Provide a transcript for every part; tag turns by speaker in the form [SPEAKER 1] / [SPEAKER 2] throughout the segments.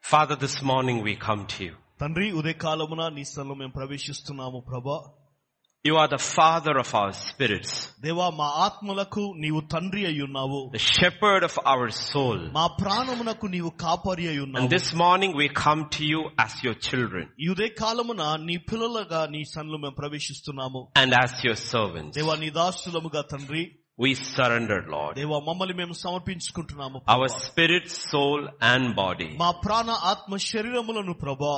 [SPEAKER 1] Father, this morning we come to you.
[SPEAKER 2] తండ్రి ఉదయకాలమున నీ స్థలంలో మేము ప్రవేశిస్తున్నాము ప్రభా
[SPEAKER 1] You are the Father of our spirits,
[SPEAKER 2] దేవా మా ఆత్మలకు నీవు తండ్రి అయి ఉన్నావు
[SPEAKER 1] the Shepherd of our soul.
[SPEAKER 2] మా ప్రాణమునకు నీవు కాపరి అయి
[SPEAKER 1] And
[SPEAKER 2] ఉన్నావు
[SPEAKER 1] this morning we come to you as your children
[SPEAKER 2] ఈ ఉదయకాలమున నీ పిల్లలుగా నీ సన్నులు మేము ప్రవేశిస్తున్నాము
[SPEAKER 1] and as your servants.
[SPEAKER 2] దేవా నీ దాసులముగా తండ్రి
[SPEAKER 1] We surrender, Lord,
[SPEAKER 2] దేవా మమ్మల్ని మేము సమర్పించుకుంటున్నాము ప్రభా.
[SPEAKER 1] our spirit, soul, and body.
[SPEAKER 2] మా ప్రాణ ఆత్మ శరీరములను ప్రభా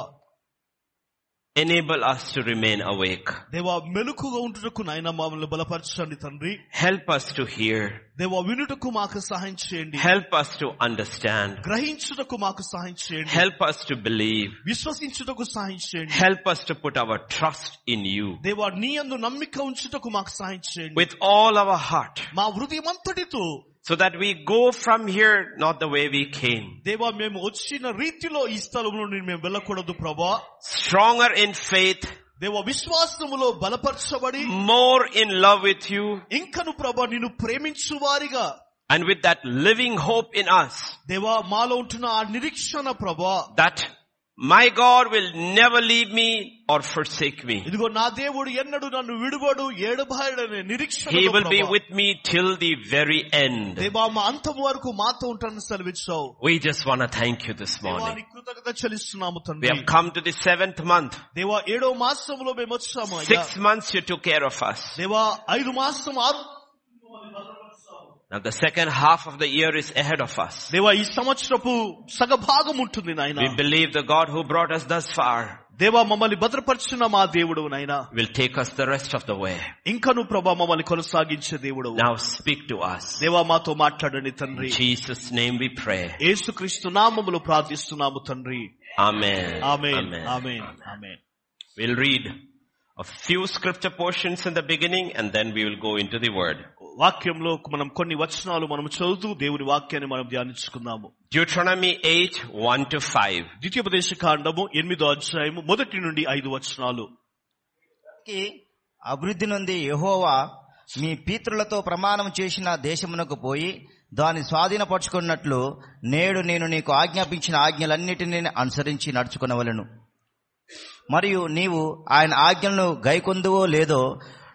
[SPEAKER 1] Enable us to remain awake.
[SPEAKER 2] దేవా మెలకుగా ఉంటుటకు నాయన మమ్మల్ని బలపరచండి తండ్రి
[SPEAKER 1] Help us to hear.
[SPEAKER 2] దేవా వినుటకు మాకు సహాయం చేయండి
[SPEAKER 1] Help us to understand.
[SPEAKER 2] గ్రహించుటకు మాకు సహాయం చేయండి
[SPEAKER 1] Help us to believe.
[SPEAKER 2] విశ్వసించుటకు సహాయం చేయండి
[SPEAKER 1] Help us to put our trust in you
[SPEAKER 2] దేవా నీ అందు నమ్మిక ఉంచుటకు మాకు సహాయం చేయండి
[SPEAKER 1] with all our heart
[SPEAKER 2] మా హృదయమంతటితో
[SPEAKER 1] so that we go from here not the way we came.
[SPEAKER 2] దేవా మేము వచ్చిన రీతిలో ఈ స్థలంలో నుండి మేము వెళ్ళకూడదు ప్రభా
[SPEAKER 1] Stronger in faith,
[SPEAKER 2] దేవా విశ్వాసములో బలపరచబడి
[SPEAKER 1] more in love with you
[SPEAKER 2] ఇంకను ప్రభా నిన్ను ప్రేమించు వారిగా
[SPEAKER 1] and with that living hope in us
[SPEAKER 2] దేవా మాలో ఉంటున్న ఆ నిరీక్షణ ప్రభా
[SPEAKER 1] that my God will never leave me or forsake me.
[SPEAKER 2] ఇదిగో నా దేవుడు ఎన్నడు నన్ను విడువడు ఏడబాయడనే నిరీక్షణ
[SPEAKER 1] He will be with me till the very end.
[SPEAKER 2] దేవా మా అంతం వరకు మాతో ఉంటానని సెలవిచ్చావు
[SPEAKER 1] We just want to thank you this
[SPEAKER 2] దేవా
[SPEAKER 1] morning.
[SPEAKER 2] నీ కృతజ్ఞత చెల్లిస్తున్నాము
[SPEAKER 1] We
[SPEAKER 2] తండ్రి
[SPEAKER 1] have come to the seventh month.
[SPEAKER 2] దేవా ఏడో మాసంలో మేము వచ్చాము అయ్యా
[SPEAKER 1] Six months you took care of us.
[SPEAKER 2] దేవా ఐదు మాసం ఆరు
[SPEAKER 1] Now the second half of the year is ahead of us.
[SPEAKER 2] దేవా ఈ సంవత్సరపు సగభాగం ఉంటుంది నాయన
[SPEAKER 1] We believe the God who brought us thus far
[SPEAKER 2] దేవా మమ్మల్ని భద్రపరిచిన మా దేవుడు నాయన
[SPEAKER 1] will take us the rest of the way.
[SPEAKER 2] ఇంకను ప్రభా మమ్మల్ని కొనసాగించే దేవుడు
[SPEAKER 1] Now speak to us.
[SPEAKER 2] దేవా మాతో మాట్లాడండి
[SPEAKER 1] In
[SPEAKER 2] తండ్రి
[SPEAKER 1] Jesus' name we pray.
[SPEAKER 2] యేసుక్రీస్తు నామములో ప్రార్థిస్తున్నాము తండ్రి
[SPEAKER 1] Amen.
[SPEAKER 2] ఆమేన్ ఆమేన్ ఆమేన్
[SPEAKER 1] We'll read a few scripture portions in the beginning and then we will go into the word.
[SPEAKER 2] వాక్యంలో మనం కొన్ని వచనాలు మనం చదువుతూ దేవుని వాక్యాన్ని మనం ధ్యానించుకుందాము
[SPEAKER 1] Deuteronomy 8, 1 to 5.
[SPEAKER 2] ద్వితీయోపదేశ కాండము ఎనిమిదో అధ్యాయము మొదటి నుండి ఐదు వచనాలు
[SPEAKER 3] కి అభివృద్ధి నుండి యెహోవా మీ పితరులతో ప్రమాణం చేసిన దేశమునకు పోయి దాన్ని స్వాధీనపరుచుకున్నట్లు నేడు నేను నీకు ఆజ్ఞాపించిన ఆజ్ఞలన్నిటినీ అనుసరించి నడుచుకునవలను మరియు నీవు ఆయన ఆజ్ఞలను గైకొందువో లేదో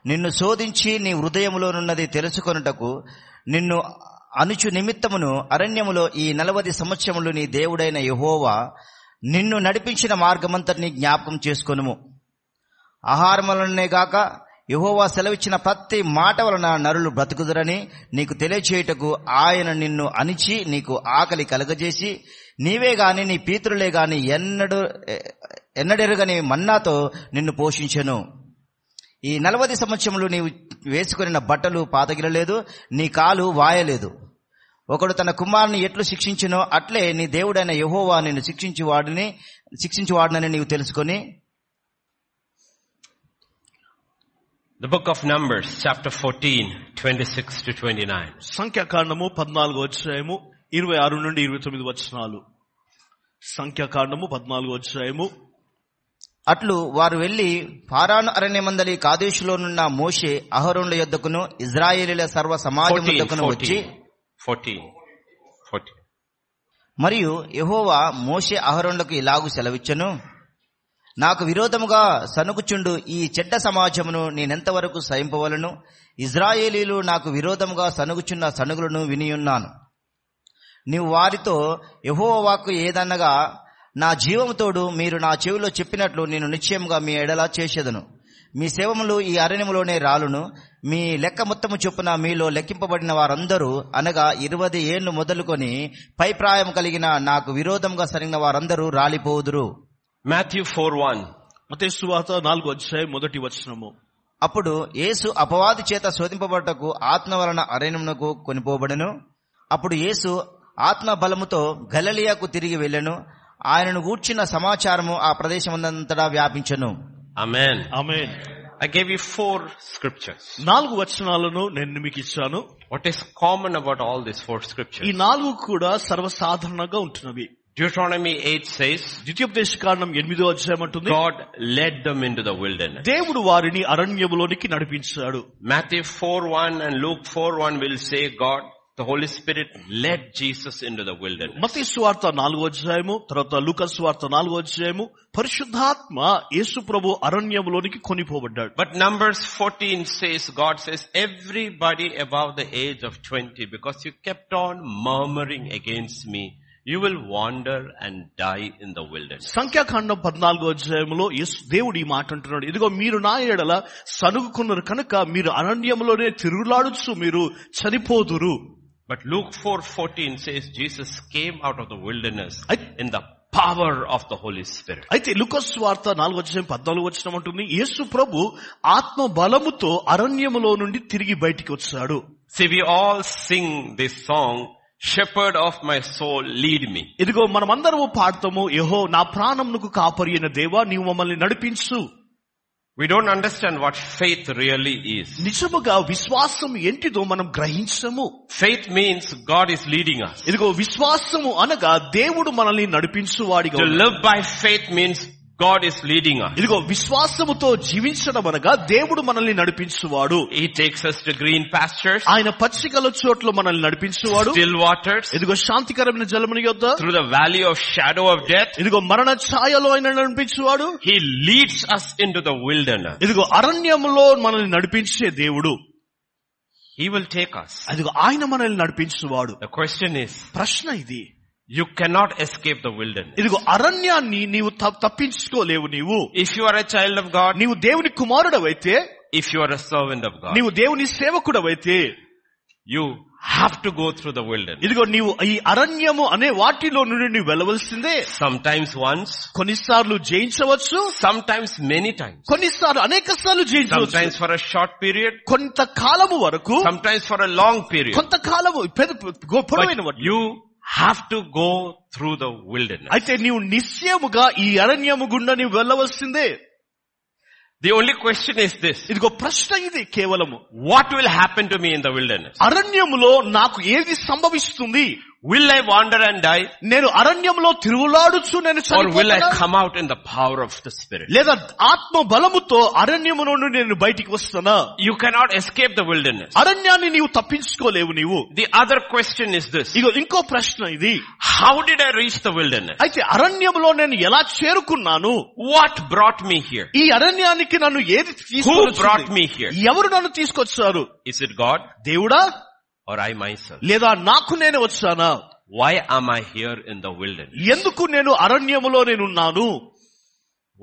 [SPEAKER 3] నిన్ను శోధించి నీ హృదయములోనున్నది తెలుసుకొనుటకు నిన్ను అనుచు నిమిత్తమును అరణ్యములో ఈ నలవది సంవత్సరములు నీ దేవుడైన యెహోవా నిన్ను నడిపించిన మార్గమంతటిని జ్ఞాపకం చేసుకొనుము ఆహారములనే గాక యెహోవా సెలవిచ్చిన ప్రతి మాట వలన నరులు బ్రతుకుదురని నీకు తెలియచేయుటకు ఆయన నిన్ను అణిచి నీకు ఆకలి కలుగజేసి నీవే గాని నీ పీతరులే గాని ఎన్నడు ఎ- ఎన్నడెరుగని మన్నాతో నిన్ను పోషించెను ఈ నలవది సంవత్సరములు నీవు వేసుకున్న బట్టలు పాతగిలలేదు నీ కాలు వాయలేదు ఒకడు తన కుమారుని ఎట్లు శిక్షించినో అట్లే నీ దేవుడైన యెహోవా నిన్ను శిక్షించువాడిని శిక్షించువాడినని నీవు తెలుసుకొని
[SPEAKER 1] The book of Numbers, chapter 14, 26 to 29.
[SPEAKER 2] సంఖ్యాకాండము పద్నాలుగో అధ్యాయము ఇరవై ఆరు నుండి ఇరవై తొమ్మిది వచనాలు సంఖ్యాకాండము పద్నాలుగో అధ్యాయము
[SPEAKER 3] అట్లు వారు వెళ్లి ఫారాను అరణ్యమందలి కాదేశులోనున్న మోషే అహరోనుల యొద్దకును ఇజ్రాయేలీల సర్వ సమాజం
[SPEAKER 1] 14,
[SPEAKER 3] యొద్దకును వచ్చి
[SPEAKER 1] 14, 14, 14.
[SPEAKER 3] మరియు యెహోవా మోషే అహరోనులకు ఇలాగు సెలవిచ్చెను నాకు విరోధముగా సనుకుచుండు ఈ చెడ్డ సమాజమును నేనెంతవరకు సహింపవలను ఇజ్రాయేలీలు నాకు విరోధముగా సనుగుచున్న సనుగులను వినియున్నాను నీవు వారితో యహోవాకు ఏదనగా నా జీవముతోడు మీరు నా చెవిలో చెప్పినట్లు నేను నిశ్చయముగా మీ ఎడల చేసేదను మీ సేవములు ఈ అరణ్యములోనే రాలును మీ లెక్క మొత్తము చొప్పున మీలో లెక్కింపబడిన వారందరూ అనగా ఇరవై ఏళ్లు మొదలుకొని పైప్రాయం కలిగిన నాకు విరోధంగా సరిగిన వారందరూ రాలిపోదురు
[SPEAKER 1] Matthew 4, 1.
[SPEAKER 2] మతేసు వార్త నాలుగో అధ్యాయం మొదటి వచనము
[SPEAKER 3] అప్పుడు యేసు అపవాది చేత శోధింపబడటకు ఆత్మ వలన అరణ్యమునకు కొనిపోబడెను అప్పుడు యేసు ఆత్మ బలముతో గలలియాకు తిరిగి వెళ్ళెను ఆయనను గూర్చిన సమాచారము ఆ ప్రదేశమందంతటా వ్యాపించెను
[SPEAKER 1] Amen.
[SPEAKER 2] ఆమె
[SPEAKER 1] I gave you four scriptures.
[SPEAKER 2] నాలుగు వచనాలను నేను మీకు ఇచ్చాను
[SPEAKER 1] What is common about all these four
[SPEAKER 2] ఈ
[SPEAKER 1] scriptures?
[SPEAKER 2] నాలుగు కూడా సర్వసాధారణంగా ఉంటున్నవి
[SPEAKER 1] Deuteronomy 8 says,
[SPEAKER 2] ద్వితీయోపదేశ కాండం ఎనిమిదో అధ్యాయం అంటుంది
[SPEAKER 1] God led them into the wilderness.
[SPEAKER 2] దేవుడు వారిని అరణ్యములోనికి నడిపించాడు
[SPEAKER 1] Matthew 4 1 and Luke 4 1 will say God the Holy Spirit led Jesus into the wilderness.
[SPEAKER 2] మతీ సువార్త నాలుగో అధ్యాయము తర్వాత లూకస్ వార్త నాలుగో అధ్యాయము పరిశుద్ధాత్మ యేసు ప్రభు అరణ్యంలోనికి కొనిపోబడ్డాడు
[SPEAKER 1] But Numbers 14 says, God says, everybody above the age of 20, because you kept on murmuring against me, you will wander and die in the wilderness.
[SPEAKER 2] సంఖ్యాకాండం పద్నాలుగో అధ్యాయంలో యేసు దేవుడు ఈ మాట అంటున్నాడు ఇదిగో మీరు నా ఎడల సనుగుకున్నారు కనుక మీరు అరణ్యంలోనే తిరుగులాడుచు మీరు చనిపోదురు
[SPEAKER 1] But Luke 4:14 says Jesus came out of the wilderness
[SPEAKER 2] I-
[SPEAKER 1] in the power of the Holy Spirit.
[SPEAKER 2] అయితే లుకస్ వార్త నాలుగో అధ్యాయం పద్నాలుగు వచ్చిన ఉంటుంది యేసు ప్రభు ఆత్మ బలముతో అరణ్యములో నుండి తిరిగి బయటికి వచ్చాడు
[SPEAKER 1] See, we all sing this song, Shepherd of my soul, lead me.
[SPEAKER 2] ఇదిగో మనమందరము పాడతాము యహో నా ప్రాణమునకు కాపరి అయిన దేవా నీవు మమ్మల్ని నడిపించు
[SPEAKER 1] We don't understand what faith really is.
[SPEAKER 2] నిజముగా విశ్వాసం ఏంటిదో మనం గ్రహించము
[SPEAKER 1] Faith means God is leading us.
[SPEAKER 2] ఇదిగో విశ్వాసము అనగా దేవుడు మనల్ని నడిపించువాడిగా
[SPEAKER 1] To
[SPEAKER 2] ఉన్నాడు.
[SPEAKER 1] live by faith means God is leading us.
[SPEAKER 2] ఇదిగో విశ్వాసముతో జీవించడం అనగా దేవుడు మనల్ని నడిపించువాడు
[SPEAKER 1] He takes us to green pastures,
[SPEAKER 2] ఆయన పచ్చికల చోట్ల మనల్ని నడిపించువాడు
[SPEAKER 1] still waters,
[SPEAKER 2] ఇదిగో శాంతికరమైన జలముని యొద్ద
[SPEAKER 1] through the valley of shadow of death.
[SPEAKER 2] ఇదిగో మరణ ఛాయలో ఆయన నడిపించువాడు
[SPEAKER 1] He leads us into the wilderness.
[SPEAKER 2] ఇదిగో అరణ్యంలో మనల్ని నడిపించే దేవుడు
[SPEAKER 1] He will take us.
[SPEAKER 2] అదిగో ఆయన మనల్ని నడిపించువాడు
[SPEAKER 1] The question is,
[SPEAKER 2] ప్రశ్న ఇది
[SPEAKER 1] you cannot escape the wilderness.
[SPEAKER 2] ఇదిగో అరణ్యాన్ని నీవు త- తప్పించుకోలేవు నీవు
[SPEAKER 1] If you are a child of God,
[SPEAKER 2] నీవు దేవుని కుమారుడవైతే
[SPEAKER 1] if you are a servant of God,
[SPEAKER 2] నీవు దేవుని సేవకుడవైతే
[SPEAKER 1] you have to go through the wilderness.
[SPEAKER 2] ఇదిగో నీవు ఈ అరణ్యము అనే వాటిలో నుండి నీవు వెళ్ళవలసిందే
[SPEAKER 1] Sometimes once,
[SPEAKER 2] కొన్నిసార్లు జయించవచ్చు
[SPEAKER 1] sometimes many times,
[SPEAKER 2] కొన్నిసార్లు అనేక సార్లు
[SPEAKER 1] sometimes
[SPEAKER 2] జయించవచ్చు
[SPEAKER 1] for a short period,
[SPEAKER 2] కొంత కాలము వరకు
[SPEAKER 1] sometimes for a long period.
[SPEAKER 2] కొంత కాలము పెద్ద- గొ- పొడవైన
[SPEAKER 1] But
[SPEAKER 2] వాటి.
[SPEAKER 1] you have to go through the wilderness.
[SPEAKER 2] అయితే నీవు నిశ్చయముగా ఈ అరణ్యము గుండా నీవు వెళ్ళవలసిందే
[SPEAKER 1] The only question is this.
[SPEAKER 2] ఇదిగో ప్రశ్న ఇది కేవలము
[SPEAKER 1] What will happen to me in the wilderness?
[SPEAKER 2] అరణ్యములో నాకు ఏది సంభవిస్తుంది
[SPEAKER 1] Will I wander and die?
[SPEAKER 2] నేను అరణ్యంలో తిరుగులాడుచు నేను
[SPEAKER 1] Or will I
[SPEAKER 2] చనిపోతానా?
[SPEAKER 1] come out in the power of the Spirit?
[SPEAKER 2] లేదా ఆత్మ బలముతో అరణ్యము నుండి నేను బయటికి వస్తానా
[SPEAKER 1] You cannot escape the wilderness.
[SPEAKER 2] అరణ్యాన్ని నీవు తప్పించుకోలేవు నీవు
[SPEAKER 1] The other question is this.
[SPEAKER 2] ఇగో ఇంకో ప్రశ్న ఇది
[SPEAKER 1] How did I reach the wilderness?
[SPEAKER 2] అయితే అరణ్యములో నేను ఎలా చేరుకున్నాను
[SPEAKER 1] What brought me here?
[SPEAKER 2] ఈ అరణ్యానికి నన్ను ఏది
[SPEAKER 1] Who brought
[SPEAKER 2] తీసుకొచ్చింది
[SPEAKER 1] me here?
[SPEAKER 2] ఎవరు నన్ను తీసుకొచ్చారు
[SPEAKER 1] Is it God
[SPEAKER 2] దేవుడా
[SPEAKER 1] or I myself?
[SPEAKER 2] లేదా నాకు నేను వచ్చానా
[SPEAKER 1] Why am I here in the wilderness?
[SPEAKER 2] ఎందుకు నేను అరణ్యములో నేనున్నాను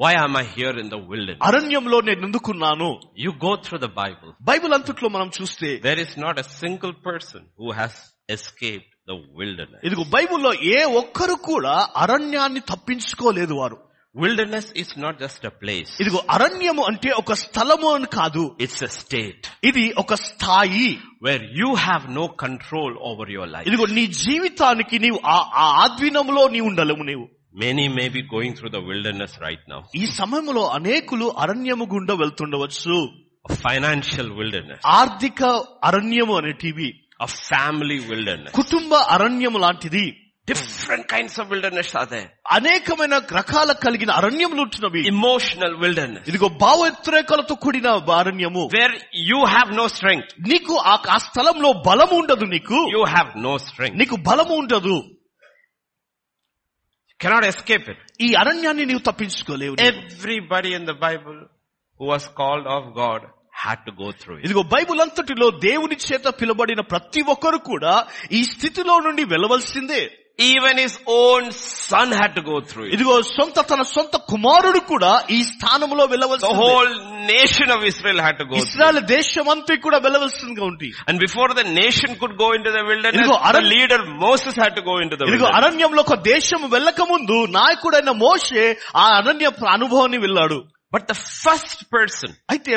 [SPEAKER 1] Why am I here in the wilderness?
[SPEAKER 2] అరణ్యంలో నేను ఎందుకున్నాను
[SPEAKER 1] You go through the Bible.
[SPEAKER 2] Bible అంతట్లో మనం చూస్తే
[SPEAKER 1] There is not a single person who has escaped the wilderness.
[SPEAKER 2] ఇదిగో బైబిల్లో ఏ ఒక్కరు కూడా అరణ్యాన్ని తప్పించుకోలేదు వారు
[SPEAKER 1] Wilderness is not just a place.
[SPEAKER 2] ఇదిగో అరణ్యము అంటే ఒక స్థలము అని కాదు
[SPEAKER 1] It's a state
[SPEAKER 2] ఇది ఒక స్థాయి
[SPEAKER 1] where you have no control over your life.
[SPEAKER 2] ఇదిగో నీ జీవితానికి నీవు ఆ- ఆ ఆధీనంలో నీవు ఉండలేము నీవు
[SPEAKER 1] Many may be going through the wilderness right now.
[SPEAKER 2] ఈ సమయంలో అనేకులు అరణ్యము గుండా వెళ్తుండవచ్చు
[SPEAKER 1] A financial wilderness,
[SPEAKER 2] ఆర్థిక అరణ్యము అనేటివి
[SPEAKER 1] a family wilderness.
[SPEAKER 2] కుటుంబ అరణ్యము లాంటిది
[SPEAKER 1] Different kinds of wilderness are there.
[SPEAKER 2] అనేకమైన రకాల కలిగిన అరణ్యములు ఉంటున్నవి
[SPEAKER 1] Emotional wilderness
[SPEAKER 2] ఇదిగో భావోద్రేకాలతో కూడిన అరణ్యము
[SPEAKER 1] where you have no strength.
[SPEAKER 2] నీకు ఆ ఆ స్థలంలో బలము ఉండదు నీకు
[SPEAKER 1] You have no strength. You
[SPEAKER 2] నీకు బలము ఉండదు
[SPEAKER 1] cannot escape it.
[SPEAKER 2] ఈ అరణ్యాన్ని నీవు తప్పించుకోలేవు నీవు.
[SPEAKER 1] Everybody in the Bible who was called of God had to go through it.
[SPEAKER 2] ఇదిగో బైబుల్ అంతటిలో దేవుని చేత పిలువబడిన ప్రతి ఒక్కరు కూడా ఈ స్థితిలో నుండి వెళ్ళవలసిందే
[SPEAKER 1] Even his own son had to go through it.
[SPEAKER 2] ఇదిగో సొంత తన సొంత కుమారుడు కూడా ఈ స్థానంలో
[SPEAKER 1] The
[SPEAKER 2] వెళ్ళవలసిందే
[SPEAKER 1] whole nation of Israel had to go through it.
[SPEAKER 2] Israel దేశం అంతా కూడా వెళ్ళవలసిందిగా ఉంది
[SPEAKER 1] And before the nation could go into the wilderness,
[SPEAKER 2] ఇదిగో
[SPEAKER 1] the
[SPEAKER 2] అరణ్-
[SPEAKER 1] leader Moses had to go into the
[SPEAKER 2] ఇదిగో
[SPEAKER 1] wilderness.
[SPEAKER 2] అరణ్యంలో ఒక దేశం వెళ్ళక ముందు నాయకుడైన మోషే ఆ అరణ్య అనుభవాన్ని వెళ్ళాడు
[SPEAKER 1] But the first person
[SPEAKER 2] అయితే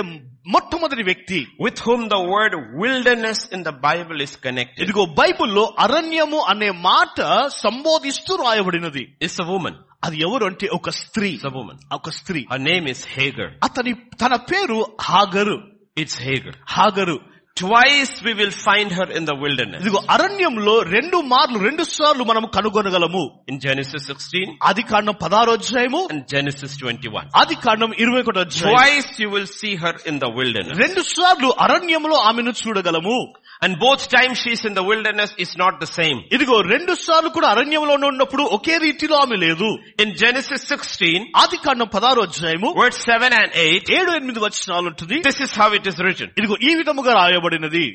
[SPEAKER 2] మొట్టమొదటి వ్యక్తి
[SPEAKER 1] with whom the word wilderness in the Bible is connected
[SPEAKER 2] ఇదిగో బైబిల్లో అరణ్యము అనే మాట సంబోధిస్తూ రాయబడినది
[SPEAKER 1] is a woman.
[SPEAKER 2] అది ఎవరు అంటే ఒక స్త్రీ
[SPEAKER 1] It's a woman.
[SPEAKER 2] ఒక స్త్రీ
[SPEAKER 1] Her name is Hagar.
[SPEAKER 2] అతని తన పేరు హాగరు
[SPEAKER 1] It's Hagar.
[SPEAKER 2] Hagar
[SPEAKER 1] Twice we will find her in the wilderness.
[SPEAKER 2] ఇదిగో అరణ్యంలో రెండు మార్లు రెండు సార్లు మనం కనుగొనగలము
[SPEAKER 1] In Genesis 16
[SPEAKER 2] ఆది కాండం పదహారు అధ్యాయము
[SPEAKER 1] and Genesis 21.
[SPEAKER 2] ఆది కాండం ఇరవై ఒకటి అధ్యాయం
[SPEAKER 1] Twice you will see her in the wilderness.
[SPEAKER 2] రెండు సార్లు అరణ్యంలో ఆమెను చూడగలము
[SPEAKER 1] And both times she is in the wilderness is not the same.
[SPEAKER 2] ఇదిగో రెండు సార్లు కూడా అరణ్యంలో ఉన్నప్పుడు ఒకే రీతిలో ఆమె లేదు
[SPEAKER 1] In Genesis 16,
[SPEAKER 2] ఆది కాండం పదారు అధ్యాయము
[SPEAKER 1] verse 7 and 8,
[SPEAKER 2] ఏడు ఎనిమిది వచనాలు ఉంటుంది
[SPEAKER 1] this is how it is written.
[SPEAKER 2] ఇదిగో ఈ విధముగా రాయబడినది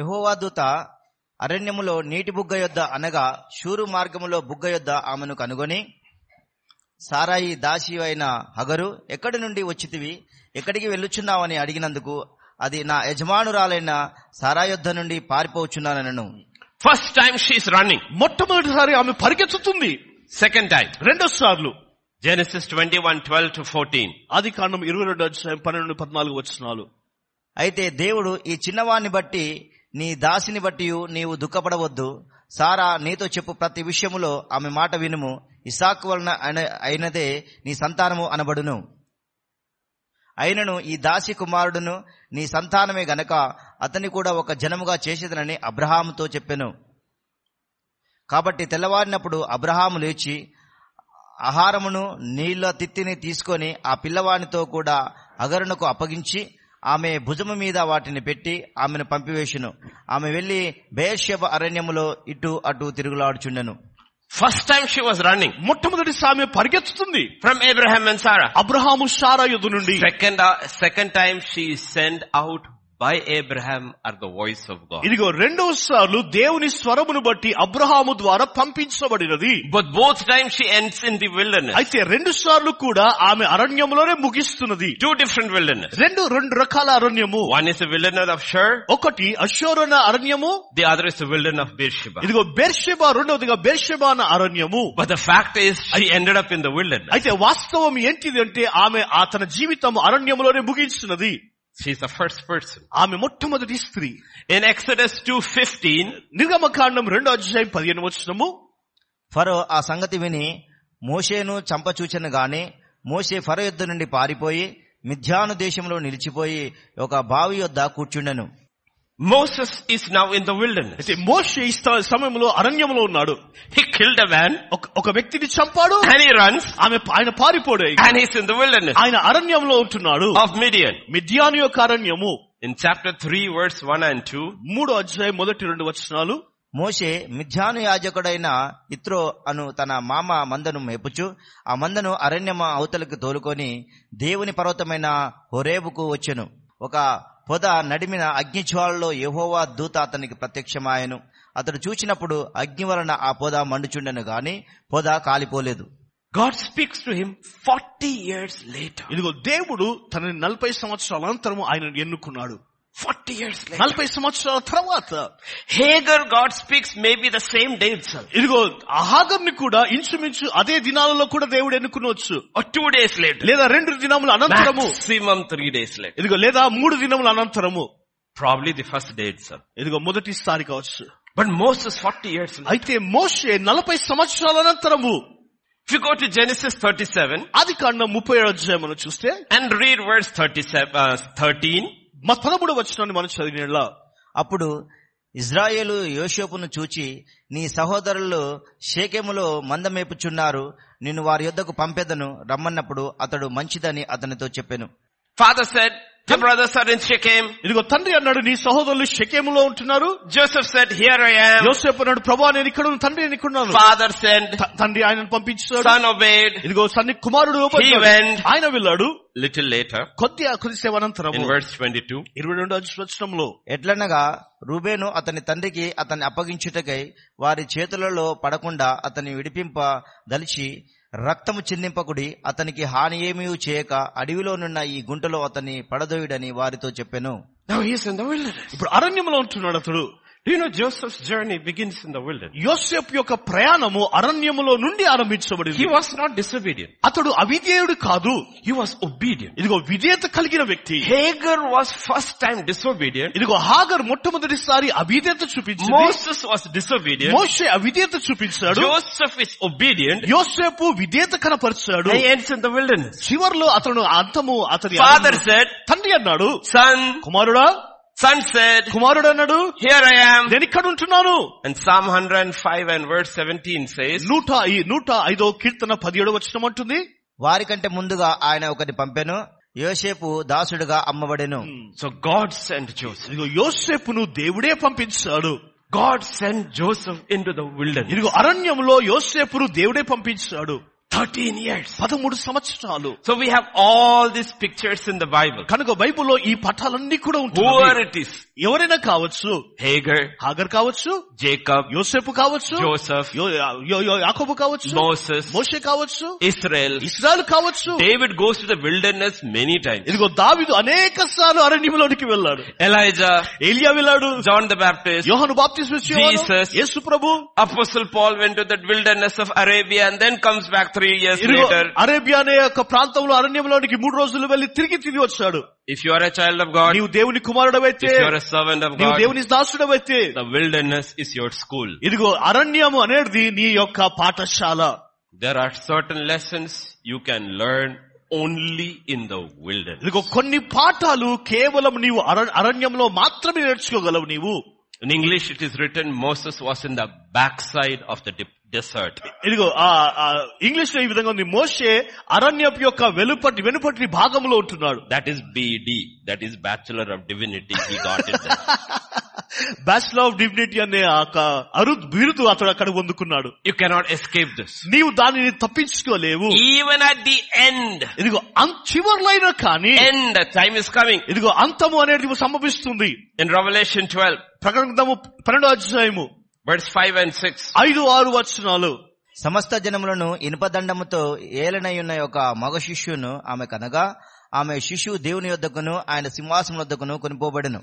[SPEAKER 3] యహోవా దూత అరణ్యములో నీటి బుగ్గ యొద్ద అనగా షూరు మార్గములో బుగ్గ యొద్ద ఆమెను కనుగొని సారాయి దాసి అయిన హగరు ఎక్కడి నుండి వచ్చితివి ఎక్కడికి వెళ్ళుచున్నావని అడిగినందుకు అది నా యజమానురాలైన సారా యొద్ద నుండి పారిపోవచ్చున్నానను
[SPEAKER 1] First time she is running.
[SPEAKER 2] మొట్టమొదటిసారి ఆమె పరిగెత్తుతుంది
[SPEAKER 1] Second time,
[SPEAKER 2] రెండో సార్లు
[SPEAKER 1] Genesis 21, 12 to 14.
[SPEAKER 2] ఆది కాండం ఇరవై రెండు అధ్యాయం పన్నెండు పద్నాలుగు వచనాలు
[SPEAKER 3] అయితే దేవుడు ఈ చిన్నవాణ్ణి బట్టి నీ దాసిని బట్టి నీవు దుఃఖపడవద్దు సారా నీతో చెప్పు ప్రతి విషయములో ఆమె మాట వినుము ఇసాకు వలన అయిన- అయినదే నీ సంతానము అనబడును అయినను ఈ దాసి కుమారుడును నీ సంతానమే గనక అతని కూడా ఒక జనముగా చేసేదనని అబ్రహాముతో చెప్పెను కాబట్టి తెల్లవారినప్పుడు అబ్రహాము లేచి ఆహారమును నీళ్ల తిత్తిని తీసుకొని ఆ పిల్లవానితో కూడా అగరునకు అప్పగించి ఆమె భుజము మీద వాటిని పెట్టి ఆమెను పంపివేశును ఆమె వెళ్లి బేర్షెబ అరణ్యములో ఇటు అటు తిరుగులాడుచుండెను
[SPEAKER 1] First time she was running
[SPEAKER 2] మొట్టమొదటిసారి ఆమె పరిగెత్తుతుంది
[SPEAKER 1] from Abraham and Sarah.
[SPEAKER 2] Abraham సారా యుద్ధ నుండి
[SPEAKER 1] Second, uh, second time she is sent out by Abraham at the voice of God.
[SPEAKER 2] ఇదిగో రెండవ సార్లు దేవుని స్వరమును బట్టి అబ్రహాము ద్వారా పంపించబడినది
[SPEAKER 1] But both times she ends in the wilderness.
[SPEAKER 2] అయితే రెండు సార్లు కూడా ఆమె అరణ్యములోనే ముగిస్తున్నది
[SPEAKER 1] Two different wilderness.
[SPEAKER 2] రెండు రెండు రకాల అరణ్యము
[SPEAKER 1] One is the wilderness of Shur,
[SPEAKER 2] ఒకటి అశోరణ అరణ్యము
[SPEAKER 1] the other is the wilderness of Beersheba.
[SPEAKER 2] ఇదిగో బెర్షెబా రెండవదిగా బెర్షెబా అన్న అరణ్యము
[SPEAKER 1] But the fact is, she ended up in the wilderness.
[SPEAKER 2] అయితే వాస్తవం ఏంటిది అంటే ఆమె ఆ తన జీవితం అరణ్యములోనే ముగించినది
[SPEAKER 1] She's the first person.
[SPEAKER 2] ఆమె మొట్టమొదటి స్త్రీ
[SPEAKER 1] In Exodus 2.15,
[SPEAKER 2] నిర్గమకాండం రెండో అధ్యాయం పదిహేను వచనము
[SPEAKER 3] ఫరో ఆ సంగతి విని మోషేను చంపచూచెను గాని మోషే ఫరో యుద్ధ నుండి పారిపోయి మిథ్యాను దేశంలో నిలిచిపోయి ఒక బావి యొద్ద కూర్చుండెను
[SPEAKER 1] Moses is now in the wilderness.
[SPEAKER 2] అయితే మోషే ఈ స్థ- సమయంలో అరణ్యంలో ఉన్నాడు
[SPEAKER 1] He killed a man,
[SPEAKER 2] ఒక- ఒక వ్యక్తిని చంపాడు
[SPEAKER 1] and he runs,
[SPEAKER 2] ఆమె ఆయన పారిపోడు
[SPEAKER 1] and he's in the wilderness
[SPEAKER 2] ఆయన అరణ్యంలో ఉంటున్నాడు
[SPEAKER 1] of Midian.
[SPEAKER 2] మిథ్యాను యొక్క అరణ్యము
[SPEAKER 1] In chapter 3, verse 1 and 2,
[SPEAKER 2] మూడో అధ్యాయం మొదటి రెండు వచనాలు
[SPEAKER 3] మోషే మిథ్యాను యాజకుడైన ఇత్రో అను తన మామ మందను మేపుచు ఆ మందను అరణ్యమ అవతలకు తోలుకొని దేవుని పర్వతమైన హొరేబుకు వచ్చెను ఒక పొద నడిమిన అగ్నిజ్వాలలో యెహోవా దూత అతనికి ప్రత్యక్షమాయెను అతడు చూచినప్పుడు అగ్ని వలన ఆ పొద మండుచుండెను గాని పొద కాలిపోలేదు
[SPEAKER 1] God speaks to him 40 years later.
[SPEAKER 2] ఇదిగో దేవుడు తనని నలభై సంవత్సరాల అనంతరము ఆయన ఎన్నుకున్నాడు
[SPEAKER 1] 40 years later.
[SPEAKER 2] నలభై సంవత్సరాల తర్వాత
[SPEAKER 1] Hagar, God speaks maybe the same day itself.
[SPEAKER 2] ఇదిగో అహాగర్ని కూడా ఇంచుమించు అదే దినాలలో కూడా దేవుడు ఎన్నుకునవచ్చు
[SPEAKER 1] Or two days later.
[SPEAKER 2] లేదా రెండు దినముల అనంతరము
[SPEAKER 1] Maximum three days later.
[SPEAKER 2] ఇదిగో లేదా మూడు దినముల అనంతరము
[SPEAKER 1] Probably the first day itself.
[SPEAKER 2] ఇదిగో మొదటిసారి కావచ్చు
[SPEAKER 1] But Moses 40 years later.
[SPEAKER 2] అయితే మోషే నలభై సంవత్సరాల అనంతరము
[SPEAKER 1] If you go to Genesis 37
[SPEAKER 2] ఆది కాండం ముప్పై ఏడు అధ్యాయం మనం చూస్తే
[SPEAKER 1] and read verse 37, uh, 13,
[SPEAKER 2] మా పదమూడు వచనాన్ని మనం చదివినలా
[SPEAKER 3] అప్పుడు ఇజ్రాయేలు యోషేపును చూచి నీ సహోదరులు షేకెములో మందమేపుచున్నారు నిన్ను వారి యొద్దకు పంపెదను రమ్మన్నప్పుడు అతడు మంచిదని అతనితో చెప్పెను
[SPEAKER 1] father said, the brothers are in Shechem.
[SPEAKER 2] ఇదిగో తండ్రి అన్నాడు నీ సహోదరులు షకేములో ఉంటున్నారు
[SPEAKER 1] Joseph said, here I am.
[SPEAKER 2] యోసేపు అన్నాడు ప్రభా నేను ఇక్కడ ఉన్నాను, తండ్రి నేను ఇక్కడ ఉన్నాను."
[SPEAKER 1] Father sent,
[SPEAKER 2] త- తండ్రి ఆయనను పంపించాడు
[SPEAKER 1] son obeyed.
[SPEAKER 2] ఇదిగో సన్ని కుమారుడు
[SPEAKER 1] He went.
[SPEAKER 2] ఆయన వెళ్ళాడు
[SPEAKER 1] Little later,
[SPEAKER 2] కొద్ది కొద్దిసేపు
[SPEAKER 1] in
[SPEAKER 2] అనంతరము
[SPEAKER 1] verse 22,
[SPEAKER 2] ఇరవై రెండో వచనంలో
[SPEAKER 3] ఎట్లనగా రూబేను అతని తండ్రికి అతన్ని అప్పగించుటకై వారి చేతులలో పడకుండా అతని విడిపింప దలిచి రక్తము చిందింపకుడి అతనికి హాని ఏమీ చేయక అడవిలోనున్న ఈ గుంటలో అతన్ని పడదోయుడని వారితో చెప్పెను
[SPEAKER 1] now he is in the wilderness.
[SPEAKER 2] ఇప్పుడు అరణ్యంలో ఉంటున్నాడు అతడు
[SPEAKER 1] Do you know Joseph's journey begins in the wilderness?
[SPEAKER 2] యోసేపు యొక్క ప్రయాణము అరణ్యములో నుండి ఆరంభించబడింది
[SPEAKER 1] He was not disobedient.
[SPEAKER 2] అతడు అవిధేయుడు కాదు
[SPEAKER 1] He was obedient.
[SPEAKER 2] ఇదిగో విధేయత కలిగిన వ్యక్తి
[SPEAKER 1] Hagar was first time disobedient.
[SPEAKER 2] ఇదిగో హాగర్ మొట్టమొదటిసారి అవిధేయత చూపించింది
[SPEAKER 1] Moses was disobedient.
[SPEAKER 2] మోషే అవిధేయత చూపించాడు
[SPEAKER 1] Joseph is obedient.
[SPEAKER 2] యోసేపు విధేయత కనపరిచాడు
[SPEAKER 1] He ends in the wilderness.
[SPEAKER 2] చివర్లో అతను అంతము అతని
[SPEAKER 1] Father said,
[SPEAKER 2] తండ్రి అన్నాడు
[SPEAKER 1] son,
[SPEAKER 2] కుమారుడా
[SPEAKER 1] son said,
[SPEAKER 2] కుమారుడు అన్నాడు
[SPEAKER 1] here I am.
[SPEAKER 2] నేను ఇక్కడ ఉంటున్నాను
[SPEAKER 1] And Psalm 105 and verse 17 says,
[SPEAKER 2] నూట ఈ- నూట ఐదో కీర్తన పదిహేడు వచనం అంటుంది
[SPEAKER 3] వారికంటే ముందుగా ఆయన ఒకటి పంపెను యోసేపు దాసుడుగా అమ్మబడెను
[SPEAKER 1] So God sent Joseph.
[SPEAKER 2] ఇదిగో యోసేపును దేవుడే పంపించాడు
[SPEAKER 1] God sent Joseph into the wilderness.
[SPEAKER 2] ఇదిగో అరణ్యంలో యోసేపును దేవుడే పంపించాడు
[SPEAKER 1] 13 years.
[SPEAKER 2] పదమూడు సంవత్సరాలు
[SPEAKER 1] So we have all these pictures in the Bible.
[SPEAKER 2] కనుక బైబిల్లో ఈ పఠాలన్నీ కూడా
[SPEAKER 1] Whoever
[SPEAKER 2] ఉంటాయి
[SPEAKER 1] it is.
[SPEAKER 2] ఎవరైనా కావచ్చు
[SPEAKER 1] Hagar,
[SPEAKER 2] హాగర్ కావచ్చు
[SPEAKER 1] Jacob,
[SPEAKER 2] యోసేపు కావచ్చు
[SPEAKER 1] Joseph,
[SPEAKER 2] యో- యో- యో- యాకోబు కావచ్చు
[SPEAKER 1] Moses,
[SPEAKER 2] మోషే కావచ్చు
[SPEAKER 1] Israel.
[SPEAKER 2] ఇస్రాయల్ కావచ్చు
[SPEAKER 1] David goes to the wilderness many times.
[SPEAKER 2] ఇదిగో దావిదు అనేక సార్లు అరణ్యంలోనికి వెళ్ళాడు
[SPEAKER 1] Elijah,
[SPEAKER 2] ఏలియా వెళ్ళాడు
[SPEAKER 1] John the Baptist,
[SPEAKER 2] యోహను బాప్తిస్మ
[SPEAKER 1] Jesus.
[SPEAKER 2] యేసు ప్రభు
[SPEAKER 1] Apostle Paul went to that wilderness of Arabia and then comes back three years
[SPEAKER 2] ఇదిగో
[SPEAKER 1] later.
[SPEAKER 2] అరేబియా అనే యొక్క ప్రాంతంలో అరణ్యంలోనికి మూడు రోజులు వెళ్ళి తిరిగి తిరిగి వచ్చాడు
[SPEAKER 1] If you are a child of God, if
[SPEAKER 2] నీవు దేవుని కుమారుడవైతే
[SPEAKER 1] you are a servant of
[SPEAKER 2] నీవు
[SPEAKER 1] God,
[SPEAKER 2] దేవుని దాసుడవైతే
[SPEAKER 1] the wilderness is your school.
[SPEAKER 2] ఇదిగో అరణ్యము అనేది నీ యొక్క పాఠశాల
[SPEAKER 1] There are certain lessons you can learn only in the wilderness.
[SPEAKER 2] ఇదిగో కొన్ని పాఠాలు కేవలం నీవు అర- అరణ్యంలో మాత్రమే నేర్చుకోగలవు నీవు
[SPEAKER 1] In English it is written Moses was in the backside of the de- desert.
[SPEAKER 2] ఇదిగో ఆ ఆ, ఇంగ్లీష్ లో ఈ విధంగా ఉంది మోషే అరణ్యపు యొక్క వెలుపటి వెనుపటి భాగంలో ఉంటున్నాడు
[SPEAKER 1] That is BD. That is Bachelor of Divinity. He got it. there.
[SPEAKER 2] Bachelor of dignity అనే ఆ యొక్క అరుద్ బిరుదు అతడు అక్కడ పొందుకున్నాడు
[SPEAKER 1] You cannot escape this.
[SPEAKER 2] నీవు దానిని తప్పించుకోలేవు
[SPEAKER 1] Even at the end,
[SPEAKER 2] ఇదిగో అంత చివర్లైనా కానీ
[SPEAKER 1] end, the time is coming.
[SPEAKER 2] ఇదిగో అంతము అనేది సంభవిస్తుంది
[SPEAKER 1] In Revelation 12,
[SPEAKER 2] ప్రకటన గ్రంథము పన్నెండో అధ్యాయము
[SPEAKER 1] verse 5 and 6.
[SPEAKER 2] ఐదు ఆరు వచనాలు
[SPEAKER 3] సమస్త జనములను ఇనుపదండముతో ఏలనయున్న ఒక మగ శిష్యును ఆమె కనగా ఆమె శిశువు దేవుని యొద్దకును ఆయన సింహాసనం వద్దకును కొనిపోబడెను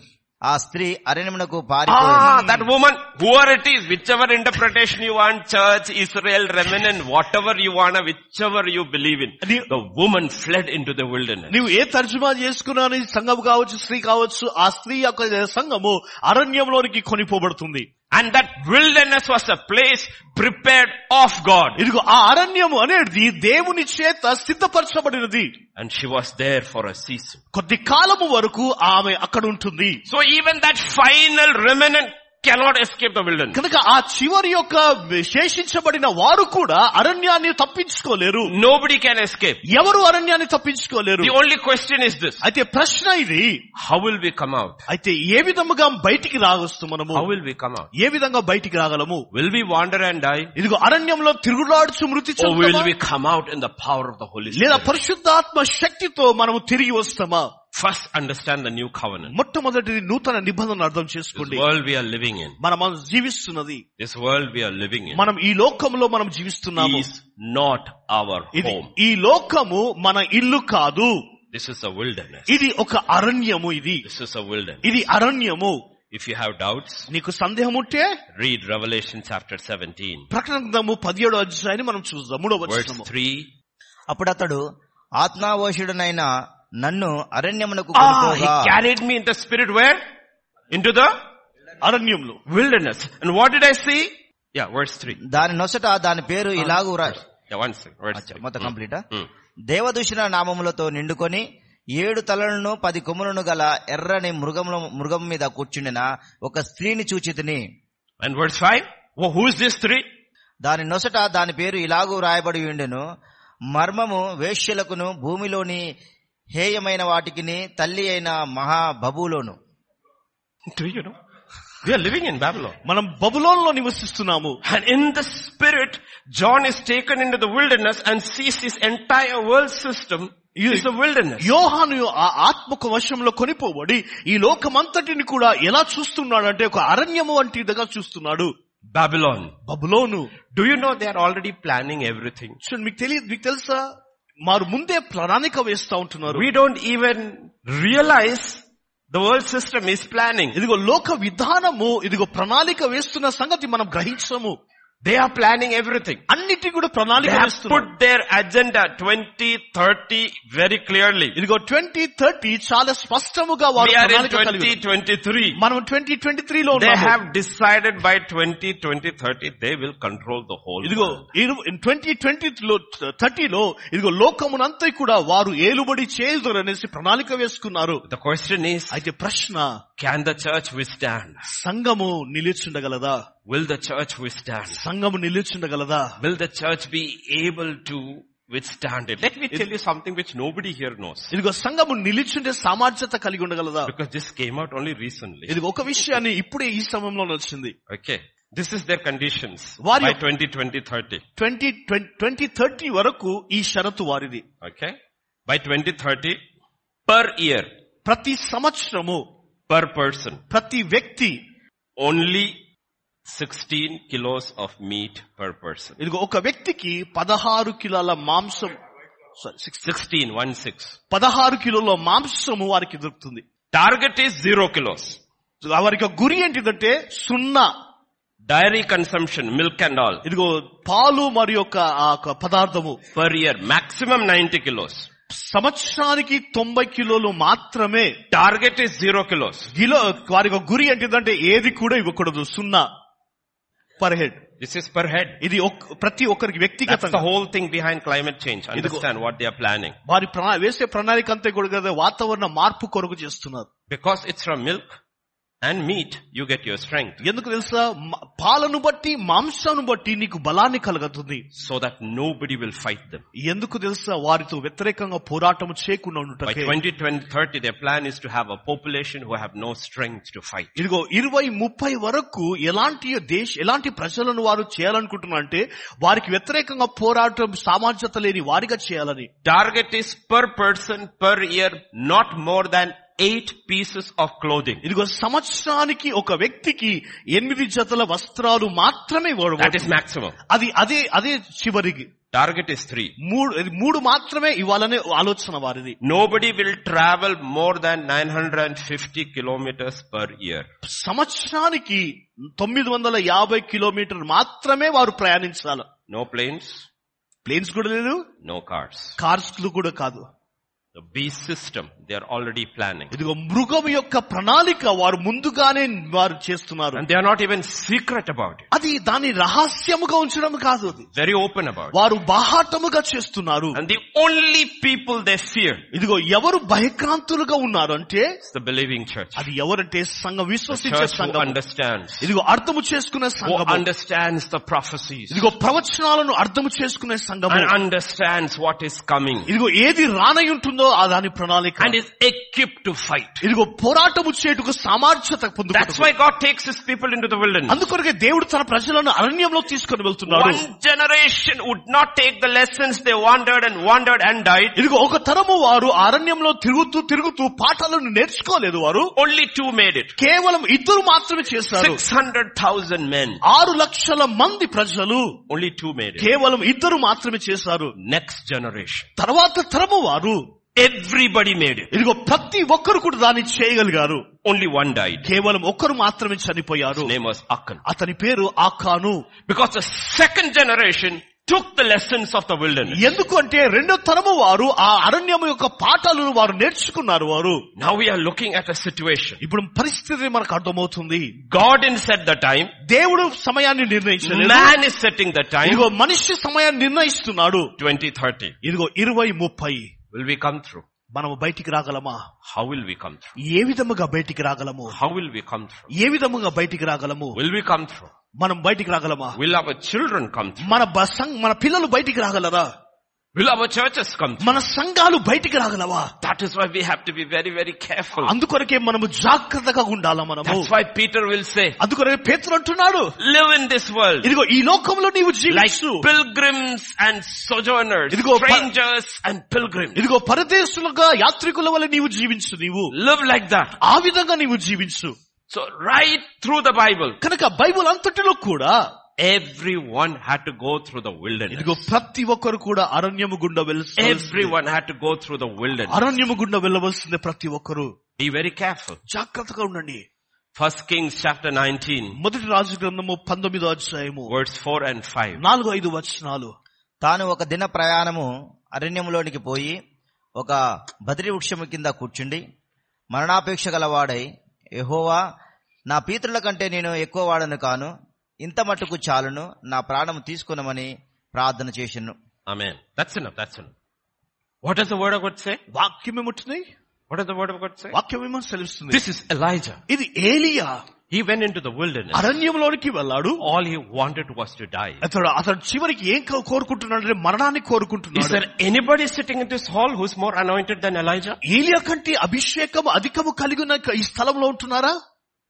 [SPEAKER 3] ఆ స్త్రీ అరణ్యమునకు
[SPEAKER 1] Ah,
[SPEAKER 3] పారిపోయి
[SPEAKER 1] that woman, whoever it is, whichever interpretation you want, church, Israel, remnant, whatever you wanna, whichever you believe in,
[SPEAKER 2] The-
[SPEAKER 1] the woman fled into the wilderness.
[SPEAKER 2] నీవు ఏ తర్జుమా చేసుకున్నా నీ సంఘం కావచ్చు స్త్రీ కావచ్చు ఆ స్త్రీ యొక్క సంఘము అరణ్యంలోనికి కొనిపోబడుతుంది
[SPEAKER 1] And that wilderness was a place prepared of God.
[SPEAKER 2] ఇదిగో ఆ అరణ్యము అనేది దేవుని చేత సిద్ధపరచబడినది
[SPEAKER 1] And she was there for a season.
[SPEAKER 2] కొద్ది కాలము వరకు ఆమె అక్కడ ఉంటుంది
[SPEAKER 1] So even that final remnant cannot escape the wilderness.
[SPEAKER 2] కనుక ఆ చివరి యొక్క విశేషించబడిన వారు కూడా అరణ్యాన్ని తప్పించుకోలేరు
[SPEAKER 1] Nobody can escape.
[SPEAKER 2] ఎవరు అరణ్యాన్ని తప్పించుకోలేరు
[SPEAKER 1] The only question is this.
[SPEAKER 2] అయితే ప్రశ్న ఇది
[SPEAKER 1] How will we come out?
[SPEAKER 2] అయితే ఏ విధముగా బయటికి రావచ్చు మనము
[SPEAKER 1] How will we come out?
[SPEAKER 2] ఏ విధంగా బయటికి రాగలము
[SPEAKER 1] Will we wander and die?
[SPEAKER 2] ఇదిగో అరణ్యంలో తిరుగులాడుచు మృతి
[SPEAKER 1] Or will
[SPEAKER 2] చెందుతామా?
[SPEAKER 1] Oh, we come out in the power of the Holy
[SPEAKER 2] లేదా
[SPEAKER 1] Spirit?
[SPEAKER 2] పరిశుద్ధాత్మ శక్తితో మనము తిరిగి వస్తామా
[SPEAKER 1] First understand the new covenant.
[SPEAKER 2] మొట్టమొదటిది నూతన నిబంధన అర్థం
[SPEAKER 1] This
[SPEAKER 2] చేసుకోండి
[SPEAKER 1] world we are living in,
[SPEAKER 2] మనం మనం జీవిస్తున్నది
[SPEAKER 1] this world we are living in
[SPEAKER 2] మనం ఈ లోకంలో మనం జీవిస్తున్నాము
[SPEAKER 1] is not our
[SPEAKER 2] ఇది
[SPEAKER 1] home.
[SPEAKER 2] ఈ లోకము మన ఇల్లు కాదు
[SPEAKER 1] This is a wilderness.
[SPEAKER 2] ఇది ఒక అరణ్యము ఇది
[SPEAKER 1] This is a wilderness.
[SPEAKER 2] ఇది అరణ్యము
[SPEAKER 1] If you have doubts,
[SPEAKER 2] నీకు సందేహం ఉంటే
[SPEAKER 1] read Revelation chapter 17,
[SPEAKER 2] ప్రకటన గ్రంథము పదిహేడు అధ్యాయాన్ని మనం చూద్దాం మూడవ
[SPEAKER 1] verse
[SPEAKER 2] వచనము
[SPEAKER 1] 3.
[SPEAKER 3] అప్పుడతడు ఆత్మావోషుడనైన నన్ను అరణ్యమునకు
[SPEAKER 1] Ah,
[SPEAKER 3] కొనిపోగా
[SPEAKER 1] he carried me in the spirit where? Into the
[SPEAKER 2] అరణ్యంలో
[SPEAKER 1] wilderness. And what did I see? Yeah, verse 3.
[SPEAKER 3] దాని నొసట దాని పేరు ఇలాగు రా-
[SPEAKER 1] Yeah, one second. Verse 3.
[SPEAKER 3] మొత్తం కంప్లీటా
[SPEAKER 1] Mm.
[SPEAKER 3] దేవదూషణ నామములతో నిండుకొని ఏడు తలలను పది కొమ్ములను గల ఎర్రని మృగముల మృగం మీద కూర్చుండిన ఒక స్త్రీని చూచితిని
[SPEAKER 1] And verse 5. Well, who is this three?
[SPEAKER 3] దాని నొసట దాని పేరు ఇలాగూ రాయబడి ఉండెను మర్మము వేష్యలకును భూమిలోని హేయమైన వాటికిని తల్లి అయిన మహాబబులోను
[SPEAKER 1] Do you know? We are living in Babylon.
[SPEAKER 2] మనం బబులోన్లో నివసిస్తున్నాము
[SPEAKER 1] And in the spirit, John is taken into the wilderness and sees his entire world system
[SPEAKER 2] You-
[SPEAKER 1] is a wilderness.
[SPEAKER 2] యోహాను ఆ ఆత్మకు వశంలో కొనిపోబడి ఈ లోకమంతటిని కూడా ఎలా చూస్తున్నాడంటే ఒక అరణ్యము వంటి విధంగా చూస్తున్నాడు
[SPEAKER 1] Babylon.
[SPEAKER 2] Babylon
[SPEAKER 1] Do you know they are already planning everything?
[SPEAKER 2] చూడండి, మీకు తెలియదు మీకు తెలుసా వారు ముందే ప్రణాళిక వేస్తా ఉంటున్నారు
[SPEAKER 1] We don't even realize the world system is planning.
[SPEAKER 2] ఇదిగో లోక విధానము ఇదిగో ప్రణాళిక వేస్తున్న సంగతి మనం గ్రహించము
[SPEAKER 1] They are planning everything.
[SPEAKER 2] అన్నిటి కూడా
[SPEAKER 1] They
[SPEAKER 2] ప్రణాళిక
[SPEAKER 1] have
[SPEAKER 2] వేస్తున్నారు
[SPEAKER 1] put their agenda 2030 very clearly.
[SPEAKER 2] ఇదిగో ట్వంటీ థర్టీ చాలా స్పష్టముగా వారు
[SPEAKER 1] We are in
[SPEAKER 2] ప్రణాళిక కలిగి ఉన్నారు.
[SPEAKER 1] 2023.
[SPEAKER 2] మనం ట్వంటీ ట్వంటీ త్రీ లో
[SPEAKER 1] They
[SPEAKER 2] ఉన్నాము.
[SPEAKER 1] have decided by 20, 20, 30, they will control the whole
[SPEAKER 2] ఇదిగో
[SPEAKER 1] world.
[SPEAKER 2] ట్వంటీ ట్వంటీ లో థర్టీలో ఇదిగో లోకమునంతా కూడా వారు ఏలుబడి చేయుదురు అనేసి ప్రణాళిక వేసుకున్నారు
[SPEAKER 1] The question is,
[SPEAKER 2] అయితే ప్రశ్న
[SPEAKER 1] can the church withstand?
[SPEAKER 2] సంఘము నిలిచుండగలదా
[SPEAKER 1] Will the church withstand?
[SPEAKER 2] సంఘము నిలిచుండగలదా
[SPEAKER 1] Will the church be able to withstand it. Let me tell you something which nobody here knows.
[SPEAKER 2] ఇదిగో సంఘము నిలిచుంటే సామర్థ్యత కలిగి ఉండగలదా
[SPEAKER 1] Because this came out only recently.
[SPEAKER 2] ఇది ఒక విషయాన్ని ఇప్పుడే ఈ సమయంలో వచ్చింది
[SPEAKER 1] Okay. This is their conditions
[SPEAKER 2] What
[SPEAKER 1] by
[SPEAKER 2] you-
[SPEAKER 1] 2020, 30.
[SPEAKER 2] Twenty twenty thirty వరకు ఈ షరతు వారిది
[SPEAKER 1] Okay. By 2030, per year,
[SPEAKER 2] ప్రతి సంవత్సరము
[SPEAKER 1] per person,
[SPEAKER 2] ప్రతి వ్యక్తి
[SPEAKER 1] only 16 kilos of meat per person.
[SPEAKER 2] ఇదిగో ఒక వ్యక్తికి పదహారు కిలోల మాంసం సారీ
[SPEAKER 1] 16, 1 6.
[SPEAKER 2] పదహారు కిలోల మాంసము వారికి దొరుకుతుంది
[SPEAKER 1] Target is 0 kilos.
[SPEAKER 2] వారికి ఒక గురి ఏంటిదంటే సున్నా
[SPEAKER 1] Dairy consumption, milk and all,
[SPEAKER 2] ఇదిగో పాలు మరి యొక్క ఆ యొక్క పదార్థము
[SPEAKER 1] per year, maximum 90 kilos.
[SPEAKER 2] సంవత్సరానికి తొంభై కిలోలు మాత్రమే
[SPEAKER 1] Target is 0 kilos.
[SPEAKER 2] కిలో వారి యొక్క గురి ఏంటిదంటే ఏది కూడా ఇవ్వకూడదు సున్నా per head
[SPEAKER 1] This is per head.
[SPEAKER 2] ఇది ఒక్- ప్రతి ఒక్కరికి
[SPEAKER 1] That's the
[SPEAKER 2] వ్యక్తిగతంగా
[SPEAKER 1] whole thing behind climate change. Understand what they are planning.
[SPEAKER 2] వారి ప్రణా- వేసే ప్రణాళిక అంతా కూడా కదా వాతావరణ మార్పు కొరకు చేస్తున్నారు
[SPEAKER 1] Because it's from milk and meat, you get your strength.
[SPEAKER 2] ఎందుకు తెలుసా మ- పాలను బట్టి మాంసాన్ని బట్టి నీకు బలాన్ని కలుగుతుంది
[SPEAKER 1] So that nobody will fight them.
[SPEAKER 2] ఎందుకు తెలుసా వారితో వ్యతిరేకంగా పోరాటం చేయకుండా
[SPEAKER 1] By
[SPEAKER 2] ఉండటం
[SPEAKER 1] 2030, their plan is to have a population who have no strength to fight.
[SPEAKER 2] ఇదిగో ఇరవై ముప్పై వరకు ఎలాంటి దేశ ఎలాంటి ప్రజలను వారు చేయాలనుకుంటున్నారు అంటే వారికి వ్యతిరేకంగా పోరాటం సామర్థ్యత లేని వారిగా చేయాలని
[SPEAKER 1] Target is per person per year, not more than eight pieces of clothing.
[SPEAKER 2] ఇదిగో సంవత్సరానికి ఒక వ్యక్తికి ఎనిమిది జతల వస్త్రాలు మాత్రమే
[SPEAKER 1] That
[SPEAKER 2] ఇవ్వడం
[SPEAKER 1] is maximum.
[SPEAKER 2] అది అదే అదే చివరికి
[SPEAKER 1] Target is three.
[SPEAKER 2] మూడు ఇది మూడు మాత్రమే ఇవ్వాలనే ఆలోచన వారిది
[SPEAKER 1] Nobody will travel more than 950 kilometers per year.
[SPEAKER 2] సంవత్సరానికి తొమ్మిది వందల యాభై కిలోమీటర్ మాత్రమే వారు ప్రయాణించాలి
[SPEAKER 1] No planes,
[SPEAKER 2] ప్లేన్స్ కూడా లేదు
[SPEAKER 1] no cars.
[SPEAKER 2] కార్స్ కూడా కాదు
[SPEAKER 1] The beast system, they are already planning.
[SPEAKER 2] ఇదిగో మృగం యొక్క ప్రణాళిక వారు ముందుగానే వారు చేస్తున్నారు
[SPEAKER 1] And they are not even secret about it.
[SPEAKER 2] అది దాని రహస్యముగా ఉంచడం కాదు అది
[SPEAKER 1] Very open about it.
[SPEAKER 2] వారు బాహాటముగా చేస్తున్నారు
[SPEAKER 1] And the only people they fear
[SPEAKER 2] ఇదిగో ఎవరు భయక్రాంతులుగా ఉన్నారు అంటే
[SPEAKER 1] is the believing church.
[SPEAKER 2] అది ఎవరంటే సంఘం
[SPEAKER 1] The
[SPEAKER 2] విశ్వసించే
[SPEAKER 1] church who
[SPEAKER 2] సంఘం
[SPEAKER 1] understands,
[SPEAKER 2] ఇదిగో అర్థము చేసుకునే
[SPEAKER 1] who
[SPEAKER 2] సంఘం
[SPEAKER 1] understands the prophecies
[SPEAKER 2] ఇదిగో ప్రవచనాలను అర్థము చేసుకునే సంఘం
[SPEAKER 1] and understands what is coming
[SPEAKER 2] ఇదిగో ఏది రానై ఉంటుందో ఆ దాని ప్రణాళిక
[SPEAKER 1] and is equipped to fight.
[SPEAKER 2] ఇదిగో పోరాటము చేటుకు సామర్థ్యత
[SPEAKER 1] That's
[SPEAKER 2] పొందుకు
[SPEAKER 1] why God takes his people into the wilderness.
[SPEAKER 2] అందుకొరకే దేవుడు తన ప్రజలను అరణ్యంలో తీసుకొని వెళ్తున్నాడు
[SPEAKER 1] One generation would not take the lessons they wandered and wandered and died.
[SPEAKER 2] ఇదిగో ఒక తరము వారు అరణ్యంలో తిరుగుతూ తిరుగుతూ పాఠాలను నేర్చుకోలేదు వారు
[SPEAKER 1] Only two made it.
[SPEAKER 2] కేవలం ఇద్దరు మాత్రమే చేశారు
[SPEAKER 1] 600,000 men.
[SPEAKER 2] ఆరు లక్షల మంది ప్రజలు
[SPEAKER 1] Only two made it.
[SPEAKER 2] కేవలం ఇద్దరు మాత్రమే చేశారు
[SPEAKER 1] Next generation.
[SPEAKER 2] తర్వాత తరము వారు
[SPEAKER 1] Everybody made it.
[SPEAKER 2] ఇదిగో ప్రతి ఒక్కరు కూడా దాన్ని చేయగలిగారు
[SPEAKER 1] Only one died.
[SPEAKER 2] కేవలం ఒక్కరు మాత్రమే చనిపోయారు
[SPEAKER 1] His name was Achan.
[SPEAKER 2] అతని పేరు ఆకాను
[SPEAKER 1] Because the second generation took the lessons of the wilderness.
[SPEAKER 2] ఎందుకు అంటే రెండో తరము వారు ఆ అరణ్యం యొక్క పాఠాలను వారు నేర్చుకున్నారు వారు
[SPEAKER 1] Now we are looking at a situation.
[SPEAKER 2] ఇప్పుడు పరిస్థితి మనకు అర్థమవుతుంది
[SPEAKER 1] God didn't set the time.
[SPEAKER 2] దేవుడు సమయాన్ని నిర్ణయించలేదు
[SPEAKER 1] Man is setting the time.
[SPEAKER 2] ఇదిగో మనిషి సమయాన్ని నిర్ణయిస్తున్నాడు
[SPEAKER 1] 2030.
[SPEAKER 2] ఇదిగో ఇరవై ముప్పై
[SPEAKER 1] Will we come through?
[SPEAKER 2] మనము బయటికి రాగలమా
[SPEAKER 1] How will we come through?
[SPEAKER 2] ఏ విధముగా బయటికి రాగలము
[SPEAKER 1] How will we come through?
[SPEAKER 2] ఏ విధముగా బయటికి రాగలము
[SPEAKER 1] Will we come through?
[SPEAKER 2] మనం బయటికి రాగలమా
[SPEAKER 1] Will our children come through?
[SPEAKER 2] మన బ- సం- మన పిల్లలు బయటికి రాగలరా
[SPEAKER 1] Will our churches come through?
[SPEAKER 2] మన సంఘాలు బయటికి రాగలవా
[SPEAKER 1] That is why we have to be very, very careful.
[SPEAKER 2] అందుకొరకే మనము జాగ్రత్తగా ఉండాలా మనము
[SPEAKER 1] That's why Peter will say,
[SPEAKER 2] అందుకొరకే పేతురు అంటున్నాడు
[SPEAKER 1] live in this world
[SPEAKER 2] ఇదిగో ఈ లోకంలో నీవు
[SPEAKER 1] like
[SPEAKER 2] జీవించు
[SPEAKER 1] pilgrims and sojourners,
[SPEAKER 2] ఇదిగో ప-
[SPEAKER 1] strangers and pilgrims.
[SPEAKER 2] ఇదిగో పరదేశులుగా యాత్రికుల వల్ల నీవు జీవించు నీవు
[SPEAKER 1] Live like that.
[SPEAKER 2] ఆ విధంగా నీవు జీవించు
[SPEAKER 1] So right through the Bible,
[SPEAKER 2] కనుక బైబుల్ అంతటిలో కూడా
[SPEAKER 1] Everyone had to go through the wilderness.
[SPEAKER 2] ఇదిగో ప్రతి ఒక్కరు కూడా అరణ్యము గుండా వెళ్ళ
[SPEAKER 1] Everyone had to go through the wilderness.
[SPEAKER 2] అరణ్యము గుండా వెళ్ళవలసిందే ప్రతి ఒక్కరు
[SPEAKER 1] Be very careful.
[SPEAKER 2] జాగ్రత్తగా ఉండండి
[SPEAKER 1] First Kings chapter 19,
[SPEAKER 2] మొదటి రాజు గ్రంథము పంతొమ్మిదో అధ్యాయము
[SPEAKER 1] verse 4 and 5.
[SPEAKER 2] నాలుగు ఐదు వచనాలు
[SPEAKER 3] తాను ఒక దిన ప్రయాణము అరణ్యములోనికి పోయి ఒక బద్రి వృక్షము కింద కూర్చుండి మరణాపేక్ష గలవాడై ఎహోవా నా పీతృల కంటే నేను ఎక్కువ వాడను కాను ఇంత మట్టుకు చాలును నా ప్రాణము తీసుకునమని ప్రార్థన చేసిను
[SPEAKER 1] Amen. That's enough. That's enough. What does the word of God say?
[SPEAKER 2] వాక్యం ఏముంటుంది
[SPEAKER 1] What does the word of God say?
[SPEAKER 2] వాక్యం ఏమో సెలవిస్తుంది
[SPEAKER 1] This is Elijah.
[SPEAKER 2] ఇది ఏలియా
[SPEAKER 1] He went into the wilderness.
[SPEAKER 2] అరణ్యంలోనికి వెళ్ళాడు
[SPEAKER 1] All he wanted was to die.
[SPEAKER 2] అతడు అతడు చివరికి ఏం కో- కోరుకుంటున్నాడంటే మరణాన్ని
[SPEAKER 1] Is
[SPEAKER 2] కోరుకుంటున్నాడు
[SPEAKER 1] there anybody sitting in this hall who's more anointed than Elijah?
[SPEAKER 2] ఏలియా కంటే అభిషేకం అధికము కలిగిన ఈ స్థలంలో ఉంటున్నారా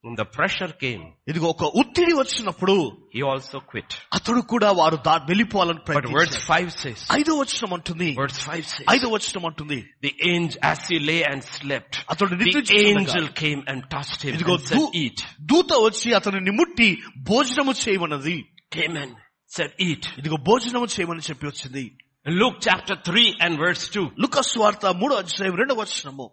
[SPEAKER 1] When the pressure came,
[SPEAKER 2] ఇదిగో ఒక ఒత్తిడి వచ్చినప్పుడు
[SPEAKER 1] he also quit.
[SPEAKER 2] అతడు కూడా వారు దా వెళ్ళిపోవాలని
[SPEAKER 1] But verse
[SPEAKER 2] ప్రయత్నించారు
[SPEAKER 1] 5 says,
[SPEAKER 2] ఐదో వచనం అంటుంది
[SPEAKER 1] verse 5 says,
[SPEAKER 2] ఐదో వచనం అంటుంది
[SPEAKER 1] the angel, as he lay and slept,
[SPEAKER 2] అతడు
[SPEAKER 1] the angel came and touched him
[SPEAKER 2] ఇదిగో
[SPEAKER 1] and said,
[SPEAKER 2] దూ-
[SPEAKER 1] eat.
[SPEAKER 2] దూత వచ్చి అతనిని ముట్టి భోజనము చేయమన్నది
[SPEAKER 1] Came and said, eat.
[SPEAKER 2] ఇదిగో భోజనము చేయమని చెప్పి వచ్చింది
[SPEAKER 1] Luke chapter 3 and verse 2.
[SPEAKER 2] Lukkas వార్త మూడో అధ్యాయం రెండవ వచనము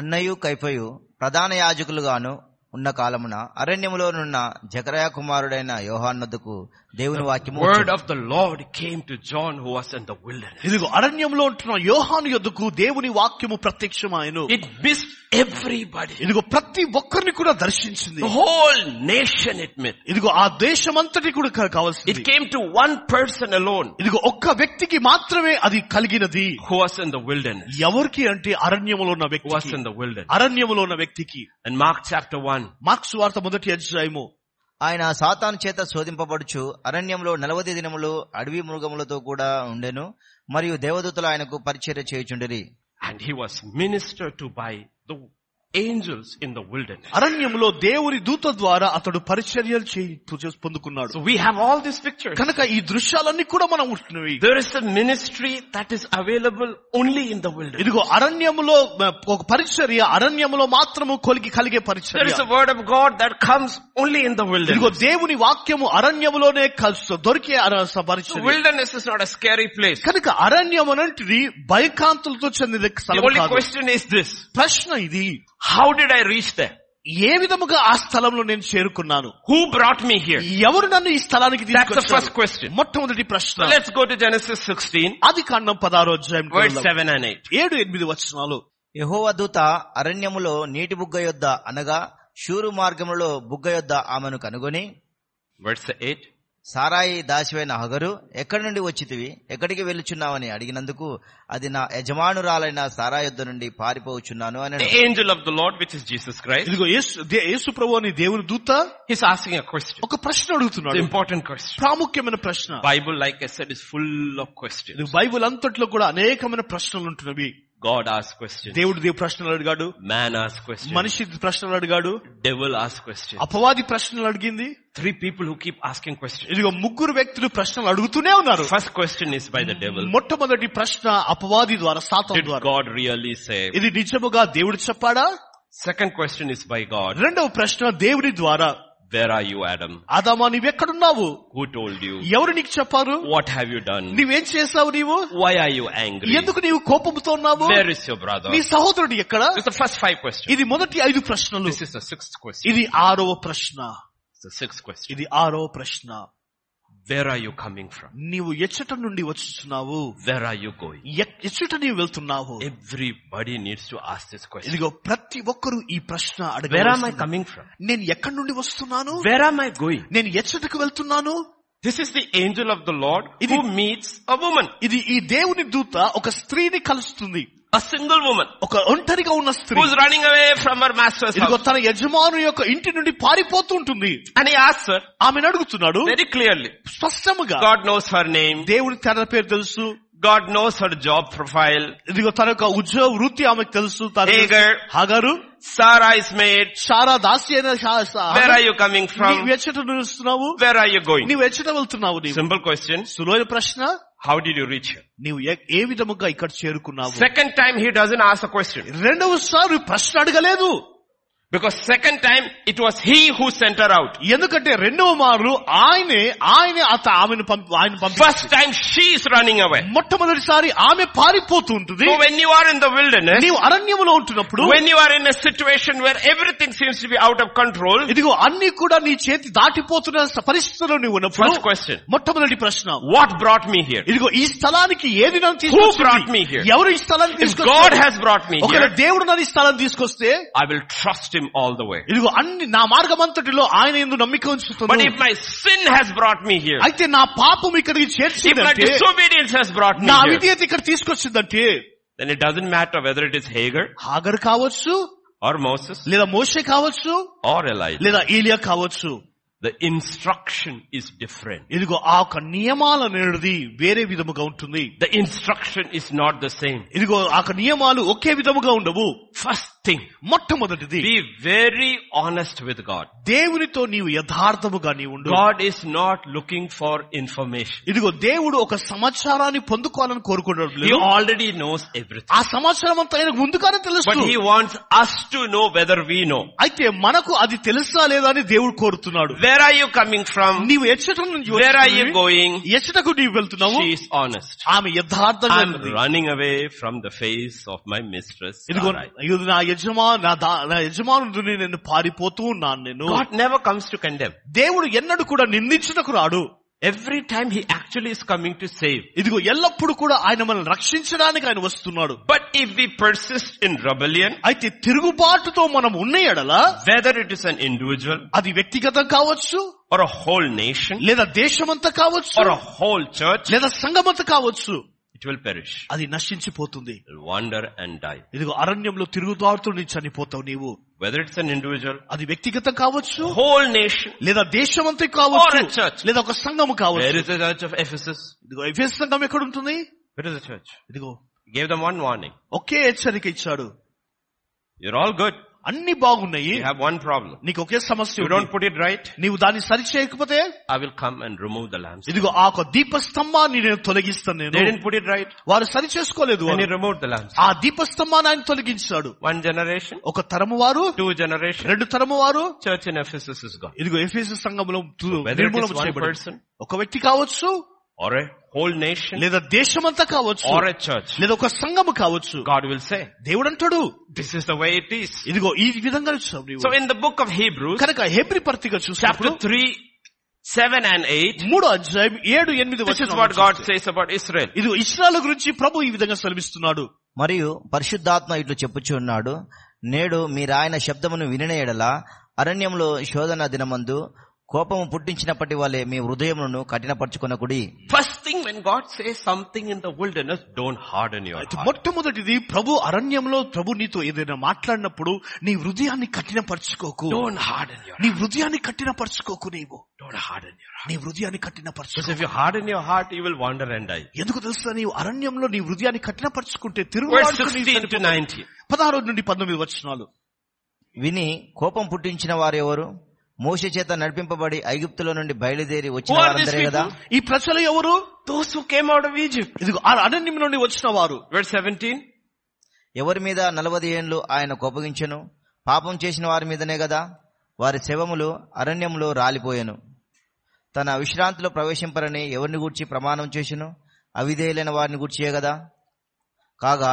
[SPEAKER 3] అన్నయు కైపయు ప్రధాన యాజకులుగాను ఉన్న కాలమున అరణ్యములోనున్న జకరయ కుమారుడైన యోహాన్నద్దుకు దేవుని వాక్యము
[SPEAKER 1] Word
[SPEAKER 3] వచ్చింది.
[SPEAKER 1] of the Lord came to John who was in the wilderness.
[SPEAKER 2] ఇదిగో అరణ్యంలో ఉంటున్న యోహాను యొద్దకు దేవుని వాక్యము ప్రత్యక్షమాయను
[SPEAKER 1] It missed everybody.
[SPEAKER 2] ఇదిగో ప్రతి ఒక్కరిని కూడా దర్శించింది
[SPEAKER 1] The whole nation it missed.
[SPEAKER 2] ఇదిగో ఆ దేశమంతటి కూడా కా- కావాల్సింది
[SPEAKER 1] It came to one person alone
[SPEAKER 2] ఇదిగో ఒక్క వ్యక్తికి మాత్రమే అది కలిగినది
[SPEAKER 1] who was in the wilderness.
[SPEAKER 2] ఎవరికి అంటే అరణ్యములో ఉన్న
[SPEAKER 1] Who was in
[SPEAKER 2] వ్యక్తి
[SPEAKER 1] the wilderness.
[SPEAKER 2] అరణ్యములో ఉన్న వ్యక్తికి
[SPEAKER 1] And Mark chapter 1,
[SPEAKER 2] మార్క్స్ వార్త మొదటి అధ్యాయము
[SPEAKER 3] ఆయన సాతాను చేత శోధింపబడుచు అరణ్యంలో నలవది దినములు అడవి మృగములతో కూడా ఉండెను మరియు దేవదూతలు ఆయనకు పరిచర్య చేయుచుండిరి
[SPEAKER 1] and he was ministered to by the angels in the wilderness.
[SPEAKER 2] అరణ్యంలో దేవుని దూత ద్వారా అతడు పరిచర్యలు చేయి పు- పొందుకున్నాడు
[SPEAKER 1] So we have all these pictures.
[SPEAKER 2] కనుక ఈ దృశ్యాలన్నీ కూడా మనం ఉంటున్నవి
[SPEAKER 1] There is a ministry that is available only in the wilderness.
[SPEAKER 2] ఇదిగో అరణ్యములో మ, ఒక పరిచర్య అరణ్యములో మాత్రము కొలికి కలిగే
[SPEAKER 1] There is a
[SPEAKER 2] పరిచర్య
[SPEAKER 1] word of God that comes only in the
[SPEAKER 2] ఇదిగో
[SPEAKER 1] wilderness.
[SPEAKER 2] దేవుని వాక్యము అరణ్యములోనే కలుసు- దొరికే అర- స-
[SPEAKER 1] The
[SPEAKER 2] పరిచర్య
[SPEAKER 1] wilderness is not a scary place.
[SPEAKER 2] కనుక అరణ్యం అనేది భయకాంతులతో చెందిన
[SPEAKER 1] The
[SPEAKER 2] స్థలం
[SPEAKER 1] only
[SPEAKER 2] కాదు.
[SPEAKER 1] question is this.
[SPEAKER 2] ప్రశ్న ఇది
[SPEAKER 1] How did I reach there?
[SPEAKER 2] ఏ విధముగా ఆ స్థలంలో నేను చేరుకున్నాను
[SPEAKER 1] Who brought me here?
[SPEAKER 2] ఎవరు నన్ను ఈ స్థలానికి
[SPEAKER 1] That's the
[SPEAKER 2] తీసుకొచ్చారు?
[SPEAKER 1] first question.
[SPEAKER 2] మొట్టమొదటి
[SPEAKER 1] So
[SPEAKER 2] ప్రశ్న
[SPEAKER 1] let's go to Genesis 16,
[SPEAKER 2] అది కాండం పదారో అధ్యాయం
[SPEAKER 1] verse 7 and 8.
[SPEAKER 2] ఏడు ఎనిమిది వచనాలు
[SPEAKER 3] యెహోవా దూత అరణ్యములో నీటి బుగ్గ యొద్ద అనగా శూరు మార్గములో బుగ్గ యొద్ద ఆమెను కనుగొని
[SPEAKER 1] Verse 8.
[SPEAKER 3] సారాయి దాసివైన హగరు ఎక్కడి నుండి వచ్చితివి ఎక్కడికి వెళ్ళుచున్నావని అడిగినందుకు అది నా యజమానురాలైన సారా యొద్ద నుండి పారిపోవచ్చున్నాను అని
[SPEAKER 1] The angel of the Lord, which is Jesus Christ,
[SPEAKER 2] ఇదిగో యేసు- దే- యేసు ప్రభు అని దేవుని దూత
[SPEAKER 1] he's asking a question.
[SPEAKER 2] ఒక ప్రశ్న
[SPEAKER 1] It's
[SPEAKER 2] అడుగుతున్నాడు
[SPEAKER 1] an important question.
[SPEAKER 2] ప్రాముఖ్యమైన ప్రశ్న
[SPEAKER 1] Bible, like I said, is full of questions.
[SPEAKER 2] ఇది బైబిల్ అంతట్లో కూడా అనేకమైన ప్రశ్నలు ఉంటున్నవి
[SPEAKER 1] God asks questions.
[SPEAKER 2] దేవుడు దేవు ప్రశ్నలు అడిగాడు
[SPEAKER 1] Man asks questions.
[SPEAKER 2] మనిషి ప్రశ్నలు అడిగాడు
[SPEAKER 1] Devil asks questions.
[SPEAKER 2] అపవాది ప్రశ్నలు అడిగింది
[SPEAKER 1] Three people who keep asking questions.
[SPEAKER 2] ఇదిగో ముగ్గురు వ్యక్తులు ప్రశ్నలు అడుగుతూనే ఉన్నారు
[SPEAKER 1] First question is by the devil.
[SPEAKER 2] మొట్టమొదటి ప్రశ్న అపవాది ద్వారా సాతం
[SPEAKER 1] Did
[SPEAKER 2] ద్వారా
[SPEAKER 1] God really say?
[SPEAKER 2] ఇది నిజముగా దేవుడు చెప్పాడా
[SPEAKER 1] Second question is by God.
[SPEAKER 2] రెండవ ప్రశ్న దేవుడి ద్వారా
[SPEAKER 1] Where are you, Adam?
[SPEAKER 2] అదామా నీవెక్కడున్నావు
[SPEAKER 1] Who told you?
[SPEAKER 2] ఎవరు నీకు చెప్పారు
[SPEAKER 1] What have you done?
[SPEAKER 2] నీవేం చేశావు నీవు
[SPEAKER 1] Why are you angry?
[SPEAKER 2] ఎందుకు నీవు కోపంతో ఉన్నావు
[SPEAKER 1] Where is your brother?
[SPEAKER 2] నీ
[SPEAKER 1] This
[SPEAKER 2] సహోదరుడు ఎక్కడ
[SPEAKER 1] is the first five questions.
[SPEAKER 2] ఇది మొదటి ఐదు ప్రశ్నలు
[SPEAKER 1] This is the sixth question.
[SPEAKER 2] ఇది ఆరవ ప్రశ్న
[SPEAKER 1] It's the sixth question.
[SPEAKER 2] ఇది ఆరవ ప్రశ్న
[SPEAKER 1] Where are you coming from?
[SPEAKER 2] నీవు ఎచ్చట నుండి వచ్చుచున్నావు
[SPEAKER 1] Where are you going?
[SPEAKER 2] ఎ- ఎచ్చట నీవు వెళ్తున్నావు
[SPEAKER 1] Everybody needs to ask this question.
[SPEAKER 2] ఇదిగో ప్రతి ఒక్కరూ ఈ ప్రశ్న
[SPEAKER 1] Where am I
[SPEAKER 2] అడగ
[SPEAKER 1] coming from?
[SPEAKER 2] నేను ఎక్కడి నుండి వస్తున్నాను
[SPEAKER 1] Where am I going?
[SPEAKER 2] నేను ఎచ్చటకు వెళ్తున్నాను
[SPEAKER 1] This is the angel of the Lord
[SPEAKER 2] It
[SPEAKER 1] who meets a woman,
[SPEAKER 2] ఇది ఈ దేవుని దూత ఒక స్త్రీని కలుస్తుంది
[SPEAKER 1] a single woman
[SPEAKER 2] ఒక ఒంటరిగా ఉన్న స్త్రీ
[SPEAKER 1] who's running away from her master's
[SPEAKER 2] ఇదిగో
[SPEAKER 1] house.
[SPEAKER 2] తన యజమాను యొక్క ఇంటి నుండి పారిపోతూ ఉంటుంది
[SPEAKER 1] And he asks her
[SPEAKER 2] ఆమెను అడుగుతున్నాడు
[SPEAKER 1] very clearly.
[SPEAKER 2] స్పష్టముగా
[SPEAKER 1] God knows her name.
[SPEAKER 2] దేవుని తన పేరు తెలుసు
[SPEAKER 1] God knows her job profile.
[SPEAKER 2] ఇదిగో తన యొక్క ఉద్యోగ వృత్తి ఆమెకు తెలుసు తన
[SPEAKER 1] Hagar.
[SPEAKER 2] హాగారు
[SPEAKER 1] Sarah is made.
[SPEAKER 2] సారా దాసి అయిన శా- శా-
[SPEAKER 1] Where are you coming
[SPEAKER 2] నీవు
[SPEAKER 1] from?
[SPEAKER 2] ఎచ్చట నుండి వస్తున్నావు
[SPEAKER 1] Where are you going?
[SPEAKER 2] నీవు ఎచ్చట వెళ్తున్నావు నీవు
[SPEAKER 1] Simple question.
[SPEAKER 2] సులువైన ప్రశ్న
[SPEAKER 1] How did you reach here?
[SPEAKER 2] నీవు ఎ- ఏ విధముగా ఇక్కడ చేరుకున్నావు
[SPEAKER 1] Second time he doesn't ask a question.
[SPEAKER 2] రెండవసారి ప్రశ్న అడగలేదు
[SPEAKER 1] Because second time it was he who sent her out.
[SPEAKER 2] ఎందుకంటే రెండవ మారు ఆయనే ఆయనే అత ఆమెను పంపి ఆయన పంపి
[SPEAKER 1] First time she is running away.
[SPEAKER 2] మొట్టమొదటిసారి ఆమె పారిపోతూ ఉంటుంది
[SPEAKER 1] So when you are in the wilderness,
[SPEAKER 2] నీవు అరణ్యములో ఉంటున్నప్పుడు
[SPEAKER 1] when you are in a situation where everything seems to be out of control,
[SPEAKER 2] ఇదిగో అన్ని కూడా నీ చేతి దాటిపోతున్న స- పరిస్థితిలో నువ్వు
[SPEAKER 1] first
[SPEAKER 2] ఉన్నప్పుడు
[SPEAKER 1] question,
[SPEAKER 2] మొట్టమొదటి ప్రశ్న
[SPEAKER 1] what brought me here?
[SPEAKER 2] ఇదిగో ఈ స్థలానికి ఏది నన్ను
[SPEAKER 1] brought me here?
[SPEAKER 2] తీసుకొచ్చింది ఎవరు ఈ స్థలానికి
[SPEAKER 1] If God
[SPEAKER 2] తీసుకొచ్చారు?
[SPEAKER 1] has brought me
[SPEAKER 2] ఒకవేళ
[SPEAKER 1] here,
[SPEAKER 2] దేవుడు నన్ను ఈ స్థలం తీసుకొస్తే
[SPEAKER 1] I will trust him all the way.
[SPEAKER 2] ఇదిగో అన్ని నా మార్గమంతటిలో ఆయన ఎందు నమ్మిక
[SPEAKER 1] But
[SPEAKER 2] ఉంచుతున్నాను
[SPEAKER 1] if my sin has brought me here,
[SPEAKER 2] అయితే నా పాపం ఇక్కడికి
[SPEAKER 1] if my
[SPEAKER 2] చేర్చిందంటే
[SPEAKER 1] disobedience has brought me
[SPEAKER 2] నా
[SPEAKER 1] here,
[SPEAKER 2] అవిధేయత ఇక్కడ తీసుకొచ్చిందంటే
[SPEAKER 1] then it doesn't matter whether it is Hagar
[SPEAKER 2] Hagar కావచ్చు
[SPEAKER 1] or Moses
[SPEAKER 2] లేదా మోసే కావచ్చు
[SPEAKER 1] or Elijah.
[SPEAKER 2] లేదా ఏలియా కావచ్చు
[SPEAKER 1] The instruction is different.
[SPEAKER 2] ఇదిగో ఆ యొక్క నియమాలు అనేది వేరే విధముగా ఉంటుంది
[SPEAKER 1] The instruction is not the same.
[SPEAKER 2] ఇదిగో ఆ యొక్క నియమాలు ఒకే విధముగా ఉండవు
[SPEAKER 1] First thing,
[SPEAKER 2] మొట్టమొదటిది
[SPEAKER 1] be very honest with God.
[SPEAKER 2] దేవునితో నీవు యథార్థముగా నీవు ఉండు
[SPEAKER 1] God is not looking for information.
[SPEAKER 2] ఇదిగో దేవుడు ఒక సమాచారాన్ని పొందుకోవాలని కోరుకున్నాడు
[SPEAKER 1] He already knows everything.
[SPEAKER 2] ఆ సమాచారం అంతా ఆయనకు ముందుగానే
[SPEAKER 1] But
[SPEAKER 2] తెలుసు
[SPEAKER 1] He wants us to know whether we know.
[SPEAKER 2] అయితే మనకు అది తెలుసా లేదా అని దేవుడు కోరుతున్నాడు
[SPEAKER 1] Where are you coming from?
[SPEAKER 2] నీవు ఎచ్చట నుంచి
[SPEAKER 1] Where are you
[SPEAKER 2] వచ్చినవి?
[SPEAKER 1] going?
[SPEAKER 2] ఎచ్చటకు నీవు వెళ్తున్నావు
[SPEAKER 1] She is honest.
[SPEAKER 2] ఆమె యథార్థంగా
[SPEAKER 1] I'm
[SPEAKER 2] ఉన్నది.
[SPEAKER 1] running away from the face of my mistress.
[SPEAKER 2] ఇదిగో
[SPEAKER 1] Sarai.
[SPEAKER 2] ఇది నా యజమా నా దా- నా యజమానుడు నేను పారిపోతూ ఉన్నాను నేను
[SPEAKER 1] God never comes to condemn.
[SPEAKER 2] దేవుడు ఎన్నడూ కూడా నిందించటకు రాడు
[SPEAKER 1] Every time He actually is coming to save.
[SPEAKER 2] ఇదిగో ఎల్లప్పుడు కూడా ఆయన మనల్ని రక్షించడానికి ఆయన వస్తున్నాడు
[SPEAKER 1] But if we persist in rebellion,
[SPEAKER 2] అయితే తిరుగుబాటుతో మనం ఉన్న ఎడలా
[SPEAKER 1] whether it is an individual
[SPEAKER 2] అది వ్యక్తిగతం కావచ్చు
[SPEAKER 1] or a whole nation
[SPEAKER 2] లేదా దేశమంతా కావచ్చు
[SPEAKER 1] or a whole church,
[SPEAKER 2] లేదా సంఘమంతా కావచ్చు
[SPEAKER 1] it will perish.
[SPEAKER 2] అది నశించిపోతుంది
[SPEAKER 1] It will wander and die.
[SPEAKER 2] ఇదిగో అరణ్యంలో తిరుగుదాడుతూ నీ చనిపోతావు నీవు
[SPEAKER 1] Whether it's an individual,
[SPEAKER 2] అది వ్యక్తిగతం కావచ్చు
[SPEAKER 1] whole nation.
[SPEAKER 2] లేదా దేశమంతా
[SPEAKER 1] Oh. Or a
[SPEAKER 2] కావచ్చు
[SPEAKER 1] church.
[SPEAKER 2] లేదా ఒక సంఘము
[SPEAKER 1] Where
[SPEAKER 2] కావచ్చు
[SPEAKER 1] is the church of Ephesus?
[SPEAKER 2] ఇదిగో ఎఫ్ఎస్ సంఘం ఎక్కడ ఉంటుంది
[SPEAKER 1] Where is the church?
[SPEAKER 2] ఇదిగో
[SPEAKER 1] He gave them one warning.
[SPEAKER 2] ఒకే హెచ్చరిక ఇచ్చాడు
[SPEAKER 1] You're all good.
[SPEAKER 2] అన్ని బాగున్నాయి
[SPEAKER 1] You have one problem.
[SPEAKER 2] నీకు ఒకే సమస్య
[SPEAKER 1] You
[SPEAKER 2] ఉంది.
[SPEAKER 1] don't put it right.
[SPEAKER 2] నీవు దాన్ని సరి చేయకపోతే
[SPEAKER 1] I will come and remove the lamps.
[SPEAKER 2] ఇదిగో ఆ ఒక దీపస్తంభాన్ని నేను తొలగిస్తాను
[SPEAKER 1] They
[SPEAKER 2] నేను
[SPEAKER 1] didn't put it right.
[SPEAKER 2] వారు సరి చేసుకోలేదు
[SPEAKER 1] And he removed the lamps.
[SPEAKER 2] ఆ దీపస్తంభాన్ని ఆయన తొలగించాడు
[SPEAKER 1] One generation,
[SPEAKER 2] ఒక తరము వారు
[SPEAKER 1] two generation,
[SPEAKER 2] రెండు తరము వారు
[SPEAKER 1] church in Ephesus is gone.
[SPEAKER 2] ఇదిగో ఎఫ్ఎస్ సంఘంలో తు-
[SPEAKER 1] Whether it
[SPEAKER 2] నిర్మూలన
[SPEAKER 1] is one
[SPEAKER 2] చేయబడింది.
[SPEAKER 1] person
[SPEAKER 2] ఒక వ్యక్తి కావచ్చు
[SPEAKER 1] or a whole nation
[SPEAKER 2] లేదా దేశమంతా కావచ్చు
[SPEAKER 1] or a church,
[SPEAKER 2] లేదా ఒక సంఘము కావచ్చు
[SPEAKER 1] God will say,
[SPEAKER 2] దేవుడు అంటాడు
[SPEAKER 1] this is the way it is.
[SPEAKER 2] ఇదిగో ఈ విధంగా ఇచ్చావు నీవు.
[SPEAKER 1] So in the book of Hebrews,
[SPEAKER 2] కనుక హెబ్రి పర్తిగా చూసినప్పుడు
[SPEAKER 1] chapter 3, 7 and 8,
[SPEAKER 2] మూడో అధ్యాయం ఏడు ఎనిమిది
[SPEAKER 1] this is
[SPEAKER 2] వచనాలను
[SPEAKER 1] what God
[SPEAKER 2] చూస్తే,
[SPEAKER 1] says about Israel.
[SPEAKER 2] ఇది ఇస్రాయల్ గురించి ప్రభు ఈ విధంగా సెలవిస్తున్నాడు
[SPEAKER 3] మరియు పరిశుద్ధాత్మ ఇట్లు చెప్పుచున్నాడు నేడు మీరాయన శబ్దమును వినిన ఎడల అరణ్యంలో శోధన దినమందు కోపము పుట్టించినప్పటి వలె మీ హృదయమును కఠినపరచుకొనకుడి
[SPEAKER 1] First thing when God says something in the wilderness, don't harden your
[SPEAKER 2] అయితే
[SPEAKER 1] heart.
[SPEAKER 2] మొట్టమొదటిది ప్రభు అరణ్యంలో ప్రభు నీతో ఏదైనా మాట్లాడినప్పుడు నీ హృదయాన్ని కఠినపరచుకోకు
[SPEAKER 1] Don't harden your
[SPEAKER 2] నీ హృదయాన్ని కఠినపరచుకోకు నీవు
[SPEAKER 1] Don't harden your heart.
[SPEAKER 2] నీ హృదయాన్ని కఠినపరచు
[SPEAKER 1] Because if you harden your heart, you will wander and die.
[SPEAKER 2] ఎందుకు తెలుసా నీవు అరణ్యంలో నీ హృదయాన్ని కఠినపరచుకుంటే
[SPEAKER 1] Verse
[SPEAKER 2] తిరుగుబాటుకు నీవు
[SPEAKER 1] 16 to 19.
[SPEAKER 2] పదహారు నుండి పంతొమ్మిది వచనాలు
[SPEAKER 3] విని కోపం పుట్టించిన వారెవరు మోషే చేత నడిపింపబడి ఐగుప్తులో నుండి బయలుదేరి వచ్చిన
[SPEAKER 1] Who are these
[SPEAKER 3] వారందరే కదా
[SPEAKER 1] people?
[SPEAKER 2] ఈ ప్రజలు ఎవరు
[SPEAKER 1] Those who came out of Egypt.
[SPEAKER 2] ఇదిగో ఆ అరణ్యం నుండి వచ్చిన వారు
[SPEAKER 1] Verse 17.
[SPEAKER 3] ఎవరి మీద నలభై ఏండ్లు ఆయన కోపగించెను పాపం చేసిన వారి మీదనే కదా వారి శవములు అరణ్యంలో రాలిపోయెను తన విశ్రాంతిలో ప్రవేశింపరని ఎవరిని గూర్చి ప్రమాణం చేసెను అవిధేయులైన వారిని గూర్చియే కదా కాగా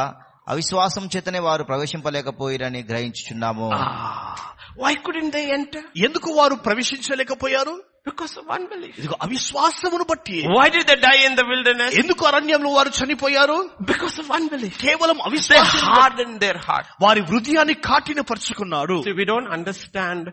[SPEAKER 3] అవిశ్వాసం చేతనే వారు ప్రవేశింపలేకపోయిరని గ్రహించుచున్నాము
[SPEAKER 1] Ah, why couldn't they enter?
[SPEAKER 2] ఎందుకు వారు ప్రవేశించలేకపోయారు
[SPEAKER 1] Because of unbelief.
[SPEAKER 2] ఇదిగో అవిశ్వాసమును బట్టి
[SPEAKER 1] Why did they die in the wilderness?
[SPEAKER 2] ఎందుకు అరణ్యంలో వారు చనిపోయారు
[SPEAKER 1] Because of unbelief.
[SPEAKER 2] కేవలం
[SPEAKER 1] They
[SPEAKER 2] అవిశ్వాసం
[SPEAKER 1] hardened their heart.
[SPEAKER 2] వారి హృదయాన్ని కాఠినపరుచుకున్నారు
[SPEAKER 1] See, we don't understand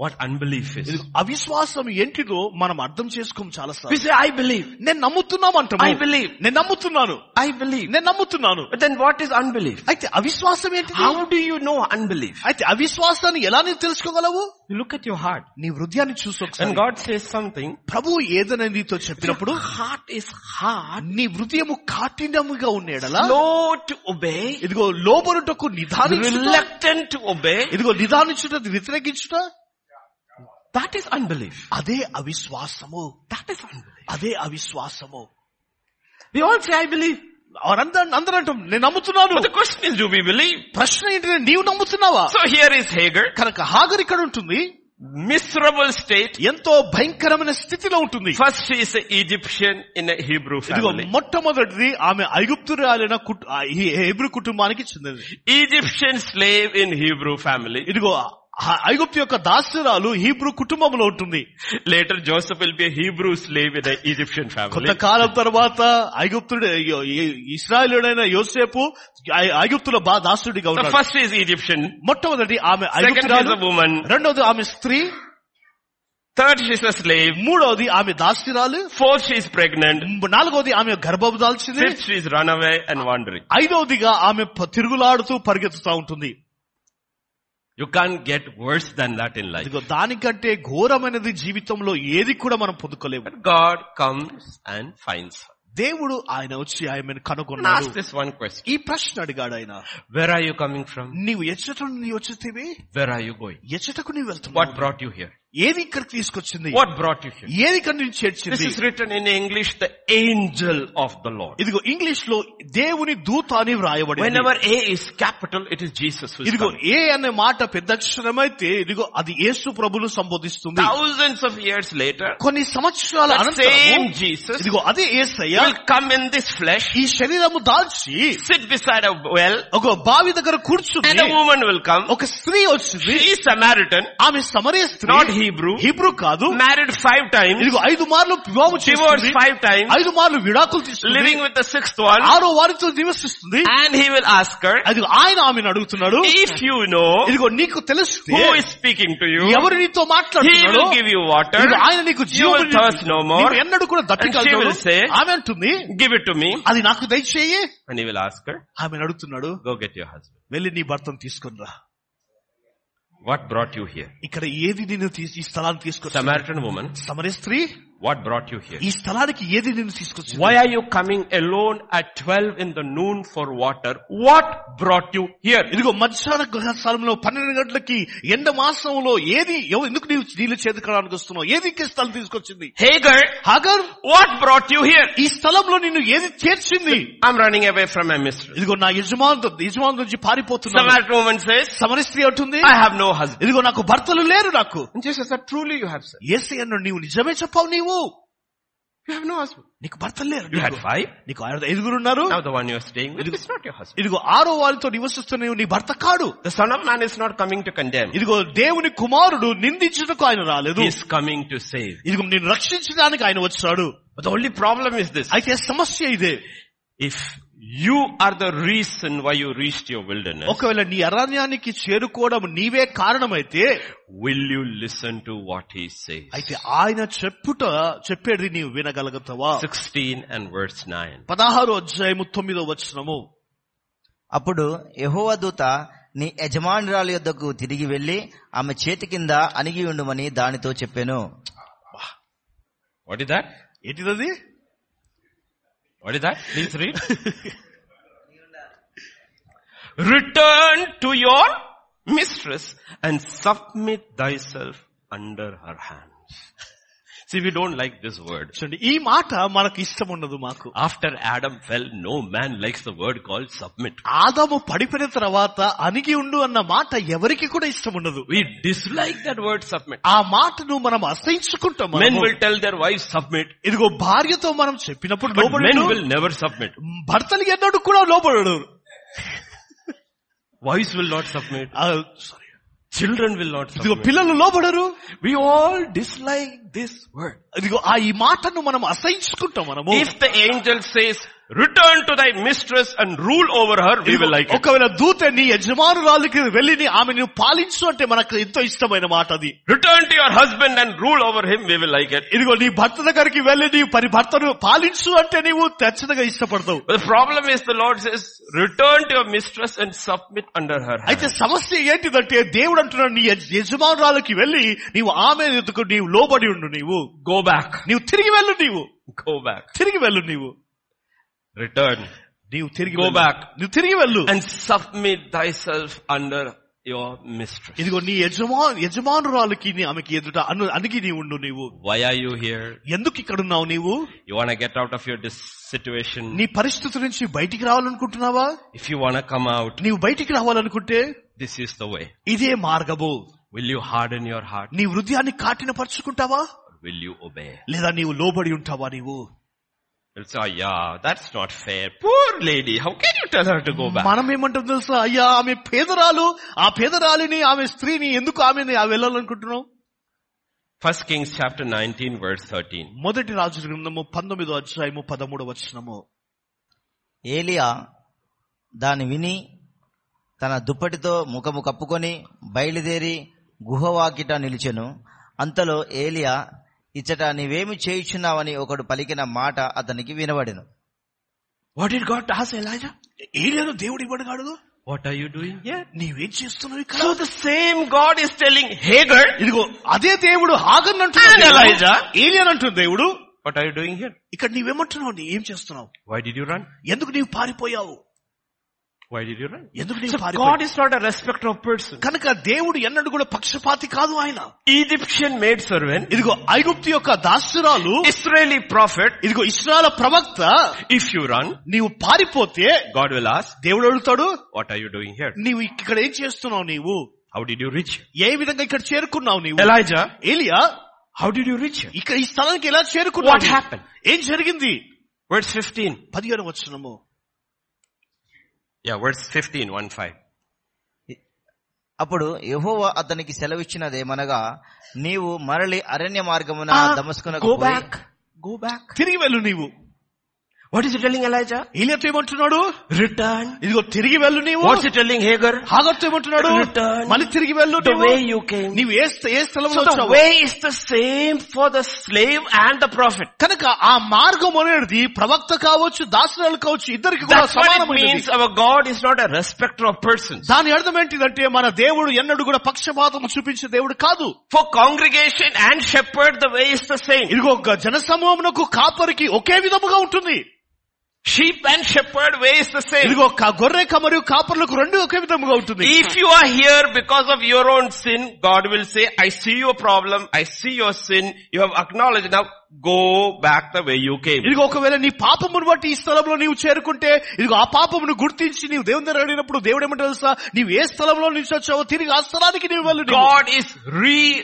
[SPEAKER 1] what unbelief is.
[SPEAKER 2] ఇదిగో అవిశ్వాసం ఏంటిదో మనం అర్థం చేసుకోం చాలా
[SPEAKER 1] We
[SPEAKER 2] సార్లు
[SPEAKER 1] say, I believe.
[SPEAKER 2] నేను నమ్ముతున్నాం అంటాము
[SPEAKER 1] I believe.
[SPEAKER 2] నేను నమ్ముతున్నాను
[SPEAKER 1] I believe.
[SPEAKER 2] నేను నమ్ముతున్నాను
[SPEAKER 1] But then what is unbelief?
[SPEAKER 2] అయితే అవిశ్వాసం ఏంటి
[SPEAKER 1] How do you know unbelief?
[SPEAKER 2] అయితే అవిశ్వాసాన్ని ఎలా నీవు తెలుసుకోగలవు
[SPEAKER 1] You look at your heart.
[SPEAKER 2] నీ హృదయాన్ని చూసి
[SPEAKER 1] When
[SPEAKER 2] ఒకసారి
[SPEAKER 1] God says something,
[SPEAKER 2] ప్రభువు ఏదైనా నీతో చెప్పినప్పుడు
[SPEAKER 1] heart is hard,
[SPEAKER 2] నీ హృదయము కాఠిన్యముగా ఉండేడలా
[SPEAKER 1] slow to obey,
[SPEAKER 2] ఇదిగో లోబరుటకు నిదానించుట
[SPEAKER 1] reluctant to obey.
[SPEAKER 2] ఇదిగో నిదానించుట వ్యతిరేకించుట
[SPEAKER 1] That is unbelief.
[SPEAKER 2] అదే అవిశ్వాసము
[SPEAKER 1] That is unbelief.
[SPEAKER 2] అదే అవిశ్వాసము
[SPEAKER 1] We all say, I believe.
[SPEAKER 2] వారందరూ అందరూ అంటాం నేను నమ్ముతున్నాను
[SPEAKER 1] But the question is, do we believe?
[SPEAKER 2] ప్రశ్న ఏంటి నీవు నమ్ముతున్నావా
[SPEAKER 1] So here is Hagar,
[SPEAKER 2] కనుక హాగర్ ఇక్కడ ఉంటుంది
[SPEAKER 1] miserable state.
[SPEAKER 2] ఎంతో భయంకరమైన స్థితిలో ఉంటుంది
[SPEAKER 1] First she is an Egyptian in a Hebrew
[SPEAKER 2] ఇదిగో
[SPEAKER 1] family.
[SPEAKER 2] మొట్టమొదటిది ఆమె ఐగుప్తురాలైన కుట్- ఆ ఈ హెబ్రూ కుటుంబానికి చెందినది
[SPEAKER 1] Egyptian slave in Hebrew family.
[SPEAKER 2] ఇదిగో ఆ ఐగుప్తు యొక్క దాసురాలు హీబ్రూ కుటుంబంలో ఉంటుంది
[SPEAKER 1] Later Joseph will be a Hebrew slave in an Egyptian family.
[SPEAKER 2] కొంతకాలం తర్వాత ఐగుప్తుడు ఇస్రాయలుడైన యోసేపు ఐ- ఐగుప్తుల బా దాసుడిగా
[SPEAKER 1] So
[SPEAKER 2] ఉన్నాడు
[SPEAKER 1] first is Egyptian.
[SPEAKER 2] మొట్టమొదటి ఆమె
[SPEAKER 1] Second is a
[SPEAKER 2] ఐగుప్తురాలు
[SPEAKER 1] woman.
[SPEAKER 2] రెండవది ఆమె స్త్రీ
[SPEAKER 1] Third she is a slave.
[SPEAKER 2] మూడవది ఆమె దాస్తిరాలు
[SPEAKER 1] Fourth she is pregnant.
[SPEAKER 2] నాలుగవది ఆమె గర్భం దాల్చింది
[SPEAKER 1] Fifth she is runaway and wandering.
[SPEAKER 2] ఐదవదిగా ఆమె ప- తిరుగులాడుతూ పరిగెత్తుతా ఉంటుంది
[SPEAKER 1] You can't get worse than that in life.
[SPEAKER 2] ఇదిగో దానికంటే ఘోరమైనది జీవితంలో ఏది కూడా మనం పొందుకోలేము
[SPEAKER 1] But God comes and finds her.
[SPEAKER 2] దేవుడు ఆయన వచ్చి ఆయన
[SPEAKER 1] And ask
[SPEAKER 2] కనుగొన్నాడు
[SPEAKER 1] this one question.
[SPEAKER 2] ఈ ప్రశ్న అడిగాడు ఆయన
[SPEAKER 1] Where are you coming from?
[SPEAKER 2] నీవు ఎచ్చట నుండి వచ్చితివి
[SPEAKER 1] Where are you going?
[SPEAKER 2] ఎచ్చటకు నీవు
[SPEAKER 1] What
[SPEAKER 2] వెళ్తున్నావు
[SPEAKER 1] brought you here?
[SPEAKER 2] ఏది ఇక్కడికి తీసుకొచ్చింది
[SPEAKER 1] What brought you here?
[SPEAKER 2] ఏది ఇక్కడ నుంచి
[SPEAKER 1] This
[SPEAKER 2] చేర్చింది
[SPEAKER 1] is written in English, the angel of the Lord.
[SPEAKER 2] ఇదిగో ఇంగ్లీష్ లో దేవుని దూత అని వ్రాయబడింది
[SPEAKER 1] Whenever A is capital, it is Jesus who is
[SPEAKER 2] ఇదిగో
[SPEAKER 1] coming.
[SPEAKER 2] ఏ అనే మాట పెద్ద అక్షరమైతే ఇదిగో అది యేసు ప్రభులు సంబోధిస్తుంది
[SPEAKER 1] Thousands of years later,
[SPEAKER 2] కొన్ని సంవత్సరాల
[SPEAKER 1] the
[SPEAKER 2] అనంతరం
[SPEAKER 1] same Jesus
[SPEAKER 2] ఇదిగో అదే ఏసయ్య
[SPEAKER 1] will come in this flesh,
[SPEAKER 2] ఈ శరీరము దాల్చి
[SPEAKER 1] sit beside a well,
[SPEAKER 2] ఒక బావి దగ్గర
[SPEAKER 1] and
[SPEAKER 2] కూర్చుని
[SPEAKER 1] a woman will come.
[SPEAKER 2] ఒక స్త్రీ వచ్చింది
[SPEAKER 1] She is Samaritan,
[SPEAKER 2] ఆమె సమరే స్త్రీ
[SPEAKER 1] Not Hebrew.
[SPEAKER 2] హీబ్రూ కాదు
[SPEAKER 1] married five times,
[SPEAKER 2] ఇదిగో ఐదు మార్లు వివాహం
[SPEAKER 1] divorced
[SPEAKER 2] చేస్తుంది
[SPEAKER 1] five times,
[SPEAKER 2] ఐదు మార్లు విడాకులు తీసుకుంది
[SPEAKER 1] living with the sixth one,
[SPEAKER 2] ఆరో వారితో నివసిస్తుంది
[SPEAKER 1] and he will ask her,
[SPEAKER 2] అది ఆయన ఆమెను అడుగుతున్నాడు
[SPEAKER 1] if you know
[SPEAKER 2] ఇదిగో నీకు తెలిస్తే
[SPEAKER 1] who is speaking to you,
[SPEAKER 2] ఎవరు నీతో
[SPEAKER 1] he
[SPEAKER 2] మాట్లాడుతున్నాడో
[SPEAKER 1] will give you water,
[SPEAKER 2] ఇదిగో ఆయన నీకు
[SPEAKER 1] you
[SPEAKER 2] జీవం
[SPEAKER 1] will thirst no more,
[SPEAKER 2] ఎన్నడూ కూడా
[SPEAKER 1] And she will say,
[SPEAKER 2] దప్పికలు ఆమె అంటుంది
[SPEAKER 1] give it to me,
[SPEAKER 2] అది నాకు దయచేయి
[SPEAKER 1] and he will ask her,
[SPEAKER 2] ఆమె అడుగుతున్నాడు
[SPEAKER 1] go get your husband.
[SPEAKER 2] వెళ్ళి నీ భర్తను తీసుకుని రా
[SPEAKER 1] What brought you here?
[SPEAKER 2] ఇక్కడ ఏది నిన్ను తీసి ఈ స్థలాన్ని తీసుకొచ్చింది
[SPEAKER 1] Samaritan woman,
[SPEAKER 2] సమరే స్త్రీ
[SPEAKER 1] what brought you here?
[SPEAKER 2] ఈ స్థలానికి ఏది నిన్ను తీసుకొచ్చింది
[SPEAKER 1] Why are you coming alone at 12 in the noon for water? What brought you here?
[SPEAKER 2] ఇదిగో మధ్యాహ్న గ్రహ స్థలంలో పన్నెండు గంటలకి ఎండ మాసంలో ఏది ఎవ- ఎందుకు నీవు నీళ్ళు చేదుకోవడానికి వస్తున్నావు ఏది ఈ స్థలం తీసుకొచ్చింది
[SPEAKER 1] Hagar,
[SPEAKER 2] Hagar
[SPEAKER 1] what brought you here?
[SPEAKER 2] ఈ స్థలంలో నిన్ను ఏది చేర్చింది
[SPEAKER 1] I'm running away from my mistress.
[SPEAKER 2] ఇదిగో నా యజమాను యజమాను నుంచి పారిపోతున్నాను
[SPEAKER 1] Samaritan woman says,
[SPEAKER 2] సమర స్త్రీ అంటుంది
[SPEAKER 1] I have no husband.
[SPEAKER 2] ఇదిగో నాకు భర్తలు లేరు నాకు
[SPEAKER 1] And Jesus said, truly you have said.
[SPEAKER 2] ఏసీ అన్న నీవు నిజమే చెప్పావు నీవు
[SPEAKER 1] You have no husband.
[SPEAKER 2] నీకు భర్తలు లేరు
[SPEAKER 1] You had
[SPEAKER 2] నీకు.
[SPEAKER 1] five.
[SPEAKER 2] నీకు ఐదు- ఐదుగురు ఉన్నారు
[SPEAKER 1] Now the one you are staying with is not your husband.
[SPEAKER 2] ఇదిగో ఆరో వాళ్ళతో నివసిస్తున్న నీవు నీ భర్త కాడు
[SPEAKER 1] The son of man is not coming to condemn.
[SPEAKER 2] ఇదిగో దేవుని కుమారుడు నిందించుటకు ఆయన రాలేదు
[SPEAKER 1] He is coming to save.
[SPEAKER 2] ఇదిగో నేను రక్షించడానికి ఆయన వచ్చాడు
[SPEAKER 1] But the only problem is this.
[SPEAKER 2] అయితే సమస్య ఇదే
[SPEAKER 1] If you are the reason why you reached your wilderness,
[SPEAKER 2] ఒకవేళ నీ అరణ్యానికి చేరుకోవడం నీవే కారణమైతే
[SPEAKER 1] will you listen to what he says?
[SPEAKER 2] అయితే ఆయన చెప్పుట చెప్పేది నీవు వినగలుగుతావా
[SPEAKER 1] Uh, 16 and verse 9.
[SPEAKER 2] పదహారు అధ్యాయము తొమ్మిదో వచనము
[SPEAKER 3] అప్పుడు యహోవ దూత నీ యజమానురాలు యొద్దకు తిరిగి వెళ్ళి ఆమె చేతి కింద అణిగి ఉండుమని దానితో చెప్పాను
[SPEAKER 1] What is that?
[SPEAKER 2] ఏంటిదది
[SPEAKER 1] What is that? Please read. Return to your mistress and submit thyself under her hands. See, we don't like this word.
[SPEAKER 2] చూడండి ఈ మాట మనకు ఇష్టం ఉండదు మాకు
[SPEAKER 1] After Adam fell, no man likes the word called submit.
[SPEAKER 2] ఆదాము పడిపోయిన తర్వాత అణిగి ఉండు అన్న మాట ఎవరికి కూడా ఇష్టం ఉండదు
[SPEAKER 1] We dislike that word submit.
[SPEAKER 2] ఆ మాటను మనం అసహించుకుంటాం
[SPEAKER 1] Men
[SPEAKER 2] మనము.
[SPEAKER 1] will tell their wives submit,
[SPEAKER 2] ఇదిగో భార్యతో మనం చెప్పినప్పుడు
[SPEAKER 1] but
[SPEAKER 2] లోబడడు
[SPEAKER 1] men will never submit.
[SPEAKER 2] భర్తలు ఎన్నడూ కూడా లోబడడు
[SPEAKER 1] Wives will not submit.
[SPEAKER 2] ఆ, sorry.
[SPEAKER 1] Children will not
[SPEAKER 2] ఇదిగో
[SPEAKER 1] submit.
[SPEAKER 2] పిల్లలు లోబడరు
[SPEAKER 1] We all dislike this word.
[SPEAKER 2] ఇదిగో ఆ ఈ మాటను మనం అసహించుకుంటాం మనము
[SPEAKER 1] If the angel says, return to thy mistress and rule over her, we
[SPEAKER 2] ఇదిగో,
[SPEAKER 1] will like it.
[SPEAKER 2] ఒకవేళ దూత నీ యజమానురాలకి వెళ్ళి నీ ఆమెను పాలించు అంటే మనకు ఎంతో ఇష్టమైన మాట అది
[SPEAKER 1] Return to your husband and rule over him, we will like it.
[SPEAKER 2] ఇదిగో నీ భర్త దగ్గరికి వెళ్ళి నీ పని భర్తను పాలించు అంటే నీవు ఖచ్చితంగా ఇష్టపడతావు
[SPEAKER 1] But the problem is the Lord says, return to your mistress and submit under her. hand."
[SPEAKER 2] అయితే సమస్య ఏంటిదంటే దేవుడు అంటున్నాడు నీ యజ- యజమానురాలకి వెళ్ళి నీవు ఆమె ఎదుకు నీవు లోబడి ఉండు నీవు
[SPEAKER 1] Go back.
[SPEAKER 2] నీవు తిరిగి వెళ్ళు నీవు
[SPEAKER 1] Go back.
[SPEAKER 2] తిరిగి వెళ్ళు నీవు
[SPEAKER 1] Return.
[SPEAKER 2] నీవు తిరిగి
[SPEAKER 1] Go
[SPEAKER 2] వెళ్ళు.
[SPEAKER 1] back.
[SPEAKER 2] నువ్వు తిరిగి వెళ్ళు
[SPEAKER 1] And submit thyself under your mistress.
[SPEAKER 2] ఇదిగో నీ యజమా యజమానురాలకి నీ ఆమెకి ఎదుట అను అణిగి నీ ఉండు నీవు
[SPEAKER 1] Why are you here?
[SPEAKER 2] ఎందుకు ఇక్కడ ఉన్నావు నీవు
[SPEAKER 1] You want to get out of your dis- situation.
[SPEAKER 2] నీ పరిస్థితి నుంచి బయటికి రావాలనుకుంటున్నావా
[SPEAKER 1] If you want to come out,
[SPEAKER 2] నీవు బయటికి రావాలనుకుంటే
[SPEAKER 1] this is the way.
[SPEAKER 2] ఇదే మార్గము
[SPEAKER 1] Will you harden your heart?
[SPEAKER 2] నీ హృదయాన్ని కాటిన పరుచుకుంటావా
[SPEAKER 1] Or will you obey?
[SPEAKER 2] లేదా నీవు లోబడి ఉంటావా నీవు
[SPEAKER 1] They'll say, "Ah, yeah, that's not fair. Poor lady, how can you tell her to go back?
[SPEAKER 2] మనం ఏమంటాం తెలుసా అయ్యా ఆమె పేదరాలు ఆ పేదరాలిని ఆమె స్త్రీని ఎందుకు ఆమెని ఆ వెళ్ళాలనుకుంటున్నావు
[SPEAKER 1] First Kings chapter 19 verse 13.
[SPEAKER 2] మొదటి రాజు గ్రంథము పంతొమ్మిదో అధ్యాయము పదమూడు వచనము
[SPEAKER 3] ఏలియా దాని విని తన దుప్పటితో ముఖము కప్పుకొని బయలుదేరి గుహవాకిట నిలిచెను అంతలో ఏలియా ఇచ్చట నీవేమి చేయుచున్నావని ఒకడు పలికిన మాట అతనికి వినబడెను
[SPEAKER 1] What did God ask Elijah?
[SPEAKER 2] ఏలియాను దేవుడు ఇవ్వడగాడు
[SPEAKER 1] What are you doing here?
[SPEAKER 2] నీవేం చేస్తున్నావు ఇక్కడ
[SPEAKER 1] So the same God is telling Hagar,
[SPEAKER 2] ఇదిగో అదే దేవుడు హాగన్ అంటున్నాడు
[SPEAKER 1] And Elijah.
[SPEAKER 2] ఏలియన్ అంటుంది దేవుడు
[SPEAKER 1] what are you doing here?
[SPEAKER 2] ఇక్కడ నీవేమంటున్నావు నీ ఏం చేస్తున్నావు
[SPEAKER 1] Why did you run?
[SPEAKER 2] ఎందుకు నీవు పారిపోయావు
[SPEAKER 1] Why did you run?
[SPEAKER 2] ఎందుకు నీవు
[SPEAKER 1] God
[SPEAKER 2] పారిపోయావు
[SPEAKER 1] is not a respecter of person.
[SPEAKER 2] కనుక దేవుడు ఎన్నడూ కూడా పక్షపాతి కాదు ఆయన
[SPEAKER 1] Egyptian maid servant,
[SPEAKER 2] ఇదిగో ఐగుప్తు యొక్క దాసురాలు
[SPEAKER 1] Israeli prophet,
[SPEAKER 2] ఇదిగో ఇస్రాల ప్రవక్త
[SPEAKER 1] if you run,
[SPEAKER 2] నీవు పారిపోతే
[SPEAKER 1] God will ask,
[SPEAKER 2] దేవుడు అడుగుతాడు
[SPEAKER 1] what are you doing here?
[SPEAKER 2] నీవు ఇక్కడ ఏం చేస్తున్నావు నీవు
[SPEAKER 1] How did you reach? here?
[SPEAKER 2] ఏ విధంగా ఇక్కడ చేరుకున్నావు నీవు
[SPEAKER 1] Elijah,
[SPEAKER 2] ఏలియా
[SPEAKER 1] how did you reach? here?
[SPEAKER 2] ఇక్కడ ఈ స్థలానికి ఎలా చేరుకున్నావు
[SPEAKER 1] What
[SPEAKER 2] నీవు?
[SPEAKER 1] happened?
[SPEAKER 2] ఏం జరిగింది
[SPEAKER 1] Verse 15.
[SPEAKER 2] పదిహేను వచనము
[SPEAKER 1] Yeah, verse 15, 1 5.
[SPEAKER 3] అప్పుడు యెహోవా అతనికి సెలవిచ్చినదేమనగా నీవు మరలి అరణ్య మార్గమున దమస్కునకు
[SPEAKER 1] Go
[SPEAKER 3] పోయి-
[SPEAKER 1] back. Go back.
[SPEAKER 2] తిరిగి వెళ్ళు నీవు
[SPEAKER 1] What is he telling Elijah?
[SPEAKER 2] ఏలియాతో ఏమంటున్నాడు
[SPEAKER 1] Return.
[SPEAKER 2] ఇదిగో తిరిగి వెళ్ళు నీవు
[SPEAKER 1] What's he telling Hagar?
[SPEAKER 2] హాగర్తో ఏమంటున్నాడు
[SPEAKER 1] Return.
[SPEAKER 2] మళ్ళీ తిరిగి వెళ్ళు
[SPEAKER 1] The
[SPEAKER 2] నీవు.
[SPEAKER 1] way you came.
[SPEAKER 2] నీవు ఏ స్థ- ఏ స్థలంలో
[SPEAKER 1] So the
[SPEAKER 2] వచ్చావు?
[SPEAKER 1] way is the same for the slave and the prophet.
[SPEAKER 2] కనుక ఆ మార్గం అనేది ప్రవక్త కావచ్చు దాసరాలు కావచ్చు ఇద్దరికి కూడా
[SPEAKER 1] That's what it
[SPEAKER 2] సమానమైనది
[SPEAKER 1] means our God is not a respecter of persons.
[SPEAKER 2] దాని అర్థం ఏంటిదంటే మన దేవుడు ఎన్నడూ కూడా పక్షపాతం చూపించే దేవుడు కాదు
[SPEAKER 1] For congregation and shepherd the way is the same.
[SPEAKER 2] ఇదిగో ఒక జనసమూహమునకు కాపరికి ఒకే విధముగా ఉంటుంది
[SPEAKER 1] Sheep and shepherd way is the same.
[SPEAKER 2] ఇదిగో ఒక గొర్రె మరియు కాపర్లకు రెండు ఒకే విధముగా ఉంటుంది
[SPEAKER 1] If you are here because of your own sin, God will say, I see your problem, I see your sin, you have acknowledged now, go back the way you came.
[SPEAKER 2] ఇదిగో ఒకవేళ నీ పాపమును బట్టి ఈ స్థలంలో నీవు చేరుకుంటే ఇదిగో ఆ పాపమును గుర్తించి నీవు దేవుని దగ్గర అడిగినప్పుడు దేవుడు ఏమంటాడు తెలుసా నీవు ఏ స్థలంలో నుంచి వచ్చావో తిరిగి ఆ స్థలానికి నీవు వెళ్ళు నీవు.
[SPEAKER 1] God is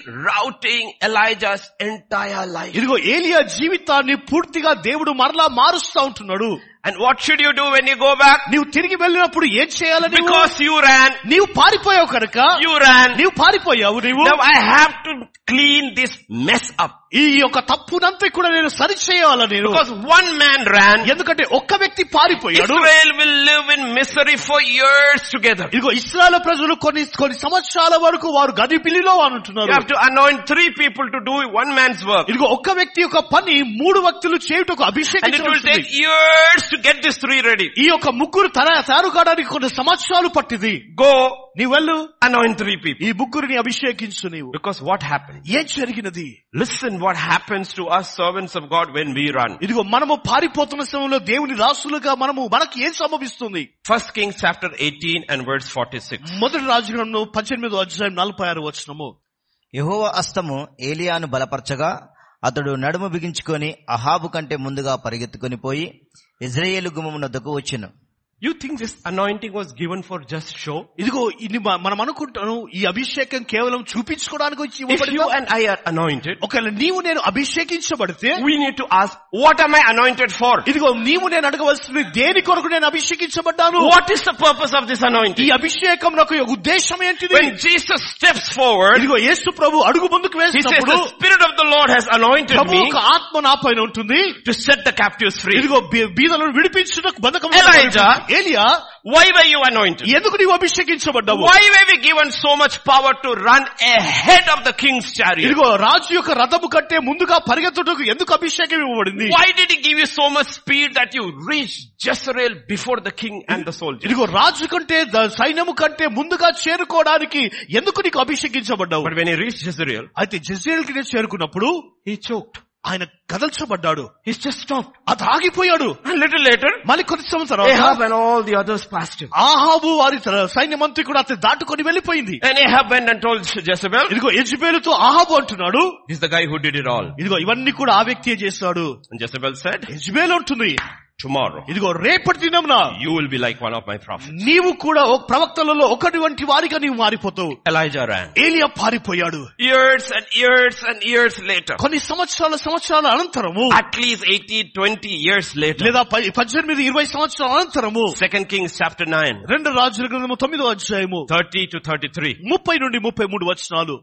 [SPEAKER 1] rerouting Elijah's entire life.
[SPEAKER 2] ఇదిగో ఏలియా జీవితాన్ని పూర్తిగా దేవుడు మరలా మారుస్తా ఉంటున్నాడు
[SPEAKER 1] And what should you do when you go back?
[SPEAKER 2] నీవు తిరిగి వెళ్ళినప్పుడు ఏం చేయాలని
[SPEAKER 1] Because you ran,
[SPEAKER 2] నీవు పారిపోయావు కనుక
[SPEAKER 1] you ran.
[SPEAKER 2] నీవు పారిపోయావు నీవు
[SPEAKER 1] Now I have to clean this mess up.
[SPEAKER 2] ఈ యొక్క తప్పునంతా కూడా నేను సరి చేయాల నేను
[SPEAKER 1] Because one man ran,
[SPEAKER 2] ఎందుకంటే ఒక్క వ్యక్తి పారిపోయాడు
[SPEAKER 1] Israel will live in misery for years together.
[SPEAKER 2] ఇదిగో ఇస్రాయల్ ప్రజలు కొన్ని కొన్ని సంవత్సరాల వరకు వారు గది పిల్లిలో వారు
[SPEAKER 1] You
[SPEAKER 2] ఉంటున్నారు
[SPEAKER 1] have to anoint three people to do one man's work.
[SPEAKER 2] ఇదిగో ఒక్క వ్యక్తి యొక్క పని మూడు వ్యక్తులు చేయుటకు
[SPEAKER 1] And it will take
[SPEAKER 2] అభిషేకించబడుతుంది
[SPEAKER 1] years to get these three ready.
[SPEAKER 2] ఈ యొక్క ముగ్గురు తన తయారు కావడానికి కొన్ని సంవత్సరాలు పట్టింది
[SPEAKER 1] Go
[SPEAKER 2] నీ వెళ్ళు
[SPEAKER 1] anoint three people.
[SPEAKER 2] ఈ ముగ్గురిని అభిషేకించు నీవు
[SPEAKER 1] Because what happened?
[SPEAKER 2] ఏం జరిగినది
[SPEAKER 1] Listen what happens to us servants of God when we run.
[SPEAKER 2] ఇదిగో మనము పారిపోతున్న సమయంలో దేవుని రాసులుగా మనము మనకి ఏం సంభవిస్తుంది
[SPEAKER 1] First Kings chapter 18 and verse 46.
[SPEAKER 2] మొదటి రాజగ్రంథం పద్దెనిమిదో అధ్యాయం నలభై ఆరు వచనము
[SPEAKER 3] యెహోవా అస్తము ఏలియాను బలపరచగా అతడు నడుము బిగించుకొని అహాబు కంటే ముందుగా పరిగెత్తుకొని పోయి ఇజ్రాయేలు గుమ్మమునొద్దకు వచ్చెను
[SPEAKER 1] You think this anointing was given for just show?
[SPEAKER 2] ఇదిగో ఇది మ- మనం అనుకుంటాను ఈ అభిషేకం కేవలం చూపించుకోవడానికి వచ్చి
[SPEAKER 1] If you
[SPEAKER 2] ఇవ్వబడిందా?
[SPEAKER 1] and I are anointed,
[SPEAKER 2] ఒకవేళ నీవు నేను అభిషేకించబడితే
[SPEAKER 1] we need to ask, what am I anointed for?
[SPEAKER 2] ఇదిగో నీవు నేను అడగవలసింది దేని కొరకు నేను అభిషేకించబడ్డాను
[SPEAKER 1] What is the purpose of this
[SPEAKER 2] ఈ
[SPEAKER 1] anointing?
[SPEAKER 2] అభిషేకం నాకు యొక్క ఉద్దేశం ఏంటిది
[SPEAKER 1] When Jesus steps forward,
[SPEAKER 2] ఇదిగో యేసు ప్రభు అడుగు ముందుకు
[SPEAKER 1] he says,
[SPEAKER 2] వేసినప్పుడు
[SPEAKER 1] the Spirit of the Lord has anointed
[SPEAKER 2] Prabhu
[SPEAKER 1] me
[SPEAKER 2] యొక్క ఆత్మ నా పైన ఉంటుంది
[SPEAKER 1] to set the captives free.
[SPEAKER 2] ఇదిగో బీ- బీదలను విడిపించుటకు బంధకం
[SPEAKER 1] Elijah.
[SPEAKER 2] ఏలియా
[SPEAKER 1] Why were you anointed?
[SPEAKER 2] ఎందుకు నీవు అభిషేకించబడ్డావు
[SPEAKER 1] Why were we given so much power to run ahead of the king's chariot?
[SPEAKER 2] ఇదిగో రాజు యొక్క రథము కంటే ముందుగా పరిగెత్తుటకు ఎందుకు అభిషేకం ఇవ్వబడింది
[SPEAKER 1] Why did he give you so much speed that you reached Jezreel before the king and the soldiers?
[SPEAKER 2] ఇదిగో రాజు కంటే ద- సైన్యము కంటే ముందుగా చేరుకోవడానికి ఎందుకు నీకు అభిషేకించబడ్డావు
[SPEAKER 1] But when he reached Jezreel,
[SPEAKER 2] అయితే జజేల్ కి చేరుకున్నప్పుడు
[SPEAKER 1] he choked.
[SPEAKER 2] ఆయన కదల్చబడ్డాడు
[SPEAKER 1] He's just stopped.
[SPEAKER 2] అది ఆగిపోయాడు
[SPEAKER 1] A little later,
[SPEAKER 2] మళ్ళీ కొన్ని
[SPEAKER 1] Ahab
[SPEAKER 2] సంవత్సరం
[SPEAKER 1] and all the others passed him.
[SPEAKER 2] ఆహాబు వారి సైన్యమంతి కూడా అతను దాటుకొని వెళ్ళిపోయింది
[SPEAKER 1] And Ahab went and told Jezebel,
[SPEAKER 2] ఇదిగో యజ్బేలుతో ఆహాబు అంటున్నాడు
[SPEAKER 1] he's the guy who did it all.
[SPEAKER 2] ఇదిగో ఇవన్నీ కూడా ఆ వ్యక్తి చేస్తాడు
[SPEAKER 1] And Jezebel said,
[SPEAKER 2] యజ్బేలు ఉంటుంది
[SPEAKER 1] tomorrow
[SPEAKER 2] ఇదిగో రేపటి దినంన
[SPEAKER 1] you will be like one of my prophets.
[SPEAKER 2] నీవు కూడా ఒక ప్రవక్తలలో ఒకటి వంటి వారిగా నీవు మారిపోతావు
[SPEAKER 1] Elijah ran.
[SPEAKER 2] ఏలియా పారిపోయాడు
[SPEAKER 1] Years and years and years later,
[SPEAKER 2] కొన్ని సంవత్సరాల సంవత్సరాల అనంతరము
[SPEAKER 1] at least 18, 20 years later,
[SPEAKER 2] లేదా ప- పద్దెనిమిది ఇరవై సంవత్సరాల అనంతరము
[SPEAKER 1] Second Kings chapter 9,
[SPEAKER 2] రెండు రాజుల గ్రంథము తొమ్మిదో అధ్యాయము
[SPEAKER 1] 30 to 33.
[SPEAKER 2] ముప్పై నుండి ముప్పై మూడు వచనాలు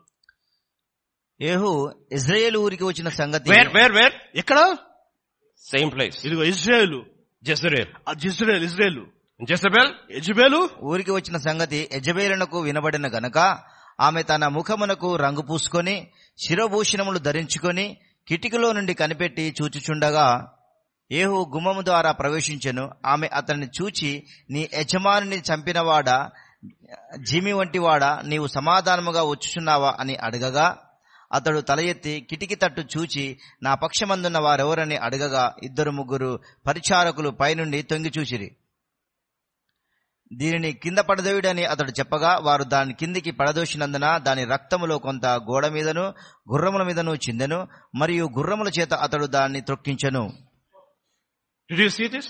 [SPEAKER 3] ఏహు ఇజ్రాయేలు ఊరికి వచ్చిన సంగతి
[SPEAKER 1] Where, where, where?
[SPEAKER 2] ఎక్కడ
[SPEAKER 1] Same place.
[SPEAKER 2] ఇదిగో ఇజ్రాయేలు
[SPEAKER 1] Jezreel.
[SPEAKER 2] ఆ ఇజ్రాయేల్ ఇజ్రాయేలు
[SPEAKER 1] And Jezebel,
[SPEAKER 2] యజ్బేలు
[SPEAKER 3] ఊరికి వచ్చిన సంగతి యజబేలునకు వినబడిన గనక ఆమె తన ముఖమునకు రంగు పూసుకొని శిరోభూషణములు ధరించుకొని కిటికీలో నుండి కనిపెట్టి చూచుచుండగా ఏహు గుమ్మము ద్వారా ప్రవేశించెను ఆమె అతన్ని చూచి నీ యజమానిని చంపినవాడా జిమి వంటివాడా నీవు సమాధానముగా వచ్చుచున్నావా అని అడగగా అతడు తల ఎత్తి కిటికీ తట్టు చూచి నా పక్షమందున్న వారెవరని అడగగా ఇద్దరు ముగ్గురు పరిచారకులు పైనుండి తొంగి చూచిరి దీనిని కింద పడదోయుడని అతడు చెప్పగా వారు దాని కిందికి పడదోసినందున దాని రక్తములో కొంత గోడ మీదను గుర్రముల మీదను చిందెను మరియు గుర్రముల చేత అతడు దాన్ని త్రొక్కించెను
[SPEAKER 1] Did you see this?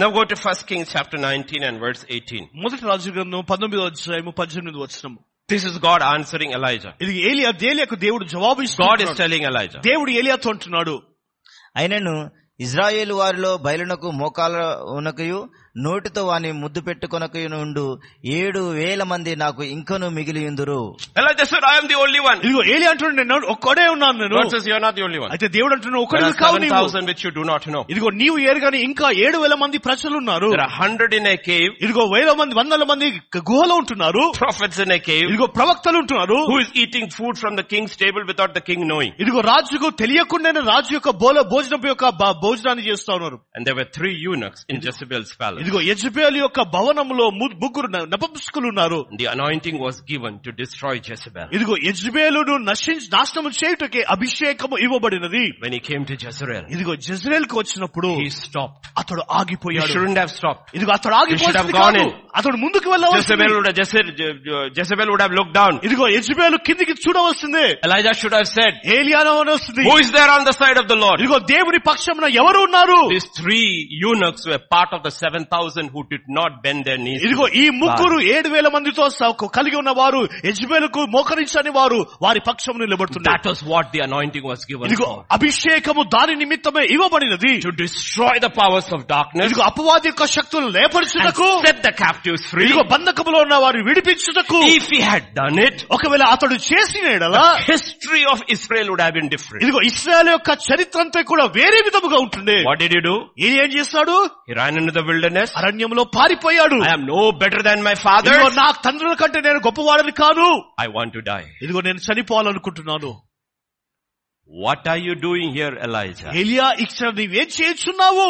[SPEAKER 1] Now go to 1 Kings chapter 19 and verse 18.
[SPEAKER 2] మొదటి రాజు గ్రంథం పంతొమ్మిదో అధ్యాయము పద్దెనిమిది వచనము
[SPEAKER 1] This is God answering Elijah.
[SPEAKER 2] ఇది ఏలియా ఏలియాకు దేవుడు జవాబు
[SPEAKER 1] God is
[SPEAKER 2] ఇస్తున్నాడు
[SPEAKER 1] telling Elijah,
[SPEAKER 2] దేవుడు ఏలియాతో అంటున్నాడు
[SPEAKER 3] అయినను ఇజ్రాయేలు వారిలో బయలునకు మోకాల ఉనకయు నోటితో వాని ముద్దు పెట్టుకొనకయు నుండు ఏడు వేల మంది నాకు ఇంకను మిగిలియుందురు
[SPEAKER 1] Elijah said, I am the only one.
[SPEAKER 2] ఇదిగో ఏలియా అంటున్నాడు నేను ఒక్కడే ఉన్నాను
[SPEAKER 1] God
[SPEAKER 2] నేను
[SPEAKER 1] says, you are not the only one.
[SPEAKER 2] అయితే దేవుడు అంటున్నాడు
[SPEAKER 1] There
[SPEAKER 2] ఒక్కడే
[SPEAKER 1] are
[SPEAKER 2] కావు నీవు
[SPEAKER 1] 7,000 which you do not know.
[SPEAKER 2] ఇదిగో నీవు ఏరుగానే ఇంకా ఏడు వేల మంది ప్రజలు ఉన్నారు
[SPEAKER 1] There are 100 in a cave,
[SPEAKER 2] ఇదిగో వేల మంది వందల మంది గుహలో ఉంటున్నారు
[SPEAKER 1] prophets in a cave,
[SPEAKER 2] ఇదిగో ప్రవక్తలు ఉంటున్నారు
[SPEAKER 1] who is eating food from the king's table without the king knowing.
[SPEAKER 2] ఇదిగో రాజుకు తెలియకుండానే రాజు యొక్క బోల భోజనం యొక్క బ- భోజనాన్ని చేస్తా ఉన్నారు
[SPEAKER 1] And there were three eunuchs in Jezebel's palace.
[SPEAKER 2] ఇదిగో యజ్బేలు యొక్క భవనంలో ము- ముగ్గురు న- నపుంసకులు ఉన్నారు
[SPEAKER 1] The anointing was given to destroy Jezebel.
[SPEAKER 2] ఇదిగో యజ్బేలును నశించి నాశనం చేయుటకే అభిషేకము ఇవ్వబడినది
[SPEAKER 1] When he came to Jezreel,
[SPEAKER 2] ఇదిగో జజ్రేల్ కు వచ్చినప్పుడు
[SPEAKER 1] he stopped.
[SPEAKER 2] అతడు
[SPEAKER 1] He
[SPEAKER 2] ఆగిపోయాడు
[SPEAKER 1] shouldn't have stopped.
[SPEAKER 2] ఇదిగో అతడు ఆగిపోయాడు
[SPEAKER 1] have gone
[SPEAKER 2] కాదు.
[SPEAKER 1] in.
[SPEAKER 2] అతడు ముందుకు
[SPEAKER 1] Jezebel
[SPEAKER 2] వెళ్ళవలసింది
[SPEAKER 1] would have, Jeze- Je- Je- Jezebel would have looked down.
[SPEAKER 2] ఇదిగో యజ్బేలు కిందికి చూడవలసిందే
[SPEAKER 1] Elijah should have said,
[SPEAKER 2] ఏలియానో అని వస్తుంది
[SPEAKER 1] who is there on the side of the Lord?
[SPEAKER 2] ఇదిగో దేవుని పక్షమున ఎవరు ఉన్నారు
[SPEAKER 1] These three eunuchs were part of the 7,000 who did not bend their knees.
[SPEAKER 2] ఇదిగో ఈ ముగ్గురు ఏడు వేల మందితో స- కలిగి ఉన్న వారు యజ్బేలకు మోకరించని వారు వారి పక్షమును
[SPEAKER 1] That
[SPEAKER 2] నిలబడుతున్నారు
[SPEAKER 1] was what the anointing was given
[SPEAKER 2] ఇదిగో
[SPEAKER 1] for.
[SPEAKER 2] అభిషేకము దాని నిమిత్తమే ఇవ్వబడినది
[SPEAKER 1] To destroy the powers of darkness
[SPEAKER 2] ఇదిగో అపవాది యొక్క శక్తులు
[SPEAKER 1] and
[SPEAKER 2] లేపరచుటకు
[SPEAKER 1] set the captives free.
[SPEAKER 2] ఇదిగో బంధకములో ఉన్న వారిని విడిపించుటకు
[SPEAKER 1] If he had done it,
[SPEAKER 2] ఒకవేళ అతడు చేసిన ఎడల
[SPEAKER 1] history of Israel would have been different.
[SPEAKER 2] ఇదిగో ఇస్రాయల్ యొక్క చరిత్ర అంతా కూడా వేరే విధముగా ఉంటుండే
[SPEAKER 1] What did he do?
[SPEAKER 2] ఇది ఏం చేస్తాడు
[SPEAKER 1] He ran into the wilderness.
[SPEAKER 2] అరణ్యంలో పారిపోయాడు
[SPEAKER 1] I am no better than my father.
[SPEAKER 2] ఇదిగో నా తండ్రుల కంటే నేను గొప్పవాడని కాను
[SPEAKER 1] I want to die.
[SPEAKER 2] ఇదిగో నేను చనిపోవాలనుకుంటున్నాను
[SPEAKER 1] What are you doing here, Elijah?
[SPEAKER 2] ఎలియా ఇక్కడ నీవేం చేయించున్నావు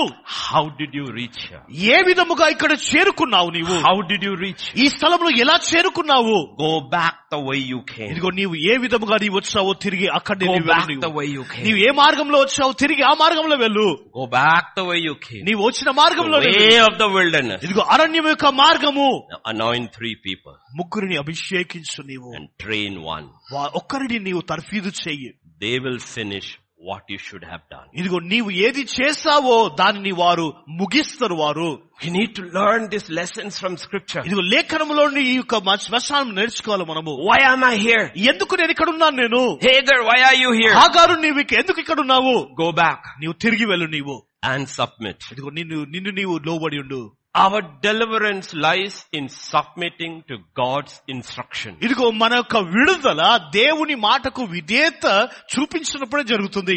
[SPEAKER 1] How did you reach here?
[SPEAKER 2] ఏ విధముగా ఇక్కడ చేరుకున్నావు నీవు
[SPEAKER 1] How did you reach?
[SPEAKER 2] ఈ స్థలంలో ఎలా చేరుకున్నావు
[SPEAKER 1] Go back the way you came.
[SPEAKER 2] ఇదిగో నీవు ఏ విధముగా నీవు వచ్చావో తిరిగి అక్కడే
[SPEAKER 1] Go
[SPEAKER 2] నీవు వెళ్ళు
[SPEAKER 1] back
[SPEAKER 2] నీవు.
[SPEAKER 1] the way you
[SPEAKER 2] నీవు
[SPEAKER 1] came.
[SPEAKER 2] ఏ మార్గంలో వచ్చావు తిరిగి ఆ మార్గంలో వెళ్ళు
[SPEAKER 1] Go back the way you came.
[SPEAKER 2] నీవు వచ్చిన
[SPEAKER 1] The
[SPEAKER 2] మార్గంలో
[SPEAKER 1] way of the wilderness.
[SPEAKER 2] ఇదిగో అరణ్యం యొక్క మార్గము
[SPEAKER 1] Now anoint three people
[SPEAKER 2] ముగ్గురిని అభిషేకించు నీవు
[SPEAKER 1] and train one.
[SPEAKER 2] వా- ఒక్కరిని నీవు తర్ఫీదు చెయ్యి
[SPEAKER 1] They will finish what you should have done.
[SPEAKER 2] ఇదిగో నీవు ఏది చేస్తావో దానిని వారు ముగిస్తారు వారు
[SPEAKER 1] We need to learn these lessons from scripture.
[SPEAKER 2] ఇదిగో లేఖనంలోని ఈ యొక్క మ- శ్మశానం నేర్చుకోవాలి మనము
[SPEAKER 1] Why am I here?
[SPEAKER 2] ఎందుకు నేను ఇక్కడ ఉన్నాను నేను
[SPEAKER 1] Hagar, why are you here?
[SPEAKER 2] ఆగారు నీవు ఇక- ఎందుకు ఇక్కడ ఉన్నావు
[SPEAKER 1] Go back
[SPEAKER 2] నీవు తిరిగి వెళ్ళు నీవు
[SPEAKER 1] and submit.
[SPEAKER 2] ఇదిగో నిన్ను నిన్ను నీవు లోబడి ఉండు
[SPEAKER 1] Our deliverance lies in submitting to God's instruction.
[SPEAKER 2] ఇదిగో మన యొక్క విడుదల దేవుని మాటకు విధేయత చూపించినప్పుడే జరుగుతుంది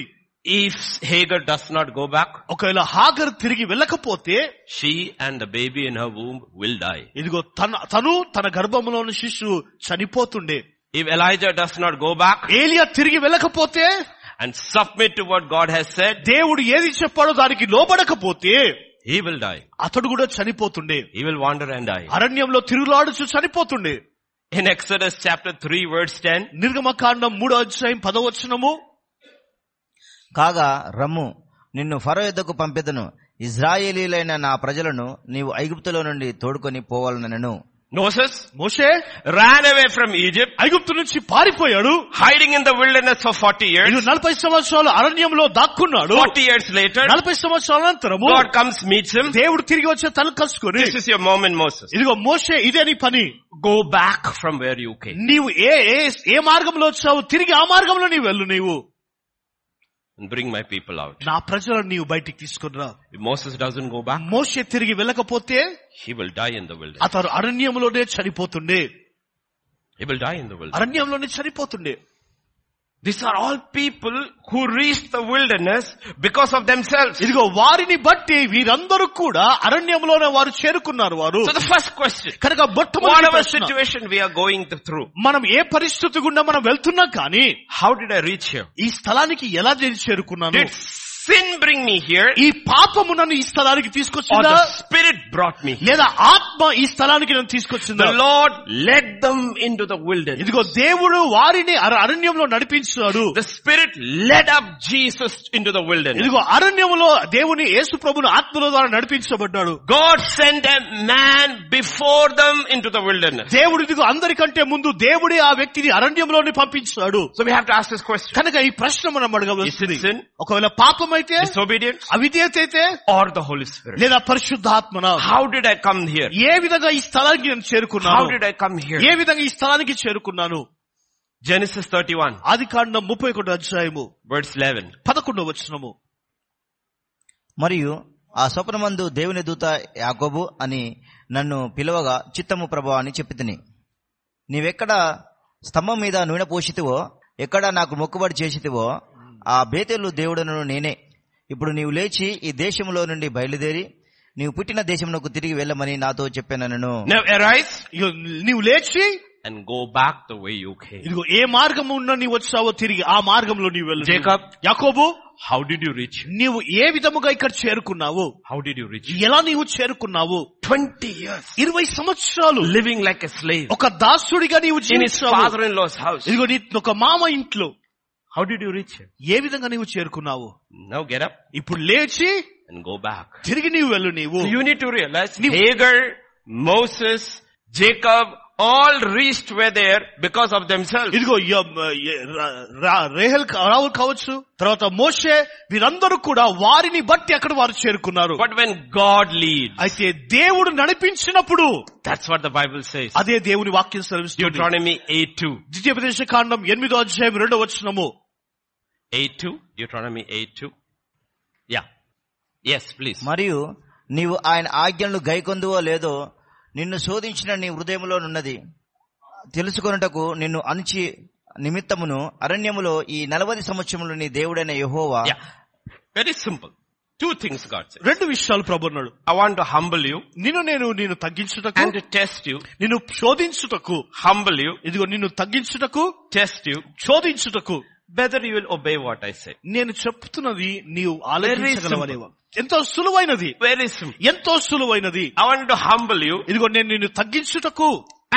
[SPEAKER 1] If Hagar does not go back,
[SPEAKER 2] ఒకవేళ హాగర్ తిరిగి వెళ్ళకపోతే
[SPEAKER 1] she and the baby in her womb will die.
[SPEAKER 2] ఇదిగో తన తను తన గర్భంలోని శిశువు చనిపోతుండే
[SPEAKER 1] If Elijah does not go back
[SPEAKER 2] ఏలియా తిరిగి వెళ్ళకపోతే
[SPEAKER 1] and submit to what God has said,
[SPEAKER 2] దేవుడు ఏది చెప్పాడో దానికి లోబడకపోతే
[SPEAKER 1] he will die.
[SPEAKER 2] అతడు కూడా చనిపోతుండే
[SPEAKER 1] He will wander and die.
[SPEAKER 2] అరణ్యంలో తిరుగులాడుచు చనిపోతుండే
[SPEAKER 1] In Exodus chapter 3 verse 10,
[SPEAKER 2] నిర్గమకాండం మూడో అధ్యాయం పదవచనము
[SPEAKER 3] కాగా రమ్ము నిన్ను ఫరో యుద్ధకు పంపెదను ఇజ్రాయేలీలైన నా ప్రజలను నీవు ఐగుప్తులో నుండి తోడుకొని పోవాలనను
[SPEAKER 1] Moses
[SPEAKER 2] Moshe
[SPEAKER 1] ran away from Egypt,
[SPEAKER 2] ఐగుప్తు నుంచి పారిపోయాడు
[SPEAKER 1] hiding in the wilderness for 40 years.
[SPEAKER 2] ఇదిగో నలభై సంవత్సరాలు అరణ్యంలో దాక్కున్నాడు
[SPEAKER 1] 40 years later,
[SPEAKER 2] నలభై సంవత్సరాల అనంతరము
[SPEAKER 1] God comes, meets him.
[SPEAKER 2] దేవుడు తిరిగి వచ్చే తల కలుసుకొని
[SPEAKER 1] This is your moment, Moses.
[SPEAKER 2] ఇదిగో మోషే ఇదే నీ పని
[SPEAKER 1] Go back from where you came.
[SPEAKER 2] నీవు ఏ ఏ ఏ మార్గంలో వచ్చావు తిరిగి ఆ మార్గంలో నీవు వెళ్ళు నీవు
[SPEAKER 1] and bring my people out.
[SPEAKER 2] నా ప్రజలను నీవు బయటికి తీసుకునిరా
[SPEAKER 1] If Moses doesn't go back,
[SPEAKER 2] మోషే తిరిగి వెళ్ళకపోతే
[SPEAKER 1] he will die in the wilderness.
[SPEAKER 2] అతడు అరణ్యంలోనే చనిపోతుండే
[SPEAKER 1] He will die in the wilderness.
[SPEAKER 2] అరణ్యంలోనే చనిపోతుండే
[SPEAKER 1] These are all people who reached the wilderness because of themselves.
[SPEAKER 2] ఇదిగో వారిని బట్టి వీరందరూ కూడా అరణ్యంలోనే వారు చేరుకున్నారు వారు
[SPEAKER 1] So the first question,
[SPEAKER 2] కనుక మొట్టమొదటి
[SPEAKER 1] whatever
[SPEAKER 2] ప్రశ్న,
[SPEAKER 1] situation we are going through,
[SPEAKER 2] మనం ఏ పరిస్థితి గుండా మనం వెళ్తున్నా కానీ
[SPEAKER 1] how did I reach here?
[SPEAKER 2] ఈ స్థలానికి ఎలా నేను చేరుకున్నాను
[SPEAKER 1] Did sin bring me here
[SPEAKER 2] ఈ పాపము నన్ను ఈ స్థలానికి
[SPEAKER 1] or
[SPEAKER 2] తీసుకొచ్చిందా
[SPEAKER 1] the spirit brought me here?
[SPEAKER 2] లేదా ఆత్మ ఈ స్థలానికి నన్ను తీసుకొచ్చిందా
[SPEAKER 1] The Lord led them into the wilderness.
[SPEAKER 2] ఇదిగో దేవుడు వారిని అర- అరణ్యంలో నడిపించాడు
[SPEAKER 1] The spirit led up Jesus into the wilderness.
[SPEAKER 2] ఇదిగో అరణ్యంలో దేవుని యేసు ప్రభుని ఆత్మల ద్వారా నడిపించబడ్డాడు
[SPEAKER 1] God sent a man before them into the wilderness.
[SPEAKER 2] దేవుడు ఇదిగో అందరికంటే ముందు దేవుడే ఆ వ్యక్తిని అరణ్యంలోని పంపించాడు
[SPEAKER 1] So we have to ask this question.
[SPEAKER 2] కనుక ఈ ప్రశ్న మనం
[SPEAKER 1] Is it
[SPEAKER 2] అడగవలసింది
[SPEAKER 1] sin,
[SPEAKER 2] ఒకవేళ పాపం అయితే
[SPEAKER 1] disobedience,
[SPEAKER 2] అవిధేయత అయితే
[SPEAKER 1] or the Holy Spirit?
[SPEAKER 2] లేదా పరిశుద్ధాత్మన
[SPEAKER 1] How did I come here?
[SPEAKER 2] ఏ విధంగా ఈ స్థలానికి నేను
[SPEAKER 1] How
[SPEAKER 2] చేరుకున్నాను
[SPEAKER 1] did I come here?
[SPEAKER 2] ఏ విధంగా ఈ స్థలానికి చేరుకున్నాను
[SPEAKER 1] Genesis 31,
[SPEAKER 2] ఆది కాండం ముప్పై ఒకటి అధ్యాయము
[SPEAKER 1] verse 11.
[SPEAKER 2] పదకొండవ వచనము
[SPEAKER 3] మరియు ఆ స్వప్నమందు దేవుని దూత యాకోబు అని నన్ను పిలవగా చిత్తము ప్రభా అని చెప్పి తిని నీవెక్కడ స్తంభం మీద నూనె పోసితివో ఎక్కడ నాకు మొక్కుబడి చేసితివో ఆ బేతేలు దేవుడను నేనే ఇప్పుడు నీవు లేచి ఈ దేశంలో నుండి బయలుదేరి నీవు పుట్టిన దేశమునకు తిరిగి వెళ్ళమని నాతో చెప్పానను
[SPEAKER 1] Now arise
[SPEAKER 2] ఇదిగో నీవు లేచి
[SPEAKER 1] and go back the way you came.
[SPEAKER 2] ఇదిగో ఏ మార్గం ఉన్నా నీవు వచ్చావో తిరిగి ఆ మార్గంలో నీవు వెళ్ళు
[SPEAKER 1] Jacob.
[SPEAKER 2] యాకోబు
[SPEAKER 1] How did you reach? here?
[SPEAKER 2] నీవు ఏ విధముగా ఇక్కడ చేరుకున్నావు
[SPEAKER 1] How did you reach? here?
[SPEAKER 2] ఎలా నీవు చేరుకున్నావు
[SPEAKER 1] 20 years Oh,
[SPEAKER 2] ఇరవై సంవత్సరాలు
[SPEAKER 1] living like a slave
[SPEAKER 2] ఒక దాసుడిగా నీవు
[SPEAKER 1] in his
[SPEAKER 2] జీవించావు
[SPEAKER 1] father-in-law's house.
[SPEAKER 2] ఇదిగో నీ ఒక మామ ఇంట్లో
[SPEAKER 1] How did you reach? here?
[SPEAKER 2] ఏ విధంగా నీవు చేరుకున్నావు
[SPEAKER 1] Now get up
[SPEAKER 2] ఇప్పుడు లేచి
[SPEAKER 1] and go back.
[SPEAKER 2] తిరిగి నీవు వెళ్ళు నీవు
[SPEAKER 1] So Oh. you need to realize Hagar, Moses, Jacob all reached where they are because of themselves.
[SPEAKER 2] ఇదిగో య- య- రా- రా- రేహల్ కా- రాహుల్ కావచ్చు తర్వాత మోషే వీరందరూ కూడా వారిని బట్టి అక్కడ వారు చేరుకున్నారు
[SPEAKER 1] But when God leads,
[SPEAKER 2] అయితే దేవుడు నడిపించినప్పుడు
[SPEAKER 1] that's what the Bible says.
[SPEAKER 2] అదే దేవుని వాక్యం సెలవిస్తుంది
[SPEAKER 1] Deuteronomy 8-2.
[SPEAKER 2] ద్వితీయోపదేశ కాండం ఎనిమిదో అధ్యాయం రెండో వచనము
[SPEAKER 1] 8-2. Deuteronomy 8-2. Yeah. Yes, please.
[SPEAKER 3] మరియు నీవు ఆయన ఆజ్ఞలను గైకొందువో లేదో నిన్ను శోధించిన నీ హృదయంలోనున్నది తెలుసుకొనుటకు నిన్ను అణచి నిమిత్తమును అరణ్యములో ఈ నలభై సంవత్సరములు నీ దేవుడైన యెహోవా
[SPEAKER 1] Yeah. Very simple. Two things God said.
[SPEAKER 2] రెండు విషయాలు ప్రభున్నాడు
[SPEAKER 1] I want to humble you
[SPEAKER 2] నిన్ను నేను నిన్ను తగ్గించుటకు
[SPEAKER 1] and to test you.
[SPEAKER 2] నిన్ను శోధించుటకు
[SPEAKER 1] Humble you,
[SPEAKER 2] ఇదిగో నిన్ను తగ్గించుటకు
[SPEAKER 1] test you,
[SPEAKER 2] శోధించుటకు
[SPEAKER 1] whether you will obey what I say.
[SPEAKER 2] నేను చెప్తున్నది నీవు ఆలోచించగలవలేవా ఎంతో సులువైనది
[SPEAKER 1] Very simple.
[SPEAKER 2] ఎంతో సులువైనది
[SPEAKER 1] I want to humble you
[SPEAKER 2] ఇదిగో నేను నిన్ను తగ్గించుటకు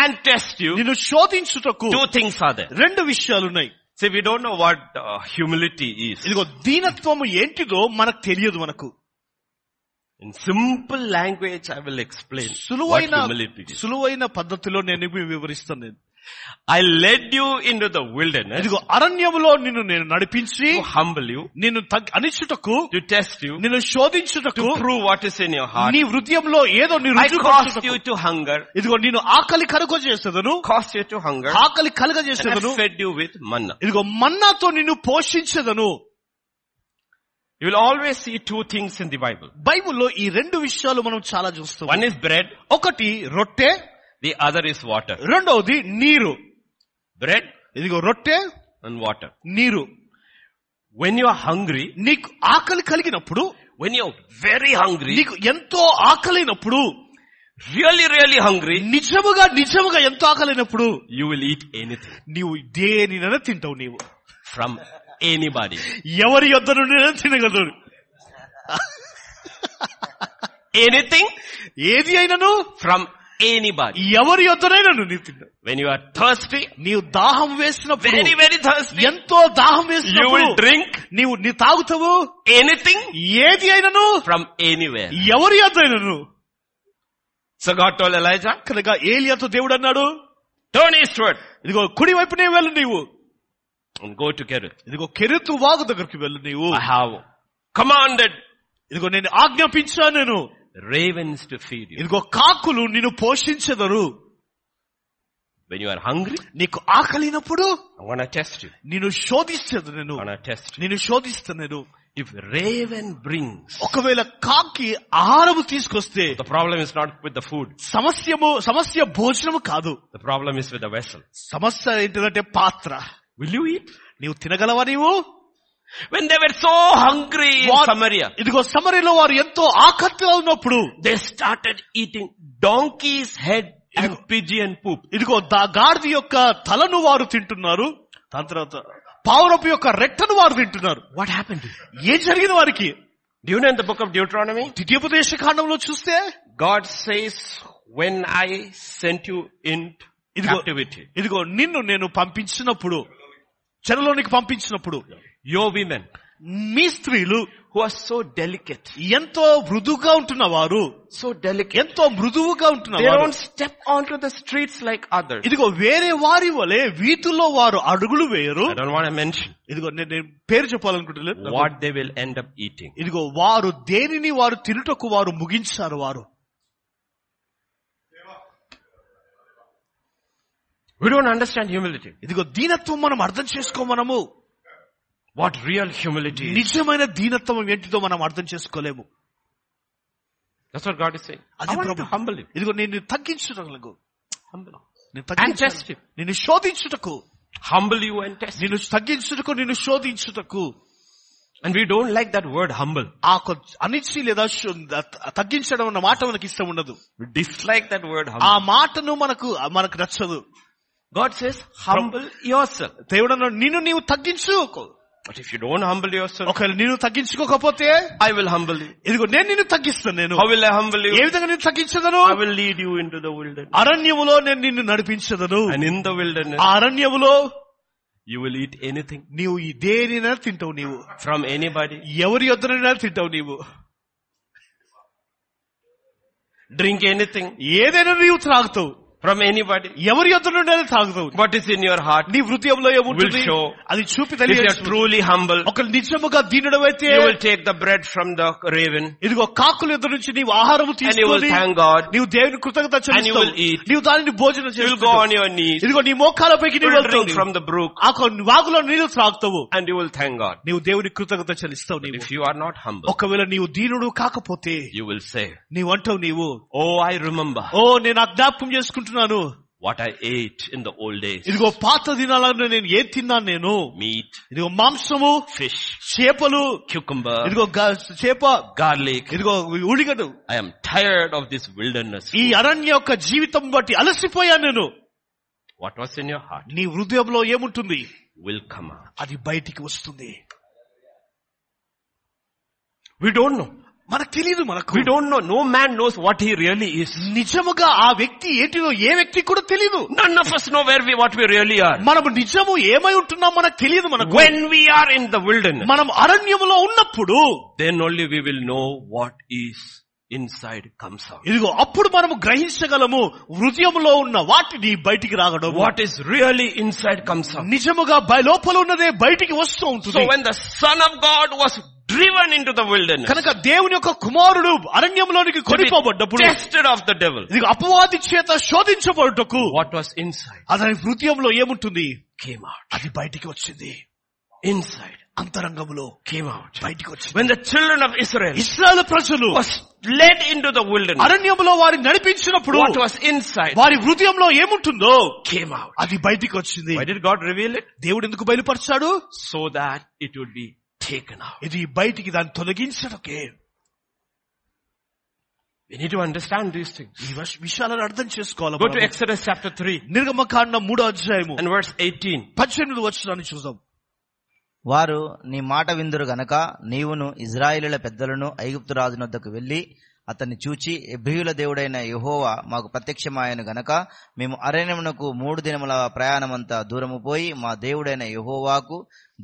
[SPEAKER 1] and test you.
[SPEAKER 2] నిన్ను శోధించుటకు
[SPEAKER 1] Two things are there.
[SPEAKER 2] రెండు విషయాలున్నాయి
[SPEAKER 1] See, we don't know what uh, humility is.
[SPEAKER 2] ఇదిగో దీనత్వము ఏంటిదో మనకు తెలియదు మనకు
[SPEAKER 1] In simple language, I will explain what
[SPEAKER 2] సులువైన
[SPEAKER 1] humility is.
[SPEAKER 2] సులువైన పద్ధతిలో నేను ఇవి వివరిస్తాను నేను
[SPEAKER 1] I led you into the wilderness
[SPEAKER 2] ఇదిగో అరణ్యములో నిన్ను నేను నడిపించి
[SPEAKER 1] to humble you,
[SPEAKER 2] నిన్ను తగ్- అనిచుటకు
[SPEAKER 1] to test you,
[SPEAKER 2] నిన్ను శోధించుటకు
[SPEAKER 1] to prove what is in your heart.
[SPEAKER 2] నీ హృదయంలో ఏదో నీ
[SPEAKER 1] I
[SPEAKER 2] రుజువు
[SPEAKER 1] caused
[SPEAKER 2] పరచుటకు.
[SPEAKER 1] you to hunger,
[SPEAKER 2] ఇదిగో నేను ఆకలి కరుగో చేసేదను
[SPEAKER 1] caused you to hunger,
[SPEAKER 2] ఆకలి కలుగ
[SPEAKER 1] and
[SPEAKER 2] చేసేదను
[SPEAKER 1] I fed you with manna.
[SPEAKER 2] ఇదిగో మన్నాతో నిన్ను పోషించదను
[SPEAKER 1] You will always see two things in the Bible.
[SPEAKER 2] బైబిల్లో ఈ రెండు విషయాలు మనం చాలా చూస్తాం
[SPEAKER 1] One is bread,
[SPEAKER 2] ఒకటి రొట్టె
[SPEAKER 1] the other is water.
[SPEAKER 2] రెండవది నీరు
[SPEAKER 1] Bread
[SPEAKER 2] ఇదిగో రొట్టె
[SPEAKER 1] and water.
[SPEAKER 2] నీరు
[SPEAKER 1] When you are hungry,
[SPEAKER 2] నీకు ఆకలి కలిగినప్పుడు
[SPEAKER 1] when you're very hungry,
[SPEAKER 2] నీకు ఎంతో ఆకలైనప్పుడు
[SPEAKER 1] really, really hungry,
[SPEAKER 2] నిజముగా నిజముగా ఎంతో ఆకలైనప్పుడు
[SPEAKER 1] you will eat anything.
[SPEAKER 2] నీవు దేనినైనా తింటావు నీవు
[SPEAKER 1] from anybody.
[SPEAKER 2] ఎవరి యొద్ద నుండి తినగలరు
[SPEAKER 1] Anything
[SPEAKER 2] ఏది అయినను
[SPEAKER 1] from anybody.
[SPEAKER 2] ఎవరి యొద్దనైనా నువ్వు తింటావు
[SPEAKER 1] When you are thirsty,
[SPEAKER 2] నీవు దాహం వేసినప్పుడు
[SPEAKER 1] very, very thirsty,
[SPEAKER 2] ఎంతో దాహం
[SPEAKER 1] you will
[SPEAKER 2] వేసినప్పుడు
[SPEAKER 1] drink
[SPEAKER 2] నీవు నీ తాగుతావు
[SPEAKER 1] anything
[SPEAKER 2] ఏది అయినను
[SPEAKER 1] from anywhere.
[SPEAKER 2] ఎవరి యొద్ద అయినను
[SPEAKER 1] So God told Elijah,
[SPEAKER 2] కనుక ఏలియాతో దేవుడు అన్నాడు
[SPEAKER 1] turn eastward
[SPEAKER 2] ఇదిగో కుడి వైపునే వెళ్ళు నీవు
[SPEAKER 1] and go to Kerith.
[SPEAKER 2] ఇదిగో కెరెత్తు వాగు దగ్గరికి వెళ్ళు నీవు
[SPEAKER 1] I have commanded
[SPEAKER 2] ఇదిగో నేను ఆజ్ఞాపించాను నేను
[SPEAKER 1] ravens to feed you.
[SPEAKER 2] ఇదిగో కాకులు నిన్ను పోషించదరు
[SPEAKER 1] When you are hungry,
[SPEAKER 2] నీకు ఆకలినప్పుడు
[SPEAKER 1] I'm gonna test you.
[SPEAKER 2] నిన్ను శోధించదు నేను
[SPEAKER 1] I'm gonna test you.
[SPEAKER 2] నిన్ను శోధిస్తాను నేను
[SPEAKER 1] If raven brings,
[SPEAKER 2] ఒకవేళ కాకి ఆహారము తీసుకొస్తే
[SPEAKER 1] the problem is not with the food.
[SPEAKER 2] సమస్యము సమస్య భోజనము కాదు
[SPEAKER 1] The problem is with the vessel.
[SPEAKER 2] సమస్య ఏంటిదంటే పాత్ర
[SPEAKER 1] Will you eat?
[SPEAKER 2] నీవు తినగలవా నీవు
[SPEAKER 1] When they were so hungry in
[SPEAKER 2] వారు-
[SPEAKER 1] Samaria,
[SPEAKER 2] ఇదిగో సమరిలో వారు ఎంతో ఆకర్తిగా ఉన్నప్పుడు
[SPEAKER 1] they started eating donkey's head and pigeon poop.
[SPEAKER 2] ఇదిగో దా గాడిద యొక్క తలను వారు తింటున్నారు దాని తర్వాత పావురపు యొక్క రెట్టను వారు తింటున్నారు
[SPEAKER 1] What happened?
[SPEAKER 2] ఏం జరిగింది వారికి
[SPEAKER 1] Do you know in the book of Deuteronomy?
[SPEAKER 2] ద్వితీయోపదేశ కాండంలో చూస్తే
[SPEAKER 1] God says, when I sent you into
[SPEAKER 2] ఇదిగో
[SPEAKER 1] captivity,
[SPEAKER 2] ఇదిగో నిన్ను నేను పంపించినప్పుడు చెరలోనికి పంపించినప్పుడు
[SPEAKER 1] your women
[SPEAKER 2] మీ స్త్రీలు
[SPEAKER 1] who are so delicate,
[SPEAKER 2] ఎంతో మృదువుగా ఉంటున్న వారు
[SPEAKER 1] so delicate,
[SPEAKER 2] ఎంతో మృదువుగా ఉంటున్న
[SPEAKER 1] they
[SPEAKER 2] వారు
[SPEAKER 1] don't step onto the streets like others.
[SPEAKER 2] ఇదిగో వేరే వారి వలె వీటిల్లో వారు అడుగులు వేయరు
[SPEAKER 1] I don't want to mention
[SPEAKER 2] ఇదిగో నేను నేను పేరు చెప్పాలనుకుంటున్నాను
[SPEAKER 1] what they will end up eating.
[SPEAKER 2] ఇదిగో వారు దేనిని వారు తినుటకు వారు ముగించారు వారు
[SPEAKER 1] We don't understand humility.
[SPEAKER 2] ఇదిగో దీనత్వం మనం అర్థం చేసుకోమనము
[SPEAKER 1] What real humility is.
[SPEAKER 2] నిజమైన దీనత్వం ఏంటిదో మనం అర్థం చేసుకోలేము
[SPEAKER 1] That's what God is saying. I
[SPEAKER 2] అది
[SPEAKER 1] want you to
[SPEAKER 2] Prabhu.
[SPEAKER 1] humble you.
[SPEAKER 2] ఇదిగో నేను తగ్గించుటకు
[SPEAKER 1] Humble.
[SPEAKER 2] నేను
[SPEAKER 1] And test
[SPEAKER 2] తగ్గించు
[SPEAKER 1] him.
[SPEAKER 2] నిన్ను శోధించుటకు
[SPEAKER 1] Humble you and test.
[SPEAKER 2] నిన్ను తగ్గించుటకు నిన్ను శోధించుటకు
[SPEAKER 1] And we don't like that word humble.
[SPEAKER 2] ఆ కొ- అనిచ్చి లేదా శో- త- తగ్గించడం అన్న మాట మనకి ఇష్టం ఉండదు
[SPEAKER 1] We dislike that word
[SPEAKER 2] ఆ
[SPEAKER 1] humble.
[SPEAKER 2] మాటను మనకు మనకు నచ్చదు
[SPEAKER 1] God says humble yourself.
[SPEAKER 2] దేవుడు అన్నాడు, నిన్ను నీవు తగ్గించుకో
[SPEAKER 1] But if you don't humble yourself,
[SPEAKER 2] ఒకవేళ నిన్ను తగ్గించుకోకపోతే
[SPEAKER 1] I will humble you.
[SPEAKER 2] ఇదిగో నేను నిన్ను తగ్గిస్తాను నేను
[SPEAKER 1] How will I humble
[SPEAKER 2] A
[SPEAKER 1] you?
[SPEAKER 2] విధంగా నేను తగ్గించదను
[SPEAKER 1] I will lead you into the wilderness.
[SPEAKER 2] అరణ్యములో నేను నిన్ను నడిపించదను
[SPEAKER 1] Ah. And in the wilderness,
[SPEAKER 2] ఆ అరణ్యములో
[SPEAKER 1] you will eat anything
[SPEAKER 2] నీవు ఈ దేనినైనా తింటావు నీవు
[SPEAKER 1] from anybody,
[SPEAKER 2] ఎవరి యొద్దనైనా తింటావు నీవు
[SPEAKER 1] drink anything
[SPEAKER 2] ఏదైనా నీవు త్రాగుతావు
[SPEAKER 1] from anybody.
[SPEAKER 2] ఎవరి యొద్ద నుండి త్రాగుతావు
[SPEAKER 1] What is in your heart?
[SPEAKER 2] నీ హృదయంలో ఏముంటుంది
[SPEAKER 1] Will show.
[SPEAKER 2] అది చూపి
[SPEAKER 1] If you
[SPEAKER 2] తెలియ
[SPEAKER 1] are truly humble,
[SPEAKER 2] ఒక నిజముగా దీనుడవైతే
[SPEAKER 1] you will take the bread from the raven
[SPEAKER 2] ఇదిగో కాకుల ఎదురు నుంచి నీవు
[SPEAKER 1] and
[SPEAKER 2] ఆహారం
[SPEAKER 1] you will
[SPEAKER 2] తీసుకొని
[SPEAKER 1] thank God.
[SPEAKER 2] నీవు దేవుని కృతజ్ఞత చెల్లిస్తావు.
[SPEAKER 1] will eat.
[SPEAKER 2] నీవు దానిని భోజనం
[SPEAKER 1] You will go on
[SPEAKER 2] చేస్తావు
[SPEAKER 1] your knees.
[SPEAKER 2] ఇదిగో నీ మోకాలపైకి
[SPEAKER 1] You
[SPEAKER 2] నీవు
[SPEAKER 1] will drink
[SPEAKER 2] వెళ్తావు
[SPEAKER 1] from the brook
[SPEAKER 2] ఆ కొన్ని వాగులో నీళ్లు త్రాగుతావు
[SPEAKER 1] and you will thank God.
[SPEAKER 2] నీవు దేవుని కృతజ్ఞత చెల్లిస్తావు నీవు
[SPEAKER 1] If you are not humble,
[SPEAKER 2] ఒకవేళ నీవు దీనుడు కాకపోతే
[SPEAKER 1] you will say,
[SPEAKER 2] నీవు అంటావు నీవు
[SPEAKER 1] Oh, I remember
[SPEAKER 2] ఓ నేను ఆ జ్ఞాపకం చేసుకుంటున్నాను
[SPEAKER 1] what I ate in the old days.
[SPEAKER 2] ఇదిగో పాత దినాలలో నేను ఏం తిన్నాను నేను
[SPEAKER 1] Meat,
[SPEAKER 2] ఇదిగో మాంసము
[SPEAKER 1] fish,
[SPEAKER 2] చేపలు
[SPEAKER 1] cucumber,
[SPEAKER 2] ఇదిగో గ- చేప
[SPEAKER 1] garlic.
[SPEAKER 2] ఇదిగో ఉడిగడు
[SPEAKER 1] I am tired of this wilderness.
[SPEAKER 2] ఈ అరణ్య యొక్క జీవితం బట్టి అలసిపోయాను నేను
[SPEAKER 1] What was in your heart
[SPEAKER 2] నీ హృదయంలో ఏముంటుంది
[SPEAKER 1] will come out.
[SPEAKER 2] అది బయటికి వస్తుంది
[SPEAKER 1] We don't know.
[SPEAKER 2] మనకు తెలియదు మనకు
[SPEAKER 1] We don't know. No man knows what he really is.
[SPEAKER 2] నిజముగా ఆ వ్యక్తి ఏంటిదో ఏ వ్యక్తి కూడా తెలియదు
[SPEAKER 1] None of us know where we, what we really are.
[SPEAKER 2] మనము నిజము ఏమై ఉంటున్నాం మనకు తెలియదు మనకు
[SPEAKER 1] When we are in the wilderness,
[SPEAKER 2] మనం అరణ్యములో ఉన్నప్పుడు
[SPEAKER 1] then only we will know what is inside comes out.
[SPEAKER 2] ఇదిగో అప్పుడు మనము గ్రహించగలము హృదయంలో ఉన్న వాటిని బయటికి రాగడం
[SPEAKER 1] What is really inside comes out.
[SPEAKER 2] నిజముగా బయ- లోపల ఉన్నదే బయటికి వస్తూ ఉంటుంది
[SPEAKER 1] So when the Son of God was driven into the wilderness,
[SPEAKER 2] కనుక దేవుని యొక్క కుమారుడు అరణ్యంలోనికి
[SPEAKER 1] to be
[SPEAKER 2] కొనిపోబడ్డప్పుడు
[SPEAKER 1] tested of the devil,
[SPEAKER 2] ఇది అపవాది చేత శోధించబడుటకు
[SPEAKER 1] what was inside
[SPEAKER 2] అతని హృదయంలో ఏముంటుంది
[SPEAKER 1] came out.
[SPEAKER 2] అది బయటికి వచ్చింది
[SPEAKER 1] Inside
[SPEAKER 2] అంతరంగంలో
[SPEAKER 1] came out.
[SPEAKER 2] బయటికి వచ్చింది
[SPEAKER 1] When the children of Israel
[SPEAKER 2] Israel ప్రజలు
[SPEAKER 1] was led into the
[SPEAKER 2] Hmm.
[SPEAKER 1] wilderness,
[SPEAKER 2] అరణ్యంలో వారిని నడిపించినప్పుడు
[SPEAKER 1] what was inside
[SPEAKER 2] వారి హృదయంలో ఏముంటుందో
[SPEAKER 1] came out.
[SPEAKER 2] అది బయటికి వచ్చింది
[SPEAKER 1] Why did God reveal it?
[SPEAKER 2] దేవుడు ఎందుకు బయలుపరిచాడు
[SPEAKER 1] So that it would be taken out.
[SPEAKER 2] ఇది బయటికి దాన్ని తొలగించడకే
[SPEAKER 1] We need to understand these things.
[SPEAKER 2] ఈ విష- విషయాలను అర్థం చేసుకోవాలి
[SPEAKER 1] Go to
[SPEAKER 2] మనం.
[SPEAKER 1] Exodus chapter 3
[SPEAKER 2] నిర్గమకాండం మూడో అధ్యాయము
[SPEAKER 1] and verse 18.
[SPEAKER 2] పద్దెనిమిది వచ్చినాన్ని చూద్దాం
[SPEAKER 3] వారు నీ మాట విందురు గనక నీవును ఇజ్రాయేలుల పెద్దలను ఐగుప్తు రాజున వద్దకు వెళ్లి అతన్ని చూచి ఎబ్రియుల దేవుడైన యెహోవా మాకు ప్రత్యక్షమాయను గనక మేము అరణ్యమునకు మూడు దినముల ప్రయాణమంతా దూరము పోయి మా దేవుడైన యెహోవాకు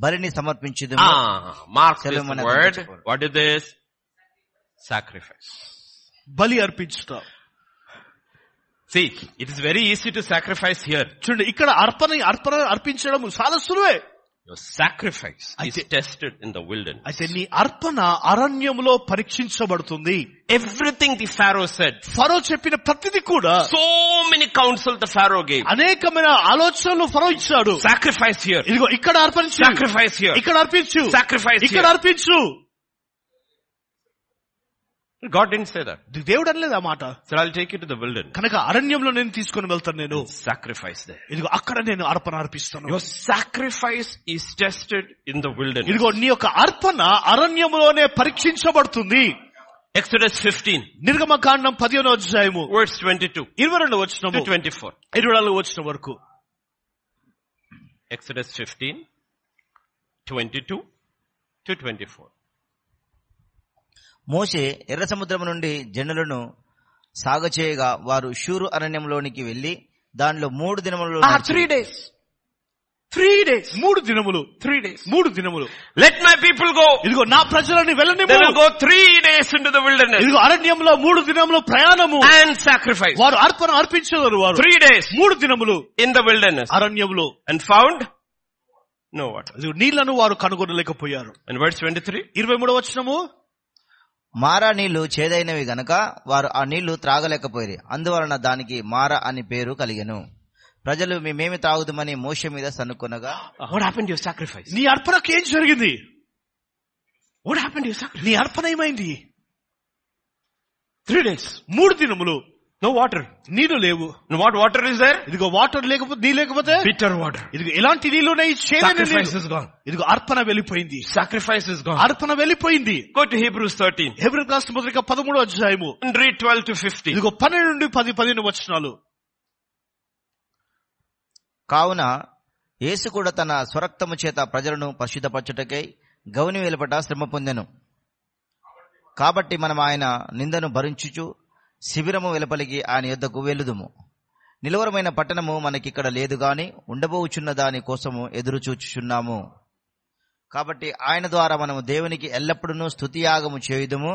[SPEAKER 3] బలిని సమర్పించుదు
[SPEAKER 1] Ah, mark this
[SPEAKER 3] Solomon
[SPEAKER 1] word.
[SPEAKER 3] Adventure.
[SPEAKER 1] What is this? Sacrifice.
[SPEAKER 2] బలి అర్పించుట
[SPEAKER 1] See, it is very easy to sacrifice here.
[SPEAKER 2] చూడండి ఇక్కడ అర్పణ అర్పణ అర్పించడం చాలా సులువే
[SPEAKER 1] Your sacrifice
[SPEAKER 2] I
[SPEAKER 1] is
[SPEAKER 2] did-
[SPEAKER 1] tested in the wilderness.
[SPEAKER 2] అయితే నీ అర్పణ అరణ్యంలో పరీక్షించబడుతుంది
[SPEAKER 1] Everything the Pharaoh said,
[SPEAKER 2] ఫరో చెప్పిన ప్రతిది కూడా
[SPEAKER 1] so many counsel the Pharaoh gave.
[SPEAKER 2] అనేకమైన ఆలోచనలు ఫరో ఇచ్చాడు
[SPEAKER 1] Sacrifice here.
[SPEAKER 2] ఇదిగో ఇక్కడ అర్పించు
[SPEAKER 1] Sacrifice here.
[SPEAKER 2] ఇక్కడ అర్పించు
[SPEAKER 1] Sacrifice
[SPEAKER 2] ఇక్కడ
[SPEAKER 1] here.
[SPEAKER 2] అర్పించు
[SPEAKER 1] God didn't say that.
[SPEAKER 2] దేవుడు అనలేదు ఆ మాట
[SPEAKER 1] So I'll take you to the wilderness.
[SPEAKER 2] కనుక అరణ్యంలో నేను తీసుకొని వెళ్తాను నేను
[SPEAKER 1] Sacrifice there.
[SPEAKER 2] ఇదిగో అక్కడ నేను అర్పణ అర్పిస్తాను
[SPEAKER 1] Your sacrifice is tested in the wilderness.
[SPEAKER 2] ఇదిగో నీ యొక్క అర్పణ అరణ్యంలోనే పరీక్షించబడుతుంది
[SPEAKER 1] Exodus 15,
[SPEAKER 2] నిర్గమకాండం పదిహేను అధ్యాయము
[SPEAKER 1] verse 22
[SPEAKER 2] ఇరవై రెండు
[SPEAKER 1] to
[SPEAKER 2] వచ్చిన
[SPEAKER 1] 24.
[SPEAKER 2] ఇరవై నాలుగు వచ్చిన వరకు
[SPEAKER 1] Exodus 15, 22 to 24.
[SPEAKER 3] మోషే ఎర్ర సముద్రం నుండి జనులను సాగచేయగా వారు షూరు అరణ్యంలోనికి వెళ్లి దానిలో మూడు దినములు
[SPEAKER 4] Ah, three days. Three days.
[SPEAKER 2] మూడు దినములు
[SPEAKER 4] Three days.
[SPEAKER 2] మూడు దినములు
[SPEAKER 1] Let my people go.
[SPEAKER 2] ఇదిగో నా ప్రజలని వెళ్ళని
[SPEAKER 1] They will go three days into the wilderness
[SPEAKER 2] ఇదిగో అరణ్యంలో మూడు దినములు ప్రయాణము
[SPEAKER 1] and sacrifice.
[SPEAKER 2] వారు అర్పణ అర్పించేవారు వారు
[SPEAKER 1] Three days
[SPEAKER 2] మూడు దినములు
[SPEAKER 1] in the wilderness
[SPEAKER 2] అరణ్యములో
[SPEAKER 1] and found no water.
[SPEAKER 2] ఇదిగో నీళ్లను వారు కనుగొనలేకపోయారు
[SPEAKER 1] And verse 23,
[SPEAKER 2] ఇరవై మూడవ వచనము
[SPEAKER 3] మారా నీళ్లు చేదైనవి గనక వారు ఆ నీళ్లు త్రాగలేకపోయి అందువలన దానికి మారా అని పేరు కలిగెను ప్రజలు మేమేమి తాగుదామని మోష మీద సనుక్కునగా
[SPEAKER 1] Uh, what happened to your sacrifice?
[SPEAKER 2] నీ అర్పణకు ఏం జరిగింది
[SPEAKER 1] What happened to your sacrifice?
[SPEAKER 2] నీ అర్పణ ఏమైంది
[SPEAKER 1] Three days.
[SPEAKER 2] మూడు దినములు
[SPEAKER 1] No water.
[SPEAKER 2] నీళ్లు లేవు
[SPEAKER 1] And what water is there?
[SPEAKER 2] ఇదిగో వాటర్ లేకపోతే నీ లేకపోతే
[SPEAKER 1] Bitter water.
[SPEAKER 2] ఇదిగో ఎలాంటి నీళ్లు ఉన్నాయి చేదైన
[SPEAKER 1] Sacrifice
[SPEAKER 2] నీళ్లు.
[SPEAKER 1] is gone. Ah.
[SPEAKER 2] ఇదిగో అర్పణ వెళ్ళిపోయింది
[SPEAKER 1] Sacrifice is gone.
[SPEAKER 2] అర్పణ వెళ్ళిపోయింది
[SPEAKER 1] Go to Hebrews 13
[SPEAKER 2] హెబ్రి రాష్ట్ర మొదటిగా పదమూడో అధ్యాయము
[SPEAKER 1] and read 12 to 15.
[SPEAKER 2] ఇదిగో పన్నెండు నుండి పది పదిహేను వచనాలు
[SPEAKER 3] కావున యేసు కూడా తన స్వరక్తము చేత ప్రజలను పరిశుద్ధపరచుటకై గౌని వెలుపట శ్రమ పొందెను కాబట్టి మనం ఆయన నిందను భరించుచు శిబిరము వెలుపలికి ఆయన యొద్దకు వెళ్ళుదుము నిలువరమైన పట్టణము మనకిక్కడ లేదు గాని ఉండబోచున్న దాని కోసము ఎదురు చూచుచున్నాము కాబట్టి ఆయన ద్వారా మనము దేవునికి ఎల్లప్పుడూ స్థుతియాగము చేయుదుము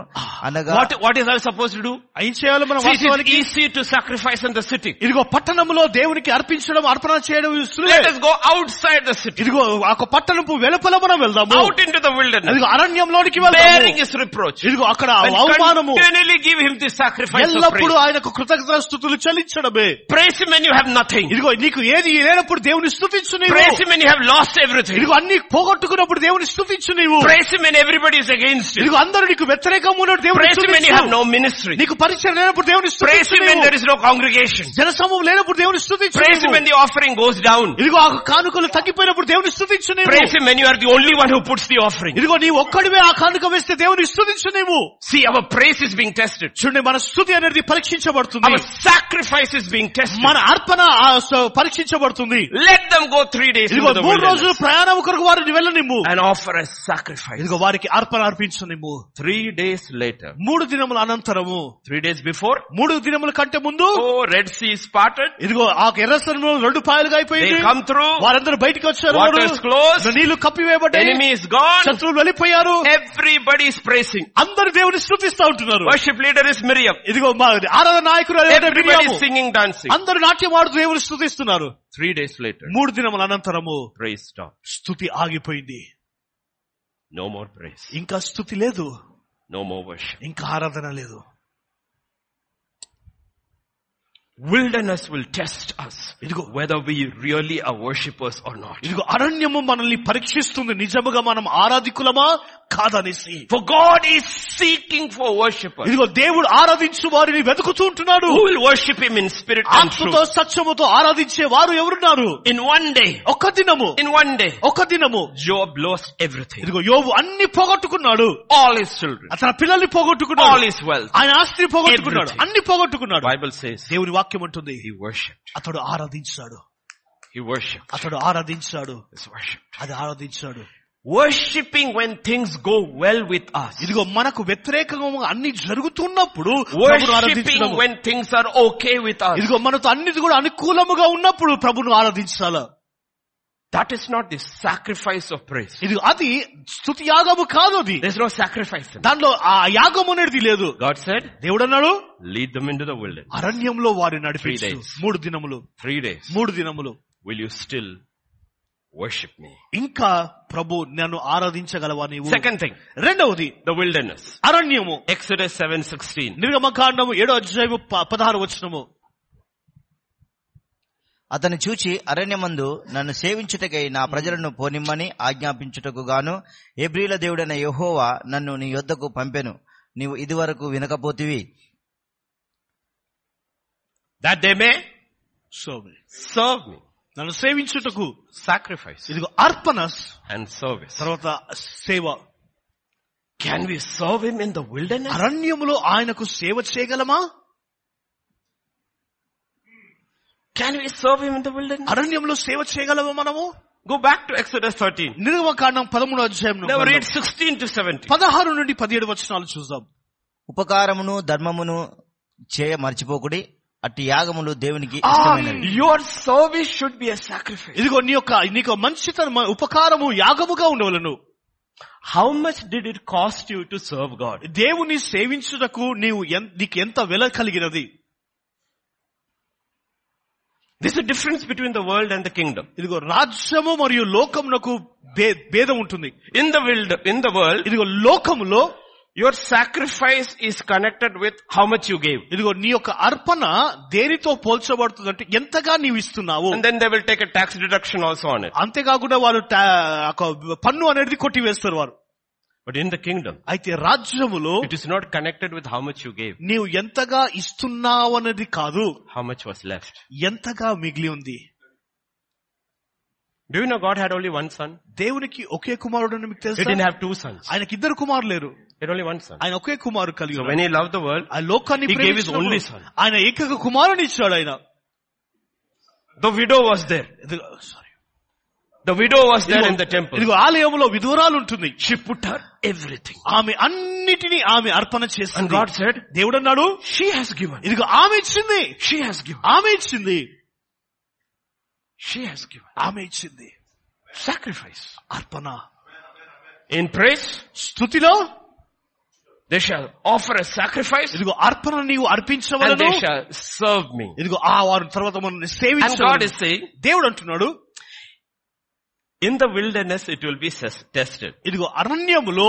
[SPEAKER 3] అనగా
[SPEAKER 1] What, what is I supposed to do?
[SPEAKER 2] ఏం చేయాలి మనం
[SPEAKER 1] See, it
[SPEAKER 2] వాస్తవానికి?
[SPEAKER 1] is easy to sacrifice in the city.
[SPEAKER 2] ఇదిగో పట్టణంలో దేవునికి అర్పించడం అర్పణ చేయడం సులువే.
[SPEAKER 1] Let us go outside the city.
[SPEAKER 2] ఇదిగో ఆ యొక్క పట్టణపు వెలుపల మనం వెళ్దాము
[SPEAKER 1] Out into the wilderness.
[SPEAKER 2] ఇదిగో అరణ్యంలోనికి వెళ్దాము
[SPEAKER 1] Bearing his reproach.
[SPEAKER 2] ఇదిగో అక్కడ
[SPEAKER 1] And
[SPEAKER 2] అవమానము
[SPEAKER 1] continually give him the sacrifice of
[SPEAKER 2] ఎల్లప్పుడూ
[SPEAKER 1] praise.
[SPEAKER 2] ఆయనకు కృతజ్ఞతలు చెల్లించడమే
[SPEAKER 1] Praise him when you have nothing.
[SPEAKER 2] ఇదిగో నీకు ఏది లేనప్పుడు దేవుని స్థుతించు నీవు
[SPEAKER 1] Praise him when you have lost everything.
[SPEAKER 2] ఇదిగో అన్ని పోగొట్టుకున్నప్పుడు దేవుని స్థుతించు నీవు
[SPEAKER 1] Praise him when everybody is against you.
[SPEAKER 2] ఇదిగో అందరూ నీకు వ్యతిరేకంగా ఉన్నప్పుడు దేవుని
[SPEAKER 1] Praise him when you have
[SPEAKER 2] స్థుతించు
[SPEAKER 1] no ministry.
[SPEAKER 2] నీకు పరిచయం లేనప్పుడు దేవుని
[SPEAKER 1] Praise
[SPEAKER 2] స్థుతించు
[SPEAKER 1] him when
[SPEAKER 2] నీవు.
[SPEAKER 1] there is no congregation.
[SPEAKER 2] జనసమూహం లేనప్పుడు దేవుని స్థుతించు
[SPEAKER 1] Praise him
[SPEAKER 2] నీవు.
[SPEAKER 1] when the offering goes down.
[SPEAKER 2] ఇదిగో ఆ కానుకలు తగ్గిపోయినప్పుడు దేవుని స్థుతించు నీవు.
[SPEAKER 1] Praise him when you are the only one who puts the offering.
[SPEAKER 2] ఇదిగో నీ ఒక్కడివే ఆ కానుక వేస్తే దేవుని స్థుతించు నీవు
[SPEAKER 1] See, our praise is being tested.
[SPEAKER 2] చూడండి మన స్థుతి అనేది పరీక్షించబడుతుంది
[SPEAKER 1] Our sacrifice is being tested.
[SPEAKER 2] మన అర్పణ ఆ స- పరీక్షించబడుతుంది
[SPEAKER 1] Let them go three days
[SPEAKER 2] ఇదిగో
[SPEAKER 1] into the
[SPEAKER 2] మూడు
[SPEAKER 1] wilderness
[SPEAKER 2] రోజులు ప్రయాణం కొరకు వారిని వెళ్ళనిమ్ము
[SPEAKER 1] and offer a sacrifice.
[SPEAKER 2] ఇదిగో వారికి అర్పణ అర్పించు నిమ్ము
[SPEAKER 1] Three days later,
[SPEAKER 2] మూడు దినముల అనంతరము
[SPEAKER 1] three days before,
[SPEAKER 2] మూడు దినముల కంటే ముందు
[SPEAKER 1] oh, Red Sea is parted.
[SPEAKER 2] ఇదిగో ఆ ఎర్రసరంలో రెండు పాయలుగా అయిపోయింది
[SPEAKER 1] They come through.
[SPEAKER 2] వారందరూ బయటికి వచ్చారు
[SPEAKER 1] Water
[SPEAKER 2] వారు.
[SPEAKER 1] is closed.
[SPEAKER 2] నీళ్లు కప్పివేయబడ్డాయి
[SPEAKER 1] Enemy is gone.
[SPEAKER 2] శత్రువులు వెళ్ళిపోయారు
[SPEAKER 1] Everybody is praising.
[SPEAKER 2] అందరు దేవుని స్థుతిస్తా ఉంటున్నారు
[SPEAKER 1] Worship leader is Miriam.
[SPEAKER 2] ఇదిగో మా ఆరాధన నాయకుడు అయిన
[SPEAKER 1] Everybody
[SPEAKER 2] Miriam.
[SPEAKER 1] is singing, dancing.
[SPEAKER 2] అందరు నాట్యం ఆడుతూ దేవుని స్థుతిస్తున్నారు
[SPEAKER 1] Three days later,
[SPEAKER 2] మూడు దినముల అనంతరము
[SPEAKER 1] praise stopped.
[SPEAKER 2] స్థుతి ఆగిపోయింది
[SPEAKER 1] No more praise.
[SPEAKER 2] ఇంకా స్థుతి లేదు
[SPEAKER 1] No more worship.
[SPEAKER 2] ఇంకా ఆరాధన లేదు
[SPEAKER 1] Wilderness will test us whether we really are worshippers or not.
[SPEAKER 2] ఇదిగో అరణ్యము మనల్ని పరీక్షిస్తుంది నిజముగా మనం ఆరాధికులమా కాదనేసి
[SPEAKER 1] For God is seeking for worshippers
[SPEAKER 2] ఇదిగో దేవుడు ఆరాధించు వారిని వెతుకుతూ ఉంటున్నాడు
[SPEAKER 1] who will worship Him in spirit and truth.
[SPEAKER 2] ఆత్మతో సత్యముతో ఆరాధించే వారు ఎవరున్నారు
[SPEAKER 1] In one day,
[SPEAKER 2] ఒక దినము
[SPEAKER 1] in one day,
[SPEAKER 2] ఒక దినము
[SPEAKER 1] Job lost everything.
[SPEAKER 2] ఇదిగో యోబు అన్ని పోగొట్టుకున్నాడు
[SPEAKER 1] All his children,
[SPEAKER 2] అతని పిల్లల్ని
[SPEAKER 1] all
[SPEAKER 2] పోగొట్టుకున్నాడు
[SPEAKER 1] his wealth.
[SPEAKER 2] ఆయన ఆస్తిని పోగొట్టుకున్నాడు
[SPEAKER 1] Everything.
[SPEAKER 2] అన్ని పోగొట్టుకున్నాడు
[SPEAKER 1] Bible says
[SPEAKER 2] దేవుని వాక్యం ఉంటుంది
[SPEAKER 1] he worshipped.
[SPEAKER 2] అతడు ఆరాధించాడు
[SPEAKER 1] He worshipped.
[SPEAKER 2] అతడు ఆరాధించాడు
[SPEAKER 1] It's worship.
[SPEAKER 2] అది ఆరాధించాడు
[SPEAKER 1] Worshipping when things go well with us.
[SPEAKER 2] ఇదిగో మనకు వ్యతిరేకంగా అన్ని జరుగుతున్నప్పుడు ప్రభువును
[SPEAKER 1] Worshipping
[SPEAKER 2] ఆరాధించడము.
[SPEAKER 1] when things are okay with us.
[SPEAKER 2] ఇదిగో మనతో అన్నిటి కూడా అనుకూలముగా ఉన్నప్పుడు ప్రభును ఆరాధించాల
[SPEAKER 1] That is not the sacrifice of praise.
[SPEAKER 2] ఇది అది స్థుతి యాగము కాదు అది
[SPEAKER 1] There's no sacrifice in it.
[SPEAKER 2] దానిలో ఆ యాగం అనేది లేదు
[SPEAKER 1] God said,
[SPEAKER 2] దేవుడు అన్నాడు
[SPEAKER 1] lead them into the wilderness.
[SPEAKER 2] అరణ్యంలో వారిని నడిపించు
[SPEAKER 1] Three days.
[SPEAKER 2] మూడు దినములు
[SPEAKER 1] Three days.
[SPEAKER 2] మూడు దినములు
[SPEAKER 1] Will you still worship me?
[SPEAKER 2] ఇంకా ప్రభు నన్ను ఆరాధించగలవా నీవు
[SPEAKER 1] Second thing,
[SPEAKER 2] రెండవది
[SPEAKER 1] the wilderness.
[SPEAKER 2] అరణ్యము
[SPEAKER 1] Exodus 7.16.
[SPEAKER 2] నిర్గమకాండము ఏడో అధ్యాయము ప- పదహారు వచనము
[SPEAKER 3] అతని చూచి అరణ్యమందు నన్ను సేవించుటకై నా ప్రజలను పోనిమ్మని ఆజ్ఞాపించుటకు గాను ఎబ్రిల దేవుడైన యెహోవా నన్ను నీ యొద్దకు పంపెను నీవు ఇదివరకు వినకపోతివి
[SPEAKER 1] That they may
[SPEAKER 2] so
[SPEAKER 1] serve me.
[SPEAKER 2] నన్ను సేవించుటకు
[SPEAKER 1] Sacrifice
[SPEAKER 2] ఇదిగో అర్పణ
[SPEAKER 1] and service.
[SPEAKER 2] తర్వాత సేవ
[SPEAKER 1] Can we serve him in the wilderness?
[SPEAKER 2] అరణ్యములో ఆయనకు సేవ చేయగలమా
[SPEAKER 1] Can we serve him in the wilderness?
[SPEAKER 2] అరణ్యంలో సేవ చేయగలమా మనము
[SPEAKER 1] Go back to Exodus 13.
[SPEAKER 2] నిర్వకాండం పదమూడు అధ్యాయం
[SPEAKER 1] Now read 16 to 17.
[SPEAKER 2] పదహారు నుండి పదిహేడు వచనాలు చూద్దాం
[SPEAKER 3] ఉపకారమును ధర్మమును చేయ మర్చిపోకుడి అట్టి యాగములు దేవునికి
[SPEAKER 4] Ah,
[SPEAKER 3] ఇష్టమైనవి
[SPEAKER 4] your service should be a sacrifice.
[SPEAKER 2] ఇదిగో నీ యొక్క నీకు మంచితన ఉపకారము యాగముగా ఉండవలను
[SPEAKER 1] How much did it cost you to serve God?
[SPEAKER 2] దేవుని సేవించుటకు నీవు ఎన్- నీకు ఎంత వెల కలిగినది
[SPEAKER 1] There's a difference between the world and the kingdom.
[SPEAKER 2] ఇదిగో రాజ్యము మరియు లోకమునకు భే- భేదం ఉంటుంది
[SPEAKER 1] In the world, in the world,
[SPEAKER 2] ఇదిగో లోకములో
[SPEAKER 1] your sacrifice is connected with how much you gave.
[SPEAKER 2] ఇదిగో నీ యొక్క అర్పణ దేనితో పోల్చబడుతుందంటే ఎంతగా నీవు ఇస్తున్నావు
[SPEAKER 1] And then they will take a tax deduction also on it.
[SPEAKER 2] అంతేకాకుండా వారు టా- ఒక పన్ను అనేది కొట్టివేస్తారు వారు
[SPEAKER 1] But in the kingdom,
[SPEAKER 2] అయితే రాజ్యములో
[SPEAKER 1] it is not connected with how much you gave.
[SPEAKER 2] నీవు ఎంతగా ఇస్తున్నావు అనేది కాదు
[SPEAKER 1] How much was left?
[SPEAKER 2] ఎంతగా మిగిలి ఉంది
[SPEAKER 1] Do you know God had only one son?
[SPEAKER 2] దేవునికి ఒకే కుమారుడు అని మీకు
[SPEAKER 1] He
[SPEAKER 2] తెలుసు
[SPEAKER 1] didn't have two sons.
[SPEAKER 2] ఆయనకి ఇద్దరు కుమారులు లేరు
[SPEAKER 1] He had only one son.
[SPEAKER 2] ఆయన ఒకే కుమారు కలిగి
[SPEAKER 1] So
[SPEAKER 2] ఉన్నాడు.
[SPEAKER 1] when he loved the world,
[SPEAKER 2] ఆ లోకాన్ని
[SPEAKER 1] He gave his
[SPEAKER 2] ప్రేమించినప్పుడు
[SPEAKER 1] only son.
[SPEAKER 2] ఆయన ఏకైక కుమారుని ఇచ్చాడు ఆయన
[SPEAKER 1] the widow was there.
[SPEAKER 2] ఇదిగో, sorry.
[SPEAKER 1] The widow was there in the
[SPEAKER 2] ఇదిగో
[SPEAKER 1] temple.
[SPEAKER 2] ఇదిగో ఆలయంలో విధురాలు ఉంటుంది
[SPEAKER 1] She put her everything.
[SPEAKER 2] ఆమె అన్నిటినీ ఆమె అర్పణ
[SPEAKER 1] And
[SPEAKER 2] చేసింది
[SPEAKER 1] God said,
[SPEAKER 2] దేవుడు అన్నాడు
[SPEAKER 1] she has given.
[SPEAKER 2] ఇదిగో ఆమె ఇచ్చింది
[SPEAKER 1] She has given.
[SPEAKER 2] ఆమె ఇచ్చింది
[SPEAKER 1] She has given.
[SPEAKER 2] ఆమె ఇచ్చింది
[SPEAKER 1] Sacrifice.
[SPEAKER 2] అర్పణ
[SPEAKER 1] In praise,
[SPEAKER 2] స్థుతిలో
[SPEAKER 1] they shall offer a sacrifice
[SPEAKER 2] ఇదిగో అర్పణ నీవు
[SPEAKER 1] and
[SPEAKER 2] అర్పించవలను
[SPEAKER 1] they shall serve me.
[SPEAKER 2] ఇదిగో ఆ వారు తర్వాత మనల్ని
[SPEAKER 1] And God
[SPEAKER 2] సేవించవలను
[SPEAKER 1] is saying,
[SPEAKER 2] దేవుడు అంటున్నాడు
[SPEAKER 1] in the wilderness it will be ses- tested.
[SPEAKER 2] ఇదిగో అరణ్యములో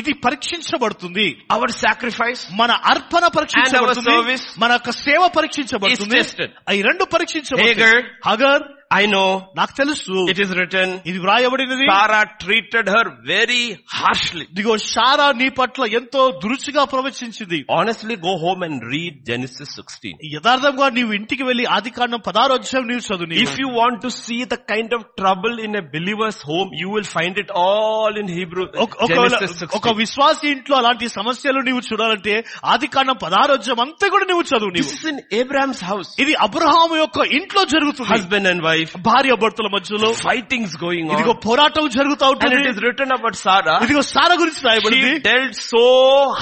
[SPEAKER 2] ఇది పరీక్షించబడుతుంది
[SPEAKER 1] Our sacrifice
[SPEAKER 2] మన అర్పణ పరీక్షించబడుతుంది
[SPEAKER 1] service
[SPEAKER 2] మన యొక్క సేవ పరీక్షించబడుతుంది
[SPEAKER 1] is tested.
[SPEAKER 2] ఈ రెండు
[SPEAKER 1] Hagar,
[SPEAKER 2] పరీక్షించబడుతుంది హగర్
[SPEAKER 1] I know
[SPEAKER 2] నాకు తెలుసు
[SPEAKER 1] it is written,
[SPEAKER 2] ఇది వ్రాయబడినది
[SPEAKER 1] Sarah treated her very harshly.
[SPEAKER 2] ఇదిగో షారా నీ పట్ల ఎంతో దురుచిగా ప్రవచించింది
[SPEAKER 1] Honestly, go home and read Genesis 16.
[SPEAKER 2] యథార్థంగా నీవు ఇంటికి వెళ్లి ఆది కాండం పదహారు అధ్యాయం నీవు చదువు నీవు.
[SPEAKER 1] If you want to see the kind of trouble in a believer's home, you will find it all in Hebrew,
[SPEAKER 2] ఒక- ఒకవేళ
[SPEAKER 1] Genesis
[SPEAKER 2] ఒక
[SPEAKER 1] 16.
[SPEAKER 2] విశ్వాసి ఇంట్లో అలాంటి సమస్యలు నీవు చూడాలంటే ఆది కాండం పదహారు అధ్యాయం అంతా కూడా నీవు చదువు నీవు
[SPEAKER 1] This is in Abraham's house.
[SPEAKER 2] ఇది అబ్రహాము యొక్క ఇంట్లో జరుగుతుంది
[SPEAKER 1] Husband and wife,
[SPEAKER 2] భార్య భర్తల మధ్యలో
[SPEAKER 1] fightings going
[SPEAKER 2] ఇదిగో
[SPEAKER 1] on.
[SPEAKER 2] పోరాటం జరుగుతా
[SPEAKER 1] And
[SPEAKER 2] ఉంటుంది
[SPEAKER 1] it is written about Sarah,
[SPEAKER 2] ఇదిగో సారా గురించి రాయబడింది
[SPEAKER 1] she dealt so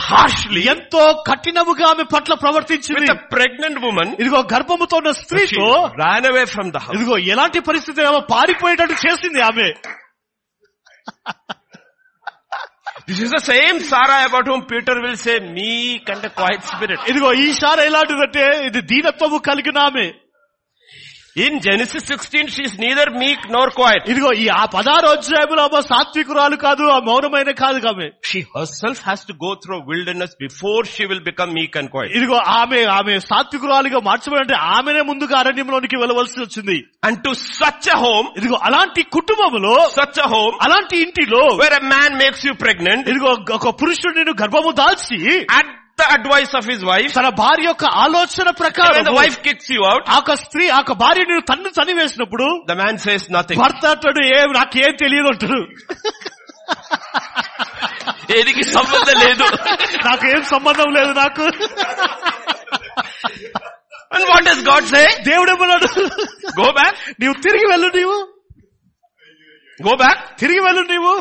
[SPEAKER 1] harshly
[SPEAKER 2] ఎంతో కఠినముగా ఆమె పట్ల
[SPEAKER 1] with
[SPEAKER 2] ప్రవర్తించింది
[SPEAKER 1] a pregnant woman.
[SPEAKER 2] ఇదిగో గర్భముతో ఉన్న
[SPEAKER 1] She
[SPEAKER 2] స్త్రీతో
[SPEAKER 1] ran away from the house.
[SPEAKER 2] ఇదిగో ఎలాంటి పరిస్థితి ఆమె పారిపోయేటట్టు చేసింది ఆమె
[SPEAKER 1] This is the same Sarah about whom Peter will say, meek and a quiet spirit.
[SPEAKER 2] ఇదిగో ఈ సార ఎలాంటిదంటే ఇది దీనత్వము కలిగిన ఆమె
[SPEAKER 1] In Genesis 16, she is neither meek nor quiet.
[SPEAKER 2] ఇదిగో ఈ ఆ పదహారు అధ్యాయములు ఆమె సాత్వికురాలు కాదు ఆ మౌనమైన కాదు ఆమె
[SPEAKER 1] She herself has to go through a wilderness before she will become meek and quiet.
[SPEAKER 2] ఇదిగో ఆమె ఆమె సాత్వికురాలుగా మార్చబడంటే ఆమెనే ముందుగా అరణ్యంలోనికి వెళ్ళవలసి వచ్చింది
[SPEAKER 1] And to such a home,
[SPEAKER 2] ఇదిగో అలాంటి కుటుంబములో
[SPEAKER 1] such a home,
[SPEAKER 2] అలాంటి ఇంటిలో
[SPEAKER 1] where a man makes you pregnant,
[SPEAKER 2] ఇదిగో ఒక పురుషుడు నిన్ను గర్భము దాల్చి
[SPEAKER 1] at the advice of his wife,
[SPEAKER 2] తన భార్య యొక్క ఆలోచన
[SPEAKER 1] and when
[SPEAKER 2] ప్రకారం
[SPEAKER 1] the wife kicks you out,
[SPEAKER 2] ఆ యొక్క స్త్రీ ఆ యొక్క భార్య నేను తన్ను చనివేసినప్పుడు
[SPEAKER 1] the man says nothing.
[SPEAKER 2] భర్త అంటాడు ఏం నాకేం తెలియదు అంటాడు
[SPEAKER 1] దేనికి సంబంధం లేదు.
[SPEAKER 2] నాకేం సంబంధం లేదు నాకు
[SPEAKER 1] And what does God say?
[SPEAKER 2] దేవుడు ఏమన్నాడు
[SPEAKER 1] Go back,
[SPEAKER 2] నీవు తిరిగి వెళ్ళు నీవు
[SPEAKER 1] go back,
[SPEAKER 2] తిరిగి వెళ్ళు నీవు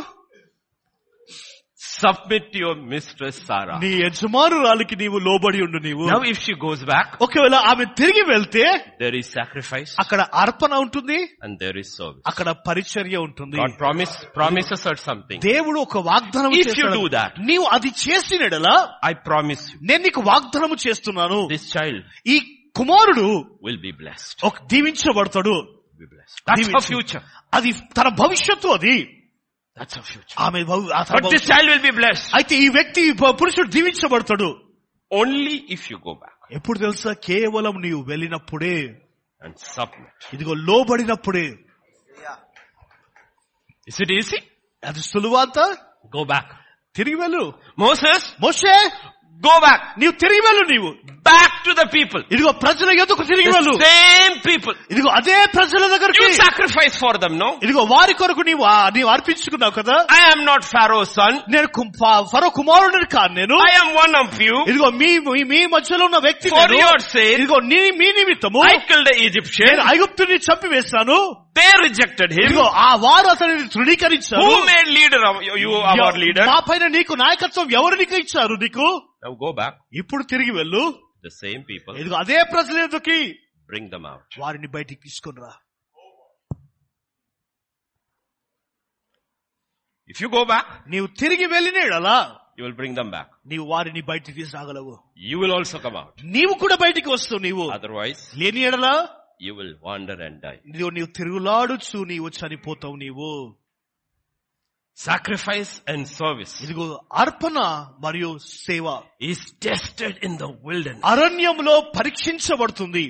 [SPEAKER 1] submit to your mistress Sarah.
[SPEAKER 2] నీ యజమానురాలికి నీవు లోబడి ఉండు నీవు
[SPEAKER 1] Now if she goes back,
[SPEAKER 2] ఒకవేళ ఆమె తిరిగి వెళ్తే
[SPEAKER 1] there is sacrifice
[SPEAKER 2] అక్కడ అర్పణ ఉంటుంది
[SPEAKER 1] and there is service.
[SPEAKER 2] అక్కడ పరిచర్య ఉంటుంది
[SPEAKER 1] God promise, promises her something.
[SPEAKER 2] దేవుడు ఒక వాగ్దానం
[SPEAKER 1] If you
[SPEAKER 2] చేశాడు.
[SPEAKER 1] do that.
[SPEAKER 2] నీవు అది చేసినడలా
[SPEAKER 1] I promise you,
[SPEAKER 2] నేను నీకు వాగ్దానము చేస్తున్నాను
[SPEAKER 1] this child
[SPEAKER 2] ఈ కుమారుడు
[SPEAKER 1] will be blessed.
[SPEAKER 2] ఒక దీవించబడతాడు
[SPEAKER 1] Be blessed. That's her
[SPEAKER 2] Leave it.
[SPEAKER 1] future.
[SPEAKER 2] అది తన భవిష్యత్తు అది
[SPEAKER 1] That's her future.
[SPEAKER 2] ఆమె భవి- ఆ తన
[SPEAKER 1] But this
[SPEAKER 2] భవిష్యత్తు.
[SPEAKER 1] child will be blessed
[SPEAKER 2] అయితే ఈ వ్యక్తి ఈ ప- పురుషుడు దీవించబడతాడు
[SPEAKER 1] only if you go back
[SPEAKER 2] ఎప్పుడు తెలుసా కేవలం నీవు వెళ్ళినప్పుడే
[SPEAKER 1] and submit.
[SPEAKER 2] ఇదిగో లోబడినప్పుడే
[SPEAKER 1] Is it easy?
[SPEAKER 2] అది సులువాత
[SPEAKER 1] Go back.
[SPEAKER 2] తిరిగి వెళ్ళు
[SPEAKER 1] Moses,
[SPEAKER 2] మోషే
[SPEAKER 1] go back.
[SPEAKER 2] నీవు తిరిగి వెళ్ళు నీవు
[SPEAKER 1] Back back to the people.
[SPEAKER 2] ఇదిగో ప్రజల ఎదుకు తిరిగి వెళ్ళు
[SPEAKER 1] The same people.
[SPEAKER 2] ఇదిగో అదే ప్రజల దగ్గరికి
[SPEAKER 1] You sacrifice for them, no?
[SPEAKER 2] ఇదిగో వారి కొరకు నీవు ఆ- నీవు అర్పించుకున్నావు కదా
[SPEAKER 1] I am not Pharaoh's son.
[SPEAKER 2] నేను కుం- ఫ- ఫరో కుమారుడిని కాను నేను
[SPEAKER 1] I am one of you.
[SPEAKER 2] ఇదిగో మీ మీ- మీ మధ్యలో ఉన్న వ్యక్తి
[SPEAKER 1] For
[SPEAKER 2] నేను.
[SPEAKER 1] your sake,
[SPEAKER 2] ఇదిగో నీ మీ నిమిత్తము
[SPEAKER 1] I killed the Egyptian.
[SPEAKER 2] నేను ఐగుప్తుని చంపివేస్తాను
[SPEAKER 1] They rejected him.
[SPEAKER 2] ఇదిగో ఆ వారు అతనిని తృణీకరించారు
[SPEAKER 1] Who made leader of you, our leader?
[SPEAKER 2] మా పైన నీకు నాయకత్వం ఎవరు నీకు ఇచ్చారు నీకు
[SPEAKER 1] Now go back.
[SPEAKER 2] ఇప్పుడు తిరిగి వెళ్ళు
[SPEAKER 1] The same people.
[SPEAKER 2] ఇదిగో అదే ప్రజల ఎదురుకి
[SPEAKER 1] Bring them out.
[SPEAKER 2] వారిని బయటికి తీసుకుని రా
[SPEAKER 1] If you go back,
[SPEAKER 2] నీవు తిరిగి వెళ్ళినేడలా
[SPEAKER 1] you will bring them back.
[SPEAKER 2] నీవు వారిని బయటికి తీసుకురాగలవు
[SPEAKER 1] You will also come out.
[SPEAKER 2] నీవు కూడా బయటికి వస్తావు నీవు
[SPEAKER 1] Otherwise,
[SPEAKER 2] లేని ఎడలా
[SPEAKER 1] you will wander and die.
[SPEAKER 2] నీవు నీవు తిరుగులాడుచు నీవు చనిపోతావు నీవు
[SPEAKER 1] Sacrifice and service
[SPEAKER 2] ఇదిగో అర్పణ మరియు సేవ
[SPEAKER 1] is tested in the wilderness.
[SPEAKER 2] అరణ్యంలో పరీక్షించబడుతుంది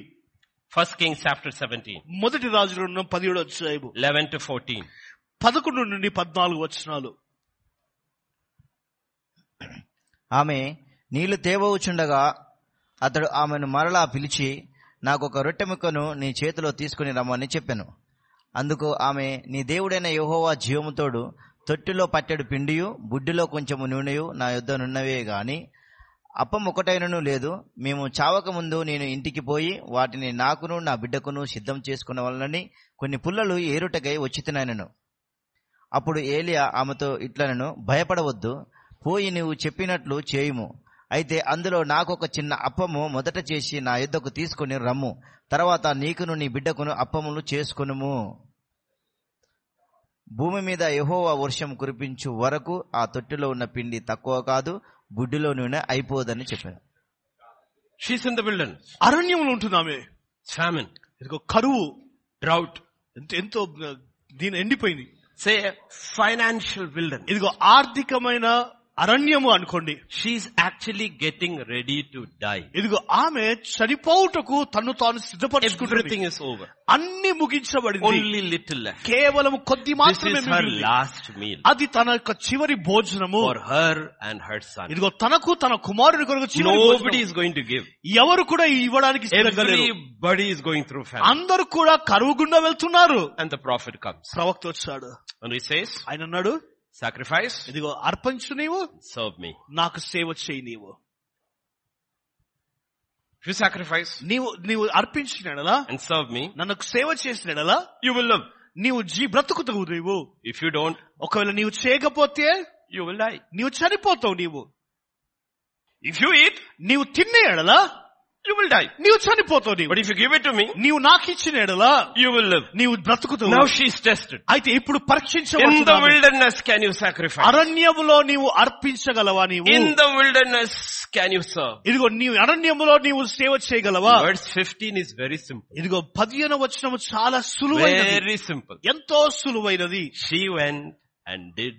[SPEAKER 1] First Kings chapter 17,
[SPEAKER 2] మొదటి రాజులు పదిహేడు అధ్యాయము
[SPEAKER 1] 11 to 14.
[SPEAKER 2] పదకొండు నుండి పద్నాలుగు వచనాలు
[SPEAKER 3] ఆమె నీళ్లు తేవచ్చుండగా అతడు ఆమెను మరలా పిలిచి నాకు ఒక రొట్టె ముక్కను నీ చేతిలో తీసుకుని రమ్మని చెప్పాను అందుకు ఆమె నీ దేవుడైన యెహోవా జీవముతోడు తొట్టిలో పట్టెడు పిండియు బుడ్డిలో కొంచెము నూనెయు నా యుద్ధనున్నవే గాని అప్పం ఒకటైనను లేదు మేము చావక ముందు నేను ఇంటికి పోయి వాటిని నాకును నా బిడ్డకును సిద్ధం చేసుకున్న వలనని కొన్ని పుల్లలు ఏరుటకై వచ్చి తినను అప్పుడు ఏలియా ఆమెతో ఇట్లనను భయపడవద్దు పోయి నీవు చెప్పినట్లు చేయుము అయితే అందులో నాకొక చిన్న అప్పము మొదట చేసి నా యుద్ధకు తీసుకుని రమ్ము తర్వాత నీకును నీ బిడ్డకును అప్పములు చేసుకునుము భూమి మీద యెహోవా వర్షం కురిపించు వరకు ఆ తొట్టిలో ఉన్న పిండి తక్కువ కాదు గుడ్డిలో నూనె అయిపోదని చెప్పాను
[SPEAKER 1] She's in the wilderness.
[SPEAKER 2] అరణ్యంలో ఉంటున్నామే
[SPEAKER 1] It's famine,
[SPEAKER 2] ఇదిగో కరువు
[SPEAKER 1] drought.
[SPEAKER 2] ఎంత- ఎంతో ఆ, దీని ఎండిపోయింది
[SPEAKER 1] Say a financial wilderness.
[SPEAKER 2] ఇదిగో ఆర్థికమైన అరణ్యము అనుకోండి
[SPEAKER 1] She's actually getting ready to die.
[SPEAKER 2] ఇదిగో ఆమె చనిపోవుటకు తను తాను సిద్ధపరచుకుంటుంది
[SPEAKER 1] Everything is over.
[SPEAKER 2] అన్ని ముగించబడింది
[SPEAKER 1] Only little left.
[SPEAKER 2] కేవలం కొద్ది
[SPEAKER 1] This
[SPEAKER 2] మాత్రమే
[SPEAKER 1] is her
[SPEAKER 2] మిగిలింది.
[SPEAKER 1] last meal Oh.
[SPEAKER 2] అది తన యొక్క చివరి భోజనము
[SPEAKER 1] for her and her son.
[SPEAKER 2] ఇదిగో తనకు తన కుమారుని కొరకు చివరి
[SPEAKER 1] Nobody
[SPEAKER 2] భోజనం.
[SPEAKER 1] is going to give.
[SPEAKER 2] ఎవరు కూడా ఇవ్వడానికి సిద్ధంగా లేరు.
[SPEAKER 1] Everybody is going through famine.
[SPEAKER 2] అందరూ కూడా కరువు గుండా వెళ్తున్నారు
[SPEAKER 1] And the prophet comes.
[SPEAKER 2] ప్రవక్త వచ్చాడు
[SPEAKER 1] And he says,
[SPEAKER 2] ఆయన అన్నాడు
[SPEAKER 1] sacrifice,
[SPEAKER 2] ఇదిగో అర్పించు నీవు
[SPEAKER 1] serve me.
[SPEAKER 2] నాకు సేవ చేయి నీవు
[SPEAKER 1] If you sacrifice
[SPEAKER 2] నీవు నీవు అర్పించిన ఎడలా
[SPEAKER 1] and serve me,
[SPEAKER 2] నన్ను సేవ చేసిన ఎడలా
[SPEAKER 1] you will live.
[SPEAKER 2] నీవు జీ బ్రతుకుతావు నీవు
[SPEAKER 1] If you don't,
[SPEAKER 2] ఒకవేళ నీవు చేయకపోతే
[SPEAKER 1] you will die.
[SPEAKER 2] నీవు చనిపోతావు నీవు
[SPEAKER 1] If you eat,
[SPEAKER 2] నీవు తిన్నే ఎడలా
[SPEAKER 1] you will die.
[SPEAKER 2] నీవు చనిపోతావు నీవు
[SPEAKER 1] But if you give it to me,
[SPEAKER 2] నీవు నాకు ఇచ్చిన ఎడలా
[SPEAKER 1] you will live.
[SPEAKER 2] నీవు బ్రతుకుతావు
[SPEAKER 1] Now she is tested.
[SPEAKER 2] అయితే ఇప్పుడు
[SPEAKER 1] In the
[SPEAKER 2] పరీక్షించబడుతున్నావు
[SPEAKER 1] wilderness can you sacrifice?
[SPEAKER 2] అరణ్యములో నీవు అర్పించగలవా నీవు
[SPEAKER 1] In the wilderness can you serve?
[SPEAKER 2] ఇదిగో నీవు అరణ్యములో నీవు సేవ చేయగలవా
[SPEAKER 1] Verse 15 is very simple.
[SPEAKER 2] ఇదిగో పదిహేను వచనము చాలా సులువైనది
[SPEAKER 1] Very simple.
[SPEAKER 2] ఎంతో సులువైనది
[SPEAKER 1] She went and did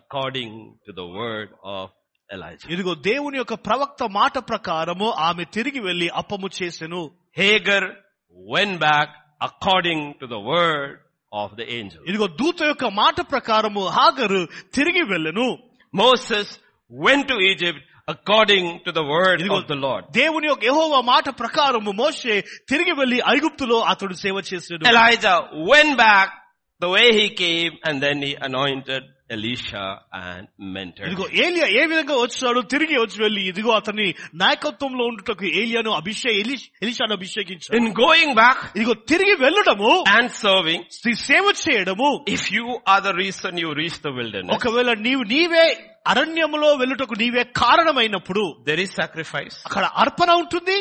[SPEAKER 1] according to the word of Elijah.
[SPEAKER 2] ఇదిగో దేవుని యొక్క ప్రవక్త మాట ప్రకారము ఆమె తిరిగి వెళ్లి అప్పము చేసెను
[SPEAKER 1] Hagar went back according to the word of the angel.
[SPEAKER 2] ఇదిగో దూత యొక్క మాట ప్రకారము హాగరు తిరిగి వెళ్ళెను
[SPEAKER 1] Moses went to Egypt according to the word
[SPEAKER 2] ఇదిగో
[SPEAKER 1] of the Lord.
[SPEAKER 2] దేవుని యొక్క యెహోవా మాట ప్రకారము మోషే తిరిగి వెళ్లి ఐగుప్తులో అతడు సేవ చేసాడు
[SPEAKER 1] Elijah went back the way he came and then he anointed Elisha and mentored.
[SPEAKER 2] ఇదిగో
[SPEAKER 1] him.
[SPEAKER 2] ఏలియా ఏ విధంగా వచ్చాడు తిరిగి వచ్చి వెళ్ళి ఇదిగో అతని నాయకత్వంలో ఉండుటకు ఏలియాను అభిషేక్ ఎలిషాను అభిషేకించాడు
[SPEAKER 1] In going back
[SPEAKER 2] ఇదిగో తిరిగి వెళ్ళడము
[SPEAKER 1] and serving,
[SPEAKER 2] ఈ సేవ చేయడము
[SPEAKER 1] if you are the reason you reach the wilderness,
[SPEAKER 2] ఒకవేళ నీవు నీవే అరణ్యములో వెళ్ళుటకు నీవే కారణమైనప్పుడు
[SPEAKER 1] there is sacrifice
[SPEAKER 2] అక్కడ అర్పణ ఉంటుంది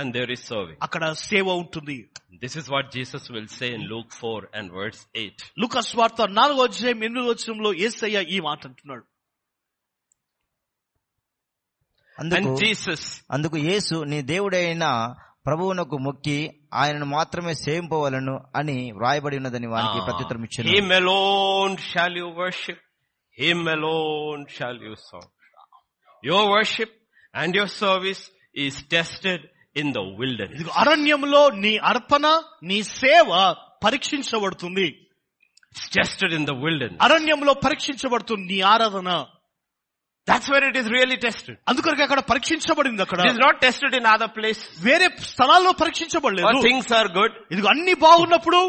[SPEAKER 1] and there is serving.
[SPEAKER 2] అక్కడ సేవ ఉంటుంది
[SPEAKER 1] This is what Jesus will say in Luke 4 and verse 8.
[SPEAKER 2] Lukkas వార్త నాలుగో అధ్యాయం ఎనిమిదో వచనంలో ఏసయ్య ఈ మాట అంటున్నాడు
[SPEAKER 3] అందుకు
[SPEAKER 1] And Jesus,
[SPEAKER 3] అందుకు యేసు నీ దేవుడైన ప్రభువునకు మొక్కి ఆయనను మాత్రమే సేవింపవలను అని వ్రాయబడి ఉన్నదని వానికి
[SPEAKER 1] ah,
[SPEAKER 3] ప్రత్యుత్తరం ఇచ్చాను
[SPEAKER 1] Him alone shall you worship, Him alone shall you serve. Your worship and your service is tested in the wilderness.
[SPEAKER 2] ఇదిగో అరణ్యంలో నీ అర్పణ నీ సేవ పరీక్షించబడుతుంది
[SPEAKER 1] It's tested in the wilderness.
[SPEAKER 2] అరణ్యంలో పరీక్షించబడుతుంది నీ ఆరాధన
[SPEAKER 1] That's where it is really tested.
[SPEAKER 2] అందుకొరకు అక్కడ పరీక్షించబడింది అక్కడ
[SPEAKER 1] It is not tested in other places.
[SPEAKER 2] వేరే స్థలాల్లో
[SPEAKER 1] Or
[SPEAKER 2] పరీక్షించబడలేదు
[SPEAKER 1] things are good.
[SPEAKER 2] ఇది అన్ని బాగున్నప్పుడు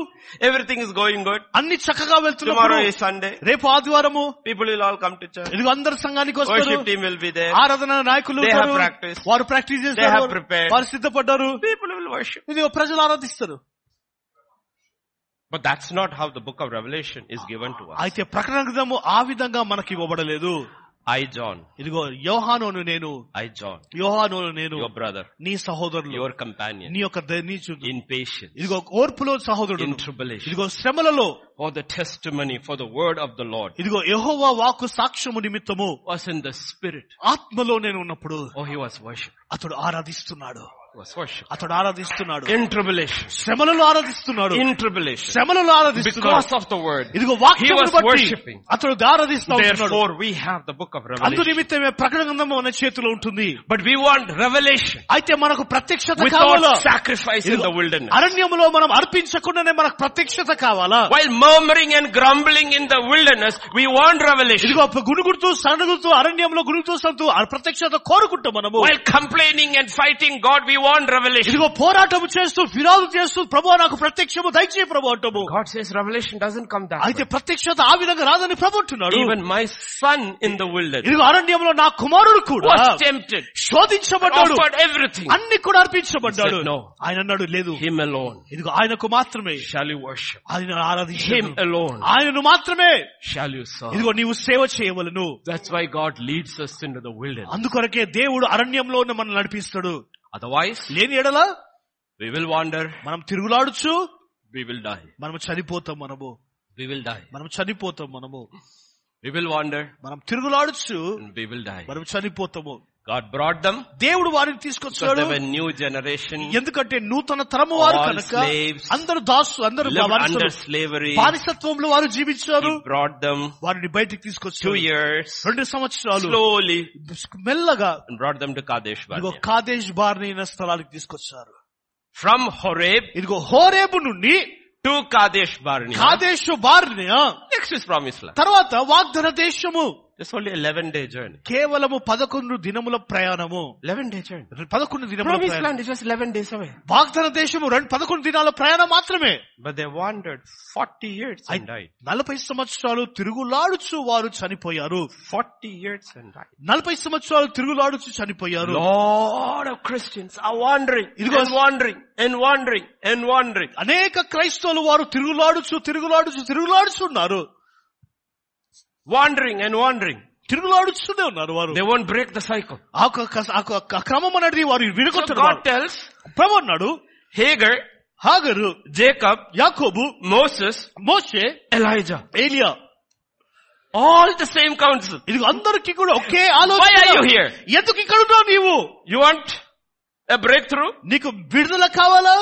[SPEAKER 1] Everything is going good.
[SPEAKER 2] అన్ని చక్కగా వెళ్తున్నప్పుడు
[SPEAKER 1] Tomorrow is Sunday.
[SPEAKER 2] రేపు ఆదివారము
[SPEAKER 1] People will all come to church.
[SPEAKER 2] ఇదిగో అందరు సంఘానికి వస్తారు
[SPEAKER 1] Worship team will be there.
[SPEAKER 2] ఆరాధన నాయకులు
[SPEAKER 1] They have
[SPEAKER 2] ఉంటారు.
[SPEAKER 1] practiced.
[SPEAKER 2] వారు ప్రాక్టీస్
[SPEAKER 1] They
[SPEAKER 2] చేస్తారు
[SPEAKER 1] have prepared.
[SPEAKER 2] వారు సిద్ధపడ్డారు
[SPEAKER 1] People will worship.
[SPEAKER 2] ఇది ప్రజలు ఆరాధిస్తారు
[SPEAKER 1] But that's not how the book of Revelation is given to us.
[SPEAKER 2] అయితే ప్రకటన గ్రంథము ఆ విధంగా మనకి ఇవ్వబడలేదు
[SPEAKER 1] I John,
[SPEAKER 2] ఇదిగో యోహానోను నేను
[SPEAKER 1] I John,
[SPEAKER 2] యోహానోను నేను
[SPEAKER 1] your brother,
[SPEAKER 2] నీ సహోదరులు
[SPEAKER 1] your companion,
[SPEAKER 2] నీ యొక్క ద- నీ చు-
[SPEAKER 1] in patience,
[SPEAKER 2] ఇదిగో ఓర్పులో సహోదరుడు
[SPEAKER 1] in tribulation,
[SPEAKER 2] ఇదిగో శ్రమలలో
[SPEAKER 1] for the testimony, for the word of the Lord,
[SPEAKER 2] ఇదిగో యెహోవా వాక్కు సాక్ష్యము నిమిత్తము
[SPEAKER 1] was in the spirit.
[SPEAKER 2] ఆత్మలో నేను ఉన్నప్పుడు
[SPEAKER 1] Oh, he was worship.
[SPEAKER 2] అతడు ఆరాధిస్తున్నాడు
[SPEAKER 1] He was worship.
[SPEAKER 2] అతడు ఆరాధిస్తున్నాడు
[SPEAKER 1] In tribulation,
[SPEAKER 2] శ్రమలలో ఆరాధిస్తున్నాడు
[SPEAKER 1] in tribulation,
[SPEAKER 2] శ్రమలలో
[SPEAKER 1] because
[SPEAKER 2] ఆరాధిస్తున్నాడు
[SPEAKER 1] of the word.
[SPEAKER 2] ఇదిగో
[SPEAKER 1] He
[SPEAKER 2] వాక్యం
[SPEAKER 1] was worshipping.
[SPEAKER 2] అతడు ఆరాధిస్తా ఉన్నాడు
[SPEAKER 1] Therefore, we have the book of
[SPEAKER 2] అందు
[SPEAKER 1] Revelation.
[SPEAKER 2] నిమిత్తమే ప్రకటన గ్రంథం మన చేతిలో ఉంటుంది
[SPEAKER 1] But we want revelation
[SPEAKER 2] అయితే మనకు ప్రత్యక్షత కావాలా
[SPEAKER 1] without sacrifice in the wilderness.
[SPEAKER 2] అరణ్యములో మనం అర్పించకుండానే మనకు ప్రత్యక్షత కావాలా
[SPEAKER 1] While murmuring and grumbling in the wilderness, we want revelation.
[SPEAKER 2] ఇదిగో గునుగుడుతూ సరణగుడుతూ అరణ్యంలో గురుగుతూ సంతూ ఆ ప్రత్యక్షత కోరుకుంటాం మనము
[SPEAKER 1] While complaining and fighting God, we want revelation.
[SPEAKER 2] ఇదిగో పోరాటం చేస్తూ ఫిర్యాదు చేస్తూ ప్రభు నాకు ప్రత్యక్షము దయచేయి ప్రభు అంటాము
[SPEAKER 1] God says revelation doesn't come that
[SPEAKER 2] అయితే ప్రత్యక్షత ఆ విధంగా రాదని ప్రభు అంటున్నాడు
[SPEAKER 1] Even my son in the wilderness
[SPEAKER 2] ఇదిగో అరణ్యంలో నా కుమారుడు కూడా
[SPEAKER 1] was tempted,
[SPEAKER 2] శోధించబడ్డాడు
[SPEAKER 1] offered everything.
[SPEAKER 2] అన్ని కూడా అర్పించబడ్డాడు
[SPEAKER 1] He said, "No."
[SPEAKER 2] ఆయన అన్నాడు లేదు
[SPEAKER 1] Him alone
[SPEAKER 2] ఇదిగో ఆయనకు మాత్రమే
[SPEAKER 1] shall you worship.
[SPEAKER 2] ఆయన
[SPEAKER 1] Him
[SPEAKER 2] ఆరాధించు
[SPEAKER 1] alone
[SPEAKER 2] ఆయనను మాత్రమే
[SPEAKER 1] shall you serve.
[SPEAKER 2] ఇదిగో నీవు సేవ చేయవలను
[SPEAKER 1] That's why God leads us into the wilderness.
[SPEAKER 2] అందుకొరకే దేవుడు అరణ్యంలో ఉన్న మనల్ని నడిపిస్తాడు
[SPEAKER 1] Otherwise,
[SPEAKER 2] లేని ఎడల
[SPEAKER 1] we will wander,
[SPEAKER 2] మనం తిరుగులాడుచు
[SPEAKER 1] we will die.
[SPEAKER 2] మనము చనిపోతాం మనము
[SPEAKER 1] We will die.
[SPEAKER 2] మనం చనిపోతాం మనము
[SPEAKER 1] We will wander
[SPEAKER 2] మనం తిరుగులాడుచు
[SPEAKER 1] and we will die.
[SPEAKER 2] మనం చనిపోతాము
[SPEAKER 1] God brought them
[SPEAKER 2] దేవుడు వారిని
[SPEAKER 1] because
[SPEAKER 2] తీసుకొచ్చాడు
[SPEAKER 1] they were new generation,
[SPEAKER 2] ఎందుకంటే నూతన తరము వారు
[SPEAKER 1] All
[SPEAKER 2] కనుక
[SPEAKER 1] slaves
[SPEAKER 2] అందరు దాసు అందరు
[SPEAKER 1] lived
[SPEAKER 2] వలసలు.
[SPEAKER 1] under slavery.
[SPEAKER 2] బానిసత్వంలో వారు జీవించారు
[SPEAKER 1] He brought them
[SPEAKER 2] వారిని బయటికి
[SPEAKER 1] two
[SPEAKER 2] తీసుకొచ్చారు
[SPEAKER 1] years
[SPEAKER 2] రెండు సంవత్సరాలు
[SPEAKER 1] slowly
[SPEAKER 2] మెల్లగా
[SPEAKER 1] and brought them to Kadesh
[SPEAKER 2] ఇదిగో
[SPEAKER 1] Barnea.
[SPEAKER 2] కాదేశ్ బార్నైన స్థలానికి తీసుకొచ్చారు
[SPEAKER 1] From Horeb
[SPEAKER 2] ఇదిగో హోరేబు నుండి
[SPEAKER 1] to Kadesh Barnea.
[SPEAKER 2] కాదేశ్ బార్నియ
[SPEAKER 1] Next is promised land.
[SPEAKER 2] తర్వాత వాగ్దన దేశము
[SPEAKER 1] It's only 11 day journey.
[SPEAKER 2] కేవలము పదకొండు దినముల ప్రయాణము
[SPEAKER 1] 11 day journey.
[SPEAKER 2] పదకొండు దినముల
[SPEAKER 1] Promised
[SPEAKER 2] ప్రయాణం.
[SPEAKER 1] land is just 11 days away.
[SPEAKER 2] వాగ్దన దేశము రెండు పదకొండు దినాల ప్రయాణం మాత్రమే
[SPEAKER 1] But they wandered 40 years and died.
[SPEAKER 2] నలభై సంవత్సరాలు తిరుగులాడుచు వారు చనిపోయారు
[SPEAKER 1] 40 years and died.
[SPEAKER 2] నలభై సంవత్సరాలు తిరుగులాడుచు చనిపోయారు
[SPEAKER 1] Lot of Christians are wandering
[SPEAKER 2] It was-
[SPEAKER 1] and wandering and wandering and wandering.
[SPEAKER 2] అనేక క్రైస్తవులు వారు తిరుగులాడుచు తిరుగులాడుచు తిరుగులాడుచున్నారు
[SPEAKER 1] Wandering and wandering.
[SPEAKER 2] తిరుగులాడుస్తూనే ఉన్నారు వారు
[SPEAKER 1] They won't break the cycle.
[SPEAKER 2] ఆ యొక్క కస- ఆ యొక్క క్రమం అనేది వారు
[SPEAKER 1] So
[SPEAKER 2] విడగొట్టున్నారు
[SPEAKER 1] God tells
[SPEAKER 2] ప్రభు అన్నాడు
[SPEAKER 1] Hagar,
[SPEAKER 2] హాగరు
[SPEAKER 1] Jacob,
[SPEAKER 2] యాకోబు
[SPEAKER 1] Moses,
[SPEAKER 2] మోషే
[SPEAKER 1] Elijah.
[SPEAKER 2] ఏలియా
[SPEAKER 1] All the same counsel.
[SPEAKER 2] ఇది అందరికీ కూడా ఒకే
[SPEAKER 1] Why are you
[SPEAKER 2] ఆలోచన
[SPEAKER 1] here?
[SPEAKER 2] ఎందుకు ఇక్కడ ఉన్నావు నీవు
[SPEAKER 1] You want a breakthrough?
[SPEAKER 2] నీకు విడుదల కావాలా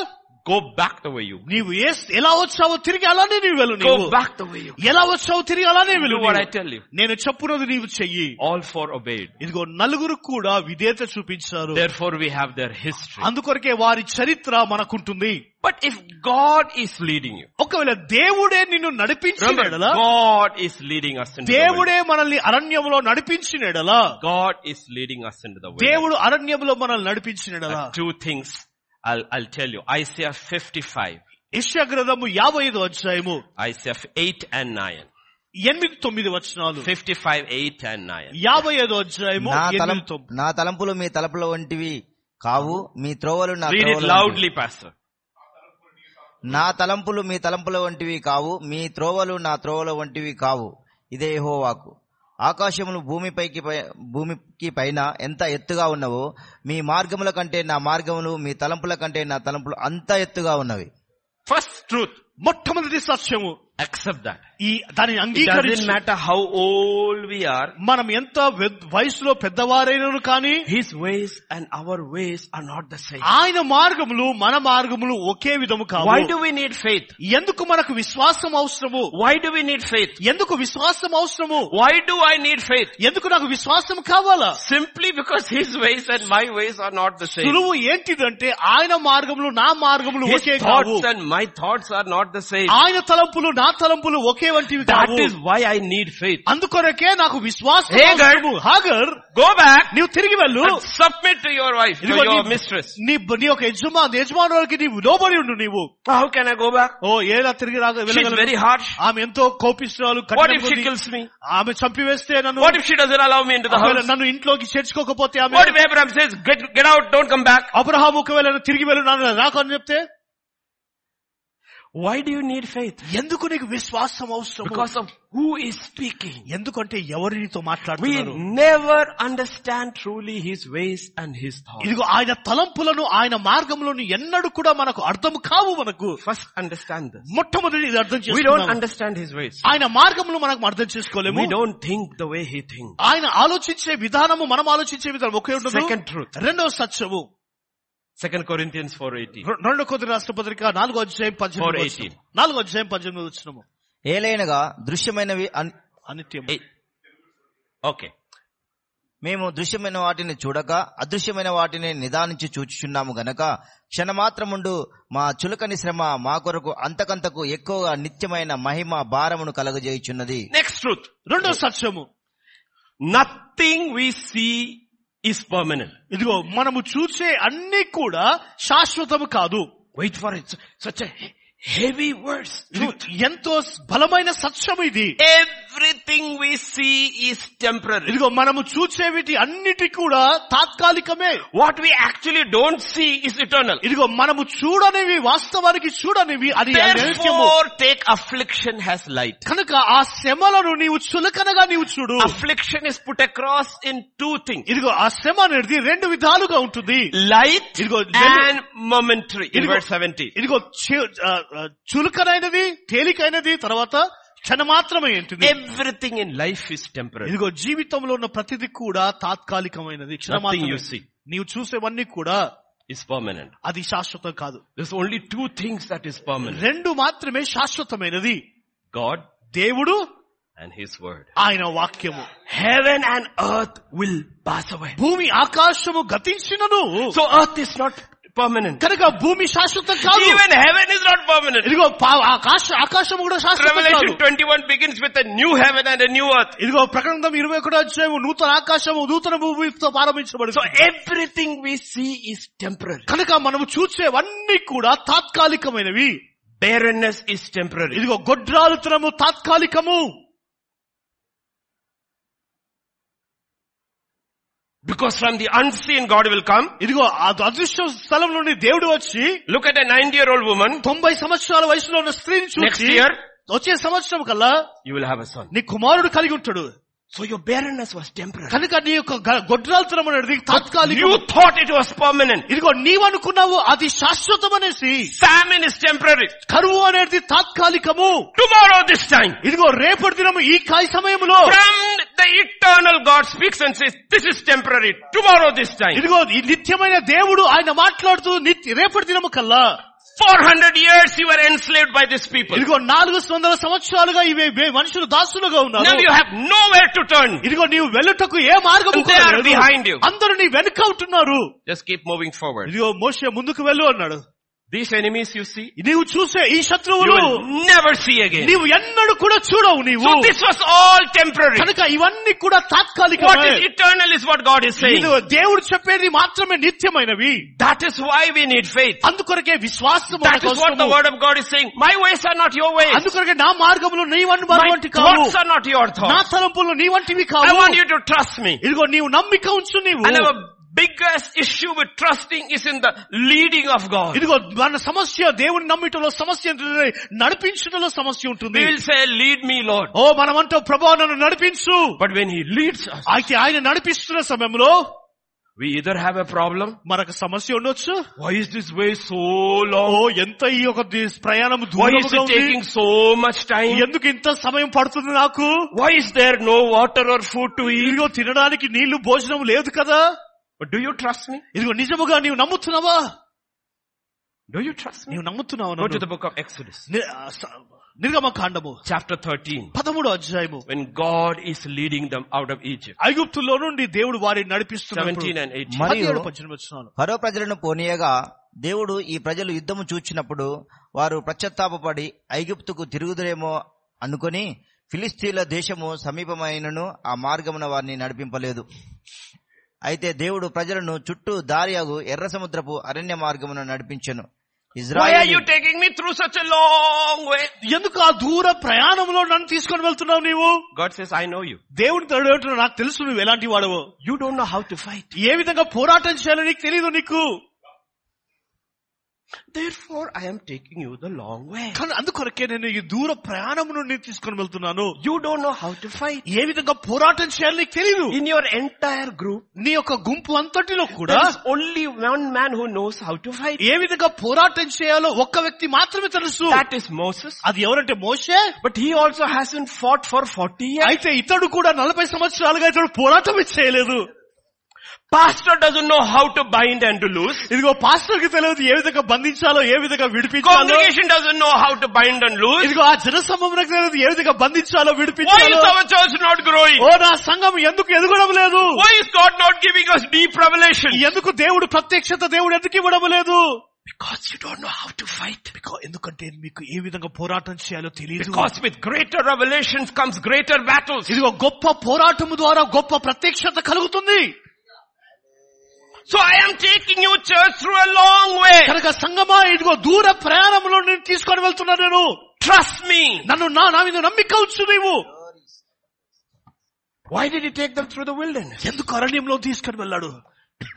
[SPEAKER 1] Go back the way you.
[SPEAKER 2] నీవు ఏ ఎలా వచ్చావో తిరిగి అలానే నీవు వెళ్ళు నీవు
[SPEAKER 1] Go back the way you.
[SPEAKER 2] ఎలా వచ్చావో తిరిగి అలానే వెళ్ళు
[SPEAKER 1] Do what I
[SPEAKER 2] నీవు.
[SPEAKER 1] tell you.
[SPEAKER 2] నేను చెప్పున్నది నీవు చెయ్యి
[SPEAKER 1] All four obeyed.
[SPEAKER 2] ఇదిగో నలుగురు కూడా విధేయత చూపించారు
[SPEAKER 1] Therefore we have their history.
[SPEAKER 2] అందుకొరకే వారి చరిత్ర మనకుంటుంది
[SPEAKER 1] But if God is leading you,
[SPEAKER 2] ఒకవేళ దేవుడే నిన్ను నడిపించిన
[SPEAKER 1] remember,
[SPEAKER 2] ఎడల
[SPEAKER 1] God is leading us into the wilderness.
[SPEAKER 2] దేవుడే మనల్ని అరణ్యంలో నడిపించిన ఎడల
[SPEAKER 1] God is leading us into the wilderness.
[SPEAKER 2] దేవుడు అరణ్యంలో మనల్ని నడిపించిన ఎడల
[SPEAKER 1] Uh, Two things I'll, I'll tell you. Isaiah 55,
[SPEAKER 2] యెషయా గ్రంథము యాభై ఐదు అధ్యాయము
[SPEAKER 1] Isaiah 8 and 9.
[SPEAKER 2] ఎనిమిది తొమ్మిది వచనాలు
[SPEAKER 1] 55, 8 and 9.
[SPEAKER 2] యాభై ఐదు అధ్యాయము
[SPEAKER 3] నా
[SPEAKER 2] ఎనిమిది
[SPEAKER 3] తలం-
[SPEAKER 2] తొమ్మిది.
[SPEAKER 3] నా తలంపులు మీ తలపుల వంటివి కావు మీ త్రోవలు నా
[SPEAKER 1] Read it
[SPEAKER 3] త్రోవల వంటివి.
[SPEAKER 1] loudly, Pastor.
[SPEAKER 3] నా తలంపులు మీ తలంపుల వంటివి కావు మీ త్రోవలు నా త్రోవల వంటివి కావు ఇదే యెహోవాకు ఆకాశములు భూమిపైకి పై- భూమికి పైన ఎంత ఎత్తుగా ఉన్నవో మీ మార్గముల కంటే నా మార్గములు మీ తలంపుల కంటే నా తలంపులు అంత ఎత్తుగా ఉన్నవి
[SPEAKER 1] First truth,
[SPEAKER 2] మొట్టమొదటి సత్యము
[SPEAKER 1] accept that.
[SPEAKER 2] ఈ దానిని
[SPEAKER 1] It doesn't
[SPEAKER 2] అంగీకరించి
[SPEAKER 1] matter how old we are.
[SPEAKER 2] మనం ఎంత వె- వయసులో పెద్దవారైనను కానీ
[SPEAKER 1] His ways and our ways are not the same.
[SPEAKER 2] ఆయన మార్గములు మన మార్గములు ఒకే విధము
[SPEAKER 1] Why
[SPEAKER 2] కావు
[SPEAKER 1] do we need faith?
[SPEAKER 2] ఎందుకు మనకు విశ్వాసం అవసరము
[SPEAKER 1] Why do we need faith?
[SPEAKER 2] ఎందుకు విశ్వాసం అవసరము
[SPEAKER 1] Why do I need faith?
[SPEAKER 2] ఎందుకు నాకు విశ్వాసం కావాలా
[SPEAKER 1] Simply because his ways and my ways are not the same.
[SPEAKER 2] సులువు ఏంటిదంటే ఆయన మార్గములు నా మార్గములు
[SPEAKER 1] His
[SPEAKER 2] ఒకే కావు
[SPEAKER 1] thoughts and my thoughts are not the same.
[SPEAKER 2] ఆయన తలంపులు నా నా తలంపులు ఒకే వంటివి
[SPEAKER 1] That
[SPEAKER 2] కావు
[SPEAKER 1] is why I need faith.
[SPEAKER 2] అందుకొరకే నాకు విశ్వాసం
[SPEAKER 1] Hagar.
[SPEAKER 2] అవసరము. హాగర్
[SPEAKER 1] Go back
[SPEAKER 2] నీవు తిరిగి వెళ్ళు
[SPEAKER 1] and submit to your wife, to
[SPEAKER 2] ఇదిగో
[SPEAKER 1] your
[SPEAKER 2] నీ-
[SPEAKER 1] mistress.
[SPEAKER 2] నీ నీ యొక్క యజమాను యజమానులకి నీవు లోబడి ఉండు నీవు
[SPEAKER 1] Ah, How can I go back?
[SPEAKER 2] ఓ ఏలా తిరిగి రాగ
[SPEAKER 1] She's
[SPEAKER 2] వెళ్ళగలవు?
[SPEAKER 1] very harsh.
[SPEAKER 2] ఆమె ఎంతో కోపిస్తున్నారు
[SPEAKER 1] What if she kills me?
[SPEAKER 2] ఆమె చంపివేస్తే నన్ను
[SPEAKER 1] What if she doesn't allow me into the
[SPEAKER 2] ఒకవేళ
[SPEAKER 1] house?
[SPEAKER 2] నన్ను ఇంట్లోకి చేర్చుకోకపోతే ఆమె
[SPEAKER 1] What if Abraham says, get, get out, don't come back?
[SPEAKER 2] Abraham ఒకవేళ నన్ను తిరిగి వెళ్ళు నన్ను రాకు అని చెప్తే
[SPEAKER 1] Why do you need faith?
[SPEAKER 2] ఎందుకు నీకు విశ్వాసం అవసరం
[SPEAKER 1] Because of who is speaking.
[SPEAKER 2] ఎందుకంటే ఎవరు నీతో
[SPEAKER 1] We
[SPEAKER 2] మాట్లాడుతున్నారు
[SPEAKER 1] never understand truly his ways and his thoughts.
[SPEAKER 2] ఇదిగో ఆయన తలంపులను ఆయన మార్గములను ఎన్నడూ కూడా మనకు అర్థం కావు మనకు
[SPEAKER 1] First understand this.
[SPEAKER 2] మొట్టమొదటి ఇది అర్థం
[SPEAKER 1] We don't
[SPEAKER 2] చేసుకున్నాం
[SPEAKER 1] understand his ways.
[SPEAKER 2] ఆయన మార్గములు మనకు అర్థం చేసుకోలేము
[SPEAKER 1] We don't think the way he thinks.
[SPEAKER 2] ఆయన ఆలోచించే విధానము మనం ఆలోచించే విధానం ఒకే ఉండదు
[SPEAKER 1] Second truth.
[SPEAKER 2] రెండవ సత్యము
[SPEAKER 1] Second Corinthians 4.18.
[SPEAKER 2] రె- రెండో కొద్ది రాష్ట్ర పత్రిక నాలుగో అధ్యాయం పద్దెనిమిది
[SPEAKER 1] Four
[SPEAKER 2] వచ్చిన
[SPEAKER 1] eighteen.
[SPEAKER 2] నాలుగో అధ్యాయం పద్దెనిమిది వచ్చినము
[SPEAKER 3] ఏలైనగా దృశ్యమైనవి అన్-
[SPEAKER 2] అనిత్యం
[SPEAKER 1] Eight. Okay.
[SPEAKER 3] మేము దృశ్యమైన వాటిని చూడక అదృశ్యమైన వాటిని నిదానించి చూచుచున్నాము గనక క్షణమాత్రముండు మా చులకని శ్రమ మా కొరకు అంతకంతకు ఎక్కువగా నిత్యమైన మహిమ భారమును కలగజేయుచున్నది
[SPEAKER 1] Next truth.
[SPEAKER 2] రెండో సత్యము
[SPEAKER 1] Nothing we see is permanent.
[SPEAKER 2] ఇదిగో మనము చూసే అన్ని కూడా శాశ్వతము కాదు
[SPEAKER 1] Wait for it. Such a he- heavy words.
[SPEAKER 2] ఇది ఎంతో స్- బలమైన సత్యం ఇది
[SPEAKER 1] Everything we see is temporary.
[SPEAKER 2] ఇదిగో మనము చూసే వీటి అన్నిటి కూడా తాత్కాలికమే
[SPEAKER 1] What we actually don't see is eternal.
[SPEAKER 2] ఇదిగో మనము చూడనివి వాస్తవానికి చూడనివి అది అనిత్యము.
[SPEAKER 1] Therefore, take affliction as light.
[SPEAKER 2] కనుక ఆ శ్రమలను నీవు చులకనగా నీవు చూడు
[SPEAKER 1] Affliction is put across in two things.
[SPEAKER 2] ఇదిగో ఆ శ్రమ అనేది రెండు విధాలుగా ఉంటుంది
[SPEAKER 1] Light
[SPEAKER 2] ఇదిగో
[SPEAKER 1] and momentary. In
[SPEAKER 2] ఇదిగో-
[SPEAKER 1] verse 70.
[SPEAKER 2] ఇదిగో చు- ఆ, ఆ, చులకనైనది తేలికైనది తర్వాత క్షణమాత్రమే ఉంటుంది
[SPEAKER 1] Everything in life is temporary.
[SPEAKER 2] ఇదిగో జీవితంలో ఉన్న ప్రతిది కూడా తాత్కాలికమైనది క్షణమాత్రమే.
[SPEAKER 1] Nothing you see.
[SPEAKER 2] నీవు చూసేవన్నీ కూడా
[SPEAKER 1] It's permanent.
[SPEAKER 2] అది శాశ్వతం కాదు
[SPEAKER 1] There's only two things that is permanent.
[SPEAKER 2] రెండు మాత్రమే శాశ్వతమైనది
[SPEAKER 1] God
[SPEAKER 2] దేవుడు
[SPEAKER 1] and His Word.
[SPEAKER 2] ఆయన వాక్యము
[SPEAKER 1] Heaven and earth will pass away.
[SPEAKER 2] భూమి ఆకాశము గతించినను
[SPEAKER 1] So earth is not permanent.
[SPEAKER 2] కనుక భూమి శాశ్వతం కాదు
[SPEAKER 1] Even heaven is not permanent.
[SPEAKER 2] ఇదిగో పా- ఆకాశ ఆకాశం కూడా శాశ్వతం కాదు
[SPEAKER 1] Revelation 21 begins with a new heaven and a new earth.
[SPEAKER 2] ఇదిగో ప్రకటన ఇరవై ఒకటో అధ్యాయము నూతన ఆకాశము నూతన భూమితో
[SPEAKER 1] So
[SPEAKER 2] ప్రారంభించబడింది
[SPEAKER 1] everything we see is temporary.
[SPEAKER 2] కనుక మనము చూసేవన్నీ కూడా తాత్కాలికమైనవి
[SPEAKER 1] Barrenness is temporary.
[SPEAKER 2] ఇదిగో గొడ్రాలుతనము తాత్కాలికము
[SPEAKER 1] Because from the unseen God will come.
[SPEAKER 2] ఇదిగో ఆ అదృశ్య స్థలం నుండి దేవుడు వచ్చి
[SPEAKER 1] Look at a 90 year old woman.
[SPEAKER 2] తొంభై సంవత్సరాల వయసులో ఉన్న స్త్రీని
[SPEAKER 1] Next
[SPEAKER 2] చూసి
[SPEAKER 1] year.
[SPEAKER 2] వచ్చే సంవత్సరం కల్లా
[SPEAKER 1] You will have a son.
[SPEAKER 2] నీ కుమారుడు కలిగి ఉంటాడు
[SPEAKER 1] So your barrenness was temporary.
[SPEAKER 2] కనుక నీ యొక్క గ- గొడ్రాలుతనం అనేది తాత్కాలికం
[SPEAKER 1] You thought it was permanent.
[SPEAKER 2] ఇదిగో నీవనుకున్నావు అది శాశ్వతం అనేసి
[SPEAKER 1] Famine is temporary.
[SPEAKER 2] కరువు అనేది తాత్కాలికము
[SPEAKER 1] Tomorrow this time.
[SPEAKER 2] ఇదిగో రేపటి దినము ఈ కాయ సమయంలో
[SPEAKER 1] From the eternal God speaks and says, this is temporary. Tomorrow this time.
[SPEAKER 2] ఇదిగో ఈ నిత్యమైన దేవుడు ఆయన మాట్లాడుతూ నిత్య రేపటి దినము కల్లా
[SPEAKER 1] 400 years you were enslaved by these people.
[SPEAKER 2] ఇదిగో నాలుగు వందల సంవత్సరాలుగా ఇవి ఇవి మనుషులు దాసులుగా
[SPEAKER 1] Now
[SPEAKER 2] ఉన్నారు
[SPEAKER 1] you have nowhere to turn.
[SPEAKER 2] ఇదిగో నీవు వెళ్ళుటకు ఏ మార్గం
[SPEAKER 1] And they are behind you.
[SPEAKER 2] అందరూ నీ వెనుక ఉంటున్నారు
[SPEAKER 1] Just keep moving forward.
[SPEAKER 2] ఇదిగో మోషే ముందుకు వెళ్ళు అన్నాడు
[SPEAKER 1] These enemies you see,
[SPEAKER 2] నీవు చూసే ఈ
[SPEAKER 1] you
[SPEAKER 2] శత్రువులు
[SPEAKER 1] will never see again.
[SPEAKER 2] నీవు ఎన్నడూ కూడా చూడవు నీవు
[SPEAKER 1] So this was all temporary.
[SPEAKER 2] కనుక ఇవన్నీ కూడా తాత్కాలిక
[SPEAKER 1] What is eternal is what God is saying.
[SPEAKER 2] దేవుడు చెప్పేది మాత్రమే నిత్యమైనవి
[SPEAKER 1] That is why we need faith.
[SPEAKER 2] అందుకొరకే విశ్వాసం
[SPEAKER 1] That
[SPEAKER 2] మనకు
[SPEAKER 1] is what the
[SPEAKER 2] అవసరము.
[SPEAKER 1] word of God is saying. My ways are not your ways.
[SPEAKER 2] అందుకొరకే నా మార్గములు నీ వంటి
[SPEAKER 1] My
[SPEAKER 2] వంటి కావు
[SPEAKER 1] thoughts are not your
[SPEAKER 2] నా
[SPEAKER 1] thoughts.
[SPEAKER 2] తలంపులు నీ వంటివి
[SPEAKER 1] I
[SPEAKER 2] కావు
[SPEAKER 1] want you to trust me.
[SPEAKER 2] ఇదిగో నీవు నమ్మిక ఉంచు నీవు
[SPEAKER 1] And our biggest issue with trusting is in the leading of God.
[SPEAKER 2] ఇదిగో మన సమస్య దేవుని నమ్మిటలో సమస్య ఏంటంటే నడిపించటంలో సమస్య ఉంటుంది
[SPEAKER 1] We will say, lead me Lord.
[SPEAKER 2] ఓ మనమంటూ ప్రభా నన్ను నడిపించు
[SPEAKER 1] But when He leads us,
[SPEAKER 2] అయితే ఆయన నడిపిస్తున్న సమయంలో
[SPEAKER 1] we either have a problem.
[SPEAKER 2] మనకు సమస్య ఉండొచ్చు
[SPEAKER 1] Why is this way so
[SPEAKER 2] ఓ
[SPEAKER 1] long?
[SPEAKER 2] ఎంత ఈ ఒక ది- ప్రయాణం
[SPEAKER 1] Why is
[SPEAKER 2] దూరముగా
[SPEAKER 1] it
[SPEAKER 2] ఉంది?
[SPEAKER 1] taking so much time?
[SPEAKER 2] ఎందుకు ఇంత సమయం పడుతుంది నాకు
[SPEAKER 1] Why is there no water or food to eat?
[SPEAKER 2] ఇదిగో తినడానికి నీళ్లు భోజనం లేదు కదా
[SPEAKER 1] But do you trust me?
[SPEAKER 2] ఇదిగో నిజముగా నీవు నమ్ముతున్నావా
[SPEAKER 1] Do you trust me?
[SPEAKER 2] నీవు నమ్ముతున్నావు
[SPEAKER 1] Go to the book of Exodus,
[SPEAKER 2] నిర్గమ కాండము
[SPEAKER 1] chapter 13.
[SPEAKER 2] పదమూడో అధ్యాయము
[SPEAKER 1] When God is leading them out of Egypt.
[SPEAKER 2] ఐగుప్తులో నుండి దేవుడు వారిని నడిపిస్తున్నాడు
[SPEAKER 1] 17 and 18.
[SPEAKER 3] మరియు-
[SPEAKER 2] పదిహేడు పద్దెనిమిది వచనాలు.
[SPEAKER 3] ఫరో ప్రజలను పోనీయగా దేవుడు ఈ ప్రజలు యుద్ధము చూచినప్పుడు వారు పశ్చత్తాపపడి ఐగుప్తుకు తిరుగుదురేమో అనుకొని ఫిలిస్తీన్ల దేశము సమీపమైనను ఆ మార్గమున వారిని నడిపింపలేదు అయితే దేవుడు ప్రజలను చుట్టూ దారియాగు ఎర్ర సముద్రపు అరణ్య మార్గమున నడిపించెను
[SPEAKER 1] Why are
[SPEAKER 3] Israel
[SPEAKER 1] you taking me through such a long way?
[SPEAKER 2] ఎందుకు ఆ దూర ప్రయాణంలో నన్ను తీసుకొని వెళ్తున్నావు నీవు
[SPEAKER 1] God says, I know you.
[SPEAKER 2] దేవుడి తడు ఏమంటున్నాడు, నాకు తెలుసు నువ్వు ఎలాంటి వాడవో
[SPEAKER 1] You don't know how to fight.
[SPEAKER 2] ఏ విధంగా పోరాటం చేయాలో నీకు తెలియదు నీకు
[SPEAKER 1] Therefore, I am taking you the long way.
[SPEAKER 2] కానీ అందుకొరకే నేను ఈ దూర ప్రయాణం నుండి తీసుకొని వెళ్తున్నాను
[SPEAKER 1] You don't know how to fight.
[SPEAKER 2] ఏ విధంగా పోరాటం చేయాలో నీకు తెలియదు
[SPEAKER 1] In your entire group,
[SPEAKER 2] నీ యొక్క గుంపు అంతటిలో కూడా
[SPEAKER 1] there is only one man who knows how to fight.
[SPEAKER 2] ఏ విధంగా పోరాటం చేయాలో ఒక్క వ్యక్తి మాత్రమే తెలుసు
[SPEAKER 1] That is Moses.
[SPEAKER 2] అది ఎవరంటే మోషే
[SPEAKER 1] But he also hasn't fought for 40 years.
[SPEAKER 2] అయితే ఇతడు కూడా నలభై సంవత్సరాలుగా ఇతడు పోరాటమే చేయలేదు
[SPEAKER 1] Pastor doesn't know how to bind and to loose.
[SPEAKER 2] ఇదిగో పాస్టర్ కి తెలియదు ఏ విధంగా బంధించాలో ఏ విధంగా విడిపించాలో
[SPEAKER 1] Congregation doesn't know how to bind and loose.
[SPEAKER 2] ఇదిగో ఆ జనసమూహమునకు తెలియదు ఏ విధంగా బంధించాలో
[SPEAKER 1] Why is
[SPEAKER 2] విడిపించాలో
[SPEAKER 1] our church not growing?
[SPEAKER 2] ఓ నా సంఘం ఎందుకు ఎదగడం లేదు
[SPEAKER 1] Why is God not giving us deep revelation?
[SPEAKER 2] ఎందుకు దేవుడు ప్రత్యక్షత దేవుడు ఎందుకు ఇవ్వడం లేదు
[SPEAKER 1] Because you don't know how to fight.
[SPEAKER 2] Because- ఎందుకంటే మీకు ఏ విధంగా పోరాటం చేయాలో తెలియదు
[SPEAKER 1] Because with greater revelations comes greater battles.
[SPEAKER 2] ఇదిగో గొప్ప పోరాటం ద్వారా గొప్ప ప్రత్యక్షత కలుగుతుంది
[SPEAKER 1] So I am taking you church through a long way.
[SPEAKER 2] కనుక సంగమా ఇదిగో దూర ప్రయాణంలో నేను తీసుకొని వెళ్తున్నా నేను
[SPEAKER 1] Trust me.
[SPEAKER 2] నన్ను నా నా మీద నమ్మిక వచ్చు నీవు
[SPEAKER 1] Why did he take them through the wilderness?
[SPEAKER 2] ఎందుకు అరణ్యంలో తీసుకొని వెళ్ళాడు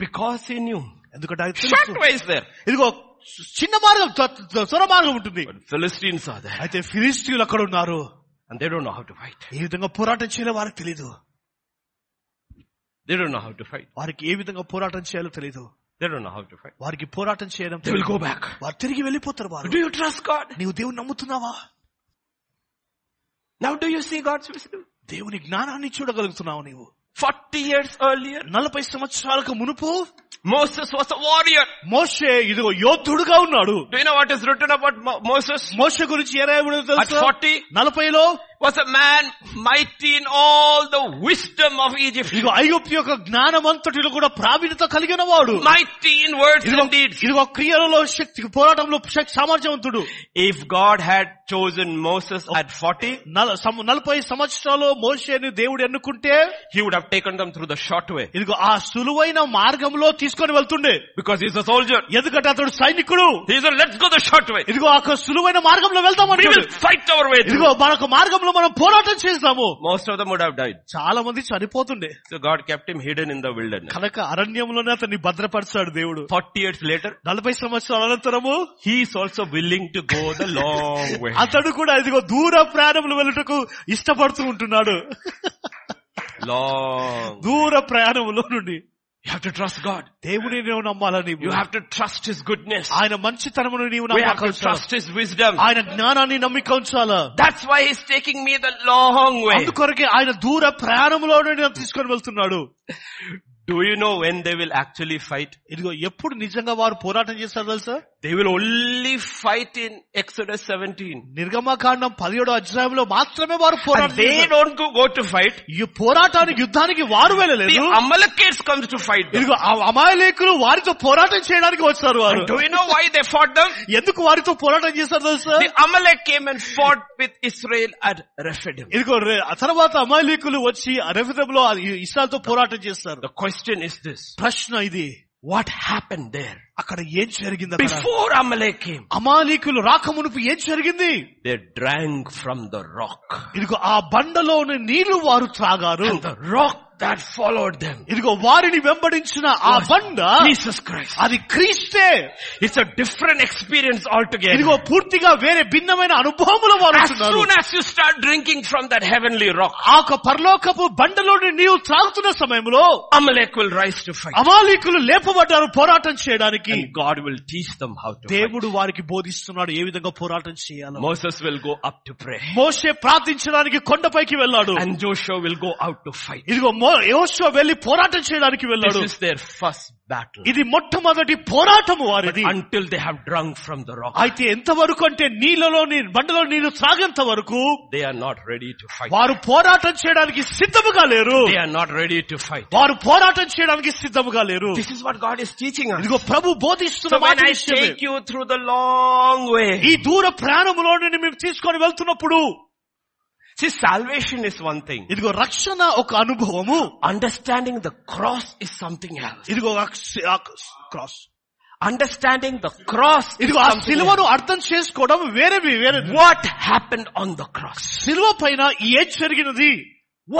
[SPEAKER 1] Because he knew.
[SPEAKER 2] ఎందుకంటే ఆయనకు తెలుసు.
[SPEAKER 1] Short way is there.
[SPEAKER 2] ఇదిగో చిన్న మార్గం త్వ- త్వ- త్వర మార్గం ఉంటుంది
[SPEAKER 1] But Philistines are there.
[SPEAKER 2] అయితే ఫిలిస్తీన్లు అక్కడ ఉన్నారు
[SPEAKER 1] And they don't know how to fight.
[SPEAKER 2] ఏ విధంగా పోరాటం చేయాలో వారికి తెలియదు
[SPEAKER 1] They don't know how to fight.
[SPEAKER 2] వారికి ఏ విధంగా పోరాటం చేయాలో తెలియదు
[SPEAKER 1] They don't know how to fight.
[SPEAKER 2] వారికి పోరాటం చేయడం
[SPEAKER 1] They will go back.
[SPEAKER 2] వారు తిరిగి వెళ్ళిపోతారు వారు
[SPEAKER 1] Do you trust God?
[SPEAKER 2] నీవు దేవుని నమ్ముతున్నావా
[SPEAKER 1] Now do you see God's wisdom?
[SPEAKER 2] దేవుని జ్ఞానాన్ని చూడగలుగుతున్నావు నీవు
[SPEAKER 1] 40 years earlier,
[SPEAKER 2] నలభై సంవత్సరాలకు మునుపు
[SPEAKER 1] Moses was a warrior.
[SPEAKER 2] మోషే ఇదిగో యోధుడుగా ఉన్నాడు
[SPEAKER 1] Do you know what is written about Mo- Moses?
[SPEAKER 2] మోషే గురించి ఏ రాయబడి
[SPEAKER 1] At
[SPEAKER 2] తెలుసు
[SPEAKER 1] 40,
[SPEAKER 2] నలభైలో
[SPEAKER 1] was a man mighty in all the wisdom of Egypt.
[SPEAKER 2] ఇదిగో ఐగుప్తు యొక్క జ్ఞానం అంతటిలో కూడా ప్రావీణ్యత కలిగిన వాడు
[SPEAKER 1] Mighty in words
[SPEAKER 2] ఇదిగో
[SPEAKER 1] and deeds.
[SPEAKER 2] ఇదిగో క్రియలలో శక్తి పోరాటంలో శక్తి సామర్థ్యవంతుడు
[SPEAKER 1] If God had chosen Moses at 40,
[SPEAKER 2] నల- సం- నలభై సంవత్సరాలు మోషేని దేవుడు ఎన్నుకుంటే
[SPEAKER 1] he would have taken them through the short way.
[SPEAKER 2] ఇదిగో ఆ సులువైన మార్గంలో తీసుకొని వెళ్తుండే
[SPEAKER 1] Because he's a soldier.
[SPEAKER 2] ఎందుకంటే అతడు సైనికుడు
[SPEAKER 1] He said, let's go the short way.
[SPEAKER 2] ఇదిగో ఆ సులువైన మార్గంలో
[SPEAKER 1] We
[SPEAKER 2] వెళ్తామంటే
[SPEAKER 1] will fight our way through.
[SPEAKER 2] ఇదిగో మనకు మార్గంలో మనం పోరాటం చేస్తాము
[SPEAKER 1] Most of them would have died.
[SPEAKER 2] చాలా మంది చనిపోతుండే
[SPEAKER 1] So God kept him hidden in the wilderness.
[SPEAKER 2] కనుక అరణ్యంలోనే అతన్ని భద్రపరిచాడు దేవుడు
[SPEAKER 1] 40 years later,
[SPEAKER 2] నలభై సంవత్సరాల అనంతరము
[SPEAKER 1] he is also willing to go the long way.
[SPEAKER 2] అతడు కూడా ఇదిగో దూర ప్రయాణములు వెళ్ళటకు ఇష్టపడుతూ ఉంటున్నాడు
[SPEAKER 1] Long.
[SPEAKER 2] దూర ప్రయాణంలో నుండి
[SPEAKER 1] You have to trust God.
[SPEAKER 2] దేవుని నువ్వు నమ్మాలని
[SPEAKER 1] You have to trust His goodness.
[SPEAKER 2] ఆయన మంచితనమును నీవు
[SPEAKER 1] We have
[SPEAKER 2] నమ్మక
[SPEAKER 1] to
[SPEAKER 2] ఉంచాలా?
[SPEAKER 1] trust His wisdom.
[SPEAKER 2] ఆయన జ్ఞానాన్ని నమ్మిక ఉంచాలా
[SPEAKER 1] That's why He's taking me the long way.
[SPEAKER 2] అందుకొరకే ఆయన దూర ప్రయాణంలో నుండి నన్ను తీసుకొని వెళ్తున్నాడు
[SPEAKER 1] Do you know when they will actually fight?
[SPEAKER 2] ఇదిగో ఎప్పుడు నిజంగా వారు పోరాటం చేస్తారు తెలుసా
[SPEAKER 1] They will only fight in Exodus 17.
[SPEAKER 2] నిర్గమకాండం పదిహేడో అధ్యాయంలో మాత్రమే వారు
[SPEAKER 1] And
[SPEAKER 2] పోరాటం
[SPEAKER 1] they
[SPEAKER 2] చేశారు.
[SPEAKER 1] don't go, go to fight.
[SPEAKER 2] ఈ పోరాటానికి యుద్ధానికి వారు
[SPEAKER 1] The
[SPEAKER 2] వెళ్ళలేదు
[SPEAKER 1] Amalekites comes to fight them.
[SPEAKER 2] ఇదిగో ఆ అమాయకులు వారితో పోరాటం చేయడానికి వచ్చారు వారు
[SPEAKER 1] And do you know why they fought them?
[SPEAKER 2] ఎందుకు వారితో పోరాటం చేశారు తెలుసా
[SPEAKER 1] The Amalek came and fought with Israel at Rephidim.
[SPEAKER 2] ఇదిగో రే- ఆ తర్వాత అమాయకులు వచ్చి అరవిదంలో ఇస్రాయల్తో పోరాటం చేస్తారు
[SPEAKER 1] The question is this.
[SPEAKER 2] ప్రశ్న ఇది
[SPEAKER 1] What happened there?
[SPEAKER 2] అక్కడ ఏం జరిగింది అక్కడ?
[SPEAKER 1] Before Amalek came,
[SPEAKER 2] అమాయకులు రాకమునుపు ఏం జరిగింది
[SPEAKER 1] they drank from the rock.
[SPEAKER 2] ఇదిగో ఆ బండలోని నీళ్లు వారు త్రాగారు
[SPEAKER 1] And the rock that followed them.
[SPEAKER 2] ఇదిగో వారిని వెంబడించిన ఆ బండ
[SPEAKER 1] Jesus Christ.
[SPEAKER 2] అది క్రీస్తే
[SPEAKER 1] It's a different experience altogether.
[SPEAKER 2] ఇదిగో పూర్తిగా వేరే భిన్నమైన అనుభవములు వారు
[SPEAKER 1] As
[SPEAKER 2] ఉంటున్నారు.
[SPEAKER 1] soon as you start drinking from that heavenly rock,
[SPEAKER 2] ఆ యొక్క పరలోకపు బండలోని నీవు త్రాగుతున్న సమయంలో
[SPEAKER 1] Amalek will rise to fight.
[SPEAKER 2] అమాలీకులు లేపబడ్డారు పోరాటం చేయడానికి
[SPEAKER 1] Ah. And God will teach them how to fight.
[SPEAKER 2] దేవుడు వారికి బోధిస్తున్నాడు ఏ విధంగా పోరాటం చేయాలో
[SPEAKER 1] Moses will go up to pray.
[SPEAKER 2] మోషే ప్రార్థించడానికి కొండపైకి వెళ్ళాడు
[SPEAKER 1] And Joshua will go out to fight.
[SPEAKER 2] ఇదిగో యోషువ వెళ్లి పోరాటం చేయడానికి వెళ్ళాడు
[SPEAKER 1] This is their first battle.
[SPEAKER 2] ఇది మొట్టమొదటి పోరాటము వారిది
[SPEAKER 1] Until they have drunk from the rock,
[SPEAKER 2] అయితే ఎంతవరకు అంటే నీళ్ళలో నీ- బండలో నీరు సాగేంత వరకు
[SPEAKER 1] they are not ready to fight.
[SPEAKER 2] వారు పోరాటం చేయడానికి సిద్ధముగా లేరు
[SPEAKER 1] They are not ready to fight.
[SPEAKER 2] వారు పోరాటం చేయడానికి సిద్ధముగా లేరు
[SPEAKER 1] This is what God is teaching us.
[SPEAKER 2] ఇదిగో ప్రభు
[SPEAKER 1] So
[SPEAKER 2] బోధిస్తున్న
[SPEAKER 1] when
[SPEAKER 2] మాట
[SPEAKER 1] I
[SPEAKER 2] విషయమే.
[SPEAKER 1] take you through the long way,
[SPEAKER 2] ఈ దూర ప్రయాణంలో నేను మేము తీసుకొని వెళ్తున్నప్పుడు
[SPEAKER 1] see salvation is one thing.
[SPEAKER 2] ఇదిగో రక్షణ ఒక అనుభవము
[SPEAKER 1] Understanding the cross is something else.
[SPEAKER 2] ఇదిగో అక్ష- అక్ష- cross
[SPEAKER 1] Understanding the cross is
[SPEAKER 2] ఇదిగో ఆ
[SPEAKER 1] something
[SPEAKER 2] సిలువను
[SPEAKER 1] else.
[SPEAKER 2] అర్థం చేసుకోవడం వేరేవి వేరే
[SPEAKER 1] What happened on the cross?
[SPEAKER 2] సిలువ పైన ఏం జరిగినది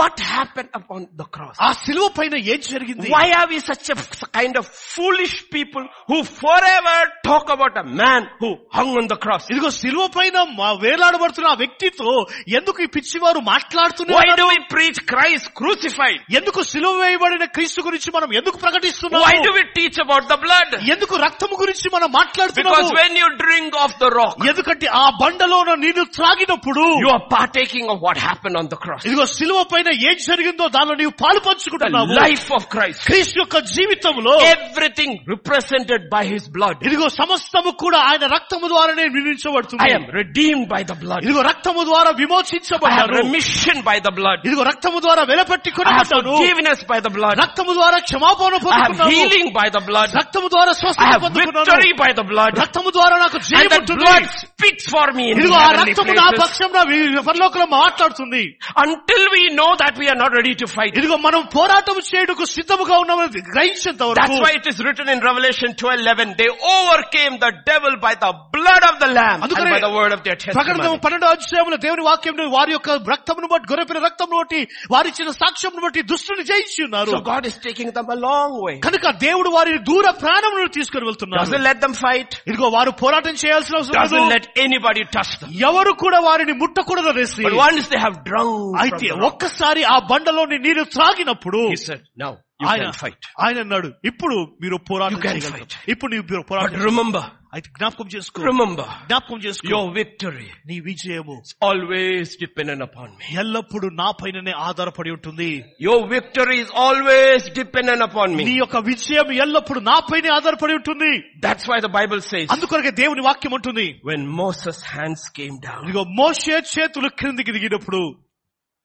[SPEAKER 1] What happened upon the cross?
[SPEAKER 2] ఆ సిలువ పైన ఏం జరిగింది
[SPEAKER 1] Why are we such a kind of foolish people who forever talk about a man who hung on the cross?
[SPEAKER 2] ఇదిగో సిలువ పైన మా వేలాడబడుతున్న ఆ వ్యక్తితో ఎందుకు ఈ పిచ్చివారు
[SPEAKER 1] Why
[SPEAKER 2] మాట్లాడుతున్నారు
[SPEAKER 1] do we preach Christ crucified?
[SPEAKER 2] ఎందుకు సిలువ వేయబడిన క్రీస్తు గురించి మనం ఎందుకు
[SPEAKER 1] Why do
[SPEAKER 2] ప్రకటిస్తున్నాము
[SPEAKER 1] we teach about the blood?
[SPEAKER 2] ఎందుకు రక్తము గురించి మనం
[SPEAKER 1] Because
[SPEAKER 2] మాట్లాడుతున్నాము
[SPEAKER 1] when you drink of the rock,
[SPEAKER 2] ఎందుకంటే ఆ బండలోన నీళ్లు త్రాగినప్పుడు
[SPEAKER 1] you are partaking of what happened on the cross.
[SPEAKER 2] ఇదిగో సిలువ పైన ఏం జరిగిందో దానిలో నీవు పాలు
[SPEAKER 1] The
[SPEAKER 2] పంచుకుంటున్నావు
[SPEAKER 1] life of Christ.
[SPEAKER 2] క్రీస్తు యొక్క జీవితంలో
[SPEAKER 1] Oh. Everything represented by His blood.
[SPEAKER 2] ఇదిగో సమస్తము కూడా ఆయన రక్తము ద్వారానే
[SPEAKER 1] I
[SPEAKER 2] విమోచించబడుతుంది
[SPEAKER 1] am redeemed by the blood.
[SPEAKER 2] ఇదిగో రక్తము ద్వారా
[SPEAKER 1] I have
[SPEAKER 2] విమోచించబడ్డాను
[SPEAKER 1] remission by the blood.
[SPEAKER 2] ఇదిగో రక్తము ద్వారా
[SPEAKER 1] I have
[SPEAKER 2] వెలపెట్టుకున్నాను
[SPEAKER 1] forgiveness by the blood.
[SPEAKER 2] రక్తము ద్వారా క్షమాపణ
[SPEAKER 1] I have
[SPEAKER 2] పొందుకున్నాను
[SPEAKER 1] healing by the blood.
[SPEAKER 2] రక్తము ద్వారా
[SPEAKER 1] I
[SPEAKER 2] స్వస్థత
[SPEAKER 1] have
[SPEAKER 2] పొందుకున్నాను
[SPEAKER 1] victory by the blood.
[SPEAKER 2] రక్తము ద్వారా నాకు
[SPEAKER 1] And
[SPEAKER 2] జీవం
[SPEAKER 1] that
[SPEAKER 2] ఉంటుంది
[SPEAKER 1] blood speaks for me in the
[SPEAKER 2] ఇదిగో ఆ
[SPEAKER 1] heavenly
[SPEAKER 2] రక్తము నా
[SPEAKER 1] places.
[SPEAKER 2] పక్షం నా పరలోకంలో మాట్లాడుతుంది
[SPEAKER 1] Until we know that we are not ready to fight.
[SPEAKER 2] ఇదిగో మనం పోరాటం చేయడానికి సిద్ధముగా ఉన్నామని గ్రహించేంత
[SPEAKER 1] That's
[SPEAKER 2] వరకు
[SPEAKER 1] why it is written in Revelation 12:11. They overcame the devil by the blood of the lamb and
[SPEAKER 2] అందుకనే
[SPEAKER 1] by the word of their
[SPEAKER 2] ప్రకటన
[SPEAKER 1] testimony.
[SPEAKER 2] పన్నెండో అధ్యాయంలో దేవుని వాక్యం వారి యొక్క రక్తమును బట్టి గొరపిన రక్తమును బట్టి వారిచ్చిన సాక్ష్యమును బట్టి దుష్టుని జయించి ఉన్నారు
[SPEAKER 1] So God is taking them a long way.
[SPEAKER 2] కనుక దేవుడు వారిని దూర ప్రాణమును తీసుకుని వెళ్తున్నారు
[SPEAKER 1] Doesn't let them fight.
[SPEAKER 2] ఇదిగో వారు పోరాటం చేయాల్సిన అవసరం
[SPEAKER 1] Doesn't
[SPEAKER 2] లేదు
[SPEAKER 1] let anybody touch them.
[SPEAKER 2] ఎవరు కూడా వారిని ముట్టకూడదు అనేసి
[SPEAKER 1] But once they have drunk from
[SPEAKER 2] అయితే
[SPEAKER 1] the rock,
[SPEAKER 2] ఒక్కసారి ఆ బండలోని నీరు త్రాగినప్పుడు
[SPEAKER 1] he said, now you
[SPEAKER 2] ఆయన
[SPEAKER 1] can fight.
[SPEAKER 2] ఆయన అన్నాడు ఇప్పుడు మీరు పోరాటం
[SPEAKER 1] You can
[SPEAKER 2] చేయగలరు.
[SPEAKER 1] fight.
[SPEAKER 2] ఇప్పుడు నీవు మీరు
[SPEAKER 1] But
[SPEAKER 2] పోరాటం
[SPEAKER 1] remember,
[SPEAKER 2] అయితే జ్ఞాపకం చేసుకో
[SPEAKER 1] remember,
[SPEAKER 2] జ్ఞాపకం చేసుకో
[SPEAKER 1] your victory
[SPEAKER 2] నీ విజయము
[SPEAKER 1] is always dependent upon me.
[SPEAKER 2] ఎల్లప్పుడూ నా పైననే ఆధారపడి ఉంటుంది
[SPEAKER 1] Your victory is always dependent upon
[SPEAKER 2] నీ
[SPEAKER 1] me.
[SPEAKER 2] యొక్క విజయం ఎల్లప్పుడు నాపైనే ఆధారపడి ఉంటుంది
[SPEAKER 1] That's why the Bible says,
[SPEAKER 2] అందుకొరకే దేవుని వాక్యం ఉంటుంది
[SPEAKER 1] when Moses' hands came down,
[SPEAKER 2] ఇదిగో మోషే చేతులు క్రిందికి దిగినప్పుడు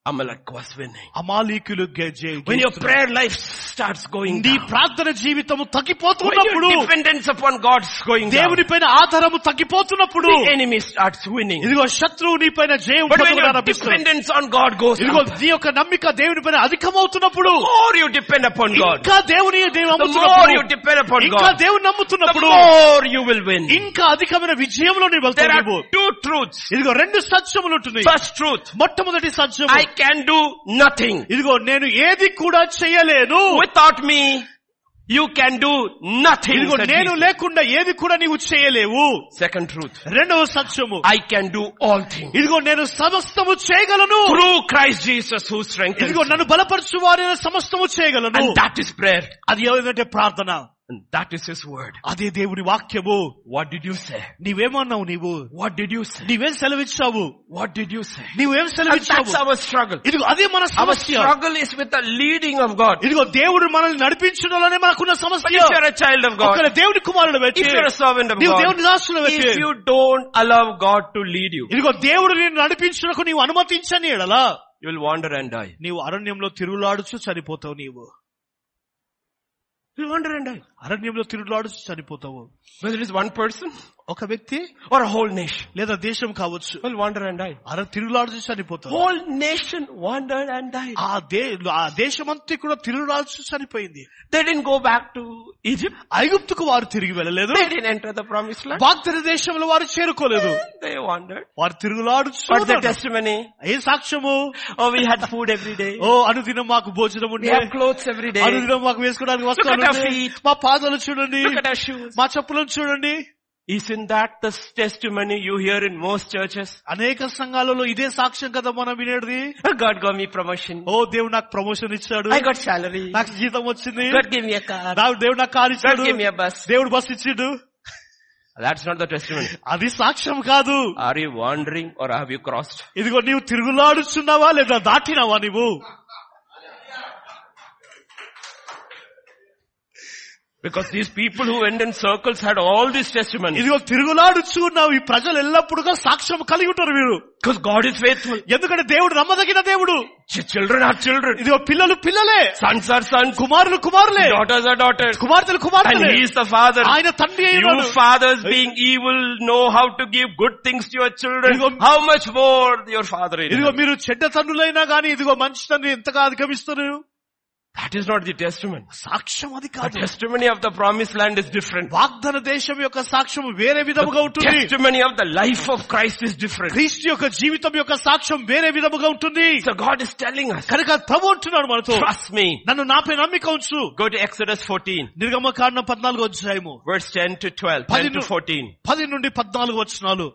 [SPEAKER 1] Amalek was winning.
[SPEAKER 2] అమాలీకులు గె- జె-
[SPEAKER 1] When your prayer life starts going
[SPEAKER 2] నీ
[SPEAKER 1] down,
[SPEAKER 2] ప్రార్థన జీవితము
[SPEAKER 1] when
[SPEAKER 2] తగ్గిపోతున్నప్పుడు
[SPEAKER 1] your dependence upon God's going down,
[SPEAKER 2] దేవుని పైన ఆధారము తగ్గిపోతున్నప్పుడు
[SPEAKER 1] the enemy starts winning.
[SPEAKER 2] ఇదిగో శత్రువు నీ పైన జయం
[SPEAKER 1] But when
[SPEAKER 2] పొందకుండా
[SPEAKER 1] your
[SPEAKER 2] ఆరంభిస్తాడు.
[SPEAKER 1] dependence on God goes
[SPEAKER 2] ఇదిగో
[SPEAKER 1] up,
[SPEAKER 2] నీ యొక్క నమ్మిక దేవుని పైన అధికమవుతున్నప్పుడు
[SPEAKER 1] more you depend upon Oh God,
[SPEAKER 2] ఇంకా దేవుని దేవుని
[SPEAKER 1] the more you
[SPEAKER 2] నమ్ముతున్నప్పుడు
[SPEAKER 1] depend upon
[SPEAKER 2] ఇంకా
[SPEAKER 1] God,
[SPEAKER 2] దేవుని
[SPEAKER 1] the
[SPEAKER 2] నమ్ముతున్నప్పుడు
[SPEAKER 1] more you will win.
[SPEAKER 2] ఇంకా అధికమైన విజయంలో నీ
[SPEAKER 1] There are
[SPEAKER 2] వెళ్తావు
[SPEAKER 1] two truths.
[SPEAKER 2] ఇదిగో రెండు సత్యములు ఉంటున్నాయి
[SPEAKER 1] First truth,
[SPEAKER 2] మొట్టమొదటి సత్యం
[SPEAKER 1] I can do nothing.
[SPEAKER 2] ఇదిగో నేను ఏది కూడా చేయలేను
[SPEAKER 1] Without me, you can do nothing.
[SPEAKER 2] ఇదిగో
[SPEAKER 1] said
[SPEAKER 2] నేను
[SPEAKER 1] Jesus.
[SPEAKER 2] లేకుండా ఏది కూడా నీవు చేయలేవు
[SPEAKER 1] Second truth,
[SPEAKER 2] రెండవ సత్యము
[SPEAKER 1] I can do all things.
[SPEAKER 2] ఇదిగో నేను సమస్తము చేయగలను
[SPEAKER 1] Through Christ Jesus who strengthens
[SPEAKER 2] ఇదిగో
[SPEAKER 1] me.
[SPEAKER 2] నన్ను బలపరచు వారి సమస్తము చేయగలను
[SPEAKER 1] And that is prayer.
[SPEAKER 2] అది ఏదంటే ప్రార్థన
[SPEAKER 1] And that is His word.
[SPEAKER 2] అదే దేవుని వాక్యము
[SPEAKER 1] What did you say?
[SPEAKER 2] నీవేమన్నావు నీవు
[SPEAKER 1] What did you say?
[SPEAKER 2] నీవేం సెలవిచ్చావు
[SPEAKER 1] What did you say?
[SPEAKER 2] నీవేం
[SPEAKER 1] And
[SPEAKER 2] సెలవిచ్చావు
[SPEAKER 1] that's our struggle.
[SPEAKER 2] ఇదిగో అదే మన
[SPEAKER 1] Our
[SPEAKER 2] సమస్య
[SPEAKER 1] struggle is with the leading of God.
[SPEAKER 2] ఇదిగో దేవుడు మనల్ని నడిపించడంలోనే మనకున్న
[SPEAKER 1] But
[SPEAKER 2] సమస్య
[SPEAKER 1] if you're a child of God,
[SPEAKER 2] ఒకవేళ దేవుని కుమారుడు వచ్చి
[SPEAKER 1] if you're a servant of
[SPEAKER 2] నీవు
[SPEAKER 1] God,
[SPEAKER 2] దేవుని దాసుడు వచ్చి
[SPEAKER 1] if you don't allow God to lead you,
[SPEAKER 2] ఇదిగో దేవుడు నేను నడిపించడానికి నీవు అనుమతించని ఎడలా
[SPEAKER 1] you will wander and die.
[SPEAKER 2] నీవు అరణ్యంలో తిరుగులాడుచు చనిపోతావు నీవు
[SPEAKER 1] You'll wander and die.
[SPEAKER 2] అరణ్యంలో తిరుగులాడుచు చనిపోతావు
[SPEAKER 1] Whether it's one person
[SPEAKER 2] ఒక వ్యక్తి
[SPEAKER 1] or a whole nation,
[SPEAKER 2] లేదా దేశం కావచ్చు
[SPEAKER 1] will wander and die.
[SPEAKER 2] అర తిరుగులాడుచు చనిపోతావు
[SPEAKER 1] Whole nation wandered and died.
[SPEAKER 2] ఆ దే ఆ దేశమంతా కూడా తిరుగులాడుచు చనిపోయింది
[SPEAKER 1] They didn't go back to Egypt.
[SPEAKER 2] ఐగుప్తుకు వారు తిరిగి వెళ్ళలేదు
[SPEAKER 1] They didn't enter the promised land.
[SPEAKER 2] వాగ్దర దేశంలో వారు చేరుకోలేదు
[SPEAKER 1] They wandered.
[SPEAKER 2] వారు
[SPEAKER 1] But their
[SPEAKER 2] తిరుగులాడుచు
[SPEAKER 1] testimony,
[SPEAKER 2] ఏ సాక్ష్యము
[SPEAKER 1] oh we had food every day.
[SPEAKER 2] ఓ అనుదినం మాకు భోజనం
[SPEAKER 1] We
[SPEAKER 2] ఉండే
[SPEAKER 1] have clothes every day.
[SPEAKER 2] అనుదినం మాకు వేసుకోవడానికి
[SPEAKER 1] Look at our
[SPEAKER 2] వస్తాను
[SPEAKER 1] feet.
[SPEAKER 2] మా పాదాలు చూడండి
[SPEAKER 1] Look at our shoes.
[SPEAKER 2] మా చెప్పులను చూడండి
[SPEAKER 1] Isn't that the testimony you hear in most churches?
[SPEAKER 2] అనేక సంఘాలలో ఇదే సాక్ష్యం కదా మనం వినేది
[SPEAKER 1] God got me promotion.
[SPEAKER 2] ఓ దేవుడు నాకు ప్రమోషన్ ఇచ్చాడు
[SPEAKER 1] I got salary.
[SPEAKER 2] నాకు జీతం వచ్చింది
[SPEAKER 1] God gave me a car.
[SPEAKER 2] నాకు దేవుడు నాకు కారు
[SPEAKER 1] God
[SPEAKER 2] ఇచ్చాడు
[SPEAKER 1] gave me a bus.
[SPEAKER 2] దేవుడు బస్ ఇచ్చిండు
[SPEAKER 1] That's not the testimony.
[SPEAKER 2] అది సాక్ష్యం కాదు
[SPEAKER 1] Are you wandering or have you crossed?
[SPEAKER 2] ఇదిగో నీవు తిరుగులాడుచున్నావా లేదా దాటినావా నీవు
[SPEAKER 1] Because these people who went in circles had all these testimonies.
[SPEAKER 2] ఇదిగో తిరుగులాడుచు ఉన్నావు ఈ ప్రజలు ఎల్లప్పుడూగా సాక్ష్యం కలిగి ఉంటారు వీరు
[SPEAKER 1] Because God is faithful.
[SPEAKER 2] ఎందుకంటే దేవుడు నమ్మదగిన దేవుడు
[SPEAKER 1] Ch- Children are children.
[SPEAKER 2] ఇదిగో పిల్లలు పిల్లలే
[SPEAKER 1] Sons are sons.
[SPEAKER 2] కుమారులు కుమారులే
[SPEAKER 1] Daughters are daughters.
[SPEAKER 2] కుమార్తెలు
[SPEAKER 1] And
[SPEAKER 2] కుమార్తెలే
[SPEAKER 1] He is the Father.
[SPEAKER 2] ఆయన తండ్రి అయి
[SPEAKER 1] You
[SPEAKER 2] ఉన్నాడు.
[SPEAKER 1] fathers being evil know how to give good things to your children.
[SPEAKER 2] ఇదిగో-
[SPEAKER 1] How much more your Father in
[SPEAKER 2] ఇదిగో
[SPEAKER 1] heaven.
[SPEAKER 2] మీరు చెడ్డ తండ్రులైనా గానీ ఇదిగో మంచి తండ్రి ఎంతగా అధిగమిస్తున్నారు
[SPEAKER 1] That is not the testimony.
[SPEAKER 2] సాక్ష్యం అది
[SPEAKER 1] The
[SPEAKER 2] కాదు
[SPEAKER 1] testimony of the promised land is different.
[SPEAKER 2] వాగ్దాన దేశం యొక్క సాక్ష్యం వేరే విధముగా ఉంటుంది
[SPEAKER 1] Testimony of the life of Christ is different.
[SPEAKER 2] క్రీస్తు యొక్క జీవితం యొక్క సాక్ష్యం వేరే విధముగా ఉంటుంది
[SPEAKER 1] So God is telling us,
[SPEAKER 2] కనుక ప్రభు అంటున్నాడు మనతో
[SPEAKER 1] trust me.
[SPEAKER 2] నన్ను నాపై నమ్మిక ఉంచు
[SPEAKER 1] Go to Exodus 14,
[SPEAKER 2] నిర్గమకాండం పద్నాలుగు అధ్యాయము
[SPEAKER 1] verse 10 to 12, 10 to 14.
[SPEAKER 2] పది నుండి పద్నాలుగు వచనాలు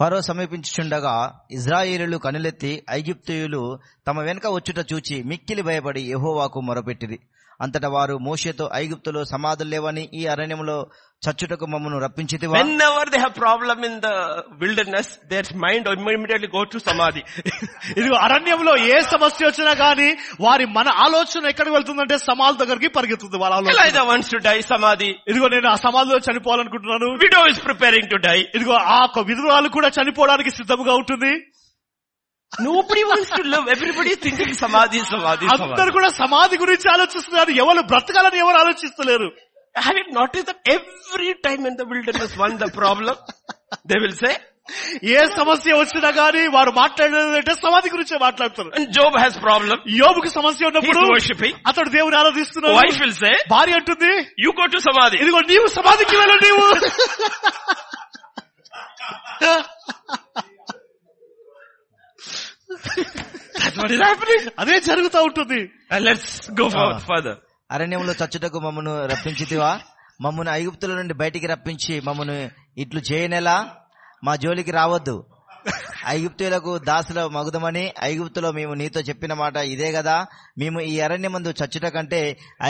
[SPEAKER 3] ఫరో సమీపించుచుండగా ఇజ్రాయేలీలు కనులెత్తి ఐగుప్తీయులు తమ వెనుక వచ్చుట చూచి మిక్కిలి భయపడి యెహోవాకు మొరపెట్టిరి అంతటా వారు మోషేతో ఐగుప్తులో సమాధులు లేవని ఈ అరణ్యములో చచ్చుటకు మమ్మను రప్పించితివా
[SPEAKER 1] Whenever they have problem in the wilderness, their mind immediately go to Samadhi.
[SPEAKER 2] ఇది అరణ్యంలో ఏ సమస్య వచ్చినా గానీ వారి మన ఆలోచన ఎక్కడికి వెళ్తుందంటే సమాధి దగ్గరికి పరిగెత్తుంది వాళ్ళ ఆలోచన
[SPEAKER 1] Elijah wants to die, Samadhi.
[SPEAKER 2] ఇదిగో నేను ఆ సమాధిలో చనిపోవాలనుకుంటున్నాను
[SPEAKER 1] Widow is preparing to die.
[SPEAKER 2] ఇదిగో ఆ యొక్క విధురాలు కూడా చనిపోవడానికి సిద్ధంగా ఉంటుంది
[SPEAKER 1] Nobody wants to live. Everybody is thinking Samadhi, Samadhi,
[SPEAKER 2] అందరు
[SPEAKER 1] Samadhi.
[SPEAKER 2] కూడా సమాధి గురించి ఆలోచిస్తున్నారు ఎవరు బ్రతకాలని ఎవరు ఆలోచిస్తలేరు
[SPEAKER 1] Have you noticed that every time in the wilderness, one the problem, they will say,
[SPEAKER 2] ఏ సమస్య వచ్చినా గానీ వారు మాట్లాడేది అంటే సమాధి గురించే మాట్లాడతారు
[SPEAKER 1] and Job has problem.
[SPEAKER 2] యోగుకి సమస్య ఉన్నప్పుడు
[SPEAKER 1] He's worshiping.
[SPEAKER 2] అతడు దేవుని
[SPEAKER 1] Wife
[SPEAKER 2] ఆరాధిస్తున్నాడు
[SPEAKER 1] will say,
[SPEAKER 2] భార్య అంటుంది
[SPEAKER 1] you go to Samadhi.
[SPEAKER 2] ఇదిగో నీవు సమాధికి వెళ్ళు నీవు
[SPEAKER 1] What is happening?
[SPEAKER 2] అదే జరుగుతా ఉంటుంది
[SPEAKER 1] And let's go for further.
[SPEAKER 3] అరణ్యంలో చచ్చుటకు మమ్మను రప్పించితివా మమ్మను ఐగుప్తుల నుండి బయటికి రప్పించి మమ్మను ఇట్లు చేయనేలా మా జోలికి రావద్దు ఐగుప్తులకు దాసుల మగుదమని ఐగుప్తులో మేము నీతో చెప్పిన మాట ఇదే కదా మేము ఈ అరణ్యమందు చచ్చుట కంటే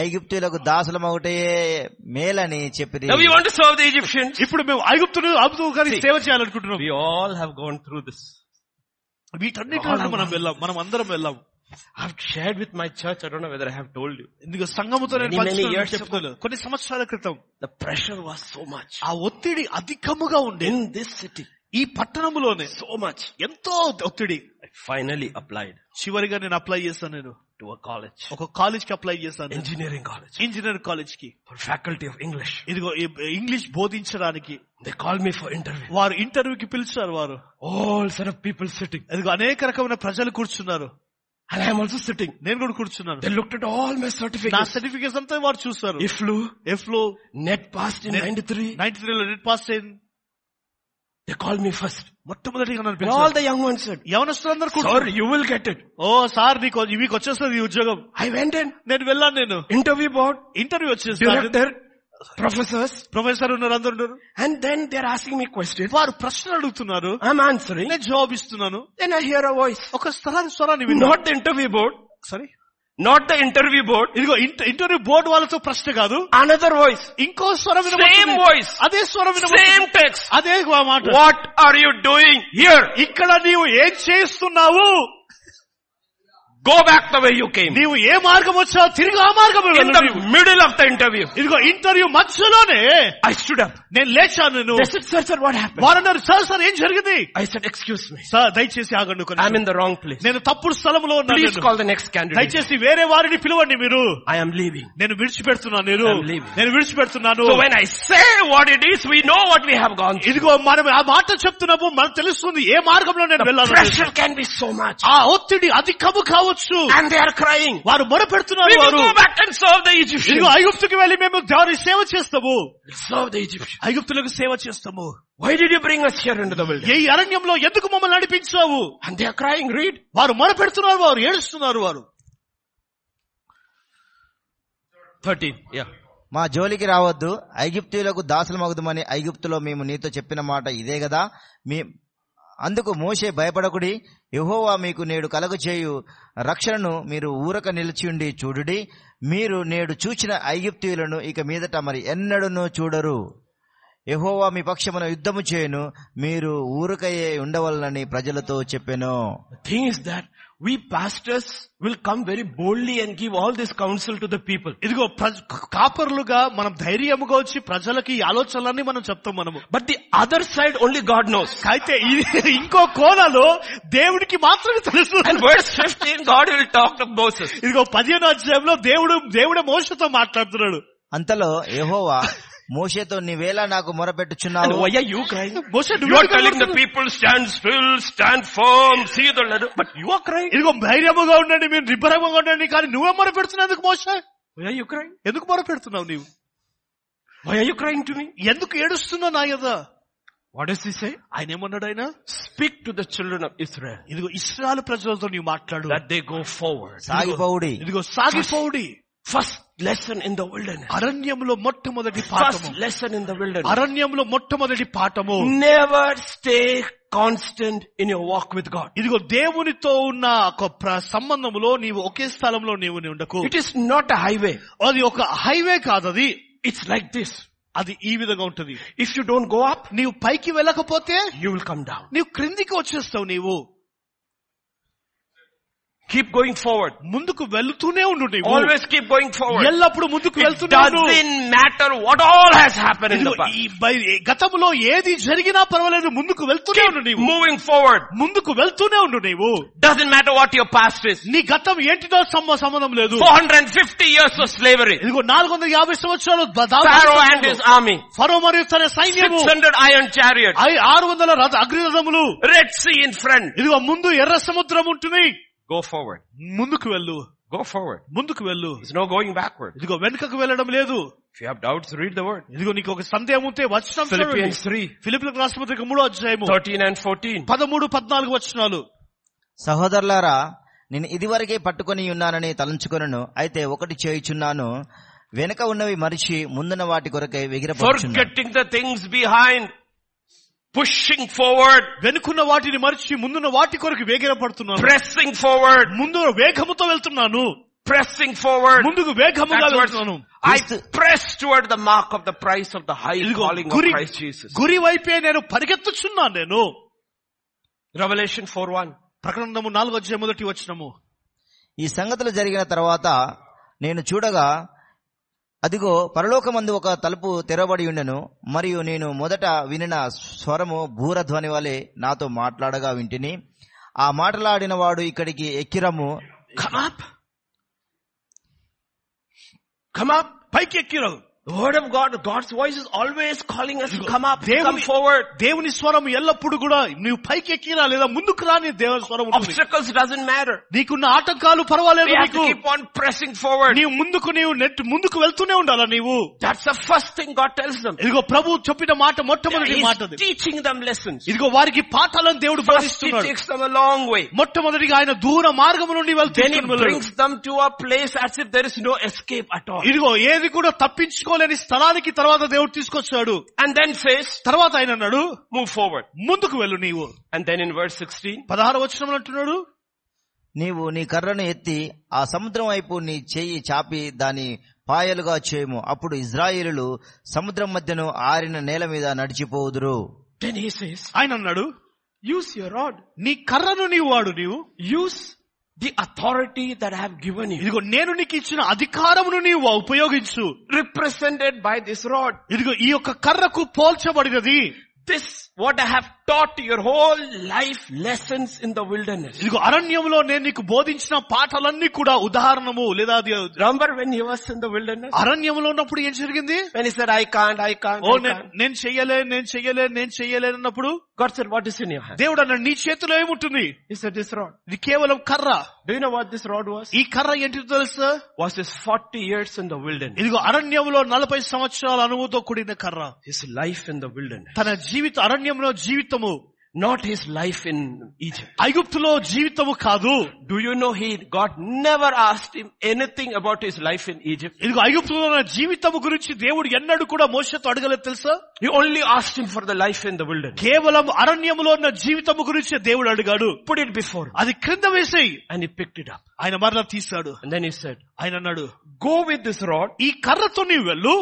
[SPEAKER 3] ఐగుప్తులకు దాసుల మగుటయే మేలని చెప్పిరి
[SPEAKER 1] Now we want to serve the Egyptians.
[SPEAKER 2] ఇప్పుడు మేము ఐగుప్తును ఆపుతూ కానీ సేవ చేయాలనుకుంటున్నాం
[SPEAKER 1] We all have gone through this.
[SPEAKER 2] వీటన్నిటి నుండి మనం వెళ్ళాం మనం అందరం వెళ్ళాం
[SPEAKER 1] I've shared with my church, I don't know whether I have told you.
[SPEAKER 2] ఇందుకు సంఘముతో నేను
[SPEAKER 1] Many, many
[SPEAKER 2] పంచుకున్నాను
[SPEAKER 1] years
[SPEAKER 2] చెప్తున్నాను. కొన్ని సంవత్సరాల క్రితం
[SPEAKER 1] The pressure was so much.
[SPEAKER 2] ఆ ఒత్తిడి అధికముగా ఉండే
[SPEAKER 1] In this city,
[SPEAKER 2] ఈ పట్టణములోనే
[SPEAKER 1] so much.
[SPEAKER 2] ఎంతో ఒత్తిడి
[SPEAKER 1] I finally applied
[SPEAKER 2] చివరిగా నేను అప్లై చేశాను నేను
[SPEAKER 1] to a college,
[SPEAKER 2] ఒక కాలేజ్ కి అప్లై చేశాను నేను.
[SPEAKER 1] engineering college,
[SPEAKER 2] ఇంజనీర్ కాలేజ్ కి
[SPEAKER 1] for faculty of English.
[SPEAKER 2] ఇదిగో ఈ- ఇంగ్లీష్ బోధించడానికి
[SPEAKER 1] They called me for interview.
[SPEAKER 2] వారు ఇంటర్వ్యూకి పిలిచారు వారు
[SPEAKER 1] All sort of people sitting.
[SPEAKER 2] ఇదిగో అనేక రకమైన ప్రజలు కూర్చున్నారు
[SPEAKER 1] And I'm also sitting.
[SPEAKER 2] నేను కూడా కూర్చున్నాను
[SPEAKER 1] They looked at all my
[SPEAKER 2] నా
[SPEAKER 1] certificates.
[SPEAKER 2] సర్టిఫికేట్స్ అంతా వారు చూస్తారు
[SPEAKER 1] IFLU,
[SPEAKER 2] ఎఫ్ లో
[SPEAKER 1] net passed in 93.
[SPEAKER 2] Ninety three లో నెట్ పాస్ అయింది
[SPEAKER 1] They called me first.
[SPEAKER 2] మొట్టమొదటిగా నన్ను
[SPEAKER 1] And all
[SPEAKER 2] పిలిచారు
[SPEAKER 1] the young ones said,
[SPEAKER 2] యవనస్తులు అందరు
[SPEAKER 1] Sir,
[SPEAKER 2] కూర్చున్నారు
[SPEAKER 1] you will get it.
[SPEAKER 2] Oh sir నీకు మీకు వచ్చేస్తుంది ఈ ఉద్యోగం
[SPEAKER 1] I went in.
[SPEAKER 2] నేను వెళ్ళాను నేను
[SPEAKER 1] Interview board,
[SPEAKER 2] ఇంటర్వ్యూ వచ్చేసి
[SPEAKER 1] director, professors,
[SPEAKER 2] ప్రొఫెసర్ ఉన్నారు అందరు ఉన్నారు
[SPEAKER 1] and then they're asking me questions.
[SPEAKER 2] వారు ప్రశ్నలు అడుగుతున్నారు
[SPEAKER 1] I'm answering.
[SPEAKER 2] నేను జవాబు ఇస్తున్నాను
[SPEAKER 1] Then I hear a voice.
[SPEAKER 2] ఒక స్థలాన్ని స్వరాన్ని విన్నా
[SPEAKER 1] Not the interview board,
[SPEAKER 2] సరే
[SPEAKER 1] not the interview board,
[SPEAKER 2] ఇదిగో ఇంట- ఇంటర్వ్యూ బోర్డు వాళ్ళతో ప్రశ్న కాదు
[SPEAKER 1] another voice,
[SPEAKER 2] ఇంకో స్వరం
[SPEAKER 1] Same
[SPEAKER 2] వినబడుతుంది.
[SPEAKER 1] voice.
[SPEAKER 2] అదే స్వరం
[SPEAKER 1] same
[SPEAKER 2] వినబడుతుంది.
[SPEAKER 1] text.
[SPEAKER 2] అదే వా- మాట
[SPEAKER 1] What are you doing here?
[SPEAKER 2] ఇక్కడ నీవు ఏం చేస్తున్నావు
[SPEAKER 1] Go back the way you came.
[SPEAKER 2] నీవు ఏ మార్గం వచ్చావు తిరిగి ఆ మార్గం
[SPEAKER 1] In the middle of the interview,
[SPEAKER 2] ఇదిగో ఇంటర్వ్యూ మధ్యలోనే
[SPEAKER 1] I stood up.
[SPEAKER 2] నేను లేచాను నేను
[SPEAKER 1] They said, sir, sir, what happened?
[SPEAKER 2] వారన్నారు సార్ సార్ ఏం జరిగింది
[SPEAKER 1] I said, excuse me.
[SPEAKER 2] Sir దయచేసి ఆగండి ఒక
[SPEAKER 1] I'm
[SPEAKER 2] నిమిషం.
[SPEAKER 1] in the wrong place.
[SPEAKER 2] నేను తప్పుడు స్థలంలో ఉన్నాను
[SPEAKER 1] Please
[SPEAKER 2] నేను.
[SPEAKER 1] call the next candidate.
[SPEAKER 2] దయచేసి వేరే వారిని పిలవండి మీరు
[SPEAKER 1] I am leaving.
[SPEAKER 2] నేను విడిచిపెడుతున్నాను నేను
[SPEAKER 1] I'm leaving.
[SPEAKER 2] నేను విడిచిపెడుతున్నాను
[SPEAKER 1] So when I say what it is, we know what we have gone through.
[SPEAKER 2] ఇదిగో మనం ఆ మాట చెప్తున్నాము మనకు తెలుస్తుంది ఏ మార్గంలో నేను వెళ్ళాను అనేది.
[SPEAKER 1] Pressure can be so much.
[SPEAKER 2] ఆ ఒత్తిడి అధికము కావచ్చు
[SPEAKER 1] And they are crying.
[SPEAKER 2] వారు మొరపెడుతున్నారు
[SPEAKER 1] We will
[SPEAKER 2] వారు
[SPEAKER 1] go back and serve the Egyptians.
[SPEAKER 2] ఇదిగో ఐగుప్తుకి వెళ్ళి మేము దేవుని సేవ చేస్తాము
[SPEAKER 1] Serve the Egyptians.
[SPEAKER 2] ఐగుప్తులకు సేవ చేస్తాము
[SPEAKER 1] Why did you bring us here into the wilderness?
[SPEAKER 2] ఏ ఈ అరణ్యంలో ఎందుకు మమ్మల్ని నడిపించావు
[SPEAKER 1] And they are crying, read.
[SPEAKER 2] వారు మొరపెడుతున్నారు వారు ఏడుస్తున్నారు వారు
[SPEAKER 1] 13, yeah.
[SPEAKER 3] మా జోలికి రావద్దు ఐగుప్తీయులకు దాసులు మగుదమని ఐగుప్తులో మేము నీతో చెప్పిన మాట ఇదే కదా మీ అందుకు మోషే భయపడకుడి యెహోవా మీకు నేడు కలగ చేయు రక్షణను మీరు ఊరక నిలిచియుండి చూడుడి మీరు నేడు చూచిన ఐగుప్తీయులను ఇక మీదట మరి ఎన్నడూనూ చూడరు యెహోవా మీ పక్షమున యుద్ధము చేయను మీరు ఊరకయే ఉండవలనని ప్రజలతో చెప్పెను
[SPEAKER 1] The thing is that we pastors will come very boldly and give all this counsel to the people.
[SPEAKER 2] ఇదిగో ప్రజ- కాపరులుగా మనం ధైర్యముగా వచ్చి ప్రజలకి ఈ ఆలోచనలన్నీ మనం చెప్తాం మనము
[SPEAKER 1] But the other side only God knows.
[SPEAKER 2] అయితే ఇది ఇంకో కోణలో దేవుడికి మాత్రమే తెలుసు
[SPEAKER 1] And verse 15, God will talk to Moses.
[SPEAKER 2] ఇదిగో పదిహేను అధ్యాయంలో దేవుడు దేవుడే మోసతో మాట్లాడుతున్నాడు
[SPEAKER 3] అంతలో యెహోవా మోషేతో నీవేలా నాకు మొరపెట్టుచున్నావు
[SPEAKER 1] And why are you crying?
[SPEAKER 2] మోసే
[SPEAKER 1] You are telling the people stand still, stand firm, see the ladder. But you are crying.
[SPEAKER 2] ఇదిగో ధైర్యముగా ఉండండి మీరు నిబ్బరంగా ఉండండి కానీ నువ్వే మొర పెడుతున్నందుకు మోసే
[SPEAKER 1] Why are you crying?
[SPEAKER 2] ఎందుకు మొర పెడుతున్నావు నీవు
[SPEAKER 1] Why are you crying to me?
[SPEAKER 2] ఎందుకు ఏడుస్తున్నావు నా యదా
[SPEAKER 1] What does he say?
[SPEAKER 2] ఆయన ఏమన్నాడు ఆయన
[SPEAKER 1] Speak to the children of Israel
[SPEAKER 2] ఇదిగో ఇస్రాయల్ ప్రజలతో నీవు మాట్లాడు
[SPEAKER 1] that they go forward.
[SPEAKER 3] సాగిపోవుడి
[SPEAKER 2] ఇదిగో సాగిపోవుడి
[SPEAKER 1] First lesson in the wilderness.
[SPEAKER 2] అరణ్యంలో మొట్టమొదటి
[SPEAKER 1] First
[SPEAKER 2] పాఠము
[SPEAKER 1] lesson in Hmm. the wilderness.
[SPEAKER 2] అరణ్యంలో మొట్టమొదటి పాఠము
[SPEAKER 1] Never stay constant in your walk with God.
[SPEAKER 2] ఇదిగో దేవునితో ఉన్న ఒక ప్ర- సంబంధములో నీవు ఒకే స్థలంలో నీవు నీ ఉండకు
[SPEAKER 1] It is not a highway.
[SPEAKER 2] అది ఒక హైవే కాదది
[SPEAKER 1] It's like this.
[SPEAKER 2] అది ఈ విధంగా ఉంటుంది
[SPEAKER 1] If you don't go up,
[SPEAKER 2] నీవు పైకి వెళ్ళకపోతే
[SPEAKER 1] you will come down.
[SPEAKER 2] నీవు క్రిందికి వచ్చేస్తావు నీవు
[SPEAKER 1] Keep going forward.
[SPEAKER 2] ముందుకు వెళ్తూనే ఉండు నీవు
[SPEAKER 1] Always keep going forward.
[SPEAKER 2] ఎల్లప్పుడు ముందుకు
[SPEAKER 1] It
[SPEAKER 2] వెళ్తూనే ఉండు.
[SPEAKER 1] doesn't matter what all has happened in
[SPEAKER 2] ఇదిగో
[SPEAKER 1] the past.
[SPEAKER 2] ఈ బై- గతంలో ఏది జరిగినా పర్వాలేదు ముందుకు వెళ్తూనే ఉండు నీవు
[SPEAKER 1] Moving forward.
[SPEAKER 2] ముందుకు వెళ్తూనే ఉండు నీవు
[SPEAKER 1] Doesn't matter what your past is.
[SPEAKER 2] నీ గతం ఏంటిదో సమ- సంబంధం లేదు
[SPEAKER 1] 450 years of slavery.
[SPEAKER 2] ఇదిగో నాలుగు వందల యాభై సంవత్సరాలు బ-
[SPEAKER 1] Pharaoh and his army.
[SPEAKER 2] ఫరో మరియు తన సైన్యము
[SPEAKER 1] 600 iron chariots.
[SPEAKER 2] ఐ- ఆరు వందల రథ అగ్నిరథములు
[SPEAKER 1] Red Sea in front.
[SPEAKER 2] ఇదిగో ముందు ఎర్ర సముద్రం ఉంటుంది
[SPEAKER 1] Go forward.
[SPEAKER 2] ముందుకు వెళ్ళు
[SPEAKER 1] Go forward.
[SPEAKER 2] ముందుకు వెళ్ళు
[SPEAKER 1] There's no going backward.
[SPEAKER 2] ఇదిగో వెనుకకు వెళ్ళడం లేదు
[SPEAKER 1] If you have doubts, read the word.
[SPEAKER 2] ఇదిగో నీకు ఒక సందేహం ఉంటే వచ్చిన
[SPEAKER 1] Philippians 3.
[SPEAKER 2] ఫిలిపిలకు రాష్ట్ర పత్రిక మూడో అధ్యాయము
[SPEAKER 1] 13 and 14.
[SPEAKER 2] పదమూడు పద్నాలుగు వచనాలు
[SPEAKER 3] సహోదరులారా నేను ఇదివరకే పట్టుకొని ఉన్నానని తలంచుకొనను అయితే ఒకటి చేయుచున్నాను వెనక ఉన్నవి మరిచి ముందున్న వాటి కొరకై విగిరపడుచున్నాను
[SPEAKER 1] Forgetting the things behind. Pushing forward.
[SPEAKER 2] వెనుకున్న వాటిని మరిచి ముందున్న వాటి కొరకు వేగిర పడుతున్నాను
[SPEAKER 1] Pressing forward.
[SPEAKER 2] ముందు వేగముతో వెళ్తున్నాను
[SPEAKER 1] Pressing forward.
[SPEAKER 2] ముందుకు వేగముగా
[SPEAKER 1] That's what-
[SPEAKER 2] వెళ్తున్నాను
[SPEAKER 1] I press toward the mark of the price of the high
[SPEAKER 2] ఇదిగో
[SPEAKER 1] calling of
[SPEAKER 2] గురి
[SPEAKER 1] Christ Jesus.
[SPEAKER 2] గురి వైపే నేను పరిగెత్తుచున్నాను నేను
[SPEAKER 1] Revelation 4.1.
[SPEAKER 2] ప్రకటనము నాలుగు అధ్యాయం మొదటి వచనము
[SPEAKER 3] ఈ సంగతులు జరిగిన తర్వాత నేను చూడగా అదిగో పరలోకమందు ఒక తలుపు తెరవబడి ఉండెను మరియు నేను మొదట వినిన స్వరము భూరధ్వని వలె నాతో మాట్లాడగా వింటిని ఆ మాటలాడినవాడు ఇక్కడికి ఎక్కిరము
[SPEAKER 1] Come up. Come up.
[SPEAKER 2] పైకి ఎక్కిరావు
[SPEAKER 1] The word of God, God's voice is always calling us to come up, come
[SPEAKER 2] దేవుని
[SPEAKER 1] forward.
[SPEAKER 2] దేవుని స్వరం ఎల్లప్పుడు కూడా నువ్వు పైకి ఎక్కిరా లేదా ముందుకు రాని దేవుని స్వరం ఉంటుంది.
[SPEAKER 1] Obstacles doesn't matter.
[SPEAKER 2] నీకున్న ఆటంకాలు పర్వాలేదు
[SPEAKER 1] We have
[SPEAKER 2] నీకు
[SPEAKER 1] to keep on pressing forward.
[SPEAKER 2] నీవు ముందుకు నీవు నెట్ ముందుకు వెళ్తూనే ఉండాలా నీవు
[SPEAKER 1] That's the first thing God tells them.
[SPEAKER 2] ఇదిగో ప్రభు చెప్పిన మాట మొట్టమొదటి మాట
[SPEAKER 1] He's
[SPEAKER 2] అది.
[SPEAKER 1] teaching them lessons.
[SPEAKER 2] ఇదిగో వారికి పాఠాలను దేవుడు
[SPEAKER 1] First he
[SPEAKER 2] బోధిస్తున్నాడు
[SPEAKER 1] takes them a long way.
[SPEAKER 2] మొట్టమొదటిగా ఆయన దూర మార్గము నుండి
[SPEAKER 1] Then he
[SPEAKER 2] వెళ్తూ
[SPEAKER 1] brings them to a place as if there is no escape at all.
[SPEAKER 2] ఇదిగో ఏది కూడా తప్పించుకోలేని స్థలానికి తర్వాత దేవుడు తీసుకొచ్చాడు
[SPEAKER 1] And then says,
[SPEAKER 2] తర్వాత ఆయన అన్నాడు
[SPEAKER 1] move forward.
[SPEAKER 2] ముందుకు వెళ్ళు నీవు
[SPEAKER 1] And then in verse 16,
[SPEAKER 2] పదహారు వచనం అంటున్నాడు
[SPEAKER 3] నీవు నీ కర్రను ఎత్తి ఆ సముద్రం వైపు నీ చెయ్యి చాపి దాని పాయలుగా చేయము అప్పుడు ఇజ్రాయేలులు సముద్రం మధ్యను ఆరిన నేల మీద నడిచిపోదురు
[SPEAKER 1] then he says,
[SPEAKER 2] ఆయన అన్నాడు
[SPEAKER 1] use your rod.
[SPEAKER 2] నీ కర్రను నీవు వాడు నీవు
[SPEAKER 1] Use the authority that I have given you.
[SPEAKER 2] ఇదిగో నేను నీకు ఇచ్చిన అధికారమును నీవు ఉపయోగించు
[SPEAKER 1] Represented by this rod.
[SPEAKER 2] ఇదిగో ఈ యొక్క కర్రకు పోల్చబడినది
[SPEAKER 1] This, what I have taught you, your whole life lessons in the wilderness.
[SPEAKER 2] ఇదిగో అరణ్యంలో నేను నీకు బోధించిన పాఠాలన్నీ కూడా ఉదాహరణము లేదా అది
[SPEAKER 1] Remember when he was in the wilderness?
[SPEAKER 2] అరణ్యంలో ఉన్నప్పుడు ఏం జరిగింది
[SPEAKER 1] When he said, I can't, I can't,
[SPEAKER 2] oh
[SPEAKER 1] I
[SPEAKER 2] నేను-
[SPEAKER 1] can't.
[SPEAKER 2] నేను చెయ్యలేను నేను చెయ్యలేను నేను చెయ్యలేను అన్నప్పుడు
[SPEAKER 1] God said, what is in your hand?
[SPEAKER 2] దేవుడు అన్నాడు నీ చేతిలో ఏముంటుంది
[SPEAKER 1] He said, this rod.
[SPEAKER 2] ఇది కేవలం కర్ర
[SPEAKER 1] Do you know what this rod was?
[SPEAKER 2] ఈ కర్ర ఏంటిదో తెలుసా
[SPEAKER 1] Was his 40 years in the wilderness.
[SPEAKER 2] ఇదిగో అరణ్యంలో నలభై సంవత్సరాల అనుభవంతో కూడిన కర్ర
[SPEAKER 1] His life in the wilderness.
[SPEAKER 2] తన జీవిత అరణ్యంలో జీవితము
[SPEAKER 1] Not his life in Egypt.
[SPEAKER 2] ఐగుప్తులో జీవితము కాదు
[SPEAKER 1] Do you know he, God never asked him anything about his life in Egypt.
[SPEAKER 2] ఇదిగో ఐగుప్తులో ఉన్న జీవితము గురించి దేవుడు ఎన్నడూ కూడా మోసతో అడగలేదు తెలుసా
[SPEAKER 1] He only asked him for the life in the wilderness.
[SPEAKER 2] కేవలం అరణ్యములో ఉన్న జీవితము గురించి దేవుడు అడిగాడు
[SPEAKER 1] Put it before him.
[SPEAKER 2] అది క్రింద వేసేయి
[SPEAKER 1] And he picked it up.
[SPEAKER 2] ఆయన మరలా తీశాడు
[SPEAKER 1] And then he said,
[SPEAKER 2] ఆయన అన్నాడు
[SPEAKER 1] go with this rod
[SPEAKER 2] ఈ కర్రతో నీవు వెళ్ళు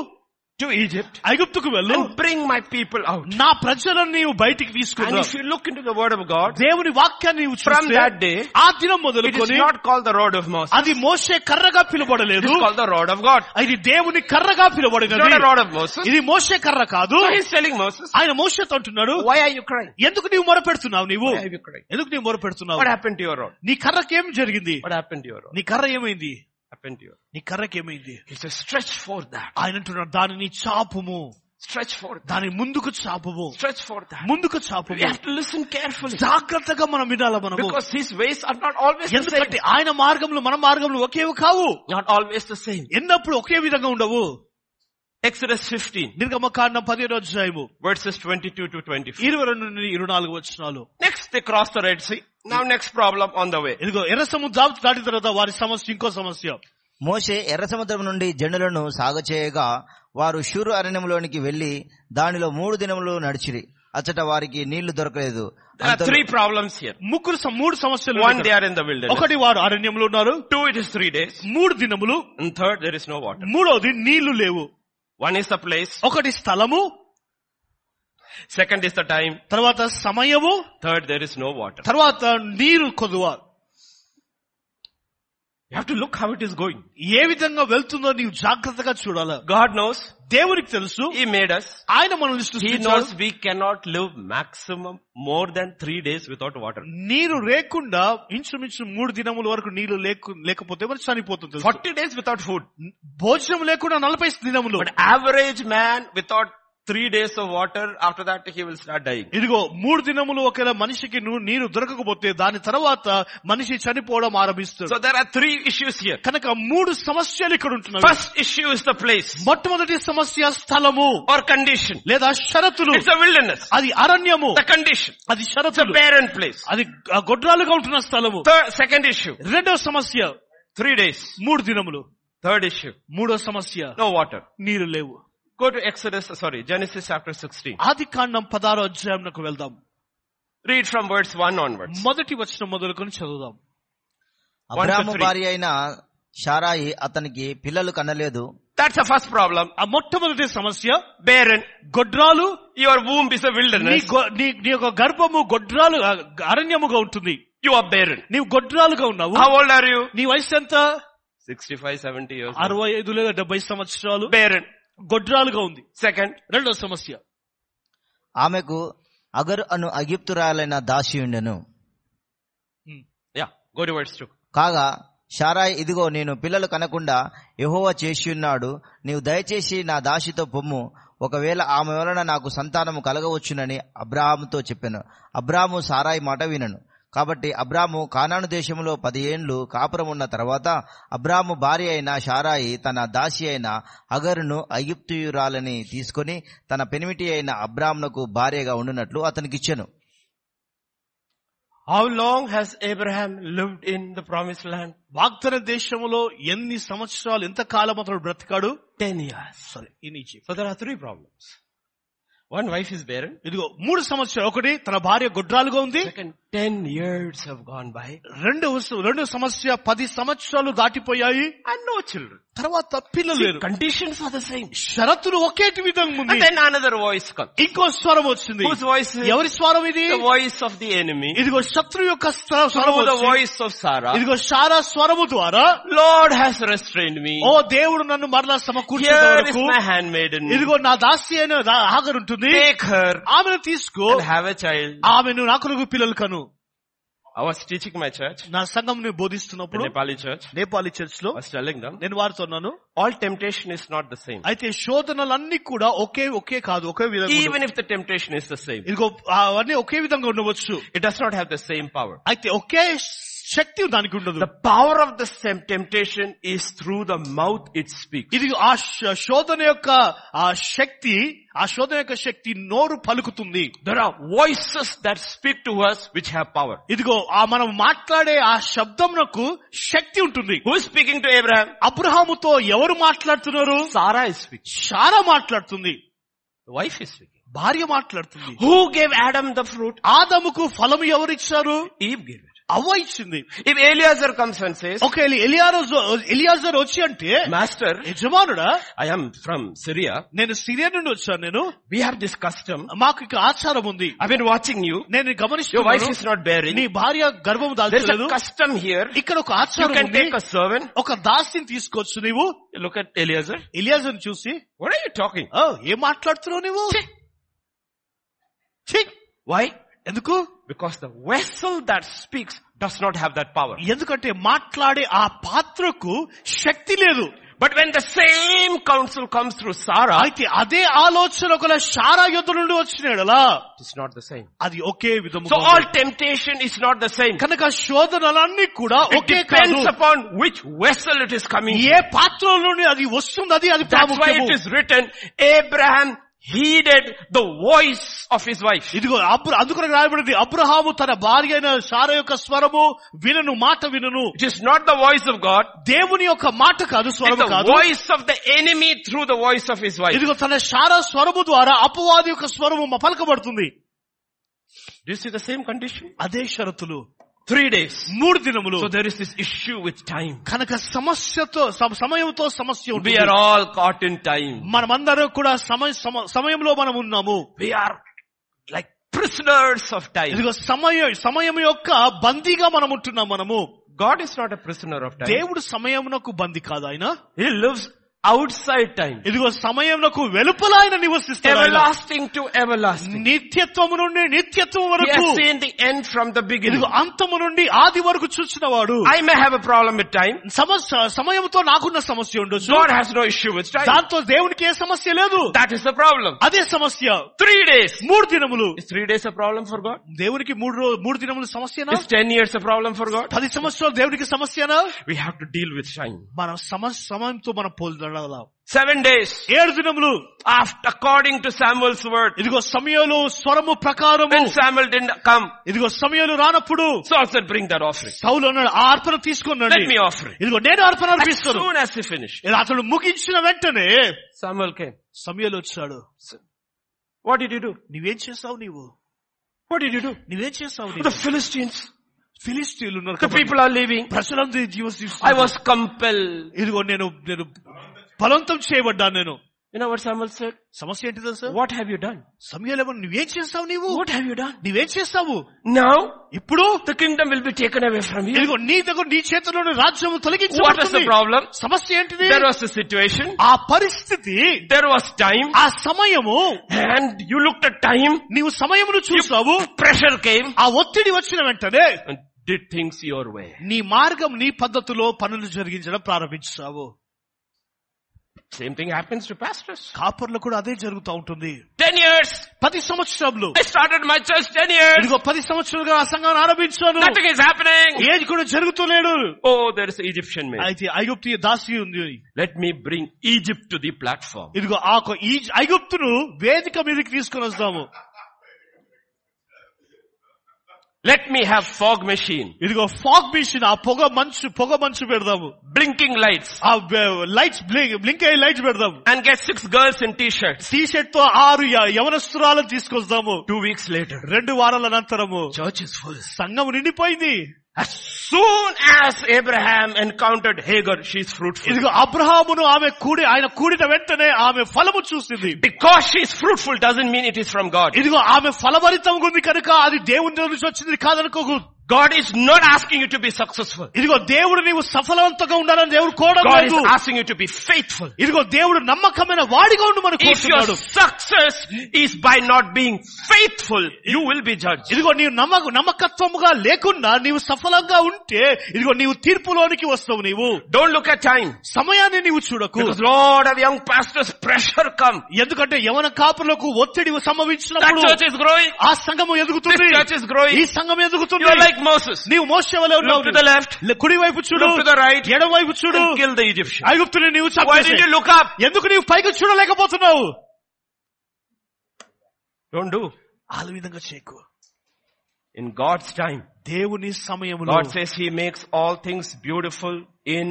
[SPEAKER 1] to Egypt
[SPEAKER 2] ఐగుప్తుకు వెళ్ళు
[SPEAKER 1] and bring my people out.
[SPEAKER 2] నా ప్రజలను నీవు బయటికి
[SPEAKER 1] And
[SPEAKER 2] తీసుకురా
[SPEAKER 1] if you look into the word of God,
[SPEAKER 2] దేవుని వాక్యాన్ని నీవు
[SPEAKER 1] From
[SPEAKER 2] చూస్తే,
[SPEAKER 1] that day,
[SPEAKER 2] ఆ దినం
[SPEAKER 1] it is
[SPEAKER 2] మొదలుకొని
[SPEAKER 1] not called the rod of Moses.
[SPEAKER 2] అది మోసే కర్రగా
[SPEAKER 1] It
[SPEAKER 2] పిలువబడలేదు
[SPEAKER 1] is called the rod of God.
[SPEAKER 2] ఇది దేవుని కర్రగా
[SPEAKER 1] It's not
[SPEAKER 2] పిలువబడినది
[SPEAKER 1] a rod of Moses.
[SPEAKER 2] ఇది మోసే కర్ర కాదు
[SPEAKER 1] So he's telling Moses,
[SPEAKER 2] ఆయన మోసతో అంటున్నాడు
[SPEAKER 1] why are you crying?
[SPEAKER 2] ఎందుకు నీవు మొరపెడుతున్నావు నీవు
[SPEAKER 1] Why are you crying?
[SPEAKER 2] ఎందుకు నీవు మొరపెడుతున్నావు
[SPEAKER 1] What happened to your rod?
[SPEAKER 2] నీ కర్రకేం జరిగింది
[SPEAKER 1] What happened to your rod?
[SPEAKER 2] నీ కర్ర ఏమైంది
[SPEAKER 1] Happened to your rod.
[SPEAKER 2] నీ కర్రకేమైంది
[SPEAKER 1] He says, stretch forth that.
[SPEAKER 2] ఆయన అంటున్నాడు దానిని చాపుము
[SPEAKER 1] Stretch forth that.
[SPEAKER 2] దాని ముందుకు చాపుము
[SPEAKER 1] Stretch forth that.
[SPEAKER 2] ముందుకు
[SPEAKER 1] We
[SPEAKER 2] చాపుము
[SPEAKER 1] have to listen carefully.
[SPEAKER 2] జాగ్రత్తగా మనం వినాలి మనము
[SPEAKER 1] Because his ways are not always the same.
[SPEAKER 2] ఎందుకంటే ఆయన మార్గములు మన మార్గములు ఒకేవి కావు
[SPEAKER 1] Not always the same.
[SPEAKER 2] ఎన్నప్పుడు ఒకే విధంగా ఉండవు
[SPEAKER 1] Exodus 15,
[SPEAKER 2] నిర్గమకాండం పదిహేను అధ్యాయము
[SPEAKER 1] verses 22 to 24.
[SPEAKER 2] ఇరవై రెండు నుండి ఇరవై నాలుగు వచనాలు
[SPEAKER 1] Next, they cross the Red Sea. Now next problem on the way.
[SPEAKER 2] ఇదిగో ఎర్ర సముద్రం దాటిన తర్వాత వారి సమస్య ఇంకో సమస్య
[SPEAKER 3] మోషే ఎర్ర సముద్రం నుండి జనులను సాగచేయగా వారు షూరు అరణ్యంలోనికి వెళ్లి దానిలో మూడు దినములు నడిచిరి అచ్చట వారికి నీళ్లు దొరకలేదు
[SPEAKER 1] There are
[SPEAKER 3] అంతలో-
[SPEAKER 1] three problems here.
[SPEAKER 2] ముగ్గురు స- మూడు సమస్యలు
[SPEAKER 1] One, they
[SPEAKER 2] ఉన్నాయి
[SPEAKER 1] are in the
[SPEAKER 2] ఇక్కడ.
[SPEAKER 1] wilderness.
[SPEAKER 2] ఒకటి వారు అరణ్యంలో ఉన్నారు
[SPEAKER 1] Two, it is three days.
[SPEAKER 2] మూడు దినములు
[SPEAKER 1] And third, there is no water.
[SPEAKER 2] మూడవది నీళ్లు లేవు
[SPEAKER 1] One is the place.
[SPEAKER 2] ఒకటి స్థలము
[SPEAKER 1] Second is the time.
[SPEAKER 2] తర్వాత సమయము
[SPEAKER 1] Third, there is no water.
[SPEAKER 2] తర్వాత నీరు కొదువ
[SPEAKER 1] You have to look how it is going.
[SPEAKER 2] ఏ విధంగా వెళ్తుందో నీవు జాగ్రత్తగా చూడాల
[SPEAKER 1] God knows.
[SPEAKER 2] దేవునికి తెలుసు
[SPEAKER 1] He made us.
[SPEAKER 2] ఆయన మనల్ని
[SPEAKER 1] He
[SPEAKER 2] సృష్టించాడు
[SPEAKER 1] knows we cannot live maximum more than three days without water.
[SPEAKER 2] నీరు లేకుండా ఇంచుమించు మూడు దినముల వరకు నీళ్లు లేకు- లేకపోతే మరి చనిపోతుంది తెలుసు.
[SPEAKER 1] 40 days without food.
[SPEAKER 2] భోజనం లేకుండా నలభై దినములు
[SPEAKER 1] But average man without three days of water, after that he will start dying.
[SPEAKER 2] ఇదిగో మూడు దినములు ఒకవేళ మనిషికి ను- నీరు దొరకకపోతే దాని తర్వాత మనిషి చనిపోవడం ఆరంభిస్తుంది
[SPEAKER 1] So there are three issues here.
[SPEAKER 2] కనుక మూడు సమస్యలు ఇక్కడ ఉంటున్నాయి
[SPEAKER 1] First issue is the place
[SPEAKER 2] మొట్టమొదటి సమస్య స్థలము
[SPEAKER 1] or condition.
[SPEAKER 2] లేదా షరతులు
[SPEAKER 1] It's a wilderness.
[SPEAKER 2] అది అరణ్యము
[SPEAKER 1] The condition.
[SPEAKER 2] అది షరతులు
[SPEAKER 1] Barren place.
[SPEAKER 2] అది ఆ గొడ్రాలుగా ఉంటున్న స్థలము
[SPEAKER 1] Third, second issue.
[SPEAKER 2] రెండో సమస్య
[SPEAKER 1] Three days.
[SPEAKER 2] మూడు దినములు
[SPEAKER 1] Third issue.
[SPEAKER 2] మూడో సమస్య
[SPEAKER 1] No water.
[SPEAKER 2] నీరు లేవు
[SPEAKER 1] Go to Exodus, sorry, Genesis chapter 16.
[SPEAKER 2] ఆది కాండం పదారో అధ్యాయంకు వెళ్దాం
[SPEAKER 1] Read from verse 1 onwards.
[SPEAKER 2] మొదటి వచనం మొదలుకొని చదువుదాం
[SPEAKER 3] అబ్రాము
[SPEAKER 1] three.
[SPEAKER 3] భార్య అయిన షారాయి అతనికి పిల్లలు కనలేదు
[SPEAKER 1] That's the first problem.
[SPEAKER 2] ఆ మొట్టమొదటి సమస్య
[SPEAKER 1] Barren.
[SPEAKER 2] గొడ్రాలు
[SPEAKER 1] Your womb is a
[SPEAKER 2] నీ
[SPEAKER 1] wilderness.
[SPEAKER 2] గొ- నీ నీ యొక్క గర్భము గొడ్రాలు ఆ, అరణ్యముగా ఉంటుంది
[SPEAKER 1] You are barren.
[SPEAKER 2] నీవు గొడ్రాలుగా ఉన్నావు
[SPEAKER 1] How old are you?
[SPEAKER 2] నీ వయసు ఎంత
[SPEAKER 1] 65, 70 years. old.
[SPEAKER 2] అరవై ఐదు లేదా డెబ్బై సంవత్సరాలు
[SPEAKER 1] Barren.
[SPEAKER 2] గొడ్రాలుగా ఉంది
[SPEAKER 1] Second,
[SPEAKER 2] రెండో సమస్య
[SPEAKER 3] ఆమెకు అగరు అను అగిప్తురాలైన దాసి ఉండెను
[SPEAKER 1] yeah, go to verse 2.
[SPEAKER 3] కాగా షారాయి ఇదిగో నేను పిల్లలు కనకుండా యెహోవా చేసి ఉన్నాడు నీవు దయచేసి నా దాసితో పొమ్ము ఒకవేళ ఆమె వలన నాకు సంతానము కలగవచ్చునని అబ్రాహాముతో చెప్పాను అబ్రాహాము సారాయి మాట వినను కాబట్టి అబ్రాము కానాను దేశంలో పది ఏండ్లు కాపురం ఉన్న తర్వాత అబ్రాము భార్య అయిన షారాయి తన దాసి అయిన అగరును అగిప్తుయురాలని తీసుకొని తన పెనిమిటి అయిన అబ్రామునకు భార్యగా ఉండునట్లు అతనికిచ్చెను
[SPEAKER 1] How long has Abraham lived in the promised land?
[SPEAKER 2] వాగ్దాన దేశంలో ఎన్ని సంవత్సరాలు ఎంత కాలం అతడు బ్రతికాడు
[SPEAKER 1] 10 years.
[SPEAKER 2] సరే ఈ నుంచి.
[SPEAKER 1] So there are three problems. One wife is barren.
[SPEAKER 2] ఇదిగో మూడు సంవత్సరాలు ఒకటి తన భార్య గొడ్రాలుగా ఉంది
[SPEAKER 1] Second, 10 years have gone by
[SPEAKER 2] రెండు రెండు సమస్య పది సంవత్సరాలు దాటిపోయాయి
[SPEAKER 1] and no children.
[SPEAKER 2] తర్వాత పిల్లలు
[SPEAKER 1] See,
[SPEAKER 2] లేరు
[SPEAKER 1] conditions are the same.
[SPEAKER 2] షరతులు ఒకేటి విధంగా ఉంది
[SPEAKER 1] And then another voice comes.
[SPEAKER 2] ఇంకో స్వరం వచ్చింది
[SPEAKER 1] Whose voice is
[SPEAKER 2] ఎవరి స్వరం ఇది
[SPEAKER 1] the voice of the enemy?
[SPEAKER 2] ఇదిగో శత్రు యొక్క స్వర- స్వరం
[SPEAKER 1] Through the
[SPEAKER 2] వచ్చింది.
[SPEAKER 1] voice of Sarah.
[SPEAKER 2] ఇదిగో సారా స్వరము ద్వారా
[SPEAKER 1] Lord has restrained me.
[SPEAKER 2] ఓ దేవుడు నన్ను మరలా సమకూర్చేంత
[SPEAKER 1] Hmm. Here is
[SPEAKER 2] వరకు
[SPEAKER 1] my handmaiden.
[SPEAKER 2] ఇదిగో నా దాసి అయిన రా- హాగర్ ఉంటుంది
[SPEAKER 1] Take her
[SPEAKER 2] ఆమెను తీసుకో
[SPEAKER 1] and have a child.
[SPEAKER 2] ఆమెను నా కొరకు పిల్లలు కను
[SPEAKER 1] I was teaching my church,
[SPEAKER 2] నా సంఘం
[SPEAKER 1] the
[SPEAKER 2] బోధిస్తున్నప్పుడు
[SPEAKER 1] Nepali church.
[SPEAKER 2] నేపాలి చర్చ్ లో
[SPEAKER 1] I was telling them,
[SPEAKER 2] నేను వారితో ఉన్నాను
[SPEAKER 1] all temptation is not the same.
[SPEAKER 2] అయితే శోధనలన్నీ కూడా ఒకే ఒకే కాదు ఒకే విధంగా ఉండవు.
[SPEAKER 1] Even if the temptation is the same,
[SPEAKER 2] ఇదిగో అవన్నీ ఒకే విధంగా ఉండవచ్చు
[SPEAKER 1] it does not have the same power.
[SPEAKER 2] అయితే ఒకే శక్తి దానికి ఉండదు
[SPEAKER 1] The power of the same temptation is through the mouth it speaks.
[SPEAKER 2] ఇది ఆ శ- శోధన యొక్క ఆ శక్తి ఆ శోధన యొక్క శక్తి నోరు పలుకుతుంది
[SPEAKER 1] There are voices that speak to us which have power.
[SPEAKER 2] ఇదిగో ఆ మనం మాట్లాడే ఆ శబ్దమునకు శక్తి ఉంటుంది
[SPEAKER 1] Who is speaking to Abraham?
[SPEAKER 2] అబ్రహాముతో ఎవరు మాట్లాడుతున్నారు
[SPEAKER 1] Sarah is speaking.
[SPEAKER 2] శారా మాట్లాడుతుంది
[SPEAKER 1] The wife is speaking.
[SPEAKER 2] భార్య మాట్లాడుతుంది
[SPEAKER 1] Who gave Adam the fruit?
[SPEAKER 2] ఆదముకు ఫలము ఎవరిచ్చారు
[SPEAKER 1] Eve gave it.
[SPEAKER 2] అవ్వ ఇచ్చింది
[SPEAKER 1] If Eliezer comes and says,
[SPEAKER 2] ఒక ఎలియారోజు ఎలియాజర్ వచ్చి అంటే
[SPEAKER 1] Master,
[SPEAKER 2] యజమానుడా
[SPEAKER 1] I am from Syria.
[SPEAKER 2] నేను సిరియా నుండి వచ్చాను నేను
[SPEAKER 1] We have this custom.
[SPEAKER 2] మాకు ఇక ఆచారం ఉంది
[SPEAKER 1] I've been watching you.
[SPEAKER 2] నేను
[SPEAKER 1] Your wife
[SPEAKER 2] గమనిస్తున్నాను
[SPEAKER 1] is not
[SPEAKER 2] నీ
[SPEAKER 1] bearing.
[SPEAKER 2] భార్య గర్భం
[SPEAKER 1] There's
[SPEAKER 2] దాల్చలేదు
[SPEAKER 1] a custom here.
[SPEAKER 2] ఇక్కడ ఒక
[SPEAKER 1] You
[SPEAKER 2] ఆచారం
[SPEAKER 1] can
[SPEAKER 2] ఉంది
[SPEAKER 1] take a servant.
[SPEAKER 2] ఒక దాసిని తీసుకోవచ్చు నీవు
[SPEAKER 1] You Look at Eliezer.
[SPEAKER 2] ఎలియాజర్ని చూసి
[SPEAKER 1] What are you talking?
[SPEAKER 2] "ఓ, ఏం మాట్లాడుతున్నావు నువ్వు ఛీ!
[SPEAKER 1] Why?
[SPEAKER 2] ఎందుకు
[SPEAKER 1] Because the vessel that speaks does not have that power.
[SPEAKER 2] ఎందుకంటే మాట్లాడే ఆ పాత్రకు శక్తి లేదు
[SPEAKER 1] But when the same counsel comes through Sarah,
[SPEAKER 2] అయితే అదే ఆలోచన ఒకవేళ శారా యుద్ధ నుండి వచ్చినాడలా
[SPEAKER 1] it's not the same.
[SPEAKER 2] అది ఒకే విధము
[SPEAKER 1] So all temptation is not the same.
[SPEAKER 2] కనుక శోధనలన్నీ కూడా
[SPEAKER 1] It
[SPEAKER 2] ఒకే కాదు
[SPEAKER 1] depends upon which vessel it is coming.
[SPEAKER 2] ఏ పాత్రలో నుండి అది వస్తుంది అది అది
[SPEAKER 1] That's why
[SPEAKER 2] ప్రాముఖ్యము.
[SPEAKER 1] it is written, Abraham heeded the voice of his wife.
[SPEAKER 2] ఇదిగో అబ్ర అందుకు రాయబడింది అబ్రహాము తన భార్య అయిన శార యొక్క స్వరము వినను మాట వినను
[SPEAKER 1] It is not the voice of God.
[SPEAKER 2] దేవుని యొక్క మాట కాదు
[SPEAKER 1] It's
[SPEAKER 2] స్వరము
[SPEAKER 1] the
[SPEAKER 2] కాదు
[SPEAKER 1] voice of the enemy through the voice of his wife.
[SPEAKER 2] ఇదిగో తన శార స్వరము ద్వారా అపవాది యొక్క స్వరము మ- పలకబడుతుంది
[SPEAKER 1] Do you see the same condition?
[SPEAKER 2] అదే షరతులు
[SPEAKER 1] Three days.
[SPEAKER 2] మూడు దినములు
[SPEAKER 1] So there is this issue with time.
[SPEAKER 2] కనుక సమస్యతో సమ- సమయంతో సమస్య
[SPEAKER 1] We
[SPEAKER 2] ఉంటుంది
[SPEAKER 1] are all caught in time.
[SPEAKER 2] మనమందరూ కూడా సమయ సమ- సమయంలో మనం ఉన్నాము
[SPEAKER 1] We are like prisoners of time.
[SPEAKER 2] ఇదిగో సమయం సమయం యొక్క బందీగా మనం ఉంటున్నాం మనము
[SPEAKER 1] God is not a prisoner of time.
[SPEAKER 2] దేవుడు సమయమునకు బంది కాదు ఆయన
[SPEAKER 1] He lives outside time.
[SPEAKER 2] ఇదిగో సమయమునకు వెలుపల ఆయన నివసిస్తాడు ఆయన.
[SPEAKER 1] Everlasting to everlasting.
[SPEAKER 2] నిత్యత్వము నుండి నిత్యత్వం
[SPEAKER 1] He
[SPEAKER 2] వరకు
[SPEAKER 1] has seen the end from the beginning.
[SPEAKER 2] ఇదిగో అంతము నుండి ఆది వరకు చూసిన వాడు
[SPEAKER 1] I may have a problem with time.
[SPEAKER 2] సమస్య సమయంతో నాకున్న సమస్య ఉండొచ్చు
[SPEAKER 1] God has no issue with time.
[SPEAKER 2] దాంతో దేవునికి ఏ సమస్య లేదు
[SPEAKER 1] That is the problem.
[SPEAKER 2] అదే సమస్య
[SPEAKER 1] Three days.
[SPEAKER 2] మూడు దినములు
[SPEAKER 1] Is three days a problem for God?
[SPEAKER 2] దేవునికి మూడు రో- మూడు దినములు సమస్యనా
[SPEAKER 1] Is ten years a problem for God?
[SPEAKER 2] పది సంవత్సరాలు దేవునికి సమస్యనా
[SPEAKER 1] We have to deal with time.
[SPEAKER 2] మనం సమస్య సమయంతో మనం పోల్చడం
[SPEAKER 1] Seven days.
[SPEAKER 2] ఏడు దినములు
[SPEAKER 1] After, according to Samuel's word.
[SPEAKER 2] ఇదిగో సమయంలో స్వరము ప్రకారము
[SPEAKER 1] When Samuel didn't come,
[SPEAKER 2] ఇదిగో సమయంలో రానప్పుడు
[SPEAKER 1] Saul said, bring that offering.
[SPEAKER 2] సౌలు అన్నాడు ఆ అర్పణ తీసుకున్నాడు
[SPEAKER 1] Let me offer it.
[SPEAKER 2] ఇదిగో నేను అర్పణ
[SPEAKER 1] As
[SPEAKER 2] అర్పిస్తాను
[SPEAKER 1] soon as he finished,
[SPEAKER 2] ఇలా అతడు ముగించిన వెంటనే
[SPEAKER 1] Samuel came.
[SPEAKER 2] సమయంలో వచ్చాడు
[SPEAKER 1] What did you do?
[SPEAKER 2] నువ్వేం చేసావు నీవు
[SPEAKER 1] What did you do?
[SPEAKER 2] నువ్వేం చేసావు
[SPEAKER 1] The
[SPEAKER 2] నీవు?
[SPEAKER 1] Philistines.
[SPEAKER 2] ఫిలిస్తీన్లు ఉన్నారు
[SPEAKER 1] The people are leaving.
[SPEAKER 2] ప్రజలందరి జీవ
[SPEAKER 1] I was compelled.
[SPEAKER 2] ఇదిగో నేను నేను బలవంతం చేయబడ్డాను నేను
[SPEAKER 1] You know what Samuel said?
[SPEAKER 2] సమస్య ఏంటి తెలుసా
[SPEAKER 1] What have you done?
[SPEAKER 2] సమయాలు ఏమన్నా నువ్వేం చేస్తావు నీవు
[SPEAKER 1] What have you done?
[SPEAKER 2] నువ్వేం చేస్తావు
[SPEAKER 1] Now,
[SPEAKER 2] ఇప్పుడు
[SPEAKER 1] the kingdom will be taken away from you.
[SPEAKER 2] ఇదిగో నీ దగ్గర నీ చేతిలోని రాజ్యం
[SPEAKER 1] What is the
[SPEAKER 2] తొలగించబడుతుంది
[SPEAKER 1] problem?
[SPEAKER 2] సమస్య ఏంటిది
[SPEAKER 1] There was a situation.
[SPEAKER 2] ఆ పరిస్థితి
[SPEAKER 1] There was time.
[SPEAKER 2] ఆ సమయము
[SPEAKER 1] And you looked at time.
[SPEAKER 2] నీవు సమయమును చూసావు
[SPEAKER 1] Pressure came.
[SPEAKER 2] ఆ ఒత్తిడి వచ్చిన వెంటనే
[SPEAKER 1] And did things your way.
[SPEAKER 2] నీ మార్గం నీ పద్ధతిలో పనులు జరిగించడం ప్రారంభించావు
[SPEAKER 1] Same thing happens to pastors.
[SPEAKER 2] కాపర్లు కూడా అదే జరుగుతూ ఉంటుంది
[SPEAKER 1] Ten years.
[SPEAKER 2] పది సంవత్సరాలు
[SPEAKER 1] I started my church ten years.
[SPEAKER 2] ఇదిగో పది సంవత్సరాలుగా ఆ సంఘాన్ని ఆరంభించాను
[SPEAKER 1] Nothing is happening.
[SPEAKER 2] ఏది కూడా జరుగుతలేడు
[SPEAKER 1] Oh, there is an Egyptian man.
[SPEAKER 2] అయితే ఐగుప్తీయ దాసి ఉంది
[SPEAKER 1] Let me bring Egypt to the platform.
[SPEAKER 2] ఇదిగో ఆ కొ- ఈ ఐగుప్తును వేదిక మీదకి తీసుకొని వస్తాము
[SPEAKER 1] Let me have fog machine.
[SPEAKER 2] ఇదిగో ఫాగ్ మిషన్ ఆ పొగ మంచు పొగ మంచు పెడదాము
[SPEAKER 1] Blinking lights.
[SPEAKER 2] ఆ లైట్స్ బ్లింక్ బ్లింక్ అయ్యే లైట్స్ పెడదాము
[SPEAKER 1] And get six girls in t-shirts.
[SPEAKER 2] T shirt తో ఆరు య- యవనస్తురాలను తీసుకొస్తాము
[SPEAKER 1] Two weeks later.
[SPEAKER 2] రెండు వారాల అనంతరము
[SPEAKER 1] Church is full.
[SPEAKER 2] సంఘం నిండిపోయింది
[SPEAKER 1] As soon as Abraham encountered Hagar, she's fruitful.
[SPEAKER 2] ఇదిగో అబ్రహామును ఆమె కూడి ఆయన కూడిన వెంటనే ఆమె ఫలము చూసింది
[SPEAKER 1] Because she is fruitful doesn't mean it is from God.
[SPEAKER 2] ఇదిగో ఆమె ఫలభరితంగా ఉంది కనుక అది దేవుని నుంచి వచ్చింది కాదనుకోకు
[SPEAKER 1] God is not asking you to be successful.
[SPEAKER 2] ఇదిగో దేవుడు నీవు సఫలవంతంగా ఉండాలని దేవుడు కోరడం
[SPEAKER 1] God is
[SPEAKER 2] లేదు
[SPEAKER 1] asking you to be faithful.
[SPEAKER 2] ఇదిగో దేవుడు నమ్మకమైన వాడిగా ఉండి మనకు
[SPEAKER 1] If your
[SPEAKER 2] కోరుతున్నాడు
[SPEAKER 1] success is by not being faithful, you will be judged.
[SPEAKER 2] ఇదిగో నీవు నమ్మక నమ్మకత్వముగా లేకుండా నీవు సఫలంగా ఉంటే ఇదిగో నీవు తీర్పులోనికి వస్తావు నీవు
[SPEAKER 1] Don't look at time.
[SPEAKER 2] సమయాన్ని నీవు చూడకు
[SPEAKER 1] Because lot of young pastors pressure come.
[SPEAKER 2] ఎందుకంటే యవన కాపులకు ఒత్తిడి
[SPEAKER 1] That
[SPEAKER 2] సంభవించినప్పుడు
[SPEAKER 1] church is growing.
[SPEAKER 2] ఆ సంఘము
[SPEAKER 1] This
[SPEAKER 2] ఎదుగుతుంది
[SPEAKER 1] church is
[SPEAKER 2] ఈ
[SPEAKER 1] growing.
[SPEAKER 2] సంఘం ఎదుగుతుంది
[SPEAKER 1] You're like Moses.
[SPEAKER 2] నీవు మోసవలే
[SPEAKER 1] Look to the left.
[SPEAKER 2] కుడి వైపు చూడు
[SPEAKER 1] Look to the right.
[SPEAKER 2] ఎడమ వైపు చూడు
[SPEAKER 1] And kill the Egyptian.
[SPEAKER 2] ఐగుప్తుని నీవు
[SPEAKER 1] Why did
[SPEAKER 2] చంపేసి
[SPEAKER 1] you look up?
[SPEAKER 2] ఎందుకు నీవు పైకి చూడలేకపోతున్నావు
[SPEAKER 1] Don't do.
[SPEAKER 2] ఆ విధంగా చేయకు
[SPEAKER 1] In God's time.
[SPEAKER 2] దేవుని సమయంలో
[SPEAKER 1] God says He makes all things beautiful in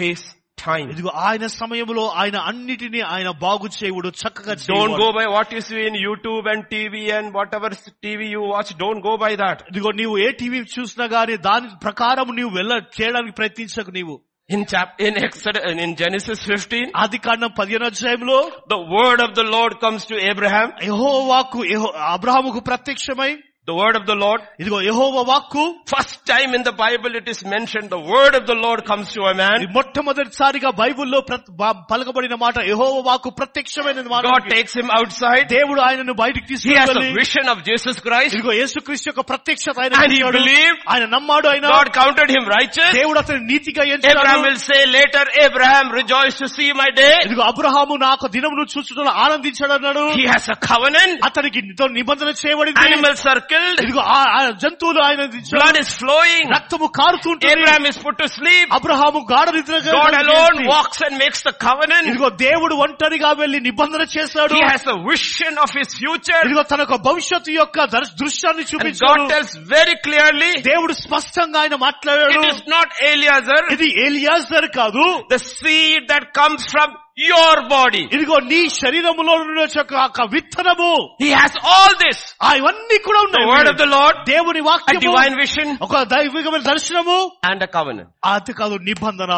[SPEAKER 1] His time.
[SPEAKER 2] ఇదిగో ఆయన సమయంలో ఆయన అన్నిటినీ ఆయన బాగు చేయుడు చక్కగా
[SPEAKER 1] Don't
[SPEAKER 2] చేయువాడు.
[SPEAKER 1] go by what you see in YouTube and TV and whatever TV you watch. Don't go by that.
[SPEAKER 2] ఇదిగో నీవు ఏ టీవీ చూసినా గానీ దాని ప్రకారం నీవు వెళ్ళ చేయడానికి ప్రయత్నించకు నీవు
[SPEAKER 1] In chap, in Exodus, in Genesis 15,
[SPEAKER 2] ఆది కాండం పదిహేను అధ్యాయంలో
[SPEAKER 1] the word of the Lord comes to Abraham.
[SPEAKER 2] యహో వాక్కు యెహో- అబ్రాహాముకు ప్రత్యక్షమై
[SPEAKER 1] The word of the Lord.
[SPEAKER 2] ఇదిగో యహోవ వాక్కు
[SPEAKER 1] First time in the Bible it is mentioned, the word of the Lord comes to a
[SPEAKER 2] ఇది
[SPEAKER 1] man.
[SPEAKER 2] మొట్టమొదటిసారిగా బైబిల్లో ప్రత్- బ- పలకబడిన మాట యహోవ వాక్కు ప్రత్యక్షమైన మాట
[SPEAKER 1] God takes him outside.
[SPEAKER 2] దేవుడు ఆయనను బయటికి
[SPEAKER 1] He has a
[SPEAKER 2] తీసుకెళ్ళి
[SPEAKER 1] vision of Jesus Christ.
[SPEAKER 2] ఇదిగో యేసుక్రీస్తు యొక్క ప్రత్యక్షత ఆయన
[SPEAKER 1] And he
[SPEAKER 2] చూశాడు.
[SPEAKER 1] believed.
[SPEAKER 2] ఆయన నమ్మాడు ఆయన
[SPEAKER 1] God counted him righteous.
[SPEAKER 2] దేవుడు అతని నీతిగా ఎంచాడు.
[SPEAKER 1] Abraham will say later, Abraham rejoiced to see my day.
[SPEAKER 2] ఇదిగో అబ్రహాము నాకు దినమును చూసుటలో ఆనందించాడు అన్నాడు
[SPEAKER 1] He has a covenant.
[SPEAKER 2] అతనికి నీతో నిబంధన చేయబడింది
[SPEAKER 1] Animals are killed.
[SPEAKER 2] ఇదిగో ఆ- ఆ జంతువులు ఆయన దించాడు.
[SPEAKER 1] Blood is flowing.
[SPEAKER 2] రక్తము కారుతుంటుంది
[SPEAKER 1] Abraham is put to sleep.
[SPEAKER 2] Abraham గాఢ నిద్ర
[SPEAKER 1] God alone walks and makes the covenant.
[SPEAKER 2] ఇదిగో దేవుడు ఒంటరిగా వెళ్లి నిబంధన చేశాడు
[SPEAKER 1] He has a vision of his future.
[SPEAKER 2] ఇదిగో తన యొక్క భవిష్యత్తు యొక్క దర్శ- దృశ్యాన్ని
[SPEAKER 1] And God
[SPEAKER 2] చూపించాడు
[SPEAKER 1] tells very clearly,
[SPEAKER 2] దేవుడు స్పష్టంగా ఆయన మాట్లాడాడు
[SPEAKER 1] it is not Eliezer,
[SPEAKER 2] ఇది ఎలియాజర్ కాదు
[SPEAKER 1] the seed that comes from your body.
[SPEAKER 2] ఇదిగో నీ శరీరములో నుండి వచ్చే ఒక- ఒక విత్తనము
[SPEAKER 1] He has all this.
[SPEAKER 2] ఆ ఇవన్నీ కూడా
[SPEAKER 1] The word
[SPEAKER 2] ఉన్నాయి
[SPEAKER 1] of the Lord,
[SPEAKER 2] దేవుని
[SPEAKER 1] a
[SPEAKER 2] వాక్యము
[SPEAKER 1] divine vision,
[SPEAKER 2] ఒక దైవికమైన దర్శనము
[SPEAKER 1] and a covenant.
[SPEAKER 2] అది కాదు నిబంధన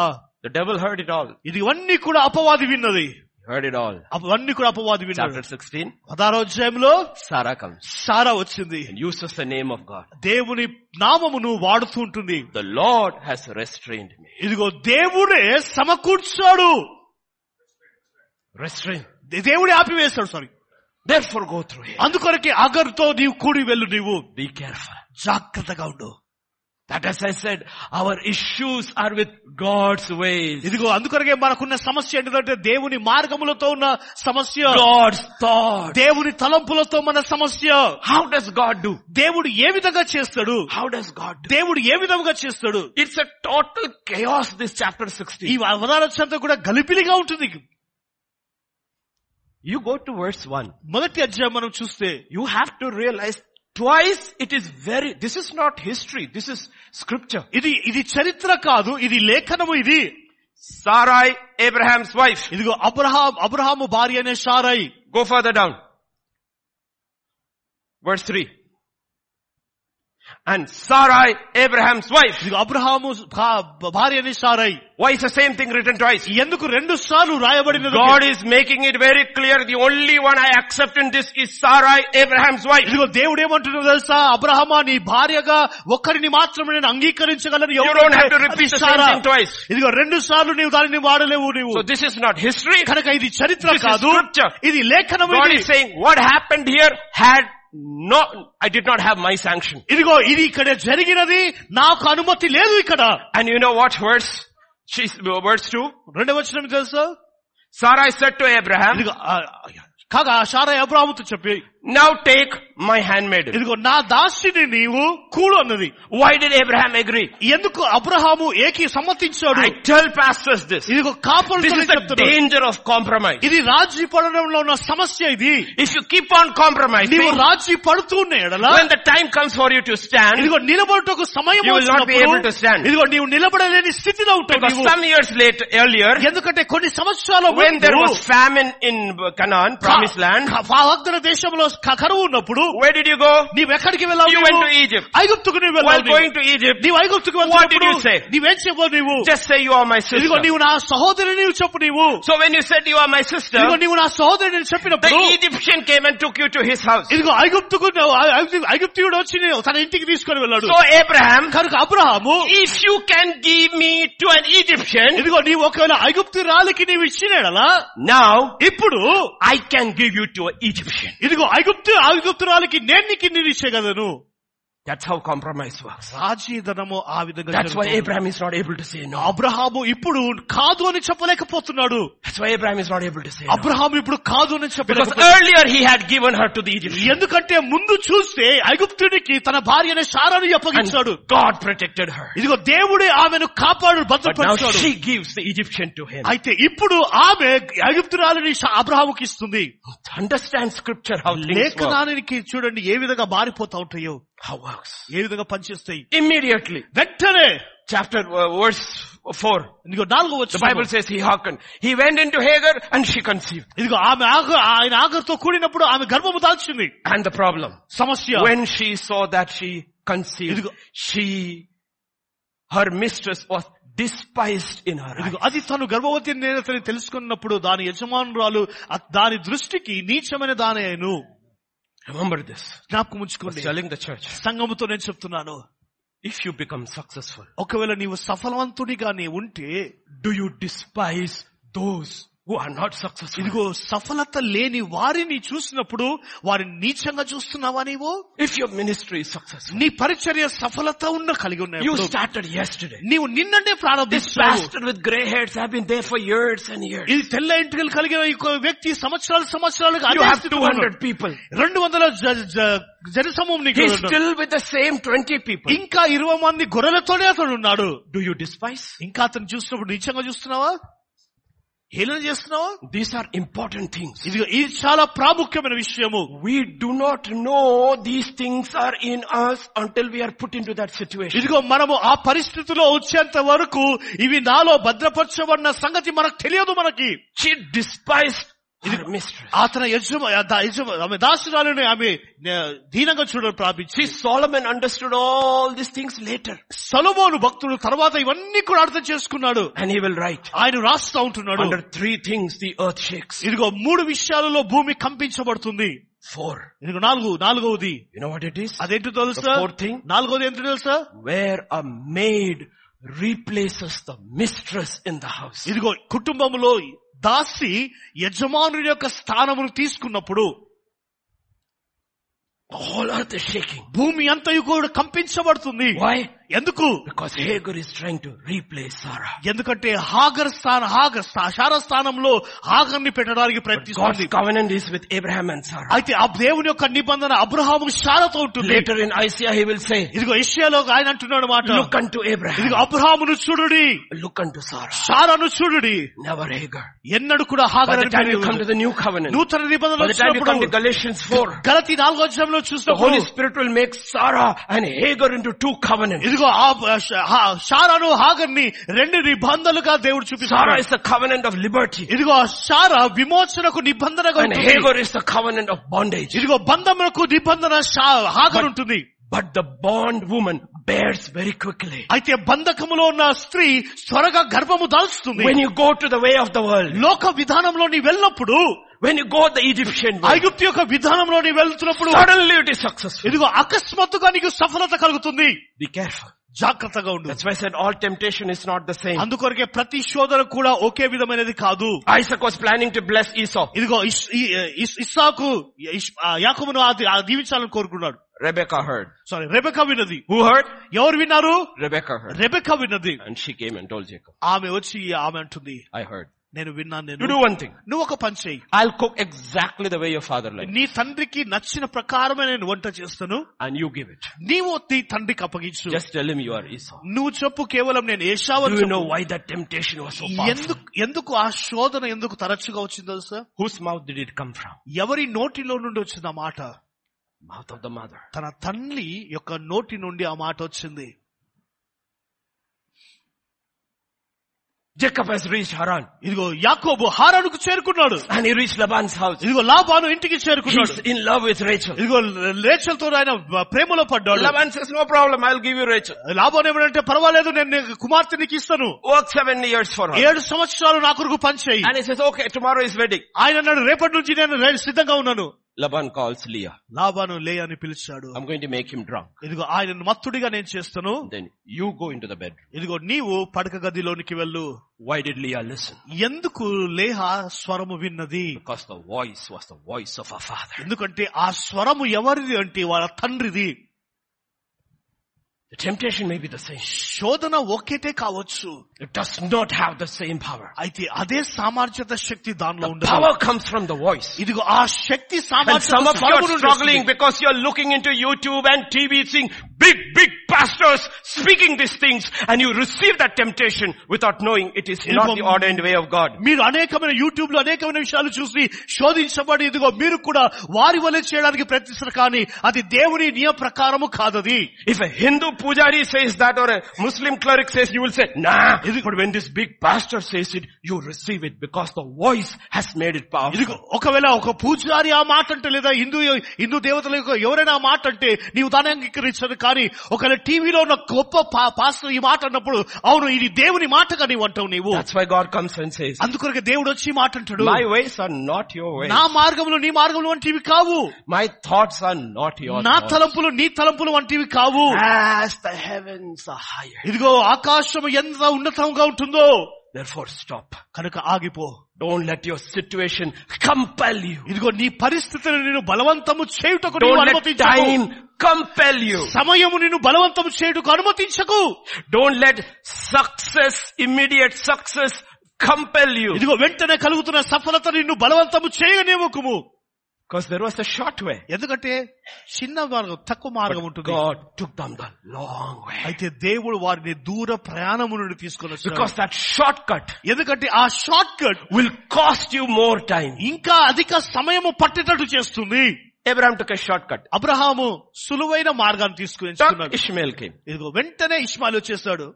[SPEAKER 1] The devil heard it all.
[SPEAKER 2] ఇది ఇవన్నీ కూడా అపవాది విన్నది
[SPEAKER 1] He heard it all.
[SPEAKER 2] అవన్నీ కూడా అపవాది విన్నాడు
[SPEAKER 1] Chapter 16,
[SPEAKER 2] పదారో అధ్యాయంలో
[SPEAKER 1] Sarah comes
[SPEAKER 2] సారా వచ్చింది
[SPEAKER 1] and uses the name of God.
[SPEAKER 2] దేవుని నామమును వాడుతూ ఉంటుంది
[SPEAKER 1] The Lord has restrained me.
[SPEAKER 2] ఇదిగో దేవుడే సమకూర్చాడు
[SPEAKER 1] Restrain.
[SPEAKER 2] దేవుడే ఆపివేశాడు sorry
[SPEAKER 1] Therefore go through it.
[SPEAKER 2] అందుకొరకే అగర్తో నీవు కూడి వెళ్ళు నీవు
[SPEAKER 1] Be careful.
[SPEAKER 2] జాగ్రత్తగా ఉండు
[SPEAKER 1] That as I said, our issues are with God's ways.
[SPEAKER 2] ఇదిగో అందుకొరకే మనకున్న సమస్య ఏంటంటే దేవుని మార్గములతో ఉన్న సమస్య
[SPEAKER 1] God's thought.
[SPEAKER 2] దేవుని తలంపులతో మన సమస్య
[SPEAKER 1] How does God do?
[SPEAKER 2] దేవుడు ఏ విధంగా చేస్తాడు
[SPEAKER 1] How does God do?
[SPEAKER 2] దేవుడు ఏ విధంగా చేస్తాడు
[SPEAKER 1] It's a total chaos, this chapter
[SPEAKER 2] ఈ
[SPEAKER 1] 16.
[SPEAKER 2] అవధారచంతా కూడా గలిపిలిగా ఉంటుంది
[SPEAKER 1] You go to verse 1.
[SPEAKER 2] మొదటి అధ్యాయం మనం చూస్తే
[SPEAKER 1] You have to realize twice it is very, this is not history, this is scripture.
[SPEAKER 2] ఇది ఇది చరిత్ర కాదు ఇది లేఖనము ఇది
[SPEAKER 1] Sarai, Abraham's wife.
[SPEAKER 2] ఇదిగో అబ్రహాం అబ్రహాము భార్య అనే షారై
[SPEAKER 1] Go further down. Verse 3. And Sarai, Abraham's wife.
[SPEAKER 2] ఇదిగో అబ్రహాము భా- భార్య అనే షారై
[SPEAKER 1] Why is the same thing written twice?
[SPEAKER 2] ఎందుకు రెండు సార్లు రాయబడినది
[SPEAKER 1] God is making it very clear the only one I accept in this is Sarai, Abraham's wife.
[SPEAKER 2] ఇదిగో దేవుడు ఏమంటున్నాడు తెలుసా అబ్రహమా నీ భార్యగా ఒక్కరిని మాత్రమే నేను అంగీకరించగలను
[SPEAKER 1] You
[SPEAKER 2] ఎవరు
[SPEAKER 1] don't have to
[SPEAKER 2] అంటే
[SPEAKER 1] repeat
[SPEAKER 2] అది
[SPEAKER 1] the same
[SPEAKER 2] Sarah.
[SPEAKER 1] thing twice.
[SPEAKER 2] ఇదిగో రెండు సార్లు నీవు దానిని వాడలేవు నీవు
[SPEAKER 1] So this is not history.
[SPEAKER 2] కనుక ఇది చరిత్ర
[SPEAKER 1] This is
[SPEAKER 2] కాదు
[SPEAKER 1] scripture.
[SPEAKER 2] ఇది లేఖనము
[SPEAKER 1] God
[SPEAKER 2] ఇది.
[SPEAKER 1] is saying what happened here had no, I did not have my sanction.
[SPEAKER 2] ఇదిగో ఇది ఇక్కడ జరిగినది నాకు అనుమతి లేదు ఇక్కడ
[SPEAKER 1] And you know what verse? She's, verse 2.
[SPEAKER 2] రెండవ వచనం తెలుసా
[SPEAKER 1] Sarai said to Abraham,
[SPEAKER 2] ఇదిగో ఆ, కాగా షారా అబ్రాహ్మతో చెప్పి
[SPEAKER 1] now take my handmaiden.
[SPEAKER 2] ఇదిగో నా దాసిని నీవు కూడు అన్నది
[SPEAKER 1] Why did Abraham agree?
[SPEAKER 2] ఎందుకు అబ్రహాము ఏకి సమ్మతించాడు
[SPEAKER 1] I tell pastors this.
[SPEAKER 2] ఇదిగో
[SPEAKER 1] This
[SPEAKER 2] కాపులు
[SPEAKER 1] is the danger of compromise.
[SPEAKER 2] ఇది రాజీ పడడంలో ఉన్న సమస్య ఇది
[SPEAKER 1] If you keep on compromising,
[SPEAKER 2] నీవు
[SPEAKER 1] when
[SPEAKER 2] రాజీ పడుతూనే ఎడలా
[SPEAKER 1] the time comes for you to stand,
[SPEAKER 2] ఇదిగో నిలబడుటకు సమయం
[SPEAKER 1] You will not be able to stand.
[SPEAKER 2] వచ్చినప్పుడు, ఇదిగో నీవు నిలబడలేని స్థితిలో ఉంటావు
[SPEAKER 1] because
[SPEAKER 2] నీవు.
[SPEAKER 1] some years later, earlier,
[SPEAKER 2] ఎందుకంటే కొన్ని సంవత్సరాల
[SPEAKER 1] when there
[SPEAKER 2] ముందు
[SPEAKER 1] was famine in Canaan, promised land,
[SPEAKER 2] కా- కా- వాగ్దాన దేశంలో క- కరువు ఉన్నప్పుడు
[SPEAKER 1] where did you go?
[SPEAKER 2] నీవు ఎక్కడికి వెళ్ళావు
[SPEAKER 1] You
[SPEAKER 2] నీవు?
[SPEAKER 1] went to Egypt.
[SPEAKER 2] ఐగుప్తుకు నీవు
[SPEAKER 1] While
[SPEAKER 2] వెళ్ళావు
[SPEAKER 1] going
[SPEAKER 2] నీవు.
[SPEAKER 1] to Egypt,
[SPEAKER 2] నీవు ఐగుప్తుకు
[SPEAKER 1] did you say?
[SPEAKER 2] వెళ్ళినప్పుడు నీవేం చెప్పవు నీవు
[SPEAKER 1] just say you are my sister.
[SPEAKER 2] ఇదిగో నీవు నా సహోదరి నీవు చెప్పు నీవు
[SPEAKER 1] So when you said you are my sister,
[SPEAKER 2] ఇదిగో నీవు నా సహోదరి నేను చెప్పినప్పుడు
[SPEAKER 1] the Egyptian came and took you to his house.
[SPEAKER 2] ఇదిగో ఐగుప్తుకు నువ్వు- ఐ- ఐగుప్తు- ఐగుప్తీయుడు వచ్చి నేను తన ఇంటికి తీసుకొని వెళ్ళాడు
[SPEAKER 1] So Abraham,
[SPEAKER 2] కనుక Abraham
[SPEAKER 1] if you can give me to an Egyptian,
[SPEAKER 2] ఇదిగో నీవు ఒకవేళ ఐగుప్తు రాలికి నీవు ఇచ్చినలా
[SPEAKER 1] now
[SPEAKER 2] ఇప్పుడు
[SPEAKER 1] I can give you to an Egyptian.
[SPEAKER 2] ఇదిగో ఐగుప్తు ఐగుప్తు రాలికి నేను నీకు నేను ఇచ్చేయగలను
[SPEAKER 1] That's how compromise works.
[SPEAKER 2] రాజీధనము ఆ విధంగా
[SPEAKER 1] That's why
[SPEAKER 2] జరుగుతుంది.
[SPEAKER 1] Abraham is not able to say no.
[SPEAKER 2] Abraham ఇప్పుడు కాదు అని చెప్పలేకపోతున్నాడు
[SPEAKER 1] That's why Abraham is not able to say no.
[SPEAKER 2] Abraham ఇప్పుడు కాదు అని
[SPEAKER 1] Because
[SPEAKER 2] చెప్పలేకపోతున్నాడు
[SPEAKER 1] earlier he had given her to the Egyptian.
[SPEAKER 2] ఎందుకంటే ముందు చూస్తే ఐగుప్తుడికి తన భార్యను శారాను అప్పగించాడు
[SPEAKER 1] And God protected her.
[SPEAKER 2] ఇదిగో దేవుడే ఆమెను కాపాడు
[SPEAKER 1] But now
[SPEAKER 2] భద్రపరిచాడు
[SPEAKER 1] she gives the Egyptian to him.
[SPEAKER 2] అయితే ఇప్పుడు ఆమె ఐగుప్తురాలని శా- అబ్రహాముకి ఇస్తుంది
[SPEAKER 1] Understand scripture how things work.
[SPEAKER 2] లేఖనానికి చూడండి ఏ విధంగా మారిపోతా ఉంటాయో
[SPEAKER 1] How works.
[SPEAKER 2] ఏ విధంగా పనిచేస్తాయి
[SPEAKER 1] Immediately.
[SPEAKER 2] వెంటనే
[SPEAKER 1] chapter, uh, verse 4.
[SPEAKER 2] ఇదిగో నాలుగో
[SPEAKER 1] The
[SPEAKER 2] వచ్చిన
[SPEAKER 1] Bible says he hearkened. He went into Hagar and she conceived.
[SPEAKER 2] ఇదిగో ఆమె ఆగ ఆయన ఆగర్తో కూడినప్పుడు ఆమె గర్భము దాల్చింది
[SPEAKER 1] And the problem.
[SPEAKER 2] సమస్య
[SPEAKER 1] When she saw that she conceived,
[SPEAKER 2] ఇదిగో-
[SPEAKER 1] she, her mistress was despised in her eyes.
[SPEAKER 2] ఇదిగో అది తను గర్భవతి నేనతని తెలుసుకున్నప్పుడు దాని యజమానురాలు అ- దాని దృష్టికి నీచమైన దాని అయ్యను
[SPEAKER 1] Remember this.
[SPEAKER 2] జ్ఞాపకం
[SPEAKER 1] I was
[SPEAKER 2] ఉంచుకోండి
[SPEAKER 1] telling the church,
[SPEAKER 2] సంఘముతో నేను చెప్తున్నాను
[SPEAKER 1] if you become successful,
[SPEAKER 2] ఒకవేళ నీవు సఫలవంతుడిగా నీ ఉంటే
[SPEAKER 1] do you despise those who are not successful?
[SPEAKER 2] ఇదిగో సఫలత లేని వారిని చూసినప్పుడు వారిని నీచంగా చూస్తున్నావా నీవు
[SPEAKER 1] If your ministry is successful,
[SPEAKER 2] నీ పరిచర్య సఫలత ఉన్న కలిగి
[SPEAKER 1] you
[SPEAKER 2] ఉన్నాయి
[SPEAKER 1] started yesterday.
[SPEAKER 2] నీవు నిన్ననే
[SPEAKER 1] This
[SPEAKER 2] ప్రారంభిస్తావు
[SPEAKER 1] pastor with gray hairs have been there for years and years.
[SPEAKER 2] ఇది తెల్ల ఇంటికలు కలిగిన ఈ కో- వ్యక్తి సంవత్సరాలు సంవత్సరాలుగా
[SPEAKER 1] You
[SPEAKER 2] అదే
[SPEAKER 1] have
[SPEAKER 2] స్థితిలో ఉన్నాడు.
[SPEAKER 1] 200 people.
[SPEAKER 2] రెండు వందల జ- జ- జనసమూహం నీకు
[SPEAKER 1] He's
[SPEAKER 2] ఉన్నాడు.
[SPEAKER 1] still with the same 20 people.
[SPEAKER 2] ఇంకా ఇరవై మంది గొర్రెలతోనే అతడు ఉన్నాడు
[SPEAKER 1] Do you despise?
[SPEAKER 2] ఇంకా అతను చూసినప్పుడు నిజంగా చూస్తున్నావా హేళన చేస్తున్నావా
[SPEAKER 1] These are important things.
[SPEAKER 2] ఇది ఇది చాలా ప్రాముఖ్యమైన విషయము
[SPEAKER 1] We do not know these things are in us until we are put into that situation.
[SPEAKER 2] ఇదిగో మనము ఆ పరిస్థితిలో వచ్చేంత వరకు ఇవి నాలో భద్రపరచబడిన సంగతి మనకు తెలియదు మనకి
[SPEAKER 1] She despised her mistress.
[SPEAKER 2] అతని యజమ దా- యజమ- ఆమె దాసురాలని ఆమె ఆ, దీనంగా చూడడం ప్రాపించి
[SPEAKER 1] See, Solomon understood all these things later.
[SPEAKER 2] Solomon భక్తుడు తర్వాత ఇవన్నీ కూడా అర్థం చేసుకున్నాడు
[SPEAKER 1] And he will write,
[SPEAKER 2] ఆయన రాస్తా ఉంటున్నాడు
[SPEAKER 1] under three things the earth shakes.
[SPEAKER 2] ఇదిగో మూడు విషయాలలో భూమి కంపించబడుతుంది
[SPEAKER 1] Four.
[SPEAKER 2] ఇదిగో నాలుగు నాలుగవది
[SPEAKER 1] You know what it is?
[SPEAKER 2] అదేంటో తెలుసా
[SPEAKER 1] The fourth thing?
[SPEAKER 2] నాలుగోది ఏంటో తెలుసా
[SPEAKER 1] Where a maid replaces the mistress in the house.
[SPEAKER 2] ఇదిగో కుటుంబంలో దాసి యజమానుడి యొక్క స్థానమును తీసుకున్నప్పుడు
[SPEAKER 1] The whole earth is shaking.
[SPEAKER 2] భూమి అంతయు కూడా కంపించబడుతుంది
[SPEAKER 1] Why?
[SPEAKER 2] ఎందుకు
[SPEAKER 1] Because Hagar is trying to replace Sarah.
[SPEAKER 2] ఎందుకంటే హాగర్ స్థాన హాగర్ స్థా- శార స్థానంలో హాగర్ని పెట్టడానికి
[SPEAKER 1] But God's
[SPEAKER 2] ప్రయత్నిస్తుంది
[SPEAKER 1] covenant is with Abraham and Sarah.
[SPEAKER 2] అయితే ఆ దేవుని యొక్క నిబంధన అబ్రహాము శారతో ఉంటుంది
[SPEAKER 1] Later in Isaiah he will say,
[SPEAKER 2] ఇదిగో ఇషయాలో ఒక ఆయన అంటున్నాడు మాట
[SPEAKER 1] look unto
[SPEAKER 2] ఇదిగో
[SPEAKER 1] Abraham,
[SPEAKER 2] అబ్రహామును చూడుడి
[SPEAKER 1] look unto Sarah,
[SPEAKER 2] శారాను చూడుడి
[SPEAKER 1] never Hagar.
[SPEAKER 2] ఎన్నడూ కూడా
[SPEAKER 1] By
[SPEAKER 2] హాగర్
[SPEAKER 1] the
[SPEAKER 2] అని
[SPEAKER 1] time you
[SPEAKER 2] పిలవదు.
[SPEAKER 1] come to the new covenant,
[SPEAKER 2] నూతన నిబంధనలో
[SPEAKER 1] by the time you come to
[SPEAKER 2] వచ్చినప్పుడు
[SPEAKER 1] Galatians 4,
[SPEAKER 2] గలతి నాలుగో అధ్యాయంలో
[SPEAKER 1] the Holy
[SPEAKER 2] చూసినప్పుడు
[SPEAKER 1] Spirit will make Sarah and Hagar into two covenants.
[SPEAKER 2] ఇదిగో ఆ ష- హా- షారాను హాగర్ని రెండు నిబంధనలుగా దేవుడు
[SPEAKER 1] Sarah
[SPEAKER 2] చూపిస్తాడు
[SPEAKER 1] is the covenant of liberty.
[SPEAKER 2] ఇదిగో షారా విమోచనకు నిబంధనగా
[SPEAKER 1] And
[SPEAKER 2] ఉంటుంది.
[SPEAKER 1] Hagar is the covenant of bondage.
[SPEAKER 2] ఇదిగో బంధములకు నిబంధన షా- హాగర్ ఉంటుంది
[SPEAKER 1] But the bond woman bears very quickly.
[SPEAKER 2] అయితే బంధకములో ఉన్న స్త్రీ త్వరగా గర్భము దాల్స్తుంది
[SPEAKER 1] When you go to the way of the world,
[SPEAKER 2] లోక విధానంలో నీ వెళ్ళినప్పుడు
[SPEAKER 1] when you go the Egyptian way,
[SPEAKER 2] ఐగుప్తు యొక్క విధానంలో నీ వెళ్తున్నప్పుడు
[SPEAKER 1] suddenly it is successful.
[SPEAKER 2] ఇదిగో అకస్మాత్తుగా నీకు సఫలత కలుగుతుంది
[SPEAKER 1] Be careful.
[SPEAKER 2] జాగ్రత్తగా ఉండు
[SPEAKER 1] That's why I said all temptation is not the same.
[SPEAKER 2] అందుకొరకే ప్రతి శోధన కూడా ఒకే విధమైనది కాదు
[SPEAKER 1] Isaac was planning to bless Esau.
[SPEAKER 2] ఇదిగో ఇస్- ఈ- ఇస్- ఇస్సాకు ఇష్- ఆ యాకోబును ఆది- ఆ దీవించాలని కోరుకున్నాడు
[SPEAKER 1] Rebecca heard.
[SPEAKER 2] సారీ రెబెక విన్నది
[SPEAKER 1] Who heard?
[SPEAKER 2] ఎవరు విన్నారు
[SPEAKER 1] Rebecca heard.
[SPEAKER 2] రెబెక విన్నది
[SPEAKER 1] And she came and told Jacob,
[SPEAKER 2] ఆమె వచ్చి ఆమె అంటుంది
[SPEAKER 1] I heard.
[SPEAKER 2] నేను విన్నాను
[SPEAKER 1] You do
[SPEAKER 2] నేను
[SPEAKER 1] one thing.
[SPEAKER 2] నువ్వు ఒక పని చేయి
[SPEAKER 1] I'll cook exactly the way your father liked.
[SPEAKER 2] నీ తండ్రికి నచ్చిన ప్రకారమే నేను వంట చేస్తాను
[SPEAKER 1] And you give it.
[SPEAKER 2] నీవు నీ తండ్రికి అప్పగించు
[SPEAKER 1] Just tell him you are Esau.
[SPEAKER 2] నువ్వు చెప్పు కేవలం నేను
[SPEAKER 1] Do you
[SPEAKER 2] ఏషావని
[SPEAKER 1] know why that temptation was so powerful?
[SPEAKER 2] ఎందుకు ఎందుకు ఆ శోధన ఎందుకు తరచుగా వచ్చిందో sir
[SPEAKER 1] Whose mouth did it come from?
[SPEAKER 2] ఎవరి నోటిలో నుండి వచ్చింది ఆ మాట
[SPEAKER 1] Mouth of the mother.
[SPEAKER 2] తన తల్లి యొక్క నోటి నుండి ఆ మాట వచ్చింది
[SPEAKER 1] Jacob has reached Haran.
[SPEAKER 2] ఇదిగో యాకోబు హారానుకు చేరుకున్నాడు
[SPEAKER 1] And he reached Laban's house.
[SPEAKER 2] ఇదిగో లాభాను ఇంటికి చేరుకున్నాడు
[SPEAKER 1] He's in love with Rachel.
[SPEAKER 2] ఇదిగో లేచలతో ఆయన ప్రేమలో పడ్డాడు
[SPEAKER 1] Laban says, no problem, I'll give you Rachel.
[SPEAKER 2] Laban ఏమంటే పర్వాలేదు నేను నీకు కుమార్తె నీకు ఇస్తాను
[SPEAKER 1] Work seven years for her.
[SPEAKER 2] ఏడు సంవత్సరాలు నా కొరకు పనిచేయి
[SPEAKER 1] And he says, okay, tomorrow is wedding.
[SPEAKER 2] ఆయన అన్నాడు రేపటి నుంచి నేను రే- సిద్ధంగా ఉన్నాను
[SPEAKER 1] Laban calls Leah.
[SPEAKER 2] లాభాను లే అని పిలిచాడు
[SPEAKER 1] I'm going to make him drunk.
[SPEAKER 2] ఇదిగో ఆయనను మత్తుడిగా నేను చేస్తాను
[SPEAKER 1] Then you go into the bedroom.
[SPEAKER 2] ఇదిగో నీవు పడక గదిలోనికి వెళ్ళు
[SPEAKER 1] Why did Leah listen?
[SPEAKER 2] ఎందుకు లేహ స్వరము విన్నది
[SPEAKER 1] Because the voice was the voice of her father.
[SPEAKER 2] ఎందుకంటే ఆ స్వరము ఎవరిది అంటే వాళ్ళ తండ్రిది
[SPEAKER 1] The temptation may be the same.
[SPEAKER 2] శోధన ఒకటే కావచ్చు
[SPEAKER 1] It does not have the same power.
[SPEAKER 2] అయితే అదే సామర్థ్యత శక్తి దానిలో
[SPEAKER 1] The
[SPEAKER 2] ఉండదు
[SPEAKER 1] power comes from the voice.
[SPEAKER 2] ఇదిగో ఆ శక్తి
[SPEAKER 1] And
[SPEAKER 2] సామర్థ్యత
[SPEAKER 1] some of you
[SPEAKER 2] స్వరము
[SPEAKER 1] are
[SPEAKER 2] నుండి
[SPEAKER 1] struggling
[SPEAKER 2] వస్తుంది.
[SPEAKER 1] because you are looking into YouTube and TV seeing big, big pastors speaking these things and you receive that temptation without knowing it is not the ordained way of God.
[SPEAKER 2] మీరు అనేకమైన YouTube లో అనేకమైన విషయాలు చూసి శోధించబడి ఇదిగో మీరు కూడా వారి వలె చేయడానికి ప్రయత్నిస్తారు కానీ అది దేవుని నియమ ప్రకారము కాదది
[SPEAKER 1] If a Hindu pujari says that or a Muslim cleric says, you will say, nah. But when this big pastor says it, you receive it because the voice has made it
[SPEAKER 2] ఇదిగో
[SPEAKER 1] powerful.
[SPEAKER 2] ఒకవేళ ఒక పూజారి ఆ మాట అంటే లేదా హిందూ హిందూ దేవతల యొక్క ఎవరైనా ఆ మాట అంటే నీవు దాన్ని అంగీకరించదు కానీ ఒకవేళ టీవీలో ఉన్న గొప్ప పా- పాస్టర్ ఈ మాట అన్నప్పుడు అవును ఇది దేవుని మాటగా నీవు అంటావు నీవు
[SPEAKER 1] That's why God comes and says,
[SPEAKER 2] అందుకొరకు దేవుడు వచ్చి ఈ మాట అంటాడు
[SPEAKER 1] my ways are not your ways.
[SPEAKER 2] నా మార్గములు నీ మార్గములు వంటివి కావు
[SPEAKER 1] My thoughts are not your
[SPEAKER 2] నా
[SPEAKER 1] thoughts.
[SPEAKER 2] తలంపులు నీ తలంపులు వంటివి కావు
[SPEAKER 1] As the heavens are higher.
[SPEAKER 2] ఇదిగో ఆకాశం ఎంత ఉన్నతంగా ఉంటుందో
[SPEAKER 1] Therefore stop.
[SPEAKER 2] కనుక ఆగిపో
[SPEAKER 1] Don't let your situation compel you.
[SPEAKER 2] ఇదిగో నీ పరిస్థితిని నేను బలవంతము చేయుటకు నీవు
[SPEAKER 1] Don't let
[SPEAKER 2] అనుమతించకు
[SPEAKER 1] time compel you.
[SPEAKER 2] సమయము నిన్ను బలవంతము చేయుటకు అనుమతించకు
[SPEAKER 1] Don't let success, immediate success compel you.
[SPEAKER 2] ఇదిగో వెంటనే కలుగుతున్న సఫలత నిన్ను బలవంతము చేయనివ్వకుము
[SPEAKER 1] Because there was a short way.
[SPEAKER 2] ఎందుకంటే చిన్న మార్గం తక్కువ మార్గం ఉంటుంది
[SPEAKER 1] God took them the long way.
[SPEAKER 2] అయితే దేవుడు వారిని దూర ప్రయాణము నుండి తీసుకొని వచ్చాడు
[SPEAKER 1] Because that shortcut
[SPEAKER 2] ఎందుకంటే ఆ shortcut
[SPEAKER 1] will cost you more time.
[SPEAKER 2] ఇంకా అధిక సమయము పట్టేటట్టు చేస్తుంది
[SPEAKER 1] Abraham took a shortcut.
[SPEAKER 2] Abraham సులువైన మార్గాన్ని తీసుకుని
[SPEAKER 1] Took Ishmael came.
[SPEAKER 2] ఇదిగో వెంటనే ఇస్మాయిల్ వచ్చేస్తాడు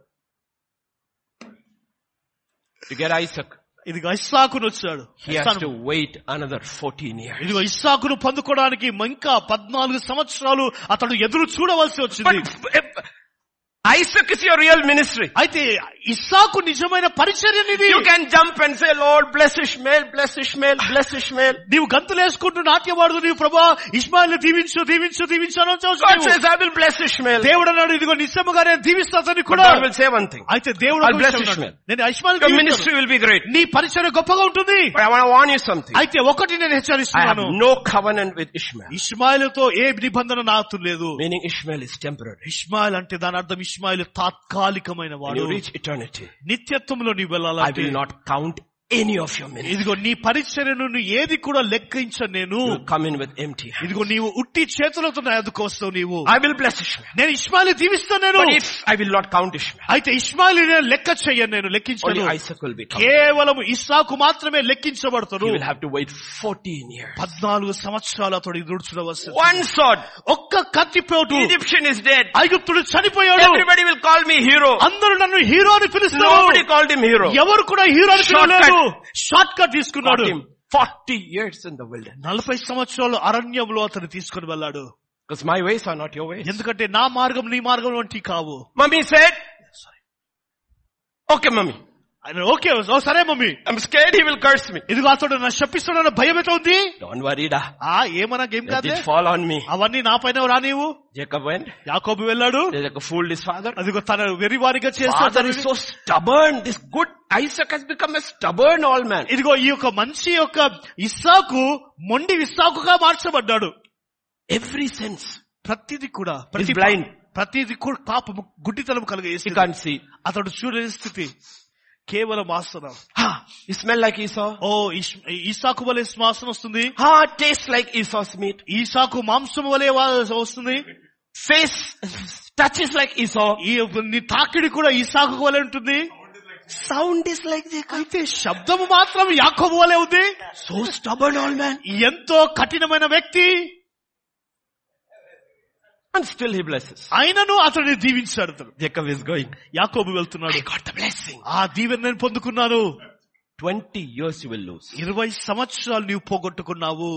[SPEAKER 1] To get Isaac,
[SPEAKER 2] ఇదిగో ఇస్సాకును వచ్చాడు
[SPEAKER 1] he has to wait another 14 years.
[SPEAKER 2] ఇదిగో ఇస్సాకును పొందుకోవడానికి ఇంకా పద్నాలుగు సంవత్సరాలు అతడు ఎదురు చూడవలసి వచ్చింది
[SPEAKER 1] But Isaac is your real ministry.
[SPEAKER 2] అయితే ఇస్సాకు నిజమైన పరిచర్యని ఇది
[SPEAKER 1] You can jump and say, Lord, bless Ishmael, bless Ishmael, bless Ishmael.
[SPEAKER 2] నీవు గంతులేసుకుంటూ నాట్యమాడుతూ నీవు ప్రభా ఇస్మాయిల్ దీవించు దీవించు దీవించు అని అనొచ్చు
[SPEAKER 1] God
[SPEAKER 2] నీవు.
[SPEAKER 1] says, I will bless Ishmael.
[SPEAKER 2] దేవుడు అన్నాడు ఇదిగో నిశ్చయముగా నేను దీవిస్తానని
[SPEAKER 1] But
[SPEAKER 2] కూడా
[SPEAKER 1] God will say one thing.
[SPEAKER 2] అయితే దేవుడు
[SPEAKER 1] I'll
[SPEAKER 2] ఒక
[SPEAKER 1] bless
[SPEAKER 2] విషయం అన్నాడు.
[SPEAKER 1] Ishmael.
[SPEAKER 2] నేను Ismail
[SPEAKER 1] Your ministry will be great.
[SPEAKER 2] నీ పరిచర్య గొప్పగా ఉంటుంది
[SPEAKER 1] But I want to warn you something.
[SPEAKER 2] అయితే ఒకటి నేను
[SPEAKER 1] I have
[SPEAKER 2] హెచ్చరిస్తున్నాను
[SPEAKER 1] no covenant with Ishmael.
[SPEAKER 2] ఇస్మాయిల్తో ఏ నిబంధన నాకు లేదు
[SPEAKER 1] Meaning Ishmael is temporary.
[SPEAKER 2] Ismail అంటే దాని అర్థం ఇస్మాయిల్ తాత్కాలికమైన
[SPEAKER 1] When
[SPEAKER 2] వాడు
[SPEAKER 1] you reach eternity,
[SPEAKER 2] నిత్యత్వంలో నీవు
[SPEAKER 1] I
[SPEAKER 2] వెళ్ళాలంటే
[SPEAKER 1] will not count any of your ministry.
[SPEAKER 2] ఇదిగో నీ పరిచర్యను నువ్వు ఏది కూడా లెక్కించను నేను
[SPEAKER 1] You will come in with empty hands.
[SPEAKER 2] ఇదిగో నీవు ఉట్టి చేతులతో నా ఎదుకు వస్తావు నీవు
[SPEAKER 1] I will bless Ishmael.
[SPEAKER 2] నేను ఇస్మాయిల్ దీవిస్తాను నేను
[SPEAKER 1] But if I will not count Ishmael,
[SPEAKER 2] అయితే ఇస్మాయిల్ నేను లెక్క చెయ్యను నేను
[SPEAKER 1] only
[SPEAKER 2] లెక్కించను
[SPEAKER 1] Isaac will be counted.
[SPEAKER 2] కేవలం ఇస్సాకు మాత్రమే
[SPEAKER 1] He
[SPEAKER 2] లెక్కించబడతారు
[SPEAKER 1] will have to wait 14 years.
[SPEAKER 2] పద్నాలుగు సంవత్సరాలు అతడు దుడుచుడవస్తుంది
[SPEAKER 1] One sword.
[SPEAKER 2] ఒక్క కత్తిపోటు
[SPEAKER 1] Egyptian is dead.
[SPEAKER 2] ఐగుప్తుడు చనిపోయాడు
[SPEAKER 1] Everybody will call me hero.
[SPEAKER 2] అందరూ నన్ను హీరో అని పిలుస్తారు
[SPEAKER 1] Nobody called him hero.
[SPEAKER 2] ఎవరు కూడా హీరో
[SPEAKER 1] Shortcut.
[SPEAKER 2] లేదు షార్ట్ కట్ తీసుకున్నాడు
[SPEAKER 1] Got him 40 years in the wilderness.
[SPEAKER 2] నలభై సంవత్సరాలు అరణ్యంలో అతను తీసుకుని వెళ్ళాడు
[SPEAKER 1] Because my ways are not your ways.
[SPEAKER 2] ఎందుకంటే నా మార్గం నీ మార్గం వంటి కావు
[SPEAKER 1] Mummy said, okay mummy,
[SPEAKER 2] ఆయన, ఓకే ఓ సరే mummy
[SPEAKER 1] I'm scared he will curse me.
[SPEAKER 2] ఇదిగో అతడు నా శపిస్తున్నాడన్న భయం అయితే ఉంది
[SPEAKER 1] Don't worry da.
[SPEAKER 2] ఆ ఏమన్నా గేమ్
[SPEAKER 1] Let
[SPEAKER 2] కాదు
[SPEAKER 1] it fall on me.
[SPEAKER 2] అవన్నీ నా పైన రా నీవు
[SPEAKER 1] Jacob went.
[SPEAKER 2] యాకోబు వెళ్ళాడు
[SPEAKER 1] Jacob fooled his father.
[SPEAKER 2] అదిగో తన వెరివారిగా
[SPEAKER 1] Father
[SPEAKER 2] చేస్తాడు
[SPEAKER 1] is so stubborn. This good Isaac has become a stubborn old man.
[SPEAKER 2] ఇదిగో ఈ యొక్క మనిషి యొక్క ఇస్సాకు మొండి ఇస్సాకుగా మార్చబడ్డాడు
[SPEAKER 1] Every sense.
[SPEAKER 2] ప్రతిది కూడా
[SPEAKER 1] He's
[SPEAKER 2] ప్రతి
[SPEAKER 1] blind.
[SPEAKER 2] ప్రతిది కూడా పాపము గుడ్డితనం
[SPEAKER 1] He
[SPEAKER 2] కలిగేసి
[SPEAKER 1] can't see.
[SPEAKER 2] అతడు చూడని స్థితి కేవలం ఆసనం
[SPEAKER 1] Ah, he smell like Esau.
[SPEAKER 2] ఓ ఇష్- ఇసాకు వలె శ్వాసన వస్తుంది
[SPEAKER 1] Ah, taste like Esau's meat.
[SPEAKER 2] Isaac మాంసం వలె వా- వస్తుంది
[SPEAKER 1] Face touches like Esau.
[SPEAKER 2] ఈ నీ తాకిడి కూడా ఈసాకు వలె ఉంటుంది
[SPEAKER 1] Sound is like Jacob.
[SPEAKER 2] అయితే శబ్దము మాత్రం యాకోబు వలె ఉంది
[SPEAKER 1] So stubborn old man.
[SPEAKER 2] ఎంతో కఠినమైన వ్యక్తి
[SPEAKER 1] And still he blesses.
[SPEAKER 2] అయినను అతడిని దీవించాడు అతడు
[SPEAKER 1] Jacob is going.
[SPEAKER 2] యాకోబు వెళ్తున్నాడు
[SPEAKER 1] I got the blessing.
[SPEAKER 2] ఆ దీవెన నేను పొందుకున్నాను
[SPEAKER 1] 20 years you will lose.
[SPEAKER 2] ఇరవై సంవత్సరాలు నీవు పోగొట్టుకున్నావు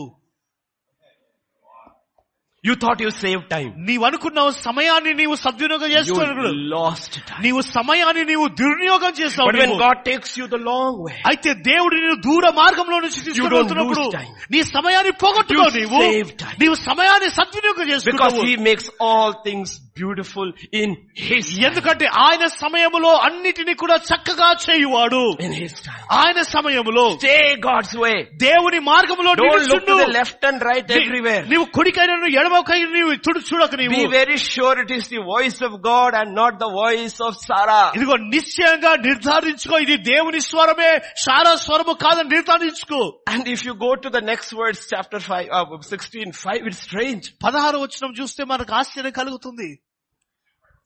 [SPEAKER 1] You thought you saved time.
[SPEAKER 2] నీవు అనుకున్నావు సమయాన్ని నీవు సద్వినియోగం
[SPEAKER 1] You
[SPEAKER 2] చేస్తున్నాడు
[SPEAKER 1] lost time.
[SPEAKER 2] నీవు సమయాన్ని నీవు దుర్వినియోగం చేస్తావు
[SPEAKER 1] But when
[SPEAKER 2] నీవు.
[SPEAKER 1] God takes you the long way,
[SPEAKER 2] అయితే దేవుడు నేను దూర మార్గంలో నుంచి తీసుకుని
[SPEAKER 1] You don't
[SPEAKER 2] వెళ్తున్నప్పుడు
[SPEAKER 1] lose time.
[SPEAKER 2] నీ సమయాన్ని పోగొట్టుకోవు
[SPEAKER 1] You
[SPEAKER 2] నీవు
[SPEAKER 1] save time.
[SPEAKER 2] నీవు సమయాన్ని సద్వినియోగం
[SPEAKER 1] because
[SPEAKER 2] చేసుకుంటావు
[SPEAKER 1] He makes all things beautiful in His
[SPEAKER 2] ఎందుకంటే ఆయన సమయములో అన్నిటిని కూడా చక్కగా చేయువాడు
[SPEAKER 1] in His time.
[SPEAKER 2] ఆయన సమయములో
[SPEAKER 1] Stay God's way.
[SPEAKER 2] దేవుని మార్గంలో
[SPEAKER 1] Don't look to
[SPEAKER 2] నిలుచుండు.
[SPEAKER 1] the left and right
[SPEAKER 2] నీ-
[SPEAKER 1] everywhere.
[SPEAKER 2] నీవు కుడికైన ఎడమకైన నీవు తుడు చూడక నీవు
[SPEAKER 1] Be very sure it is the voice of God and not the voice of Sarah.
[SPEAKER 2] ఇదిగో నిశ్చయంగా నిర్ధారించుకో ఇది దేవుని స్వరమే సారా స్వరము కాదని నిర్ధారించుకో
[SPEAKER 1] And if you go to the next verse, chapter 5, uh, 16, 5, it's strange.
[SPEAKER 2] పదహారు వచనం చూస్తే మనకు ఆశ్చర్యం కలుగుతుంది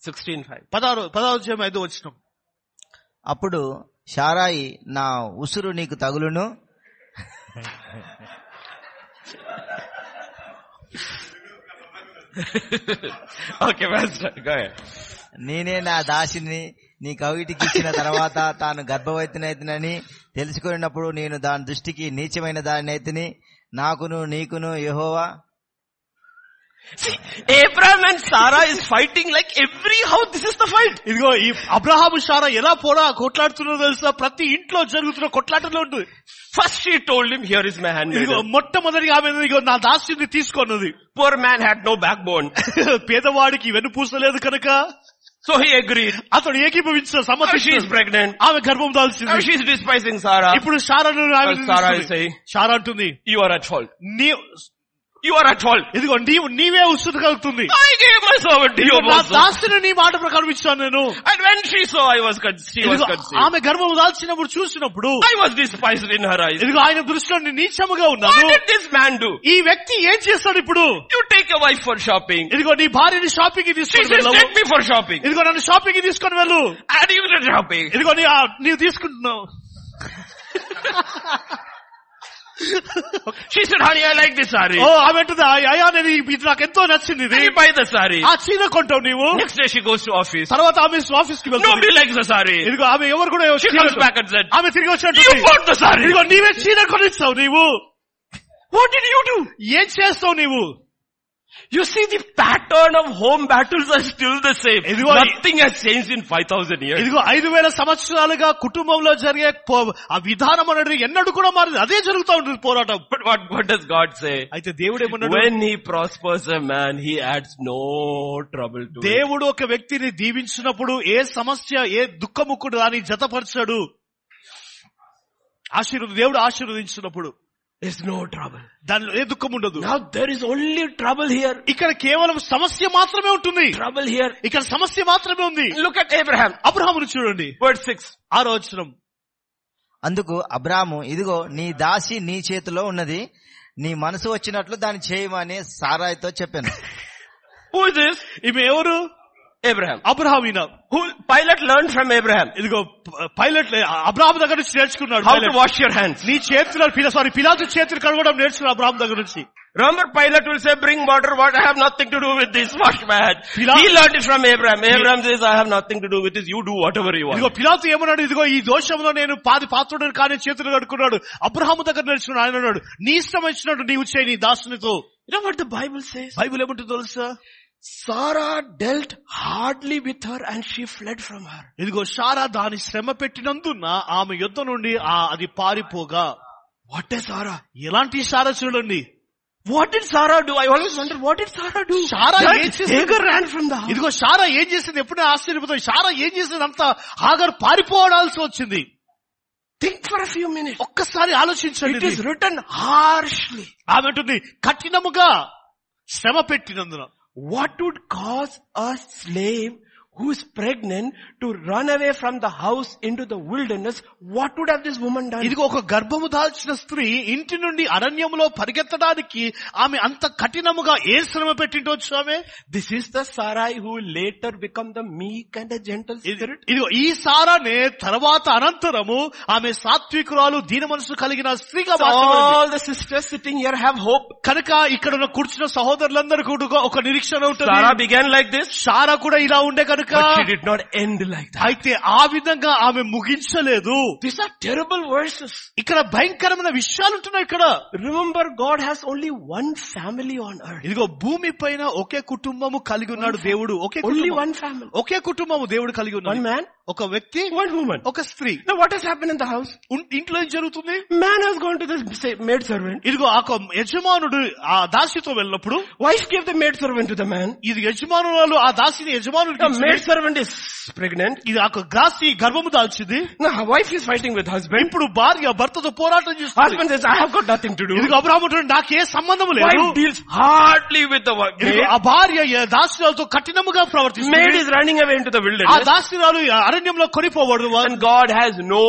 [SPEAKER 5] 16 5.
[SPEAKER 2] పదహారు పదహారు అధ్యాయం ఐదో వచ్చిన
[SPEAKER 3] అప్పుడు శారాయి నా ఉసురు నీకు తగులును
[SPEAKER 5] Okay, Pastor, go ahead.
[SPEAKER 3] నేనే నా దాసిని నీ కవిటికి ఇచ్చిన తర్వాత తాను గర్భవతినైతనని తెలుసుకున్నప్పుడు నేను దాని దృష్టికి నీచమైన దానినైతిని నాకును నీకును యెహోవా
[SPEAKER 1] See, Abraham and Sarah is fighting like every house. This is the fight.
[SPEAKER 2] ఇదిగో ఈ అబ్రహాము షారా ఎలా పోరా కొట్లాడుతున్నదో తెలుసా ప్రతి ఇంట్లో జరుగుతున్న కొట్లాటలో ఉంటుంది
[SPEAKER 1] First she told him, here is my
[SPEAKER 2] ఇదిగో
[SPEAKER 1] handmaiden.
[SPEAKER 2] మొట్టమొదటిగా ఆమె ఇదిగో నా దాస్యుని తీసుకున్నది
[SPEAKER 1] Poor man had no backbone.
[SPEAKER 2] పేదవాడికి వెన్నుపూసలేదు కనుక
[SPEAKER 1] So he agreed.
[SPEAKER 2] అతడు ఏకీభవించిన
[SPEAKER 1] Now she is
[SPEAKER 2] సమస్య
[SPEAKER 1] pregnant.
[SPEAKER 2] ఆమె గర్భం
[SPEAKER 1] Now
[SPEAKER 2] దాల్సింది
[SPEAKER 1] she is despising Sarah.
[SPEAKER 2] ఇప్పుడు షారాను ఆమె
[SPEAKER 1] Well, Sarah is
[SPEAKER 2] తీసుకుంది.
[SPEAKER 1] saying,
[SPEAKER 2] షారా అంటుంది
[SPEAKER 1] you are at fault.
[SPEAKER 2] నీ
[SPEAKER 1] You are at fault.
[SPEAKER 2] ఇదిగో నీవు నీవే ఉత్సుత కలుగుతుంది
[SPEAKER 1] I gave my servant to you
[SPEAKER 2] నా
[SPEAKER 1] also.
[SPEAKER 2] దాస్తిని నీ మాట ప్రకారం ఇచ్చాను నేను
[SPEAKER 1] And when she saw I was con- she was
[SPEAKER 2] ఇదిగో
[SPEAKER 1] conceived, Ah.
[SPEAKER 2] ఆమె గర్భం దాల్చినప్పుడు చూసినప్పుడు
[SPEAKER 1] I was despised in her eyes.
[SPEAKER 2] ఇదిగో ఆయన దృష్టిలో నేను నీచముగా
[SPEAKER 1] What
[SPEAKER 2] ఉన్నాను
[SPEAKER 1] did this man do?
[SPEAKER 2] ఈ వ్యక్తి ఏం చేస్తాడు ఇప్పుడు
[SPEAKER 1] You take a wife for shopping.
[SPEAKER 2] ఇదిగో నీ భార్యని షాపింగ్ కి
[SPEAKER 1] She
[SPEAKER 2] తీసుకొని
[SPEAKER 1] says,
[SPEAKER 2] వెళ్ళవు.
[SPEAKER 1] take me for shopping.
[SPEAKER 2] ఇదిగో నన్ను షాపింగ్ కి తీసుకొని వెళ్ళు
[SPEAKER 1] And you did shopping.
[SPEAKER 2] ఇదిగో నీ ఆ- నీవు తీసుకుంటున్నావు
[SPEAKER 1] She said, honey, I like this sari.
[SPEAKER 2] ఓ ఆమె అంటుంది, "అయ్- అయ్యా నేను ఈ- ఇది నాకు ఎంతో నచ్చింది ఇది
[SPEAKER 1] Can you buy the sari?
[SPEAKER 2] ఆ చీర కొంటావు నీవు
[SPEAKER 1] Next day she goes to office.
[SPEAKER 2] తర్వాత ఆమె ఆఫీస్ కి వెళ్తుంది
[SPEAKER 1] Nobody likes the sari.
[SPEAKER 2] ఇదిగో ఆమె ఎవరు కూడా
[SPEAKER 1] She
[SPEAKER 2] చీర
[SPEAKER 1] comes back and said,
[SPEAKER 2] ఆమె తిరిగి వచ్చినట్టు
[SPEAKER 1] you bought the sari.
[SPEAKER 2] ఇదిగో నీవే చీర కొనిస్తావు నీవు
[SPEAKER 1] What did you do?
[SPEAKER 2] ఏం చేస్తావు నీవు
[SPEAKER 1] You see, the pattern of home battles are still the same.
[SPEAKER 2] Idigo-
[SPEAKER 1] Nothing has changed in 5,000 years.
[SPEAKER 2] ఇదిగో ఐదు వేల సంవత్సరాలుగా కుటుంబంలో జరిగే పో- ఆ విధానం అనేది ఎన్నడూ కూడా మారదు అదే జరుగుతూ ఉంటుంది పోరాటం
[SPEAKER 1] But what, what does God say?
[SPEAKER 2] అయితే దేవుడు ఏమన్నాడు
[SPEAKER 1] When he prospers a man, he adds no trouble to it.
[SPEAKER 2] దేవుడు ఒక వ్యక్తిని దీవించినప్పుడు ఏ సమస్య ఏ దుఃఖము కూడా దాన్ని జతపరచాడు ఆశీర్వద దేవుడు ఆశీర్వదించినప్పుడు
[SPEAKER 1] There's no trouble.
[SPEAKER 2] దానిలో ఏ దుఃఖం ఉండదు
[SPEAKER 1] Now there is only trouble here.
[SPEAKER 2] ఇక్కడ కేవలం సమస్య మాత్రమే ఉంటుంది
[SPEAKER 1] Trouble here.
[SPEAKER 2] ఇక్కడ సమస్య మాత్రమే ఉంది
[SPEAKER 1] Look at Abraham.
[SPEAKER 2] అబ్రహామును చూడండి
[SPEAKER 1] Verse 6.
[SPEAKER 2] ఆరో వచనం
[SPEAKER 3] అందుకు అబ్రాము ఇదిగో నీ దాసి నీ చేతిలో ఉన్నది నీ మనసు వచ్చినట్లు దాన్ని చేయమని సారాయితో చెప్పాను
[SPEAKER 1] Who is this?
[SPEAKER 2] ఈమె ఎవరు
[SPEAKER 1] Abraham.
[SPEAKER 2] అబ్రహామీన
[SPEAKER 1] Who, Pilate learned from Abraham.
[SPEAKER 2] ఇదిగో ప- పైలట్ లే- అబ్రహాం దగ్గర నుంచి నేర్చుకున్నాడు
[SPEAKER 1] How to
[SPEAKER 2] pilot.
[SPEAKER 1] wash your hands.
[SPEAKER 2] నీ చేతులు సారీ పిలాతు చేతులు కడగడం నేర్చుకున్నాడు అబ్రహాం దగ్గర నుంచి
[SPEAKER 1] Remember Pilate will say, bring water, what, I have nothing to do with this, wash my hands. He
[SPEAKER 2] Pilate-
[SPEAKER 1] learned it from Abraham. Abraham says, I have nothing to do with this, you do whatever you
[SPEAKER 2] ఇదిగో
[SPEAKER 1] want.
[SPEAKER 2] పిలాతు ఏమన్నాడు ఇదిగో ఈ దోషంలో నేను పాది పాత్రుడు కానీ చేతులు కడుక్కున్నాడు అబ్రహాము దగ్గర నేర్చుకున్నాడు ఆయన అన్నాడు నీ ఇష్టం వచ్చినట్టు నీవు చేయి నీ దాసునితో
[SPEAKER 1] You know what the Bible says?
[SPEAKER 2] Bible ఏమంటుంది తెలుసా
[SPEAKER 1] Sarah dealt hardly with her and she fled from her.
[SPEAKER 2] ఇదిగో షారా దాని శ్రమ పెట్టినందున ఆమె యుద్ధ నుండి ఆ అది పారిపోగా
[SPEAKER 1] What is Sarah?
[SPEAKER 2] ఎలాంటి షారా చూడండి
[SPEAKER 1] What did Sarah do? I always wonder, what did Sarah do?
[SPEAKER 2] Sarah
[SPEAKER 1] That
[SPEAKER 2] ఏం చేసింది?
[SPEAKER 1] Hagar ran from the house.
[SPEAKER 2] ఇదిగో షారా ఏం చేసింది ఎప్పుడే ఆశ్చర్యపోతుంది షారా ఏం చేసింది అంత హాగర్ పారిపోవడాల్సి వచ్చింది
[SPEAKER 1] Think for a few minutes.
[SPEAKER 2] ఒక్కసారి ఆలోచించండి
[SPEAKER 1] It
[SPEAKER 2] ఇది.
[SPEAKER 1] is written harshly.
[SPEAKER 2] ఆమె అంటుంది కఠినముగా శ్రమ పెట్టినందున
[SPEAKER 1] What would cause a slave who is pregnant to run away from the house into the wilderness? What would have this woman done?
[SPEAKER 2] ఇదిగో ఒక గర్భము దాల్చిన స్త్రీ ఇంటి నుండి అరణ్యములో పరిగెత్తడానికి ఆమె అంత కఠినముగా ఏ శ్రమ పెట్టిండొచ్చు ఆమె
[SPEAKER 1] This is the Sarai who will later become the meek and the gentle
[SPEAKER 2] ఇది-
[SPEAKER 1] spirit.
[SPEAKER 2] ఇదిగో ఈ సారానే తర్వాత అనంతరము ఆమె సాత్వికురాలు దీన మనసు కలిగిన స్త్రీగా
[SPEAKER 1] So
[SPEAKER 2] మార్చబడింది
[SPEAKER 1] all the sisters sitting here have hope.
[SPEAKER 2] కనుక ఇక్కడ ఉన్న కూర్చున్న సహోదరులందరూ కూడా ఒక నిరీక్షణ
[SPEAKER 1] Sarah
[SPEAKER 2] ఉంటుంది
[SPEAKER 1] began like this,
[SPEAKER 2] సారా కూడా ఇలా ఉండే కనుక
[SPEAKER 1] but she did not end like that.
[SPEAKER 2] అయితే ఆ విధంగా ఆమె ముగించలేదు
[SPEAKER 1] These are terrible verses.
[SPEAKER 2] ఇక్కడ భయంకరమైన విషయాలు ఉంటున్నాయి ఇక్కడ
[SPEAKER 1] Remember, God has only one family on earth.
[SPEAKER 2] ఇదిగో భూమి పైన ఒకే కుటుంబము కలిగి ఉన్నాడు దేవుడు ఒకే
[SPEAKER 1] Only
[SPEAKER 2] కుటుంబం.
[SPEAKER 1] one family.
[SPEAKER 2] ఒకే కుటుంబము దేవుడు కలిగి
[SPEAKER 1] One
[SPEAKER 2] ఉన్నాడు
[SPEAKER 1] man,
[SPEAKER 2] ఒక వ్యక్తి
[SPEAKER 1] one woman.
[SPEAKER 2] ఒక స్త్రీ
[SPEAKER 1] Now what has happened in the house?
[SPEAKER 2] ఉన్- ఇంట్లో ఏం జరుగుతుంది
[SPEAKER 1] Man has gone to the maid servant.
[SPEAKER 2] ఇదిగో ఆ ఒక యజమానుడు ఆ దాసితో వెళ్ళినప్పుడు
[SPEAKER 1] Wife gave the maidservant to the man.
[SPEAKER 2] ఇది యజమానురాలు ఆ దాసిని యజమానుడికి
[SPEAKER 1] The
[SPEAKER 2] ఇచ్చింది.
[SPEAKER 1] maidservant is pregnant.
[SPEAKER 2] ఇది ఆ యొక్క దాసి గర్భము దాల్చింది
[SPEAKER 1] Now wife is fighting with husband.
[SPEAKER 2] ఇప్పుడు భార్య భర్తతో పోరాటం చేస్తుంది
[SPEAKER 1] Husband says, I have got nothing to do.
[SPEAKER 2] ఇదిగో అబ్రాహ్మ నాకు ఏ సంబంధం లేదు
[SPEAKER 1] Wife deals hardly with the wife.
[SPEAKER 2] ఇదిగో ఆ భార్య ఏ దాసిరాలతో కఠినముగా
[SPEAKER 1] Maid
[SPEAKER 2] ప్రవర్తిస్తుంది
[SPEAKER 1] is running away into the
[SPEAKER 2] ఆ
[SPEAKER 1] wilderness.
[SPEAKER 2] దాసిరాలు ఈ అరణ్యంలో కొనిపోబడదు
[SPEAKER 1] And God has no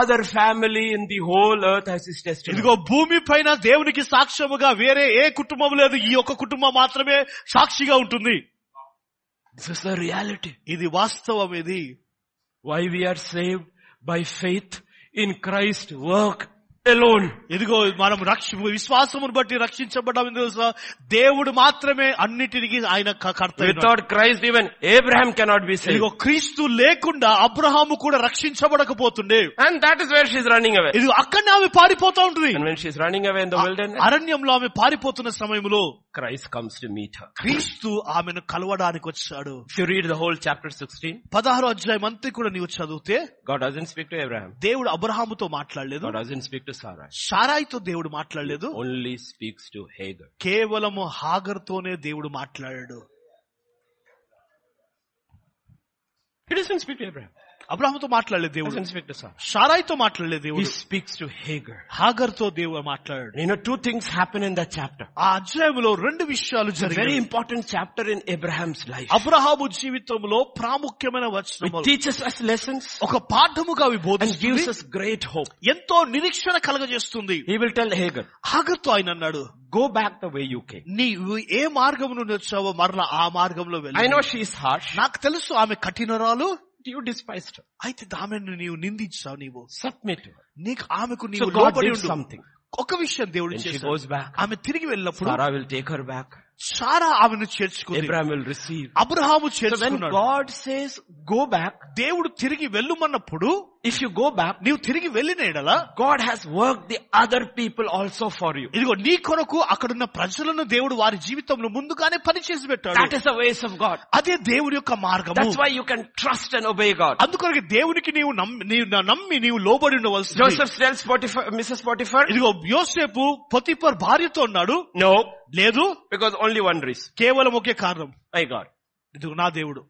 [SPEAKER 1] other family in the whole earth as his testimony.
[SPEAKER 2] ఇదిగో భూమి పైన దేవునికి సాక్ష్యముగా వేరే ఏ కుటుంబం లేదు ఈ ఒక్క కుటుంబం మాత్రమే సాక్షిగా ఉంటుంది
[SPEAKER 1] This is the reality.
[SPEAKER 2] ఇది వాస్తవం ఇది
[SPEAKER 1] Why we are saved by faith in Christ's work alone.
[SPEAKER 2] ఇదిగో మనం రక్ష విశ్వాసమును బట్టి రక్షించబడ్డాం ఎందుకు తెలుసా దేవుడు మాత్రమే అన్నిటికీ ఆయన క- కర్త అయినాడు.
[SPEAKER 1] Without Christ even Abraham cannot be saved.
[SPEAKER 2] ఇదిగో క్రీస్తు లేకుండా అబ్రహాము కూడా రక్షించబడకపోతుండే
[SPEAKER 1] And that is where she is running away.
[SPEAKER 2] ఇది అక్కడనే ఆమె పారిపోతా ఉంటుంది
[SPEAKER 1] And when she is running away in the wilderness,
[SPEAKER 2] అరణ్యంలో ఆమె పారిపోతున్న సమయంలో
[SPEAKER 1] Christ comes to meet her.
[SPEAKER 2] క్రీస్తు ఆమెను కలవడానికి వచ్చాడు
[SPEAKER 1] If you read the whole chapter 16,
[SPEAKER 2] పదహారు అధ్యాయం అంతా కూడా నీవు చదివితే
[SPEAKER 1] God doesn't speak to Abraham.
[SPEAKER 2] దేవుడు అబ్రహాముతో మాట్లాడలేదు
[SPEAKER 1] God doesn't speak to Sarah.
[SPEAKER 2] షారాయితో దేవుడు మాట్లాడలేదు
[SPEAKER 1] Only speaks to Hagar.
[SPEAKER 2] కేవలము హాగర్తోనే దేవుడు మాట్లాడాడు
[SPEAKER 1] He doesn't speak to Abraham.
[SPEAKER 2] అబ్రహాముతో మాట్లాడలేదు
[SPEAKER 1] He
[SPEAKER 2] దేవుడు
[SPEAKER 1] doesn't speak to Sarah.
[SPEAKER 2] షారాయితో మాట్లాడలేదు
[SPEAKER 1] He
[SPEAKER 2] దేవుడు
[SPEAKER 1] speaks to Hagar.
[SPEAKER 2] హాగర్తో దేవుడు మాట్లాడాడు
[SPEAKER 1] You know, two things happen in that chapter.
[SPEAKER 2] ఆ అధ్యాయంలో రెండు విషయాలు
[SPEAKER 1] It's a very
[SPEAKER 2] జరిగాయి
[SPEAKER 1] important chapter in Abraham's life.
[SPEAKER 2] Abraham జీవితంలో ప్రాముఖ్యమైన
[SPEAKER 1] It
[SPEAKER 2] వచనములు
[SPEAKER 1] teaches us lessons
[SPEAKER 2] ఒక పాఠముగా అవి
[SPEAKER 1] and
[SPEAKER 2] బోధిస్తుంది
[SPEAKER 1] gives us great hope.
[SPEAKER 2] ఎంతో నిరీక్షణ కలగజేస్తుంది
[SPEAKER 1] He will tell Hagar,
[SPEAKER 2] హాగర్తో ఆయన అన్నాడు
[SPEAKER 1] go back the way you came.
[SPEAKER 2] నీవు ఏ మార్గం నుండి వచ్చావో మరలా ఆ మార్గంలో
[SPEAKER 1] I
[SPEAKER 2] వెళ్ళి
[SPEAKER 1] know she is harsh.
[SPEAKER 2] నాకు తెలుసు ఆమె కఠినరాలు
[SPEAKER 1] You despised her.
[SPEAKER 2] అయితే ఆమెను నీవు నిందించావు నీవు
[SPEAKER 1] Submit to her.
[SPEAKER 2] నీకు ఆమెకు
[SPEAKER 1] So
[SPEAKER 2] నీవు
[SPEAKER 1] God
[SPEAKER 2] లోబడి
[SPEAKER 1] did
[SPEAKER 2] ఉండు.
[SPEAKER 1] something.
[SPEAKER 2] ఒక విషయం దేవుడు
[SPEAKER 1] When she
[SPEAKER 2] చేశాడు
[SPEAKER 1] goes back,
[SPEAKER 2] ఆమె తిరిగి వెళ్ళినప్పుడు
[SPEAKER 1] Sarah will take her back.
[SPEAKER 2] సారా ఆమెను చేర్చుకుంది
[SPEAKER 1] Abraham will receive.
[SPEAKER 2] Abraham
[SPEAKER 1] So when
[SPEAKER 2] చేర్చుకున్నాడు
[SPEAKER 1] God says, go back,
[SPEAKER 2] దేవుడు తిరిగి వెళ్ళుమన్నప్పుడు
[SPEAKER 1] if you go back,
[SPEAKER 2] నీవు తిరిగి వెళ్ళిన ఎడల
[SPEAKER 1] God has worked the other people also for you.
[SPEAKER 2] ఇదిగో నీ కొరకు అక్కడున్న ప్రజలను దేవుడు వారి జీవితంలో ముందుగానే పని చేసి
[SPEAKER 1] That
[SPEAKER 2] పెట్టాడు
[SPEAKER 1] is the ways of God.
[SPEAKER 2] అదే దేవుడి యొక్క మార్గము
[SPEAKER 1] That's why you can trust and obey God.
[SPEAKER 2] అందుకొరకు దేవునికి నీవు నమ్మి నీవు నా- నమ్మి నీవు లోబడి ఉండవలసింది
[SPEAKER 1] Joseph tells Potiphar, Mrs. Potiphar,
[SPEAKER 2] ఇదిగో యోసేపు పొతిపర్ భార్యతో ఉన్నాడు
[SPEAKER 1] no,
[SPEAKER 2] లేదు
[SPEAKER 1] because only one reason.
[SPEAKER 2] కేవలం ఒకే కారణం
[SPEAKER 1] My God.
[SPEAKER 2] ఇదిగో నా దేవుడు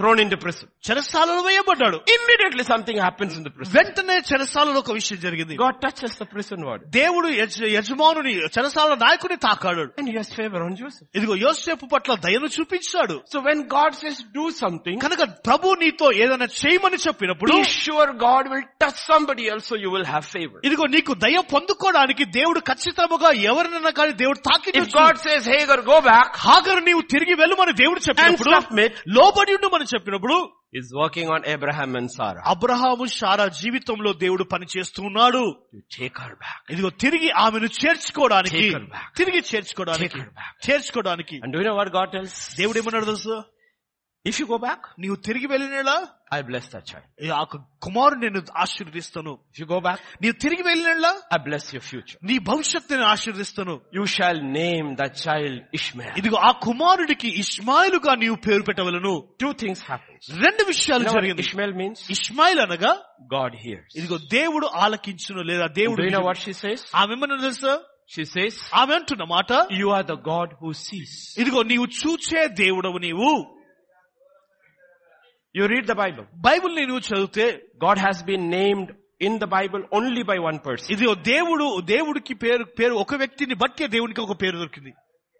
[SPEAKER 1] Thrown into prison.
[SPEAKER 2] చెరసాలలో వేయబడ్డాడు
[SPEAKER 1] Immediately something happens in the prison.
[SPEAKER 2] వెంటనే చెరసాలలో ఒక విషయం జరిగింది
[SPEAKER 1] God touches the prison ward.
[SPEAKER 2] దేవుడు యజ- యజమానుని చెరసాల నాయకుని తాకాడు
[SPEAKER 1] And he has favor on Joseph.
[SPEAKER 2] ఇదిగో యోసేపు పట్ల దయను చూపించాడు
[SPEAKER 1] So when God says do something,
[SPEAKER 2] కనుక ప్రభు నీతో ఏదైనా చేయమని చెప్పినప్పుడు
[SPEAKER 1] be sure God will touch somebody else so you will have favor.
[SPEAKER 2] ఇదిగో నీకు దయ పొందుకోవడానికి దేవుడు ఖచ్చితముగా ఎవరినైనా కానీ దేవుడు తాకి
[SPEAKER 1] If God says, Hagar, go back,
[SPEAKER 2] హాగరు నీవు తిరిగి వెళ్ళు అని దేవుడు చెప్పినప్పుడు
[SPEAKER 1] And submit.
[SPEAKER 2] లోబడి ఉండు అని చెప్పినప్పుడు
[SPEAKER 1] he's working on Abraham and Sarah
[SPEAKER 2] Abraham Sarah జీవితంలో దేవుడు పని చేస్తున్నాడు
[SPEAKER 1] to take her back.
[SPEAKER 2] ఇదిగో తిరిగి ఆమెను చేర్చుకోవడానికి
[SPEAKER 1] Take her back.
[SPEAKER 2] తిరిగి చేర్చుకోవడానికి
[SPEAKER 1] Take her back.
[SPEAKER 2] చేర్చుకోవడానికి
[SPEAKER 1] And do you know what God tells?
[SPEAKER 2] దేవుడు ఏమన్నాడు తెలుసు
[SPEAKER 1] If you go back,
[SPEAKER 2] నీవు తిరిగి వెళ్ళినలా
[SPEAKER 1] I bless that child.
[SPEAKER 2] ఆ కుమారు నేను ఆశీర్వదిస్తాను
[SPEAKER 1] If you go back,
[SPEAKER 2] నీవు తిరిగి వెళ్ళినలా
[SPEAKER 1] I bless your future.
[SPEAKER 2] నీ భవిష్యత్తుని ఆశీర్దిస్తాను
[SPEAKER 1] You shall name that child Ishmael.
[SPEAKER 2] ఇదిగో ఆ కుమారుడికి ఇస్మాయిలుగా నీవు పేరు పెట్టవలను
[SPEAKER 1] Two things happen.
[SPEAKER 2] రెండు విషయాలు
[SPEAKER 1] You know what
[SPEAKER 2] జరిగింది
[SPEAKER 1] Ishmael means?
[SPEAKER 2] ఇస్మాయిల్ అనగా
[SPEAKER 1] God hears.
[SPEAKER 2] ఇదిగో దేవుడు ఆలకించును లేదా దేవుడు
[SPEAKER 1] Do you know
[SPEAKER 2] వినును.
[SPEAKER 1] what she says?
[SPEAKER 2] ఆమె ఏమన్నా తెలుసా
[SPEAKER 1] She says,
[SPEAKER 2] ఆమె అంటున్న మాట
[SPEAKER 1] you are the God who sees.
[SPEAKER 2] ఇదిగో నీవు చూచే దేవుడవు నీవు
[SPEAKER 1] You read the Bible.
[SPEAKER 2] Bible నువ్వు చదివితే
[SPEAKER 1] God has been named in the Bible only by one person.
[SPEAKER 2] ఇదిగో దేవుడు దేవుడికి పేరు పేరు ఒక వ్యక్తిని బట్టే దేవునికి ఒక పేరు దొరికింది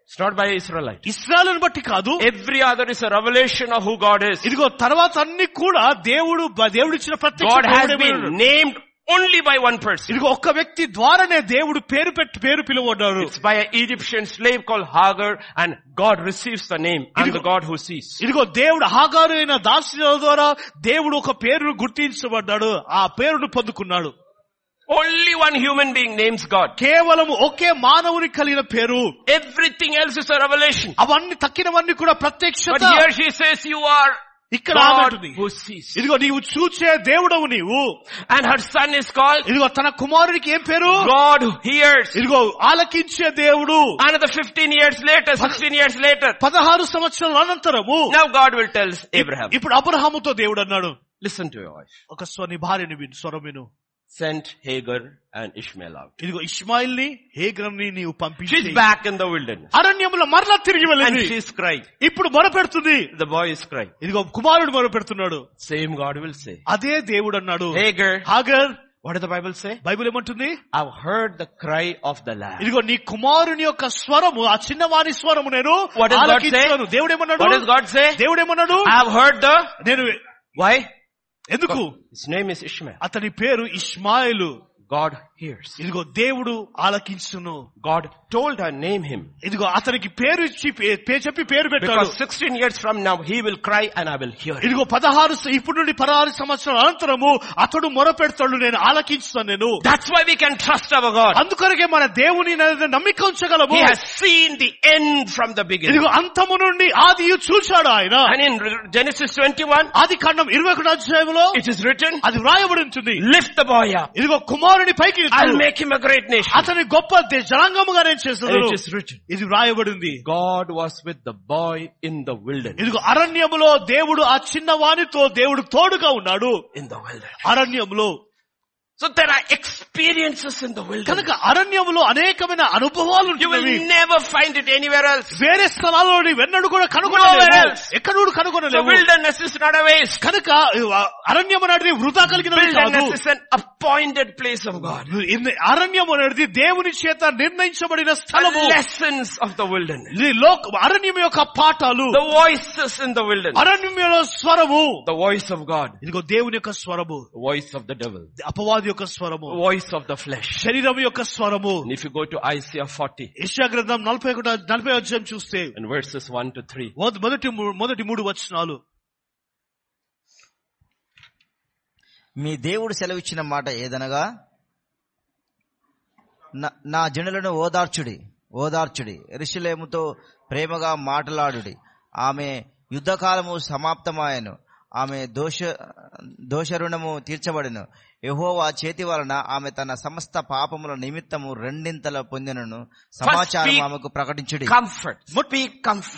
[SPEAKER 1] It's not by Israelite.
[SPEAKER 2] ఇస్రాలను బట్టి కాదు
[SPEAKER 1] Every other is a revelation of who God is.
[SPEAKER 2] ఇదిగో తర్వాత అన్ని కూడా దేవుడు దేవుడిచ్చిన
[SPEAKER 1] God has
[SPEAKER 2] ప్రత్యేక
[SPEAKER 1] been named only by one person.
[SPEAKER 2] ఇదిగో ఒక్క వ్యక్తి ద్వారానే దేవుడు పేరు పెట్టి పేరు పిలువబడ్డాడు
[SPEAKER 1] It's by an Egyptian slave called Hagar and God receives the name. I'm the God who sees.
[SPEAKER 2] ఇదిగో దేవుడు హాగారు అయిన దాసుల ద్వారా దేవుడు ఒక పేరును గుర్తించబడ్డాడు ఆ పేరును పొందుకున్నాడు
[SPEAKER 1] Only one human being names God.
[SPEAKER 2] కేవలం ఒకే మానవుని కలిగిన పేరు
[SPEAKER 1] Everything else is a revelation.
[SPEAKER 2] అవన్నీ తక్కినవన్నీ కూడా
[SPEAKER 1] But
[SPEAKER 2] ప్రత్యక్షత
[SPEAKER 1] here she says you are
[SPEAKER 2] ఇక్కడ ఆమె
[SPEAKER 1] God
[SPEAKER 2] అంటుంది.
[SPEAKER 1] who sees.
[SPEAKER 2] ఇదిగో నీవు చూచే దేవుడవు నీవు
[SPEAKER 1] And her son is called
[SPEAKER 2] ఇదిగో తన కుమారుడికి ఏం పేరు
[SPEAKER 1] God who hears.
[SPEAKER 2] ఇదిగో ఆలకించే దేవుడు
[SPEAKER 1] Another 15 years later, 16 years later,
[SPEAKER 2] పదహారు సంవత్సరాల అనంతరము
[SPEAKER 1] now God will tell Abraham,
[SPEAKER 2] ఇప్పుడు అబ్రహాముతో దేవుడు అన్నాడు
[SPEAKER 1] listen to your wife.
[SPEAKER 2] ఒక స్వని భార్యని విను స్వరం విను
[SPEAKER 1] Sent Hagar and Ishmael out.
[SPEAKER 2] ఇదిగో ఇస్మాయిల్ ని హేగ్రం ని నీవు
[SPEAKER 1] She's
[SPEAKER 2] పంపించి
[SPEAKER 1] back in the wilderness.
[SPEAKER 2] అరణ్యంలో మరలా తిరిగి
[SPEAKER 1] And
[SPEAKER 2] వెళ్ళింది
[SPEAKER 1] she's crying.
[SPEAKER 2] ఇప్పుడు మొరపెడుతుంది
[SPEAKER 1] The boy is crying.
[SPEAKER 2] ఇదిగో కుమారుడు మొరపెడుతున్నాడు
[SPEAKER 1] Same God will say.
[SPEAKER 2] అదే దేవుడు అన్నాడు
[SPEAKER 1] Hagar,
[SPEAKER 2] Hagar
[SPEAKER 1] what does the Bible say?
[SPEAKER 2] Bible ఏమంటుంది
[SPEAKER 1] I've heard the cry of the lamb.
[SPEAKER 2] ఇదిగో నీ కుమారుని యొక్క స్వరము ఆ చిన్నవారి స్వరము నేను
[SPEAKER 1] What does God
[SPEAKER 2] ఆలకించాను దేవుడు ఏమన్నాడు
[SPEAKER 1] What does God say? Ah.
[SPEAKER 2] దేవుడు ఏమన్నాడు
[SPEAKER 1] I've heard the,
[SPEAKER 2] నేను
[SPEAKER 1] why?
[SPEAKER 2] ఎందుకు
[SPEAKER 1] His name is Ishmael.
[SPEAKER 2] అతని పేరు ఇస్మాయిలు
[SPEAKER 1] God hears.
[SPEAKER 2] ఇదిగో దేవుడు ఆలకించును
[SPEAKER 1] God told her, name him.
[SPEAKER 2] ఇదిగో అతనికి పేరు ఇచ్చి పే- పే- చెప్పి పేరు పెట్టాడు
[SPEAKER 1] Because 16 years from now, he will cry and I will hear him.
[SPEAKER 2] ఇదిగో పదహారు స- ఇప్పుడు నుండి పదహారు సంవత్సరాల అనంతరము అతడు మొరపెడతాడు నేను ఆలకించుతాను నేను
[SPEAKER 1] That's why we can trust our God.
[SPEAKER 2] అందుకొరకే మన దేవుని అనేది నమ్మిక ఉంచగలము
[SPEAKER 1] He has seen the end from the beginning.
[SPEAKER 2] ఇదిగో అంతము నుండి ఆది చూశాడు ఆయన
[SPEAKER 1] And in Re- Genesis 21,
[SPEAKER 2] ఆది కాండం ఇరవై ఒకటి అధ్యాయంలో
[SPEAKER 1] it is written,
[SPEAKER 2] అది వ్రాయబడి ఉంటుంది
[SPEAKER 1] lift the boy up.
[SPEAKER 2] ఇదిగో కుమారుని పైకి ఎత్తు.
[SPEAKER 1] I'll make him a great nation.
[SPEAKER 2] అతని గొప్ప దే- జనాంగముగా నేను చేస్తాను
[SPEAKER 1] And it is written.
[SPEAKER 2] ఇది వ్రాయబడింది
[SPEAKER 1] God was with the boy in the wilderness.
[SPEAKER 2] ఇదిగో అరణ్యములో దేవుడు ఆ చిన్న వానితో దేవుడు తోడుగా ఉన్నాడు
[SPEAKER 1] In the wilderness.
[SPEAKER 2] అరణ్యములో
[SPEAKER 1] So there are experiences in the wilderness.
[SPEAKER 2] కనుక అరణ్యములో అనేకమైన అనుభవాలు
[SPEAKER 1] You
[SPEAKER 2] ఉంటున్నవి
[SPEAKER 1] will never find it anywhere else.
[SPEAKER 2] వేరే స్థలాల్లో వెన్నడు కూడా
[SPEAKER 1] Nowhere
[SPEAKER 2] కనుగొనలేవు
[SPEAKER 1] else.
[SPEAKER 2] ఎక్కడూడు
[SPEAKER 1] The
[SPEAKER 2] కనుగొనలేవు
[SPEAKER 1] wilderness is not a waste.
[SPEAKER 2] కనుక అరణ్యం అనేది వృధా కలిగిన
[SPEAKER 1] Wilderness is an appointed place of God.
[SPEAKER 2] అరణ్యం అనేది దేవుని చేత నిర్ణయించబడిన
[SPEAKER 1] The
[SPEAKER 2] స్థలము
[SPEAKER 1] lessons of the wilderness.
[SPEAKER 2] ఇది లోక అరణ్యం యొక్క పాఠాలు
[SPEAKER 1] The voices in the wilderness.
[SPEAKER 2] అరణ్యంలో స్వరము
[SPEAKER 1] The voice of God.
[SPEAKER 2] ఇదిగో దేవుని యొక్క స్వరము
[SPEAKER 1] The voice of the devil.
[SPEAKER 2] అపవాది యొక్క స్వరము
[SPEAKER 1] The voice of the flesh.
[SPEAKER 2] శరీరం యొక్క స్వరము
[SPEAKER 1] And if you go to Isaiah 40
[SPEAKER 2] యెషయా గ్రంథం నలభై ఒకటి నలభై అధ్యాయం చూస్తే
[SPEAKER 1] and verses 1 to 3.
[SPEAKER 2] మొద- మొదటి మూ- మొదటి మూడు వచనాలు
[SPEAKER 3] మీ దేవుడు సెలవిచ్చిన మాట ఏదనగా "నా- నా జనులను ఓదార్చుడి ఓదార్చుడి ఎరుషలేముతో ప్రేమగా మాట్లాడుడి ఆమె యుద్ధకాలము సమాప్తమాయను ఆమె దోష దోషరుణము తీర్చబడెను యెహోవా చేతి వలన ఆమె తన సమస్త పాపముల నిమిత్తము రెండింతల పొందినను సమాచారం
[SPEAKER 1] speak-
[SPEAKER 3] ఆమెకు ప్రకటించుడి
[SPEAKER 1] Comfort.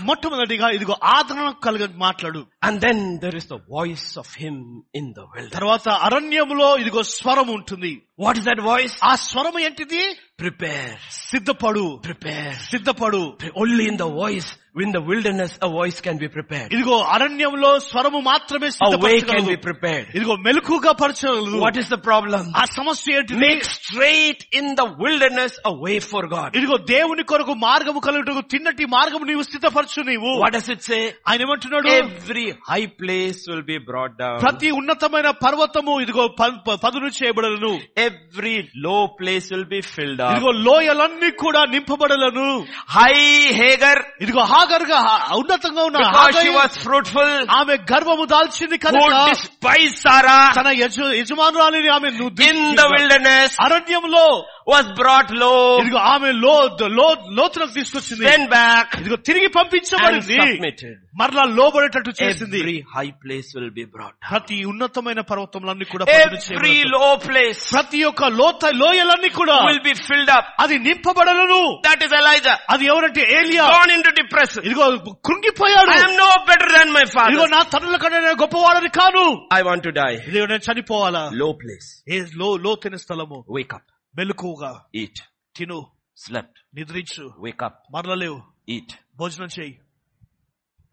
[SPEAKER 2] మొట్టమొదటిగా ఇదిగో ఆదరణ కలిగి మాట్లాడు
[SPEAKER 1] And then there is the voice of him in the wilderness.
[SPEAKER 2] తర్వాత అరణ్యములో ఇదిగో స్వరం ఉంటుంది
[SPEAKER 1] What is that voice?
[SPEAKER 2] ఆ స్వరం ఏంటిది
[SPEAKER 1] Prepare.
[SPEAKER 2] సిద్ధపడు
[SPEAKER 1] Prepare.
[SPEAKER 2] సిద్ధపడు
[SPEAKER 1] Pre- Only in the voice, in the wilderness, a voice can be prepared.
[SPEAKER 2] ఇదిగో అరణ్యంలో స్వరము
[SPEAKER 1] A
[SPEAKER 2] మాత్రమే
[SPEAKER 1] way can
[SPEAKER 2] సిద్ధపరచగలదు
[SPEAKER 1] be prepared.
[SPEAKER 2] ఇదిగో మెలకుగా పరచగలదు
[SPEAKER 1] What is the problem?
[SPEAKER 2] ఆ సమస్య ఏంటిది
[SPEAKER 1] Make straight in the wilderness a way for God.
[SPEAKER 2] ఇదిగో దేవుని కొరకు మార్గము కలుగుటకు తిన్నటి మార్గము నీవు సిద్ధపరచు నీవు
[SPEAKER 1] What does it say?
[SPEAKER 2] ఆయన ఏమంటున్నాడు
[SPEAKER 1] Every high place will be brought down.
[SPEAKER 2] ప్రతి ఉన్నతమైన పర్వతము ఇదిగో ప- ప- పదును చేయబడలను
[SPEAKER 1] Every low place will be filled up.
[SPEAKER 2] ఇదిగో లోయలన్నీ కూడా నింపబడలను
[SPEAKER 1] High Hagar,
[SPEAKER 2] ఇదిగో హాగర్ గా ఉన్నతంగా ఉన్న
[SPEAKER 1] because she
[SPEAKER 2] Hagar
[SPEAKER 1] was fruitful,
[SPEAKER 2] ఆమె గర్వము దాల్చింది
[SPEAKER 1] who
[SPEAKER 2] కనుక
[SPEAKER 1] despised Sarah
[SPEAKER 2] తన యజ- యజమానురాలిని ఆమె ను-
[SPEAKER 1] in the wilderness,
[SPEAKER 2] అరణ్యంలో
[SPEAKER 1] was brought low,
[SPEAKER 2] ఇదిగో ఆమె లో లో లోతులకు తీసుకొచ్చింది
[SPEAKER 1] sent back,
[SPEAKER 2] ఇదిగో తిరిగి
[SPEAKER 1] and
[SPEAKER 2] పంపించబడింది
[SPEAKER 1] submitted.
[SPEAKER 2] మరలా లోబడేటట్టు చేసింది
[SPEAKER 1] Every high place will be brought down.
[SPEAKER 2] ప్రతి ఉన్నతమైన పర్వతములన్నీ కూడా పదును
[SPEAKER 1] Every
[SPEAKER 2] చేయబడను.
[SPEAKER 1] low place
[SPEAKER 2] ప్రతి ఒక్క లోత లోయలన్నీ కూడా
[SPEAKER 1] will be filled up.
[SPEAKER 2] అది నింపబడలను
[SPEAKER 1] That is Elijah.
[SPEAKER 2] అది ఎవరంటే ఏలియా
[SPEAKER 1] Gone into depression.
[SPEAKER 2] ఇదిగో కృంగిపోయాడు
[SPEAKER 1] I am no better than my
[SPEAKER 2] ఇదిగో
[SPEAKER 1] father.
[SPEAKER 2] నా తనుల కంటే నేను గొప్పవాడని కాను
[SPEAKER 1] I want to die.
[SPEAKER 2] ఇదిగో నేను చనిపోవాలా
[SPEAKER 1] Low place.
[SPEAKER 2] ఏ లో లోతైన స్థలము
[SPEAKER 1] Wake up.
[SPEAKER 2] మెలకువగా
[SPEAKER 1] Eat.
[SPEAKER 2] తిను
[SPEAKER 1] Slept.
[SPEAKER 2] నిద్రించు
[SPEAKER 1] Wake up.
[SPEAKER 2] మరలలేవు
[SPEAKER 1] Eat.
[SPEAKER 2] భోజనం చేయి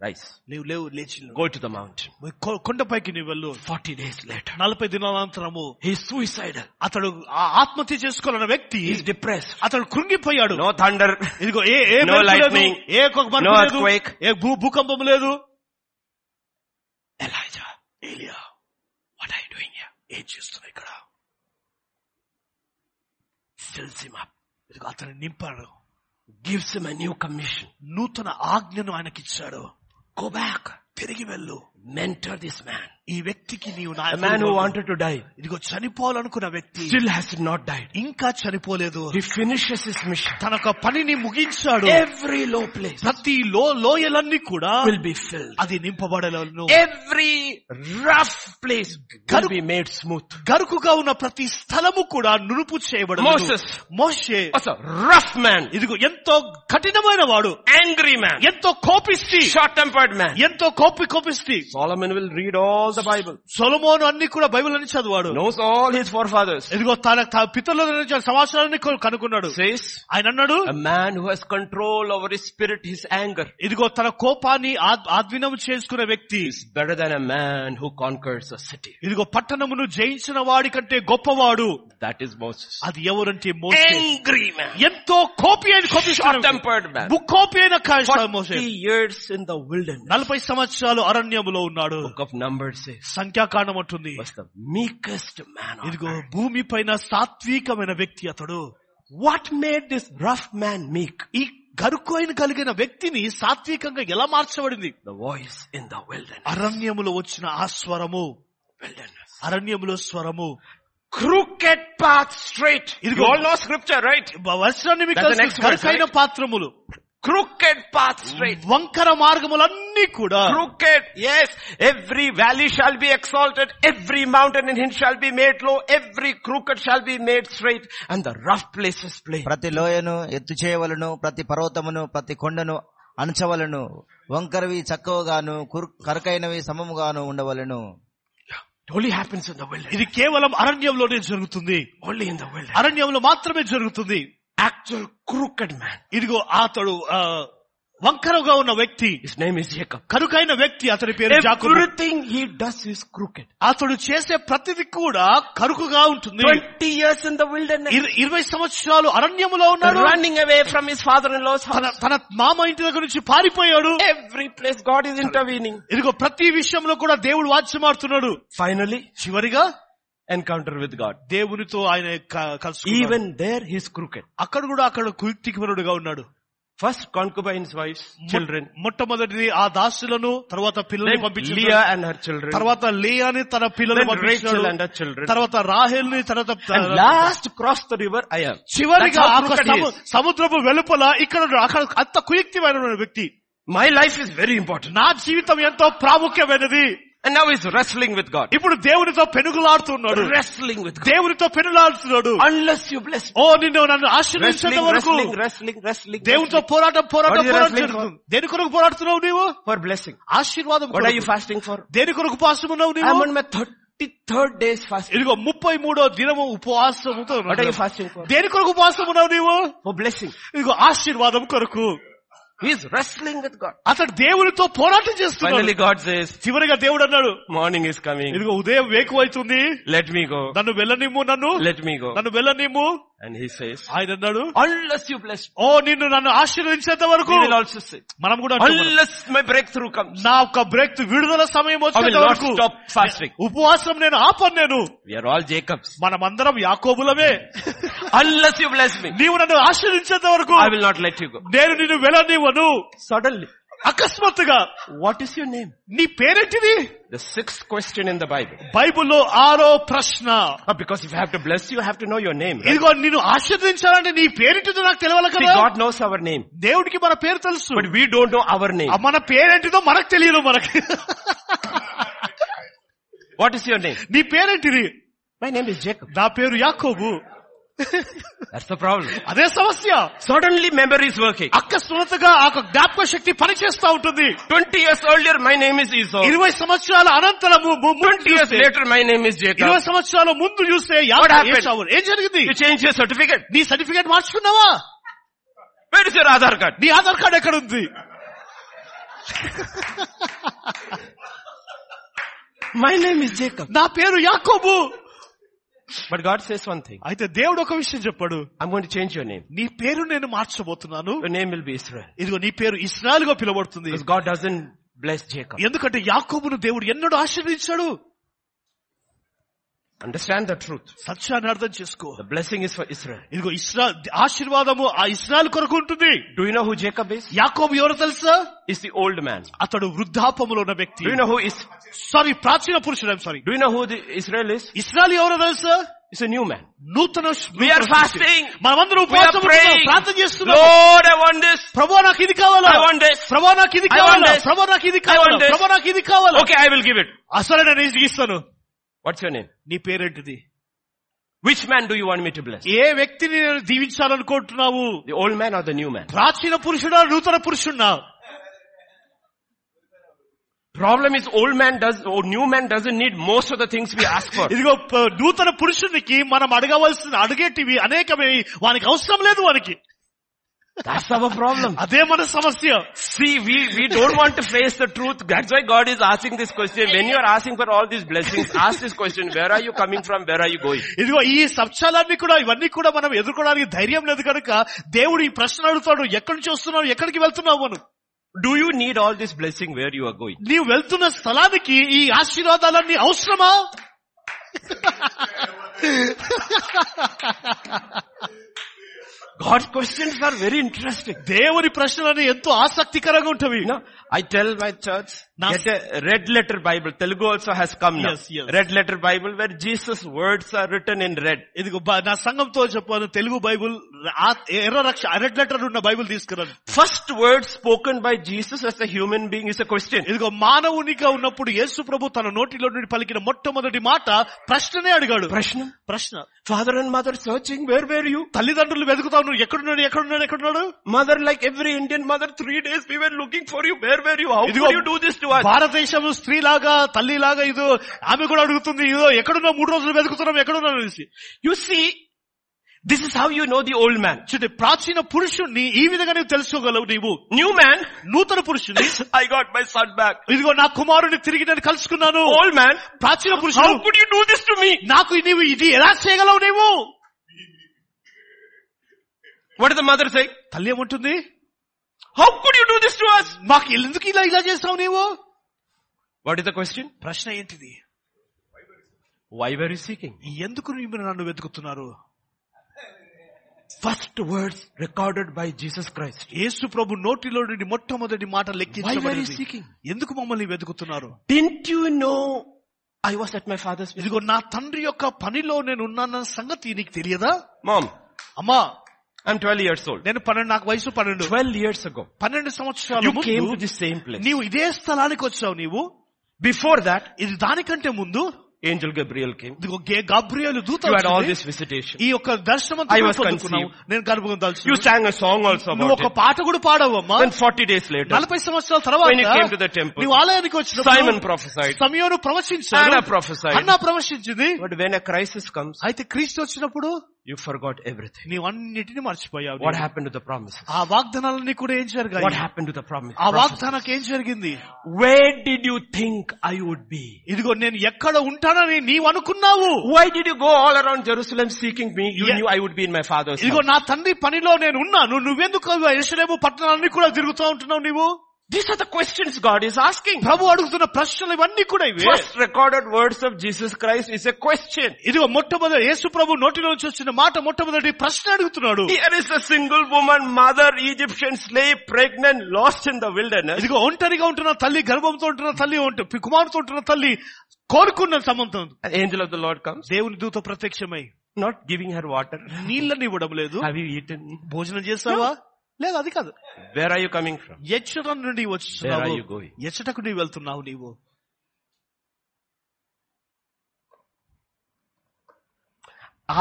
[SPEAKER 1] Rise.
[SPEAKER 2] లేవు లేవు లేచి
[SPEAKER 1] Go to the mountain.
[SPEAKER 2] కొ- కొండపైకి నీ వెళ్ళు
[SPEAKER 1] 40 days later.
[SPEAKER 2] నలభై దినానంతరము
[SPEAKER 1] He's suicidal.
[SPEAKER 2] అతడు ఆ ఆత్మహత్య చేసుకోవాలన్న వ్యక్తి
[SPEAKER 1] He's depressed.
[SPEAKER 2] అతడు కృంగిపోయాడు
[SPEAKER 1] No thunder.
[SPEAKER 2] ఇదిగో ఏ ఏ
[SPEAKER 1] No
[SPEAKER 2] మెరుపు లేదు,
[SPEAKER 1] lightning,
[SPEAKER 2] ఏ ఒక్క మరుపు
[SPEAKER 1] no
[SPEAKER 2] లేదు,
[SPEAKER 1] earthquake.
[SPEAKER 2] ఏ భూ భూకంపం లేదు
[SPEAKER 1] Elijah. Elia. What are you doing here? ఏం చేస్తున్నావు ఇక్కడ? Fills him up.
[SPEAKER 2] ఇదిగో అతను నింపాడు
[SPEAKER 1] Gives him a new commission.
[SPEAKER 2] నూతన ఆజ్ఞను ఆయనకిచ్చాడు
[SPEAKER 1] Go back. తిరిగి వెళ్ళు. Mentor this man.
[SPEAKER 2] ఈ వ్యక్తికి నీవు
[SPEAKER 1] A man who
[SPEAKER 2] నాయకుడు
[SPEAKER 1] wanted to die
[SPEAKER 2] ఇదిగో చనిపోవాలనుకున్న వ్యక్తి
[SPEAKER 1] still has not died.
[SPEAKER 2] ఇంకా చనిపోలేదు
[SPEAKER 1] He finishes his mission.
[SPEAKER 2] తన యొక్క పనిని ముగించాడు
[SPEAKER 1] Every low place
[SPEAKER 2] ప్రతి లో లోయలన్నీ కూడా
[SPEAKER 1] will be filled.
[SPEAKER 2] అది నింపబడలను
[SPEAKER 1] Every rough place will
[SPEAKER 2] Karu-
[SPEAKER 1] be made smooth.
[SPEAKER 2] గరుకుగా ఉన్న ప్రతి స్థలము కూడా నునుపు చేయబడలేదు
[SPEAKER 1] Moses.
[SPEAKER 2] Moshe
[SPEAKER 1] What's a rough man?
[SPEAKER 2] ఇదిగో ఎంతో కఠినమైన వాడు
[SPEAKER 1] Angry man.
[SPEAKER 2] ఎంతో కోపిస్తి
[SPEAKER 1] Short-tempered man.
[SPEAKER 2] ఎంతో కోపి కోపిస్తి
[SPEAKER 1] Solomon will read all the Bible.
[SPEAKER 2] Solomon అన్ని కూడా బైబిల్ అని చదివాడు
[SPEAKER 1] Knows all his forefathers.
[SPEAKER 2] ఇదిగో తన తన పితరుల నుంచి సమాచారాన్ని కొ- కనుగొన్నాడు
[SPEAKER 1] Says,
[SPEAKER 2] ఆయన అన్నాడు
[SPEAKER 1] a man who has control over his spirit, his anger,
[SPEAKER 2] ఇదిగో తన కోపాన్ని ఆద్- ఆద్వినం చేసుకునే వ్యక్తి
[SPEAKER 1] is better than a man who conquers a city.
[SPEAKER 2] ఇదిగో పట్టణమును జయించిన వాడి కంటే గొప్పవాడు
[SPEAKER 1] That is Moses.
[SPEAKER 2] అది ఎవరంటే మోషే
[SPEAKER 1] Angry man.
[SPEAKER 2] ఎంతో కోపి అయిన కోపి
[SPEAKER 1] Short-tempered man.
[SPEAKER 2] ముక్కోపి అయిన కాయ- మోషే
[SPEAKER 1] 40 years in the wilderness.
[SPEAKER 2] నలభై సంవత్సరాలు అరణ్యములో ఉన్నాడు
[SPEAKER 6] Book of Numbers says,
[SPEAKER 2] సంఖ్యాకాండం అంటుంది
[SPEAKER 6] was the meekest man on
[SPEAKER 2] ఇదిగో
[SPEAKER 6] earth.
[SPEAKER 2] భూమి పైన సాత్వికమైన వ్యక్తి అతడు
[SPEAKER 6] What made this rough man meek?
[SPEAKER 2] ఈ గరుకోయిన కలిగిన వ్యక్తిని సాత్వికంగా ఎలా మార్చబడింది
[SPEAKER 6] The voice in the wilderness.
[SPEAKER 2] అరణ్యములో వచ్చిన ఆ స్వరము
[SPEAKER 6] Wilderness.
[SPEAKER 2] అరణ్యములో స్వరము
[SPEAKER 1] Crooked path straight.
[SPEAKER 2] It
[SPEAKER 1] You
[SPEAKER 2] go-
[SPEAKER 1] all know scripture, right?
[SPEAKER 2] వర్షాన్ని మీకు
[SPEAKER 1] That's the
[SPEAKER 2] తెలుసు,
[SPEAKER 1] next verse,
[SPEAKER 2] గరుకైన పాత్రములు
[SPEAKER 1] Crooked path
[SPEAKER 2] Mm.
[SPEAKER 1] straight.
[SPEAKER 2] వంకర మార్గములన్నీ కూడా
[SPEAKER 1] Crooked, yes. Every valley shall be exalted. Every mountain and hill shall be made low. Every crooked shall be made straight. And the rough places plain.
[SPEAKER 3] ప్రతి లోయను ఎత్తు చేయవలను ప్రతి పర్వతమును ప్రతి కొండను అణచవలను వంకరవి చక్కవగాను కుర్- కరకైనవి సమముగాను ఉండవలను
[SPEAKER 1] It only happens in the wilderness.
[SPEAKER 2] ఇది కేవలం అరణ్యంలోనే జరుగుతుంది
[SPEAKER 1] Only in the wilderness.
[SPEAKER 2] అరణ్యంలో మాత్రమే జరుగుతుంది
[SPEAKER 1] Actual crooked man.
[SPEAKER 2] ఇదిగో అతడు ఆ, వంకరగా ఉన్న వ్యక్తి
[SPEAKER 1] His name is Jacob.
[SPEAKER 2] కరుకైన వ్యక్తి అతని పేరు జాకుబు
[SPEAKER 1] Everything he does is crooked.
[SPEAKER 2] అతడు చేసే ప్రతిది కూడా కరుకుగా ఉంటుంది
[SPEAKER 1] 20 years in the wilderness.
[SPEAKER 2] ఇర- ఇరవై సంవత్సరాలు అరణ్యములో ఉన్నాడు
[SPEAKER 1] Running away from his father-in-law's house.
[SPEAKER 2] తన తన మామ ఇంటి దగ్గర నుంచి పారిపోయాడు
[SPEAKER 1] Every place God is intervening.
[SPEAKER 2] ఇదిగో ప్రతి విషయంలో కూడా దేవుడు వాచ్యమాడుతున్నాడు
[SPEAKER 1] Finally,
[SPEAKER 2] చివరిగా
[SPEAKER 1] encounter with God.
[SPEAKER 2] దేవునితో ఆయన క- కలుసుకున్నాడు
[SPEAKER 1] Even there he's crooked.
[SPEAKER 2] అక్కడ కూడా అక్కడ కుయుక్తిపరుడుగా ఉన్నాడు
[SPEAKER 1] First concubine's wives,
[SPEAKER 2] మొ-
[SPEAKER 1] children.
[SPEAKER 2] మొట్టమొదటిది ఆ దాసులను తర్వాత పిల్లల్ని
[SPEAKER 1] Then
[SPEAKER 2] పంపించాడు
[SPEAKER 1] Leah and her children.
[SPEAKER 2] తర్వాత లేయాని తన పిల్లలు
[SPEAKER 1] Then
[SPEAKER 2] పంపించినాడు
[SPEAKER 1] Rachel and her children.
[SPEAKER 2] తర్వాత రాహేల్ ని తర్వాత
[SPEAKER 1] And last cross the river I am.
[SPEAKER 2] చివరిగా
[SPEAKER 1] That's how
[SPEAKER 2] ఆ ఒక
[SPEAKER 1] crooked he
[SPEAKER 2] సము- సముద్రపు వెలుపల ఇక్కడ ఉన్నాడు. అక్కడ అంత కుయుక్తిమైన వ్యక్తి
[SPEAKER 1] My life is very important.
[SPEAKER 2] నా జీవితం ఎంతో ప్రాముఖ్యమైనది
[SPEAKER 1] And now he's wrestling with God.
[SPEAKER 2] ఇప్పుడు దేవునితో పెనుగులాడుతున్నాడు
[SPEAKER 1] Wrestling with God.
[SPEAKER 2] దేవునితో పెనులాడుతున్నాడు
[SPEAKER 1] Unless you bless.
[SPEAKER 2] ఓ నిన్ను నన్ను ఆశ్రయించేంత
[SPEAKER 1] Wrestling,
[SPEAKER 2] వరకు
[SPEAKER 1] wrestling, wrestling, wrestling.
[SPEAKER 2] దేవునితో పోరాటం పోరాటం
[SPEAKER 1] What are you
[SPEAKER 2] పోరాటం
[SPEAKER 1] wrestling
[SPEAKER 2] జరుగుతుంది. దేని కొరకు పోరాడుతున్నావు నీవు
[SPEAKER 1] For blessing.
[SPEAKER 2] ఆశీర్వాదం
[SPEAKER 1] What are you
[SPEAKER 2] కొరకు.
[SPEAKER 1] fasting for?
[SPEAKER 2] దేని కొరకు ఉపాసం ఉన్నావు
[SPEAKER 1] I'm
[SPEAKER 2] నీవు
[SPEAKER 1] on my 33rd day's fasting.
[SPEAKER 2] ఇదిగో ముప్పై మూడో దినము ఉపవాసముతో
[SPEAKER 1] What are you fasting for?
[SPEAKER 2] దేని కొరకు ఉపవాసం ఉన్నావు నీవు
[SPEAKER 1] For blessing.
[SPEAKER 2] ఇదిగో ఆశీర్వాదం కొరకు
[SPEAKER 1] He's wrestling with God.
[SPEAKER 2] అతడు దేవునితో పోరాటం
[SPEAKER 1] Finally
[SPEAKER 2] చేస్తున్నాడు
[SPEAKER 1] God says,
[SPEAKER 2] చివరిగా దేవుడు అన్నాడు
[SPEAKER 1] morning is coming.
[SPEAKER 2] ఇదిగో ఉదయం వేకువైతుంది
[SPEAKER 1] Let me go.
[SPEAKER 2] నన్ను వెళ్ళనిమ్ము నన్ను
[SPEAKER 1] Let me go.
[SPEAKER 2] నన్ను వెళ్ళనిమ్ము
[SPEAKER 1] And he says,
[SPEAKER 2] ఆయన అన్నాడు
[SPEAKER 1] unless you bless,
[SPEAKER 2] ఓ నిన్ను నన్ను ఆశీర్వదించేంత వరకు
[SPEAKER 1] we will also say,
[SPEAKER 2] మనం కూడా అంటున్నాం.
[SPEAKER 1] unless my breakthrough comes,
[SPEAKER 2] నా ఒక బ్రేక్ విడుదల
[SPEAKER 1] I
[SPEAKER 2] సమయం
[SPEAKER 1] will
[SPEAKER 2] వచ్చేంత
[SPEAKER 1] not
[SPEAKER 2] వరకు
[SPEAKER 1] stop fasting.
[SPEAKER 2] ఉపవాసం నేను ఆపను నేను
[SPEAKER 1] We are all Jacobs.
[SPEAKER 2] మనమందరం యాకోబులమే
[SPEAKER 1] Unless you bless me,
[SPEAKER 2] నీవు నన్ను ఆశీర్వించేంత వరకు
[SPEAKER 1] I will not let you go.
[SPEAKER 2] నేను నిన్ను వెళ్ళనివ్వను
[SPEAKER 1] Suddenly,
[SPEAKER 2] అకస్మాత్తుగా
[SPEAKER 1] what is your name?
[SPEAKER 2] నీ పేరేంటిది
[SPEAKER 1] The sixth question in the Bible.
[SPEAKER 2] బైబిల్లో ఆరో ప్రశ్న
[SPEAKER 1] Ah, because if I have to bless you, I have to know your name. Right?
[SPEAKER 2] ఇదిగో నిన్ను ఆశీర్వదించాలంటే నీ పేరేంటిదో నాకు తెలవాలి
[SPEAKER 1] See,
[SPEAKER 2] కదా
[SPEAKER 1] God knows our name,
[SPEAKER 2] దేవుడికి మన పేరు తెలుసు
[SPEAKER 1] but we don't know our name.
[SPEAKER 2] ఆ మన పేరేంటిదో మనకు తెలియదు మనకి
[SPEAKER 1] What is your name?
[SPEAKER 2] నీ పేరేంటిది
[SPEAKER 1] My name is Jacob.
[SPEAKER 2] నా పేరు యాకోబు
[SPEAKER 1] That's the problem.
[SPEAKER 2] అదే సమస్య
[SPEAKER 1] Suddenly memory is working.
[SPEAKER 2] అకస్మాత్తుగా ఆ యొక్క జ్ఞాపక శక్తి పనిచేస్తా ఉంటుంది
[SPEAKER 1] 20 years earlier, my name is Esau.
[SPEAKER 2] ఇరవై సంవత్సరాల అనంతరము ము- ముందు
[SPEAKER 1] 20 Oh. years
[SPEAKER 2] చూస్తే,
[SPEAKER 1] later, my name is
[SPEAKER 2] ఇరవై
[SPEAKER 1] Jacob.
[SPEAKER 2] సంవత్సరాల ముందు చూస్తే యాకోబు
[SPEAKER 1] What happened?
[SPEAKER 2] ఏశావు. ఏం జరిగింది
[SPEAKER 1] You change your certificate.
[SPEAKER 2] నీ సర్టిఫికేట్ మార్చుకున్నావా
[SPEAKER 1] Where is your Aadhaar card?
[SPEAKER 2] నీ ఆధార్ కార్డ్ ఎక్కడ ఉంది
[SPEAKER 1] My name is Jacob.
[SPEAKER 2] నా పేరు యాకోబు
[SPEAKER 1] But God says one thing.
[SPEAKER 2] అయితే దేవుడు ఒక విషయం చెప్పాడు
[SPEAKER 1] I'm going to change your name.
[SPEAKER 2] నీ పేరు నేను మార్చబోతున్నాను
[SPEAKER 1] Your name will be Israel.
[SPEAKER 2] ఇదిగో నీ పేరు ఇస్రాయల్ గా పిలువబడుతుంది
[SPEAKER 1] Because God doesn't bless Jacob.
[SPEAKER 2] ఎందుకంటే యాకోబును దేవుడు ఎన్నడూ ఆశీర్వదించాడు
[SPEAKER 1] Understand the truth.
[SPEAKER 2] సత్యాన్ని అర్థం చేసుకో
[SPEAKER 1] The blessing is for Israel.
[SPEAKER 2] ఇదిగో ఇస్రా ఆశీర్వాదము ఆ ఇస్రాయల్ కొరకు ఉంటుంది
[SPEAKER 1] Do you know who Jacob is?
[SPEAKER 2] యాకోబు ఎవరు తెలుసా
[SPEAKER 1] He's the old man.
[SPEAKER 2] అతడు వృద్ధాపములో ఉన్న
[SPEAKER 1] Do you
[SPEAKER 2] వ్యక్తి
[SPEAKER 1] know who is?
[SPEAKER 2] సారీ ప్రాచీన పురుషుడు sorry
[SPEAKER 1] Do you know who the Israel is?
[SPEAKER 2] Israel ఎవరో తెలుసా
[SPEAKER 1] He's a new man.
[SPEAKER 2] నూతన
[SPEAKER 1] We are fasting.
[SPEAKER 2] మనమందరం
[SPEAKER 1] We are
[SPEAKER 2] ఉపవాసం
[SPEAKER 1] praying.
[SPEAKER 2] ఉంటున్నాం, ప్రార్థన
[SPEAKER 1] Lord,
[SPEAKER 2] చేస్తున్నాం
[SPEAKER 1] I want this.
[SPEAKER 2] ప్రభు నాకు ఇది కావాలా
[SPEAKER 1] I want this.
[SPEAKER 2] ప్రభు నాకు ఇది
[SPEAKER 1] I want
[SPEAKER 2] కావాలా
[SPEAKER 1] this.
[SPEAKER 2] ప్రభు నాకు ఇది
[SPEAKER 1] I want
[SPEAKER 2] కావాలా
[SPEAKER 1] this.
[SPEAKER 2] ప్రభు నాకు ఇది కావాలా
[SPEAKER 1] Okay, I will give it.
[SPEAKER 2] అసలు నేను ఇది ఇస్తాను
[SPEAKER 1] What's your name?
[SPEAKER 2] నీ పేరేంటిది
[SPEAKER 1] Which man do you want me to bless?
[SPEAKER 2] ఏ వ్యక్తిని నేను దీవించాలనుకుంటున్నావు
[SPEAKER 1] The old man or the new man?
[SPEAKER 2] ప్రాచీన పురుషుడా నూతన పురుషుడా
[SPEAKER 1] Problem is old man does, or new man doesn't need most of the things we ask for.
[SPEAKER 2] ఇదిగో ప- నూతన పురుషునికి మనం అడగవలసిన అడిగేటివి అనేకమైనవి వానికి అవసరం లేదు వానికి
[SPEAKER 1] That's our problem.
[SPEAKER 2] అదే మన సమస్య
[SPEAKER 1] See, we, we don't want to face the truth. That's why God is asking this question. When you are asking for all these blessings, ask this question, where are you coming from? Where are you going?
[SPEAKER 2] ఇదిగో ఈ సత్యాలన్నీ కూడా ఇవన్నీ కూడా మనం ఎదుర్కోవడానికి ధైర్యం లేదు కనుక దేవుడు ఈ ప్రశ్న అడుగుతాడు ఎక్కడి నుంచి వస్తున్నావు ఎక్కడికి వెళ్తున్నావు మనం
[SPEAKER 7] Do you need all this blessing where you are going?
[SPEAKER 2] నీవు వెళ్తున్న స్థలానికి ఈ ఆశీర్వాదాలన్నీ అవసరమా
[SPEAKER 1] God's questions are very interesting.
[SPEAKER 2] దేవుని ప్రశ్నలని ఎంతో ఆసక్తికరంగా ఉంటవి
[SPEAKER 1] You know, I tell my church,
[SPEAKER 2] Now-
[SPEAKER 1] get a red letter Bible. Telugu also has come now.
[SPEAKER 2] Yes, yes.
[SPEAKER 1] Red letter Bible where Jesus' words are written in red.
[SPEAKER 2] ఇదిగో బ- నా సంఘంతో చెప్పాను Telugu Bible ఆ- ఎర్ర రక్ష రెడ్ లెటర్ ఉన్న Bible తీసుకురండి
[SPEAKER 1] First word spoken by Jesus as a human being is a question.
[SPEAKER 2] ఇదిగో మానవునిగా ఉన్నప్పుడు యేసు ప్రభు తన నోటిలో నుండి పలికిన మొట్టమొదటి మాట ప్రశ్ననే అడిగాడు
[SPEAKER 1] Prashna,
[SPEAKER 2] ప్రశ్న
[SPEAKER 1] father and mother searching, where were you?
[SPEAKER 2] తల్లిదండ్రులు వెతుకుతా ఉన్నారు ఎక్కడున్నాడు ఎక్కడున్నాడు ఎక్కడున్నాడు
[SPEAKER 1] Mother, like every Indian mother, three days we were looking for you. Where were you? How could
[SPEAKER 2] ఇదిగో
[SPEAKER 1] you do this to us?
[SPEAKER 2] భారతదేశంలో స్త్రీలాగా తల్లిలాగా ఇదో ఆమె కూడా అడుగుతుంది ఇదో ఎక్కడున్నా మూడు రోజులు వెతుకుతున్నాం ఎక్కడున్నా అనేసి
[SPEAKER 1] You see, this is how you know the old man.
[SPEAKER 2] చూడండి ప్రాచీన పురుషుణ్ణి ఈ విధంగా నువ్వు తెలుసుకోగలవు నీవు
[SPEAKER 1] New man,
[SPEAKER 2] నూతన పురుషుని
[SPEAKER 1] I got my son back.
[SPEAKER 2] ఇదిగో నా కుమారుని తిరిగి నేను కలుసుకున్నాను
[SPEAKER 1] Old man,
[SPEAKER 2] ప్రాచీన పురుషుడు
[SPEAKER 1] how could you do this to me?
[SPEAKER 2] నాకు నీవు ఇది ఎలా చేయగలవు నీవు
[SPEAKER 1] What did the mother say?
[SPEAKER 2] తల్లి ఏమంటుంది
[SPEAKER 1] How could you do this to us?
[SPEAKER 2] మాకు ఎందుకు ఇలా ఇలా చేస్తావు నీవు
[SPEAKER 1] What is the question?
[SPEAKER 2] ప్రశ్న ఏంటిది
[SPEAKER 1] Why were you seeking?
[SPEAKER 2] ఎందుకు మీరు నన్ను వెతుకుతున్నారు
[SPEAKER 1] First words recorded by Jesus Christ.
[SPEAKER 2] యేసు ప్రభు నోటిలో నుండి మొట్టమొదటి మాట
[SPEAKER 1] Why were you
[SPEAKER 2] లెక్కించబడింది
[SPEAKER 1] seeking?
[SPEAKER 2] ఎందుకు మమ్మల్ని వెతుకుతున్నారు
[SPEAKER 1] Didn't you know I was at my father's place?
[SPEAKER 2] ఇదిగో నా తండ్రి యొక్క పనిలో నేను ఉన్నానన్న సంగతి నీకు తెలియదా
[SPEAKER 1] Mom,
[SPEAKER 2] అమ్మా
[SPEAKER 1] I'm 12 years old.
[SPEAKER 2] నేను పన్నెండు నాకు వయసు పన్నెండు
[SPEAKER 1] 12 years ago,
[SPEAKER 2] పన్నెండు సంవత్సరాలు
[SPEAKER 1] you came to
[SPEAKER 2] ముందు
[SPEAKER 1] the same place.
[SPEAKER 2] నీవు ఇదే స్థలానికి వచ్చావు నీవు
[SPEAKER 1] Before that,
[SPEAKER 2] ఇది దానికంటే ముందు
[SPEAKER 1] Angel Gabriel came.
[SPEAKER 2] ఇదిగో గే గాబ్రియలు దూత
[SPEAKER 1] You had all
[SPEAKER 2] వచ్చింది.
[SPEAKER 1] this visitation.
[SPEAKER 2] ఈ యొక్క దర్శనం
[SPEAKER 1] I was
[SPEAKER 2] పొందుకున్నావు
[SPEAKER 1] conceived.
[SPEAKER 2] నేను గర్భం దాల్చి
[SPEAKER 1] You sang a song also
[SPEAKER 2] నువ్వు
[SPEAKER 1] about
[SPEAKER 2] ఒక
[SPEAKER 1] it.
[SPEAKER 2] పాట కూడా పాడవమ్మా
[SPEAKER 1] Then 40 days later,
[SPEAKER 2] నలభై సంవత్సరాల
[SPEAKER 1] When you came to the
[SPEAKER 2] తర్వాత
[SPEAKER 1] temple,
[SPEAKER 2] నువ్వు ఆలయానికి
[SPEAKER 1] Simon
[SPEAKER 2] వచ్చిన
[SPEAKER 1] prophesied.
[SPEAKER 2] సమయంలో ప్రవచించాడు
[SPEAKER 1] Anna prophesied.
[SPEAKER 2] అన్న ప్రవచించింది
[SPEAKER 1] But when a crisis comes,
[SPEAKER 2] అయితే క్రీస్తు వచ్చినప్పుడు
[SPEAKER 1] you forgot everything.
[SPEAKER 2] నీవు అన్నిటిని మర్చిపోయావు
[SPEAKER 1] What happened to the promises?
[SPEAKER 2] ఆ వాగ్దానాలన్నీ కూడా ఏం
[SPEAKER 1] What
[SPEAKER 2] జరిగాయి
[SPEAKER 1] happened to the promise?
[SPEAKER 2] ఆ
[SPEAKER 1] promises?
[SPEAKER 2] వాగ్దానకు ఏం జరిగింది
[SPEAKER 1] Where did you think I would be?
[SPEAKER 2] ఇదిగో నేను ఎక్కడ ఉంటానని నీవు అనుకున్నావు
[SPEAKER 1] Why did you go all around Jerusalem seeking me? You
[SPEAKER 2] Yeah.
[SPEAKER 1] knew I would be in my father's
[SPEAKER 2] ఇదిగో
[SPEAKER 1] house.
[SPEAKER 2] నా తండ్రి పనిలో నేను ఉన్నాను నువ్వెందుకు యశ్వరేము పట్టణాన్ని కూడా తిరుగుతూ ఉంటున్నావు నీవు
[SPEAKER 1] These are the questions God is asking.
[SPEAKER 2] ప్రభు అడుగుతున్న ప్రశ్నలు ఇవన్నీ కూడా ఇవే
[SPEAKER 1] First recorded words of Jesus Christ is a question.
[SPEAKER 2] ఇదిగో మొట్టమొదటి యేసు ప్రభు నోటిలో నుంచి వచ్చిన మాట మొట్టమొదటి ప్రశ్న అడుగుతున్నాడు
[SPEAKER 1] Here is a single woman, mother, Egyptian slave, pregnant, lost in the wilderness.
[SPEAKER 2] ఇదిగో ఒంటరిగా ఉంటున్న తల్లి గర్భంతో ఉంటున్న తల్లి ఒంట- కుమారుతో ఉంటున్న తల్లి కోరుకున్న సంబంధం
[SPEAKER 1] An angel of the Lord comes,
[SPEAKER 2] దేవుని దూత ప్రత్యక్షమై
[SPEAKER 1] not giving her water.
[SPEAKER 2] నీళ్ళని ఇవ్వడం లేదు
[SPEAKER 1] Have you eaten?
[SPEAKER 2] భోజనం చేసావా లేదు అది కాదు
[SPEAKER 1] Where are you coming from?
[SPEAKER 2] ఎచ్చట నుండి
[SPEAKER 1] Where
[SPEAKER 2] వచ్చున్నావు
[SPEAKER 1] are you going?
[SPEAKER 2] ఎచ్చటకు నీవు వెళ్తున్నావు నీవు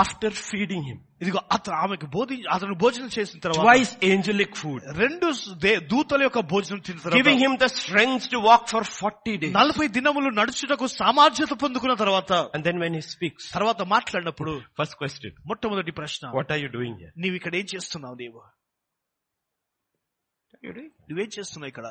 [SPEAKER 1] After feeding him,
[SPEAKER 2] ఇదిగో అతను ఆమెకు బోధి అతను భోజనం చేసిన తర్వాత
[SPEAKER 1] twice angelic food,
[SPEAKER 2] రెండు స్- దే- దూతల యొక్క భోజనం తిన్న
[SPEAKER 1] giving
[SPEAKER 2] తర్వాత
[SPEAKER 1] him the strength to walk for 40 days.
[SPEAKER 2] నలభై దినములు నడుచుటకు సామర్థ్యత పొందుకున్న తర్వాత
[SPEAKER 1] And then when he speaks,
[SPEAKER 2] తర్వాత మాట్లాడినప్పుడు
[SPEAKER 1] first question,
[SPEAKER 2] మొట్టమొదటి ప్రశ్న
[SPEAKER 1] what are you doing here?
[SPEAKER 2] నీవు ఇక్కడ ఏం చేస్తున్నావు నీవు నువ్వేం చేస్తున్నావు ఇక్కడ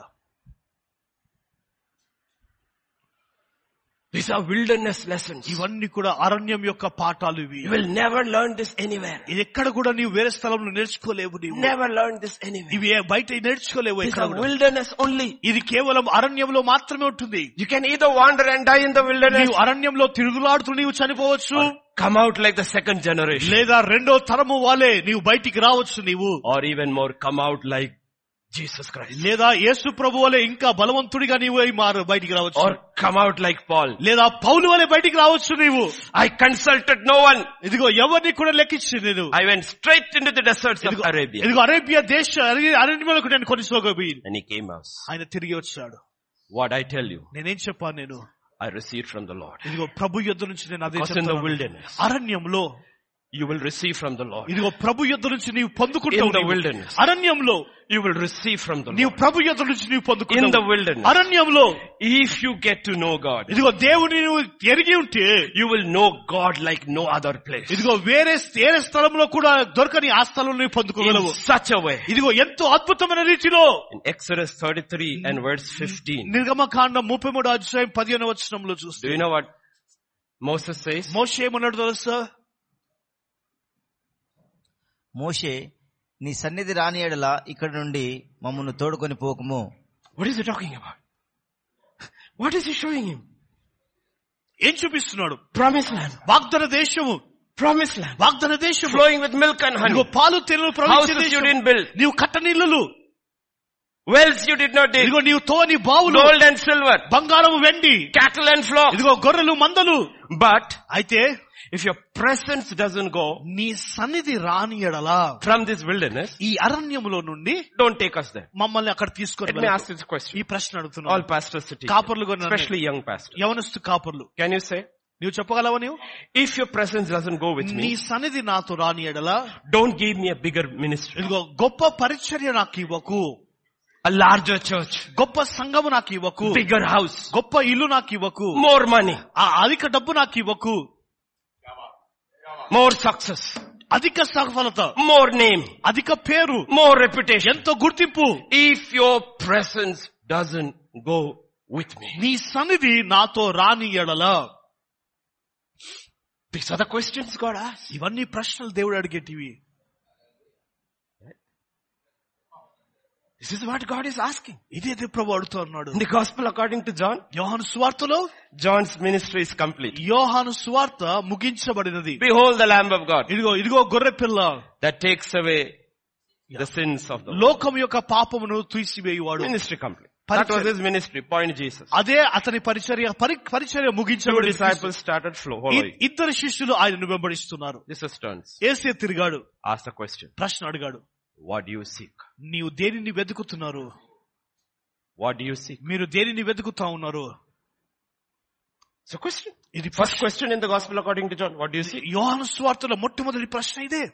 [SPEAKER 1] These are wilderness lessons.
[SPEAKER 2] ఇవన్నీ కూడా అరణ్యం యొక్క పాఠాలు ఇవి
[SPEAKER 1] You will never learn this anywhere.
[SPEAKER 2] ఇది ఎక్కడ కూడా నీవు వేరే స్థలంలో నేర్చుకోలేవు నీవు
[SPEAKER 1] Never learn this anywhere.
[SPEAKER 2] ఇవి ఏ బయట నేర్చుకోలేవు
[SPEAKER 1] These
[SPEAKER 2] ఎక్కడ
[SPEAKER 1] are
[SPEAKER 2] కూడా.
[SPEAKER 1] wilderness only.
[SPEAKER 2] ఇది కేవలం అరణ్యంలో మాత్రమే ఉంటుంది
[SPEAKER 1] You can either wander and die in the wilderness
[SPEAKER 2] నీవు అరణ్యంలో తిరుగులాడుతూ నీవు చనిపోవచ్చు
[SPEAKER 1] or come out like the second generation.
[SPEAKER 2] లేదా రెండో తరము వాలే నీవు బయటికి రావచ్చు నీవు
[SPEAKER 1] Or even more, come out like Jesus Christ.
[SPEAKER 2] లేదా యేసు ప్రభు వలె ఇంకా బలవంతుడిగా నీవు అయి మారు బయటికి రావచ్చు
[SPEAKER 1] Or come out like Paul.
[SPEAKER 2] లేదా పౌలు వలె బయటికి రావచ్చు నీవు
[SPEAKER 1] I consulted no one.
[SPEAKER 2] ఇదిగో ఎవరిని కూడా లెక్కించి నేను
[SPEAKER 1] I went straight into the deserts of
[SPEAKER 2] ఇదిగో
[SPEAKER 1] Arabia.
[SPEAKER 2] ఇదిగో అరేబియా దేశ అరే- అరణ్యములకు నేను కొనిసోగబోయింది
[SPEAKER 1] And he came out.
[SPEAKER 2] ఆయన తిరిగి వచ్చాడు
[SPEAKER 1] What I tell you,
[SPEAKER 2] నేనేం చెప్పాను నేను
[SPEAKER 1] I received from the Lord.
[SPEAKER 2] ఇదిగో ప్రభు యుద్ధ నుంచి నేను అదే
[SPEAKER 1] Because in the
[SPEAKER 2] చెప్తున్నాను.
[SPEAKER 1] wilderness,
[SPEAKER 2] అరణ్యంలో
[SPEAKER 1] you will receive from the Lord.
[SPEAKER 2] ఇదిగో ప్రభు యుద్ధ నుంచి నీవు
[SPEAKER 1] In the
[SPEAKER 2] పొందుకుంటావు నీవు.
[SPEAKER 1] wilderness.
[SPEAKER 2] అరణ్యంలో
[SPEAKER 1] You will receive from the
[SPEAKER 2] నీవు
[SPEAKER 1] Lord.
[SPEAKER 2] ప్రభు యుద్ధ నుంచి నీవు
[SPEAKER 1] In the
[SPEAKER 2] పొందుకుంటావు
[SPEAKER 1] wilderness,
[SPEAKER 2] అరణ్యంలో
[SPEAKER 1] if you get to know God,
[SPEAKER 2] ఇదిగో దేవుని నువ్వు ఎరిగి ఉంటే
[SPEAKER 1] you will know God like no other place.
[SPEAKER 2] ఇదిగో వేరే వేరే స్థలంలో కూడా దొరకని ఆ స్థలంలో నీవు
[SPEAKER 1] In
[SPEAKER 2] పొందుకోగలవు
[SPEAKER 1] such a way.
[SPEAKER 2] ఇదిగో ఎంతో అద్భుతమైన రీతిలో
[SPEAKER 1] In Exodus 33 and verse 15,
[SPEAKER 2] నిర్గమకాండం ముప్పై మూడు అధ్యాయం పదిహేను వచనంలో చూస్తే
[SPEAKER 1] do you know what Moses says?
[SPEAKER 2] మోషే ఏమన్నాడు తెలుసా
[SPEAKER 3] మోషే నీ సన్నిధి రాని ఎడల ఇక్కడి నుండి మమ్మల్ని తోడుకొని పోకుము
[SPEAKER 4] What is he talking about? What is he showing him?
[SPEAKER 2] ఏం చూపిస్తున్నాడు
[SPEAKER 4] Promised land.
[SPEAKER 2] వాగ్దన దేశము
[SPEAKER 4] Promised land.
[SPEAKER 2] వాగ్దన దేశము
[SPEAKER 4] Flowing with milk and
[SPEAKER 2] ఇదిగో
[SPEAKER 4] honey.
[SPEAKER 2] పాలు తెలు
[SPEAKER 4] Houses you didn't build.
[SPEAKER 2] నీవు కట్టనిల్లులు
[SPEAKER 4] Wells you did not dig.
[SPEAKER 2] ఇదిగో నీవు తోని బావులు
[SPEAKER 4] Gold and silver.
[SPEAKER 2] బంగారము వెండి
[SPEAKER 4] Cattle and flocks.
[SPEAKER 2] ఇదిగో గొర్రెలు మందలు
[SPEAKER 4] But
[SPEAKER 2] అయితే
[SPEAKER 4] if your presence doesn't go
[SPEAKER 2] నీ సన్నిధి రాని ఎడలా
[SPEAKER 4] from this wilderness,
[SPEAKER 2] ఈ అరణ్యములో నుండి
[SPEAKER 4] don't take us there.
[SPEAKER 2] మమ్మల్ని అక్కడ
[SPEAKER 4] Let
[SPEAKER 2] తీసుకొని
[SPEAKER 4] me ask
[SPEAKER 2] వెళ్ళకు.
[SPEAKER 4] this question.
[SPEAKER 2] ఈ ప్రశ్న అడుగుతున్నాను
[SPEAKER 4] All pastors sitting, here,
[SPEAKER 2] కాపర్లు కూడా నన్ను-
[SPEAKER 4] especially young pastors.
[SPEAKER 2] యవనస్తు కాపర్లు
[SPEAKER 4] Can you say,
[SPEAKER 2] నీవు చెప్పగలవా నీవు
[SPEAKER 4] if your presence doesn't go with
[SPEAKER 2] నీ
[SPEAKER 4] me,
[SPEAKER 2] సన్నిధి నాతో రాని ఎడలా
[SPEAKER 4] don't give me a bigger ministry,
[SPEAKER 2] ఇదిగో గొప్ప పరిచర్య నాకు ఇవ్వకు
[SPEAKER 4] a larger church,
[SPEAKER 2] గొప్ప సంఘము నాకు ఇవ్వకు
[SPEAKER 4] bigger house,
[SPEAKER 2] గొప్ప ఇల్లు నాకు ఇవ్వకు
[SPEAKER 4] more money,
[SPEAKER 2] ఆ అధిక డబ్బు నాకు ఇవ్వకు
[SPEAKER 4] more success,
[SPEAKER 2] అధిక సఫలత
[SPEAKER 4] more name,
[SPEAKER 2] అధిక పేరు
[SPEAKER 4] more reputation.
[SPEAKER 2] ఎంతో గుర్తింపు
[SPEAKER 4] If your presence doesn't go with me.
[SPEAKER 2] నీ సన్నిధి నాతో రాని ఎడల
[SPEAKER 4] These are the questions God asks.
[SPEAKER 2] ఇవన్నీ ప్రశ్నలు దేవుడు అడిగేటివి
[SPEAKER 4] This is what God is asking.
[SPEAKER 2] ఇదే దే ప్రభు అడుగుతూ అన్నాడు
[SPEAKER 4] In the gospel according to John,
[SPEAKER 2] యోహాను సువార్తలో
[SPEAKER 4] John's ministry is complete.
[SPEAKER 2] యోహాను సువార్త ముగించబడినది
[SPEAKER 4] Behold the Lamb of God
[SPEAKER 2] ఇదిగో ఇదిగో గొర్రె పిల్ల
[SPEAKER 4] that takes away the sins of the world.
[SPEAKER 2] లోకం యొక్క పాపమును తీసివేయువాడు
[SPEAKER 4] Ministry complete. That was his ministry. Point Jesus.
[SPEAKER 2] అదే అతని పరిచర్య పరి- పరిచర్య
[SPEAKER 4] Two
[SPEAKER 2] ముగించబడి
[SPEAKER 4] disciples started flow-
[SPEAKER 2] ఇ-
[SPEAKER 4] following.
[SPEAKER 2] ఇద్దరు శిష్యులు ఆయనను వెంబడిస్తున్నారు
[SPEAKER 4] Jesus turns,
[SPEAKER 2] ఏసే తిరిగాడు
[SPEAKER 4] asks the question,
[SPEAKER 2] ప్రశ్న అడిగాడు
[SPEAKER 4] what do you seek?
[SPEAKER 2] నీవు దేనిని వెతుకుతున్నారు
[SPEAKER 4] What do you seek?
[SPEAKER 2] మీరు దేనిని వెతుకుతా ఉన్నారు
[SPEAKER 4] It's a question.
[SPEAKER 2] ఇది
[SPEAKER 4] First question in the gospel according to John, what do you seek?
[SPEAKER 2] యోహాను స్వార్థలో మొట్టమొదటి ప్రశ్న ఇదే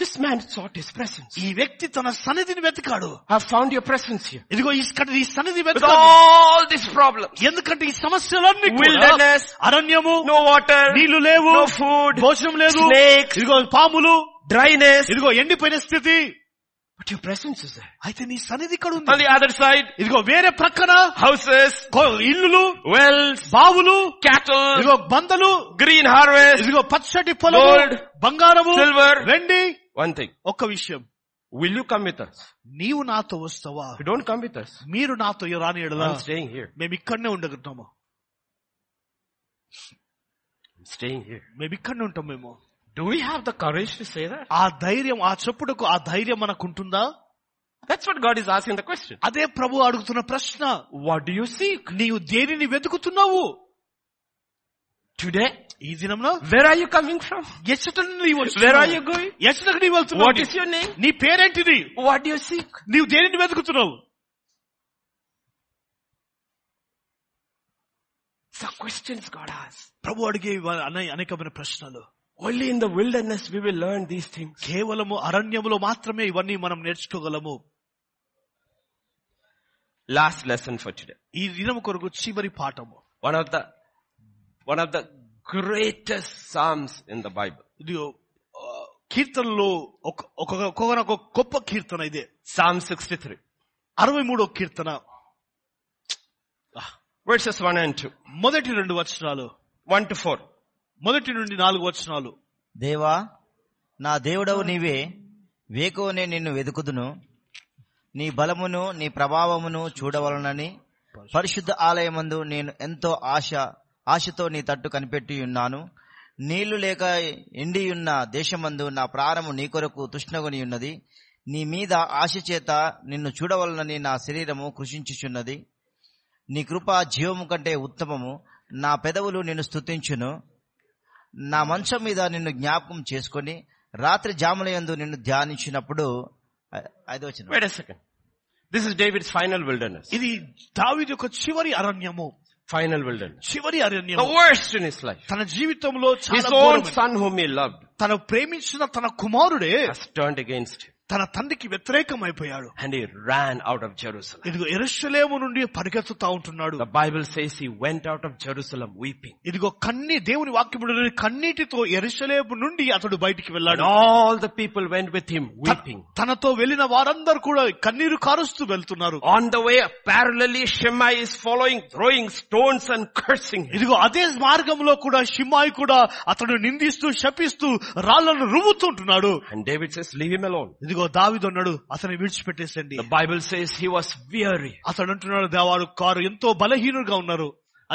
[SPEAKER 4] This man sought his presence.
[SPEAKER 2] ఈ వ్యక్తి తన సన్నిధిని వెతికాడు
[SPEAKER 4] I've found your presence here.
[SPEAKER 2] ఇదిగో ఇక్కడ ఈ సన్నిధి
[SPEAKER 4] With
[SPEAKER 2] వెతకాడు
[SPEAKER 4] all these problems.
[SPEAKER 2] ఎందుకంటే ఈ సమస్యలన్నీ కూడా
[SPEAKER 4] Wilderness,
[SPEAKER 2] అరణ్యము
[SPEAKER 4] No water,
[SPEAKER 2] నీళ్లు లేవు
[SPEAKER 4] no food,
[SPEAKER 2] భోజనం లేదు
[SPEAKER 4] snakes,
[SPEAKER 2] ఇదిగో పాములు
[SPEAKER 4] dryness.
[SPEAKER 2] ఇదిగో ఎండిపోయిన స్థితి
[SPEAKER 4] But your presence is there.
[SPEAKER 2] అయితే నీ సన్నిధి ఇక్కడ
[SPEAKER 4] On
[SPEAKER 2] ఉంది
[SPEAKER 4] the other side,
[SPEAKER 2] ఇదిగో వేరే ప్రక్కన
[SPEAKER 4] houses,
[SPEAKER 2] కొ- ఇల్లులు
[SPEAKER 4] wells,
[SPEAKER 2] బావులు
[SPEAKER 4] cattle,
[SPEAKER 2] ఇదిగో బందలు
[SPEAKER 4] green harvest.
[SPEAKER 2] ఇదిగో పచ్చటి పొలము
[SPEAKER 4] Gold,
[SPEAKER 2] బంగారము
[SPEAKER 4] silver.
[SPEAKER 2] వెండి
[SPEAKER 4] One thing,
[SPEAKER 2] ఒక్క విషయం
[SPEAKER 4] will you come with us?
[SPEAKER 2] నీవు నాతో వస్తావా
[SPEAKER 4] If you don't come with us,
[SPEAKER 2] మీరు నాతో రాని ఎడలా
[SPEAKER 4] I'm staying here.
[SPEAKER 2] మేము ఇక్కడనే ఉండగలుగుతాము
[SPEAKER 4] I'm staying here.
[SPEAKER 2] మేము ఇక్కడనే ఉంటాం మేము
[SPEAKER 4] Do we have the courage to say that?
[SPEAKER 2] ఆ ధైర్యం ఆ చెప్పుడుకు ఆ ధైర్యం మనకు ఉంటుందా
[SPEAKER 4] That's what God is asking the question.
[SPEAKER 2] అదే ప్రభు అడుగుతున్న ప్రశ్న
[SPEAKER 4] What do you seek?
[SPEAKER 2] నీవు దేనిని వెతుకుతున్నావు
[SPEAKER 4] Today?
[SPEAKER 2] ఈ దినంలో
[SPEAKER 4] Where are you coming from?
[SPEAKER 2] ఎచ్చట నుండి నీవు
[SPEAKER 4] Where are
[SPEAKER 2] వచ్చావు?
[SPEAKER 4] you going?
[SPEAKER 2] ఎచ్చటకు నీవు
[SPEAKER 4] What is
[SPEAKER 2] వెళ్తున్నావు
[SPEAKER 4] your name?
[SPEAKER 2] నీ పేరేంటిది
[SPEAKER 4] What do you seek?
[SPEAKER 2] నీవు దేనిని వెతుకుతున్నావు
[SPEAKER 4] It's the questions God asks.
[SPEAKER 2] ప్రభు అడిగే ఇవ- అనే- అనేకమైన ప్రశ్నలు
[SPEAKER 4] Only in the wilderness we will learn these things.
[SPEAKER 2] కేవలము అరణ్యములో మాత్రమే ఇవన్నీ మనం నేర్చుకోగలము
[SPEAKER 4] Last lesson for today.
[SPEAKER 2] ఈ దినం కొరకు చివరి పాఠము
[SPEAKER 4] One of the, one of the greatest Psalms in the Bible.
[SPEAKER 2] ఇది ఆ, కీర్తనలో ఒక ఒక- ఒకనొక గొప్ప కీర్తన ఇదే
[SPEAKER 4] Psalm 63.
[SPEAKER 2] అరవై మూడో కీర్తన
[SPEAKER 4] Verses 1 and 2.
[SPEAKER 2] మొదటి రెండు వచనాలు
[SPEAKER 4] 1 to 4.
[SPEAKER 2] మొదటి నుండి నాలుగు వచనాలు
[SPEAKER 3] దేవా నా దేవుడవు నీవే వేకువనే నిన్ను వెతుకుదును నీ బలమును నీ ప్రభావమును చూడవలనని పరిశుద్ధ ఆలయమందు నేను ఎంతో ఆశ ఆశతో నీ తట్టు కనిపెట్టి ఉన్నాను నీళ్లు లేక ఎండియున్న దేశమందు నా ప్రాణము నీ కొరకు తృష్ణగొని ఉన్నది నీ మీద ఆశ చేత నిన్ను చూడవలనని నా శరీరము కృషించుచున్నది నీ కృప జీవము కంటే ఉత్తమము నా పెదవులు నిన్ను స్తుతించును నా మంచం మీద నిన్ను జ్ఞాపకం చేసుకొని రాత్రి జాములయందు నిన్ను ధ్యానించినప్పుడు ఐదో వచ్చిన
[SPEAKER 4] Wait a second. This is David's final wilderness.
[SPEAKER 2] ఇది దావీదు యొక్క చివరి అరణ్యము
[SPEAKER 4] Final wilderness.
[SPEAKER 2] చివరి
[SPEAKER 4] The
[SPEAKER 2] అరణ్యము
[SPEAKER 4] worst in his life.
[SPEAKER 2] తన జీవితంలో
[SPEAKER 4] His
[SPEAKER 2] చాలా
[SPEAKER 4] own
[SPEAKER 2] ఘోరమైన-
[SPEAKER 4] son whom he loved
[SPEAKER 2] తను ప్రేమించిన తన కుమారుడే
[SPEAKER 4] has turned against him
[SPEAKER 2] తన తండ్రికి వ్యతిరేకం అయిపోయాడు
[SPEAKER 4] and he ran out of Jerusalem.
[SPEAKER 2] ఇదిగో ఎరుషలేము నుండి పరిగెత్తుతా ఉంటున్నాడు
[SPEAKER 4] The Bible says he went out of Jerusalem weeping.
[SPEAKER 2] ఇదిగో కన్ని దేవుని వాక్యముడు కన్నీటితో ఎరుషలేము నుండి అతడు బయటికి
[SPEAKER 4] And
[SPEAKER 2] వెళ్ళాడు
[SPEAKER 4] all the people went with him weeping.
[SPEAKER 2] త- తనతో వెళ్ళిన వారందరూ కూడా కన్నీరు కారుస్తూ వెళ్తున్నారు
[SPEAKER 4] On the way, parallelly, Shimei is following, throwing stones and cursing him.
[SPEAKER 2] ఇదిగో అదే మార్గంలో కూడా షిమాయి కూడా అతను నిందిస్తూ శపిస్తూ రాళ్లను రువ్వుతుంటున్నాడు
[SPEAKER 4] And David says, leave him alone.
[SPEAKER 2] ఇదిగో ఇదిగో దావిదొన్నాడు అతన్ని విడిచిపెట్టేసండి
[SPEAKER 4] The Bible says he was weary.
[SPEAKER 2] అతడు అంటున్నాడు "దా వారు కారు ఎంతో బలహీనుడుగా ఉన్నారు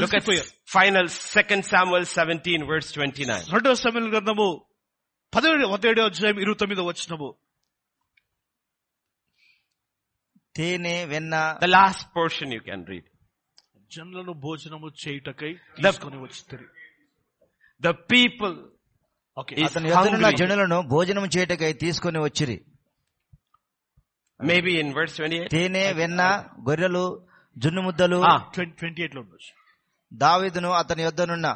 [SPEAKER 4] Look at
[SPEAKER 2] అలసిపోయారు
[SPEAKER 4] final second Samuel 17 verse 29.
[SPEAKER 2] రెండవ సమయంలో గ్రంథము పదిహేడు పదిహేడు అధ్యాయం ఇరవై తొమ్మిదో వచ్చినము
[SPEAKER 3] తేనె వెన్న
[SPEAKER 4] The last portion you can read.
[SPEAKER 2] జనులను భోజనము చేయుటకై తీసుకొని వచ్చి
[SPEAKER 4] The people
[SPEAKER 2] ఓకే
[SPEAKER 4] is
[SPEAKER 3] అతని యొద్దనున్న
[SPEAKER 4] hungry.
[SPEAKER 3] జనులను భోజనం చేయటకై తీసుకొని వచ్చిరి
[SPEAKER 4] Maybe in verse 28.
[SPEAKER 3] తేనె వెన్న గొర్రెలు జున్ను ముద్దలు
[SPEAKER 4] Ah,
[SPEAKER 2] ట్వంటీ ఎయిట్ లో ఉండొచ్చు
[SPEAKER 3] దావీదును అతని యొద్దనున్న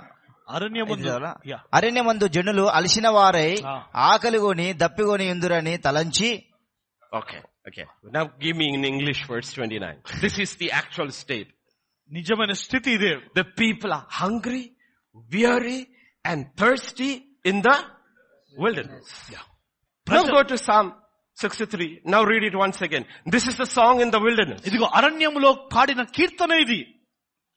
[SPEAKER 2] అరణ్యమందు
[SPEAKER 3] చదవాలా?
[SPEAKER 2] యా
[SPEAKER 3] అరణ్యమందు జనులు అలిసిన వారై
[SPEAKER 2] ఆ.
[SPEAKER 3] ఆకలిగొని దప్పిగొని ఇందురని తలంచి
[SPEAKER 4] Okay, okay. Now give me in English verse 29. This is the actual state.
[SPEAKER 2] నిజమైన స్థితి ఇదే
[SPEAKER 4] The people are hungry, weary, and thirsty in the wilderness. Now go to Psalm 63. Now read it once again. This is the song in the wilderness.
[SPEAKER 2] ఇదిగో అరణ్యములో పాడిన కీర్తన ఇది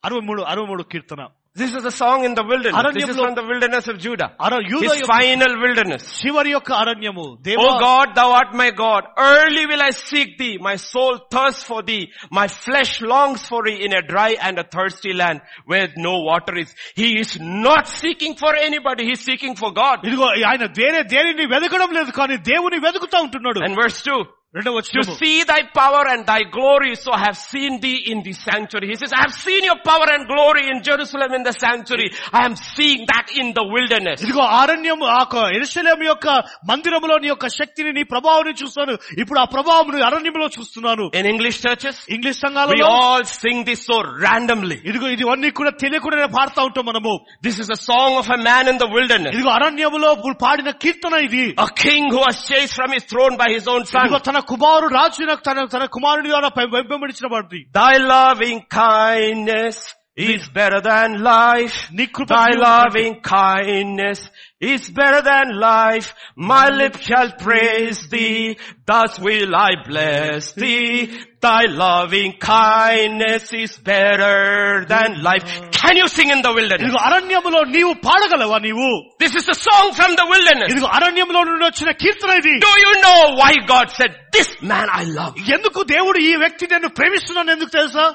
[SPEAKER 2] అరవై మూడు అరవై మూడు కీర్తన
[SPEAKER 4] This is the song in the wilderness. This is
[SPEAKER 2] Aranyamlo-
[SPEAKER 4] from the wilderness of Judah.
[SPEAKER 2] అర యూదా
[SPEAKER 4] His
[SPEAKER 2] యొక్క
[SPEAKER 4] final wilderness.
[SPEAKER 2] చివరి యొక్క అరణ్యము
[SPEAKER 4] O
[SPEAKER 2] దేవా
[SPEAKER 4] God, thou art my God. Early will I seek thee. My soul thirsts for thee. My flesh longs for thee in a dry and a thirsty land where no water is. He is not seeking for anybody. He's seeking for God.
[SPEAKER 2] ఇదిగో ఆయన వేరే దేనిని వెతకడం లేదు కానీ దేవుని వెతుకుతా ఉంటున్నాడు
[SPEAKER 4] And verse 2.
[SPEAKER 2] రెండవ
[SPEAKER 4] To
[SPEAKER 2] వచ్చిన
[SPEAKER 4] see thy power and thy glory, so I have seen thee in the sanctuary. He says, I have seen your power and glory in Jerusalem in the sanctuary. I am seeing that in the wilderness.
[SPEAKER 2] ఇదిగో అరణ్యం ఆ ఎరుసలేం యొక్క మందిరములోని యొక్క శక్తిని నీ ప్రభావాన్ని చూస్తాను ఇప్పుడు ఆ ప్రభావం అరణ్యంలో చూస్తున్నాను
[SPEAKER 4] In English churches,
[SPEAKER 2] English
[SPEAKER 4] we
[SPEAKER 2] సంఘాలలో
[SPEAKER 4] all sing this so randomly.
[SPEAKER 2] ఇదిగో ఇదివన్నీ కూడా తెలియకుండా పాడుతా ఉంటాం మనము
[SPEAKER 4] This is a song of a man in the wilderness.
[SPEAKER 2] ఇదిగో అరణ్యములో పాడిన కీర్తన ఇది
[SPEAKER 4] A king who was chased from his throne by his own son.
[SPEAKER 2] ఇదిగో తన కుమారు రాజు తన తన కుమారుని ద్వారా పెం- వెంబడించిన వాడిది
[SPEAKER 4] Thy loving kindness is better than life.
[SPEAKER 2] నీ కృప
[SPEAKER 4] Thy loving kindness is better than life. My lips shall praise thee. Thus will I bless thee. Thy loving kindness is better than life. Can you sing in the wilderness?
[SPEAKER 2] ఇదిగో అరణ్యములో నీవు పాడగలవా నీవు
[SPEAKER 4] This is the song from the wilderness.
[SPEAKER 2] ఇదిగో అరణ్యంలో నుండి వచ్చిన కీర్తన ఇది
[SPEAKER 4] Do you know why God said, this man I love?
[SPEAKER 2] ఎందుకు దేవుడు ఈ వ్యక్తి నేను ప్రేమిస్తున్నాను ఎందుకు తెలుసా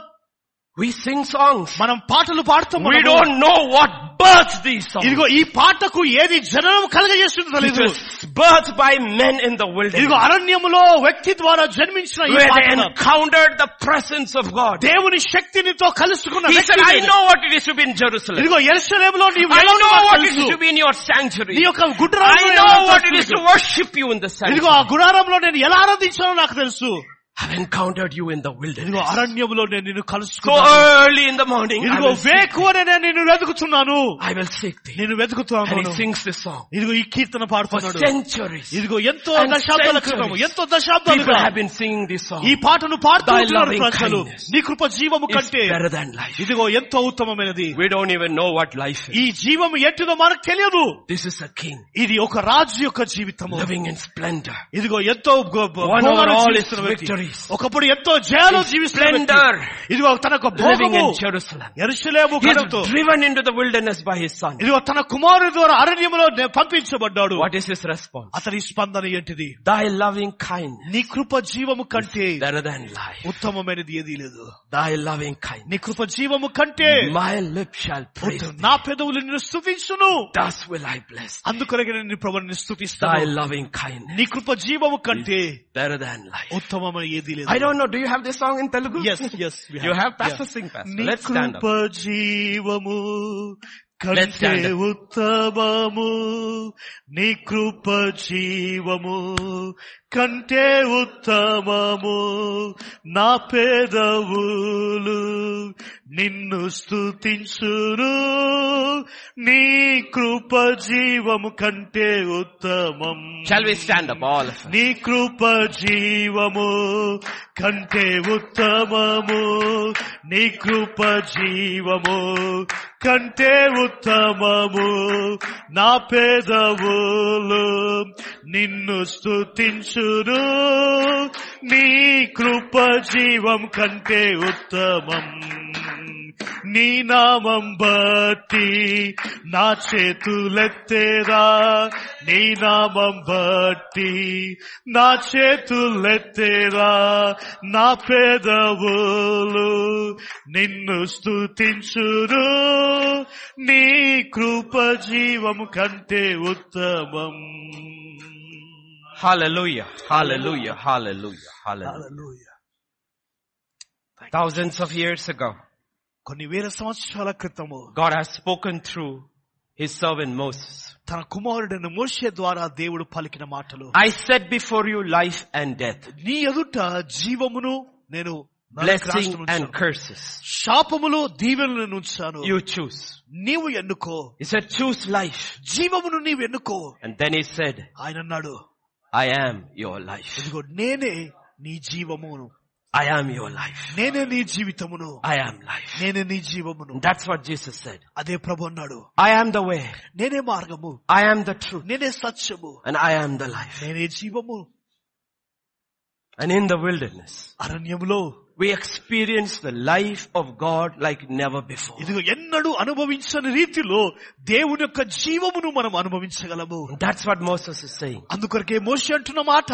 [SPEAKER 4] We sing songs.
[SPEAKER 2] మనం పాటలు పాడుతాం
[SPEAKER 4] We
[SPEAKER 2] మనము.
[SPEAKER 4] don't know what birthed these songs.
[SPEAKER 2] ఇదిగో ఈ పాటకు ఏది జననం కలగజేస్తుందో
[SPEAKER 4] It
[SPEAKER 2] తెలియదు
[SPEAKER 4] was birthed by men in the
[SPEAKER 2] ఇదిగో
[SPEAKER 4] wilderness.
[SPEAKER 2] అరణ్యములో వ్యక్తి ద్వారా జన్మించిన ఈ
[SPEAKER 4] Where they
[SPEAKER 2] పాటన
[SPEAKER 4] encountered the presence of God.
[SPEAKER 2] దేవుని శక్తినితో కలుసుకున్న
[SPEAKER 4] He
[SPEAKER 2] వ్యక్తి
[SPEAKER 4] said, I
[SPEAKER 2] నేను.
[SPEAKER 4] know what it is to be in Jerusalem.
[SPEAKER 2] ఇదిగో ఎరుసలేములో నీవు
[SPEAKER 4] I
[SPEAKER 2] ఎలా ఉన్నావో
[SPEAKER 4] know what it
[SPEAKER 2] తెలుసు.
[SPEAKER 4] is to be in your
[SPEAKER 2] నీ
[SPEAKER 4] sanctuary.
[SPEAKER 2] యొక్క
[SPEAKER 4] I
[SPEAKER 2] గుడారంలో ఎలా
[SPEAKER 4] know what it is
[SPEAKER 2] తెలుసు.
[SPEAKER 4] to worship you in the
[SPEAKER 2] ఇదిగో
[SPEAKER 4] sanctuary.
[SPEAKER 2] ఆ గుడారంలో నేను ఎలా ఆరాధించానో నాకు తెలుసు
[SPEAKER 4] I've encountered you in the
[SPEAKER 2] ఇదిగో
[SPEAKER 4] wilderness.
[SPEAKER 2] అరణ్యములో నేను నిన్ను
[SPEAKER 4] So
[SPEAKER 2] కలుసుకున్నాను
[SPEAKER 4] early in the morning, I
[SPEAKER 2] ఇదిగో
[SPEAKER 4] will seek,
[SPEAKER 2] వేకువనే నేను నిన్ను వెతుకుతున్నాను
[SPEAKER 4] I will seek thee.
[SPEAKER 2] నేను వెతుకుతున్నాను
[SPEAKER 4] And he sings this song.
[SPEAKER 2] ఇదిగో ఈ కీర్తన
[SPEAKER 4] For
[SPEAKER 2] పాడుతున్నాడు
[SPEAKER 4] centuries,
[SPEAKER 2] ఇదిగో ఎంతో
[SPEAKER 4] And
[SPEAKER 2] దశాబ్దాల
[SPEAKER 4] centuries.
[SPEAKER 2] క్రితం ఎంతో
[SPEAKER 4] people
[SPEAKER 2] దశాబ్దాలుగా
[SPEAKER 4] have been singing this
[SPEAKER 2] ఈ
[SPEAKER 4] song.
[SPEAKER 2] పాటను పాడుతూ
[SPEAKER 4] Thy
[SPEAKER 2] ఉంటున్నారు
[SPEAKER 4] loving
[SPEAKER 2] ప్రజలు
[SPEAKER 4] kindness
[SPEAKER 2] నీ కృప జీవము
[SPEAKER 4] It's
[SPEAKER 2] కంటే
[SPEAKER 4] better than life.
[SPEAKER 2] ఇదిగో ఎంతో ఉత్తమమైనది
[SPEAKER 4] We don't even know what life is.
[SPEAKER 2] ఈ జీవం ఎట్టిదో మనకు తెలియదు
[SPEAKER 4] This is a king,
[SPEAKER 2] ఇది ఒక రాజు యొక్క జీవితము
[SPEAKER 4] living in splendor.
[SPEAKER 2] ఇదిగో ఎంతో గొ- గొ-
[SPEAKER 4] One over
[SPEAKER 2] భోగాలు
[SPEAKER 4] all
[SPEAKER 2] జీవిస్తున్న
[SPEAKER 4] his
[SPEAKER 2] వ్యక్తి.
[SPEAKER 4] victories.
[SPEAKER 2] ఒకప్పుడు ఎంతో జయాలు
[SPEAKER 4] His
[SPEAKER 2] జీవిస్తున్న
[SPEAKER 4] splendor.
[SPEAKER 2] వ్యక్తి. ఇదిగో తన యొక్క
[SPEAKER 4] living
[SPEAKER 2] భోగము
[SPEAKER 4] in Jerusalem.
[SPEAKER 2] Jerusalem
[SPEAKER 4] He
[SPEAKER 2] కడతో
[SPEAKER 4] is driven into the wilderness by his son.
[SPEAKER 2] ఇదిగో తన కుమారుడు ద్వారా అరణ్యములో నే- పంపించబడ్డాడు
[SPEAKER 4] What is his response?
[SPEAKER 2] అతని స్పందన ఏంటిది
[SPEAKER 4] Thy loving kindness
[SPEAKER 2] నీ కృప జీవము కంటే
[SPEAKER 4] better than life.
[SPEAKER 2] ఉత్తమమైనది ఏదీ లేదు
[SPEAKER 4] Thy loving kindness.
[SPEAKER 2] నీ కృప జీవము కంటే
[SPEAKER 4] My lips shall praise thee.
[SPEAKER 2] నా పెదవులు నిన్ను స్తుతించును
[SPEAKER 4] Thus will I bless.
[SPEAKER 2] అందుకొరకే నేను నీ ప్రభువుని
[SPEAKER 4] Thy
[SPEAKER 2] స్తుతిస్తాను
[SPEAKER 4] loving kindness
[SPEAKER 2] నీ కృప జీవము కంటే
[SPEAKER 4] better than life.
[SPEAKER 2] ఉత్తమమైన ఏది లేదు
[SPEAKER 4] I don't know. Do you have this song in Telugu?
[SPEAKER 2] yes yes we
[SPEAKER 4] You have Pastor
[SPEAKER 2] Yeah.
[SPEAKER 4] Singh Pastor.
[SPEAKER 2] నీ
[SPEAKER 4] Let's stand
[SPEAKER 2] కృప
[SPEAKER 4] up.
[SPEAKER 2] జీవము
[SPEAKER 4] Let's
[SPEAKER 2] కంటే
[SPEAKER 4] stand up.
[SPEAKER 2] ఉత్తమము నీ కృప జీవము కంటే ఉత్తమము నా పేదవులు నిన్ను స్తుతించును నీ కృప జీవము కంటే ఉత్తమం
[SPEAKER 4] Shall we stand up all of us?
[SPEAKER 2] నీ కృప జీవము కంటే ఉత్తమము నీ కృప జీవము కంటే ఉత్తమము నా పేదవులు నిన్ను స్తుతించును నీ కృప జీవం కంటే ఉత్తమం నీ నామం బట్టి నా చేతులెత్తేరా నీ నామం బట్టి నా చేతులెత్తేరా నా పెదవులు నిన్ను స్తుతించురు నీ కృప జీవము కంటే ఉత్తమం
[SPEAKER 4] Hallelujah. Hallelujah. Hallelujah. Hallelujah. Thousands of years ago,
[SPEAKER 2] కొన్ని వేల సంవత్సరాల క్రితము
[SPEAKER 4] God has spoken through his servant Moses.
[SPEAKER 2] తన కుమారుడైన మోషే ద్వారా దేవుడు పలికిన మాటలు
[SPEAKER 4] I set before you life and death,
[SPEAKER 2] నీ ఎదుట జీవమును నేను
[SPEAKER 4] blessing
[SPEAKER 2] నరకరాష్ట్రమును
[SPEAKER 4] and
[SPEAKER 2] ఉంచాను.
[SPEAKER 4] curses.
[SPEAKER 2] శాపములు దీవెనలను ఉంచాను
[SPEAKER 4] You choose.
[SPEAKER 2] నీవు ఎన్నుకో
[SPEAKER 4] He said, choose life.
[SPEAKER 2] జీవమును నీవు ఎన్నుకో
[SPEAKER 4] And then he said,
[SPEAKER 2] ఆయన అన్నాడు
[SPEAKER 4] I am your life.
[SPEAKER 2] ఇదిగో నేనే నీ జీవమును
[SPEAKER 4] I am your life.
[SPEAKER 2] నేనే నీ జీవితమును
[SPEAKER 4] I am life.
[SPEAKER 2] నేనే నీ జీవమును
[SPEAKER 4] And that's what Jesus said.
[SPEAKER 2] అదే ప్రభు అన్నాడు
[SPEAKER 4] I am the way.
[SPEAKER 2] నేనే మార్గము
[SPEAKER 4] I am the truth.
[SPEAKER 2] నేనే సత్యము
[SPEAKER 4] And I am the life.
[SPEAKER 2] నేనే జీవము
[SPEAKER 4] And in the wilderness,
[SPEAKER 2] అరణ్యములో
[SPEAKER 4] we experience the life of God like never before.
[SPEAKER 2] ఇదిగో ఎన్నడూ అనుభవించని రీతిలో దేవుని యొక్క జీవమును మనం అనుభవించగలము
[SPEAKER 4] And that's what Moses is saying.
[SPEAKER 2] అందుకొరకే మోషి అంటున్న మాట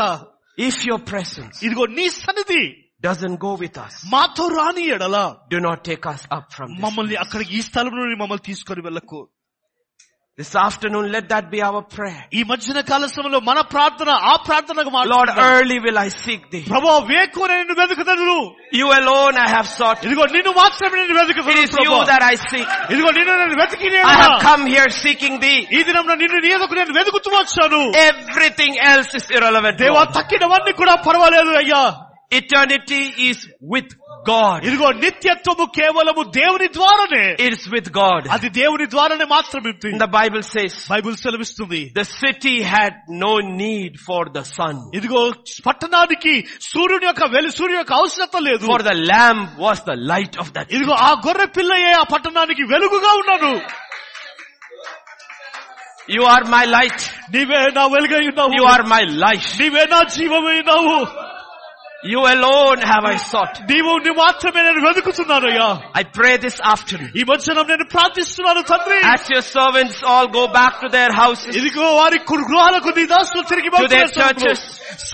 [SPEAKER 4] If your presence
[SPEAKER 2] ఇదిగో నీ సన్నిధి
[SPEAKER 4] doesn't go with us,
[SPEAKER 2] మాతో రాని ఎడల
[SPEAKER 4] do not take us up from this.
[SPEAKER 2] మమ్మల్ని అక్కడికి ఈ స్థలం నుండి మమ్మల్ని తీసుకొని వెళ్ళకు
[SPEAKER 4] This afternoon, let that be our prayer.
[SPEAKER 2] ఈ మధ్యన కాల సమయంలో మన ప్రార్థన ఆ ప్రార్థనకు
[SPEAKER 4] Lord,
[SPEAKER 2] మార్చుకుందాం.
[SPEAKER 4] early will I seek thee.
[SPEAKER 2] ప్రభా వేకునే నిన్ను వెతుకుతాను
[SPEAKER 4] You alone I have sought. It
[SPEAKER 2] ఇదిగో నిన్ను మాత్రమే నేను వెతుకుతాను
[SPEAKER 4] is
[SPEAKER 2] ప్రభా.
[SPEAKER 4] you that I seek.
[SPEAKER 2] ఇదిగో నిన్ను నేను వెతికి నేను
[SPEAKER 4] I have come here seeking thee.
[SPEAKER 2] ఈ దినం నిన్ను నీ ఎదుకు నేను వెతుకుతూ వచ్చాను
[SPEAKER 4] Everything else is irrelevant.
[SPEAKER 2] దేవా
[SPEAKER 4] Lord.
[SPEAKER 2] తక్కినవన్నీ కూడా పర్వాలేదు అయ్యా
[SPEAKER 4] Eternity is with God.
[SPEAKER 2] ఇదిగో నిత్యత్వము కేవలము దేవుని ద్వారానే
[SPEAKER 4] It is with God.
[SPEAKER 2] అది దేవుని ద్వారానే మాత్రమే
[SPEAKER 4] And the Bible says,
[SPEAKER 2] Bible సెలవిస్తుంది
[SPEAKER 4] the city had no need for the sun.
[SPEAKER 2] ఇదిగో పట్టణానికి సూర్యుని యొక్క వెలు సూర్యుని యొక్క అవసరత లేదు
[SPEAKER 4] For the lamb was the light of that.
[SPEAKER 2] ఇదిగో ఆ గొర్రె పిల్లయే ఆ పట్టణానికి వెలుగుగా ఉన్నాను
[SPEAKER 4] You are my light.
[SPEAKER 2] నీవే నా వెలుగై ఉన్నావు
[SPEAKER 4] You are my life.
[SPEAKER 2] నీవే నా జీవమై ఉన్నావు
[SPEAKER 4] You alone have I sought.
[SPEAKER 2] నీవు నువ్వు మాత్రమే నేను వెతుకుతున్నానయ్యా
[SPEAKER 4] I pray this afternoon.
[SPEAKER 2] ఈ మధ్యన నేను ప్రార్థిస్తున్నాను తండ్రి
[SPEAKER 4] As your servants all go back to their houses,
[SPEAKER 2] ఇదిగో వారి కుర్- గృహాలకు నీ దాసులు తిరిగి
[SPEAKER 4] To their
[SPEAKER 2] వెళ్తున్నప్పుడు,
[SPEAKER 4] churches.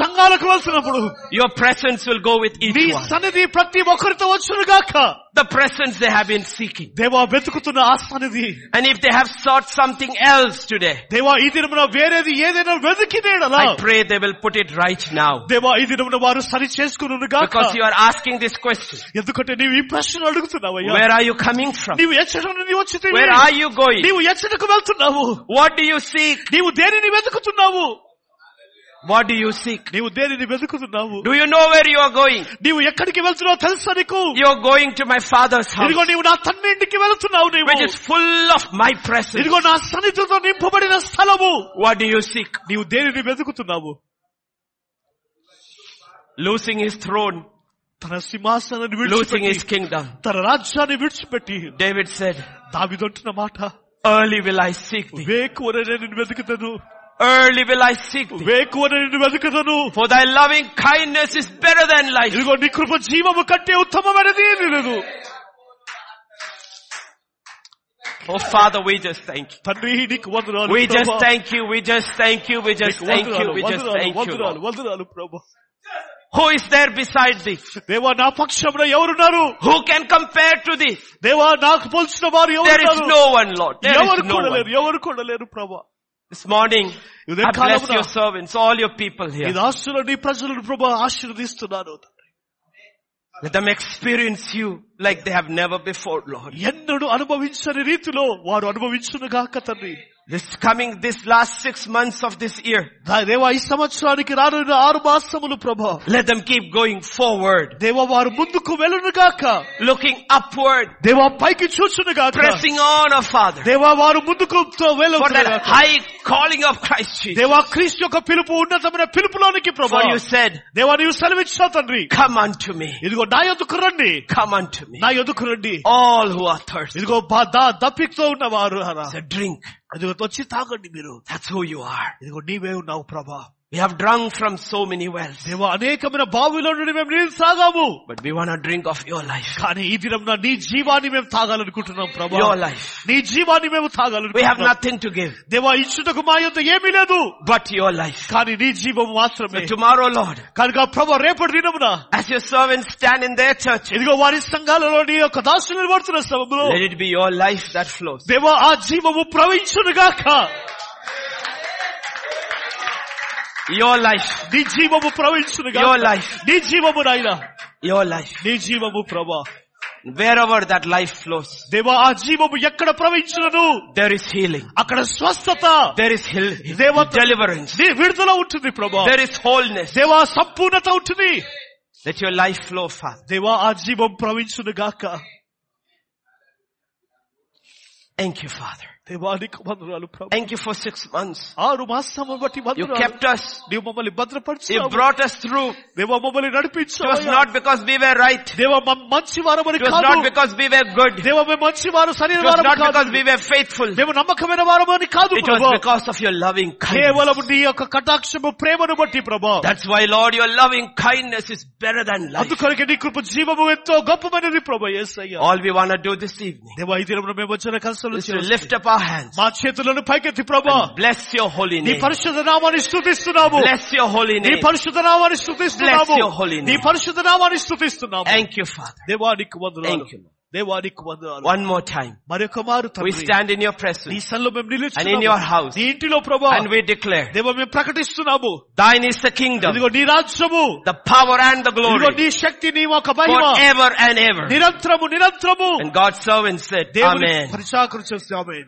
[SPEAKER 2] సంఘాలకు వెళ్తున్నప్పుడు
[SPEAKER 4] your presence will go with
[SPEAKER 2] నీ
[SPEAKER 4] each one.
[SPEAKER 2] సన్నిధి ప్రతి ఒక్కరితో వచ్చును గాక
[SPEAKER 4] The presence they have been seeking.
[SPEAKER 2] దేవా వెతుకుతున్న ఆ సన్నిధి
[SPEAKER 4] And if they have sought something else today,
[SPEAKER 2] దేవా ఈ దినమున వేరేది ఏదైనా వెతికినేడలా
[SPEAKER 4] I pray they will put it right now.
[SPEAKER 2] దేవా ఈ దినమున వారు సరి చేసుకును గాక
[SPEAKER 4] Because you are asking this question.
[SPEAKER 2] ఎందుకంటే నీవు ఈ ప్రశ్నలు అడుగుతున్నావయ్యా
[SPEAKER 4] Where are you coming from?
[SPEAKER 2] నీవు ఎచ్చట నుండి వచ్చితివి?
[SPEAKER 4] Where are you going?
[SPEAKER 2] నీవు ఎచ్చటకు వెళ్తున్నావు
[SPEAKER 4] What do you seek?
[SPEAKER 2] నీవు దేనిని వెతుకుతున్నావు
[SPEAKER 4] What do you seek?
[SPEAKER 2] నీవు దేనిని వెతుకుతున్నావు
[SPEAKER 4] Do you know where you are going?
[SPEAKER 2] నీవు ఎక్కడికి వెళ్తున్నావు తెలుసా నీకు
[SPEAKER 4] You are going to my father's house,
[SPEAKER 2] ఇదిగో నీవు నా తండ్రి ఇంటికి వెళ్తున్నావు నీవు
[SPEAKER 4] which is full of my presence.
[SPEAKER 2] ఇదిగో నా సన్నిధితో నింపబడిన స్థలము
[SPEAKER 4] What do you seek?
[SPEAKER 2] నీవు దేనిని వెతుకుతున్నావు
[SPEAKER 4] Losing his throne,
[SPEAKER 2] తన సింహాసనాన్ని
[SPEAKER 4] losing
[SPEAKER 2] విడిచిపెట్టి
[SPEAKER 4] his kingdom.
[SPEAKER 2] తన రాజ్యాన్ని విడిచిపెట్టి
[SPEAKER 4] David said,
[SPEAKER 2] దావిదంటున్న మాట
[SPEAKER 4] early will I seek thee.
[SPEAKER 2] వేకువనే నేను వెతుకుతాను
[SPEAKER 4] Early will I seek thee.
[SPEAKER 2] వేకువనే నేను వెతుకుతాను
[SPEAKER 4] For thy loving kindness is better than life.
[SPEAKER 2] ఇదిగో నీ కృప జీవము కంటే ఉత్తమమైనది ఏదీ లేదు
[SPEAKER 4] Oh father, we just thank you.
[SPEAKER 2] తండ్రి నీకు వందనాలు
[SPEAKER 4] We just
[SPEAKER 2] ప్రభా.
[SPEAKER 4] thank you, we just thank you, we just
[SPEAKER 2] నీకు
[SPEAKER 4] thank you,
[SPEAKER 2] వందనాలు,
[SPEAKER 4] we just
[SPEAKER 2] వందనాలు,
[SPEAKER 4] thank you.
[SPEAKER 2] వందనాలు,
[SPEAKER 4] Lord.
[SPEAKER 2] వందనాలు ప్రభా
[SPEAKER 4] Who is there beside thee?
[SPEAKER 2] దేవా నా పక్షమున ఎవరున్నారు
[SPEAKER 4] Who can compare to thee?
[SPEAKER 2] దేవా నాకు పోల్చిన వారు
[SPEAKER 4] There is
[SPEAKER 2] ఎవరున్నారు
[SPEAKER 4] no one, Lord. There
[SPEAKER 2] ఎవరు
[SPEAKER 4] is no
[SPEAKER 2] కూడా
[SPEAKER 4] one.
[SPEAKER 2] లేరు ఎవరు కూడా లేరు ప్రభా
[SPEAKER 4] This morning,
[SPEAKER 2] ఉదయం
[SPEAKER 4] I bless
[SPEAKER 2] కాలమున
[SPEAKER 4] your servants, all your people
[SPEAKER 2] నీ
[SPEAKER 4] here.
[SPEAKER 2] దాసులు నీ ప్రజలను ప్రభా ఆశీర్వదిస్తున్నాను
[SPEAKER 4] Let them experience you like they have never before, Lord.
[SPEAKER 2] ఎన్నడూ అనుభవించని రీతిలో వారు అనుభవించునుగాక తండ్రి
[SPEAKER 4] This coming, this last six months of this year,
[SPEAKER 2] నా దేవా ఈ సంవత్సరానికి రానున్న ఆరు మాసములు ప్రభా
[SPEAKER 4] let them keep going forward,
[SPEAKER 2] దేవా వారు ముందుకు వెళ్ళునుగాక
[SPEAKER 4] looking upward,
[SPEAKER 2] దేవా పైకి చూచునుగాక
[SPEAKER 4] pressing on, oh Father,
[SPEAKER 2] దేవా వారు ముందుకు
[SPEAKER 4] for that
[SPEAKER 2] వెళ్ళ
[SPEAKER 4] high calling of Christ Jesus.
[SPEAKER 2] దేవా క్రీస్తు యొక్క పిలుపు ఉన్నతమైన పిలుపులోనికి ప్రభా
[SPEAKER 4] For you said,
[SPEAKER 2] దేవా నీవు సెలవిచ్చావు తండ్రి
[SPEAKER 4] come unto me,
[SPEAKER 2] ఇదిగో నా ఎదుకు రండి
[SPEAKER 4] come unto me,
[SPEAKER 2] నా ఎదుకు రండి
[SPEAKER 4] all who are thirsty.
[SPEAKER 2] ఇదిగో బా- దా- దప్పికతో ఉన్నవారు
[SPEAKER 4] Said, drink,
[SPEAKER 2] ఇదిగో వచ్చి తాగండి మీరు
[SPEAKER 4] that's who you are.
[SPEAKER 2] ఇదిగో నీవే ఉన్నావు ప్రభా
[SPEAKER 4] We have drunk from so many wells,
[SPEAKER 2] దేవా అనేకమైన బావిలో నుండి మేము నీరు సాగాము
[SPEAKER 4] but we want to drink of your life.
[SPEAKER 2] కానీ ఈ దినం నీ జీవాన్ని మేము తాగాలనుకుంటున్నాం ప్రభా
[SPEAKER 4] Your life.
[SPEAKER 2] నీ జీవాన్ని మేము
[SPEAKER 4] We have
[SPEAKER 2] తాగాలనుకుంటున్నాం
[SPEAKER 4] nothing to give
[SPEAKER 2] దేవా ఇచ్చుటకు మా యొక్క ఏమీ లేదు
[SPEAKER 4] but your life.
[SPEAKER 2] కానీ నీ జీవం మాత్రమే
[SPEAKER 4] So tomorrow, Lord,
[SPEAKER 2] కనుక ప్రభా రేపటి దినమున
[SPEAKER 4] as your servants stand in their church,
[SPEAKER 2] ఇదిగో వారి సంఘాలలో నీ యొక్క దాసులు నిలబడుతున్న సమయంలో
[SPEAKER 4] let it be your life that flows.
[SPEAKER 2] దేవా ఆ జీవము ప్రవహించునుగాక
[SPEAKER 4] Your life,
[SPEAKER 2] నీ జీవము ప్రవహించునుగాక
[SPEAKER 4] Your life.
[SPEAKER 2] నీ జీవము నాయన
[SPEAKER 4] your life.
[SPEAKER 2] నీ జీవము ప్రభా
[SPEAKER 4] Wherever that life flows,
[SPEAKER 2] దేవా ఆ జీవము ఎక్కడ ప్రవహించును
[SPEAKER 4] there is healing.
[SPEAKER 2] అక్కడ స్వస్థత
[SPEAKER 4] There is heal-
[SPEAKER 2] దేవా
[SPEAKER 4] deliverance.
[SPEAKER 2] నీ విడుదల ఉంటుంది ప్రభా
[SPEAKER 4] There is wholeness.
[SPEAKER 2] దేవా సంపూర్ణత ఉంటుంది
[SPEAKER 4] Let your life flow, Father.
[SPEAKER 2] దేవా ఆ జీవం ప్రవహించునుగాక
[SPEAKER 4] Thank you, Father.
[SPEAKER 2] దేవా నీకు వందనాలు ప్రభా
[SPEAKER 4] Thank you for six months.
[SPEAKER 2] ఆరు మాసము బట్టి
[SPEAKER 4] You
[SPEAKER 2] వందనాలు
[SPEAKER 4] kept us.
[SPEAKER 2] నీవు మమ్మల్ని
[SPEAKER 4] You
[SPEAKER 2] భద్రపరచు
[SPEAKER 4] brought us through. It
[SPEAKER 2] దేవా మమ్మల్ని
[SPEAKER 4] was
[SPEAKER 2] నడిపించు
[SPEAKER 4] not because we were right.
[SPEAKER 2] దేవ మమ్ మంచి వారు మరి
[SPEAKER 4] It was
[SPEAKER 2] కాదు
[SPEAKER 4] not because we were good.
[SPEAKER 2] దేవ మేము మంచి వారు
[SPEAKER 4] It
[SPEAKER 2] శరీర
[SPEAKER 4] was
[SPEAKER 2] వారము
[SPEAKER 4] not because
[SPEAKER 2] కాదు
[SPEAKER 4] we were faithful.
[SPEAKER 2] దేవ నమ్మకమైన వారము అని కాదు
[SPEAKER 4] It
[SPEAKER 2] ప్రభా
[SPEAKER 4] was because of your loving kindness.
[SPEAKER 2] కేవలం నీ యొక్క కటాక్షము ప్రేమను బట్టి ప్రభా
[SPEAKER 4] That's why Lord, your loving kindness is better than life.
[SPEAKER 2] అందుకొరకే నీ కృప జీవము ఎంతో గొప్పమైనది ప్రభా యేసయ్యా
[SPEAKER 4] All we want to do this evening
[SPEAKER 2] దేవ ఈ దినమున మేము వచ్చిన
[SPEAKER 4] is to
[SPEAKER 2] కన్సలు
[SPEAKER 4] lift up our hands.
[SPEAKER 2] మా చేతులను పైకెత్తి ప్రభా
[SPEAKER 4] and Bless your holy
[SPEAKER 2] నీ
[SPEAKER 4] name.
[SPEAKER 2] పరిశుద్ధ నామాన్ని స్థుతిస్తున్నాము
[SPEAKER 4] Bless your holy
[SPEAKER 2] నీ
[SPEAKER 4] name.
[SPEAKER 2] పరిశుద్ధ నామాన్ని స్థుతిస్తున్నాము
[SPEAKER 4] Bless your holy name.
[SPEAKER 2] నీ పరిశుద్ధ నామాన్ని స్థుతిస్తున్నాము
[SPEAKER 4] Thank you, Father.
[SPEAKER 2] దేవానికి వందనాలు
[SPEAKER 4] Thank you, Lord.
[SPEAKER 2] దేవానికి వందనాలు
[SPEAKER 4] One more time.
[SPEAKER 2] మరొక మారు
[SPEAKER 4] We
[SPEAKER 2] తండ్రి
[SPEAKER 4] stand in your
[SPEAKER 2] నీ
[SPEAKER 4] presence
[SPEAKER 2] సన్లో మేము
[SPEAKER 4] And in your
[SPEAKER 2] నిలిచి
[SPEAKER 4] house.
[SPEAKER 2] నీ ఇంటిలో ప్రభా
[SPEAKER 4] and we declare,
[SPEAKER 2] దేవ మేము ప్రకటిస్తున్నాము
[SPEAKER 4] thine is the kingdom,
[SPEAKER 2] ఇదిగో నీ రాజ్యము
[SPEAKER 4] the power and the
[SPEAKER 2] ఇదిగో
[SPEAKER 4] glory
[SPEAKER 2] నీ శక్తి నీ ఒక మహిమ
[SPEAKER 4] forever and ever.
[SPEAKER 2] నిరంతరము నిరంతరము
[SPEAKER 4] And God's servants said,
[SPEAKER 2] దేవుని
[SPEAKER 4] Amen.
[SPEAKER 2] పరిచాకరు చేస్తే ఆమెన్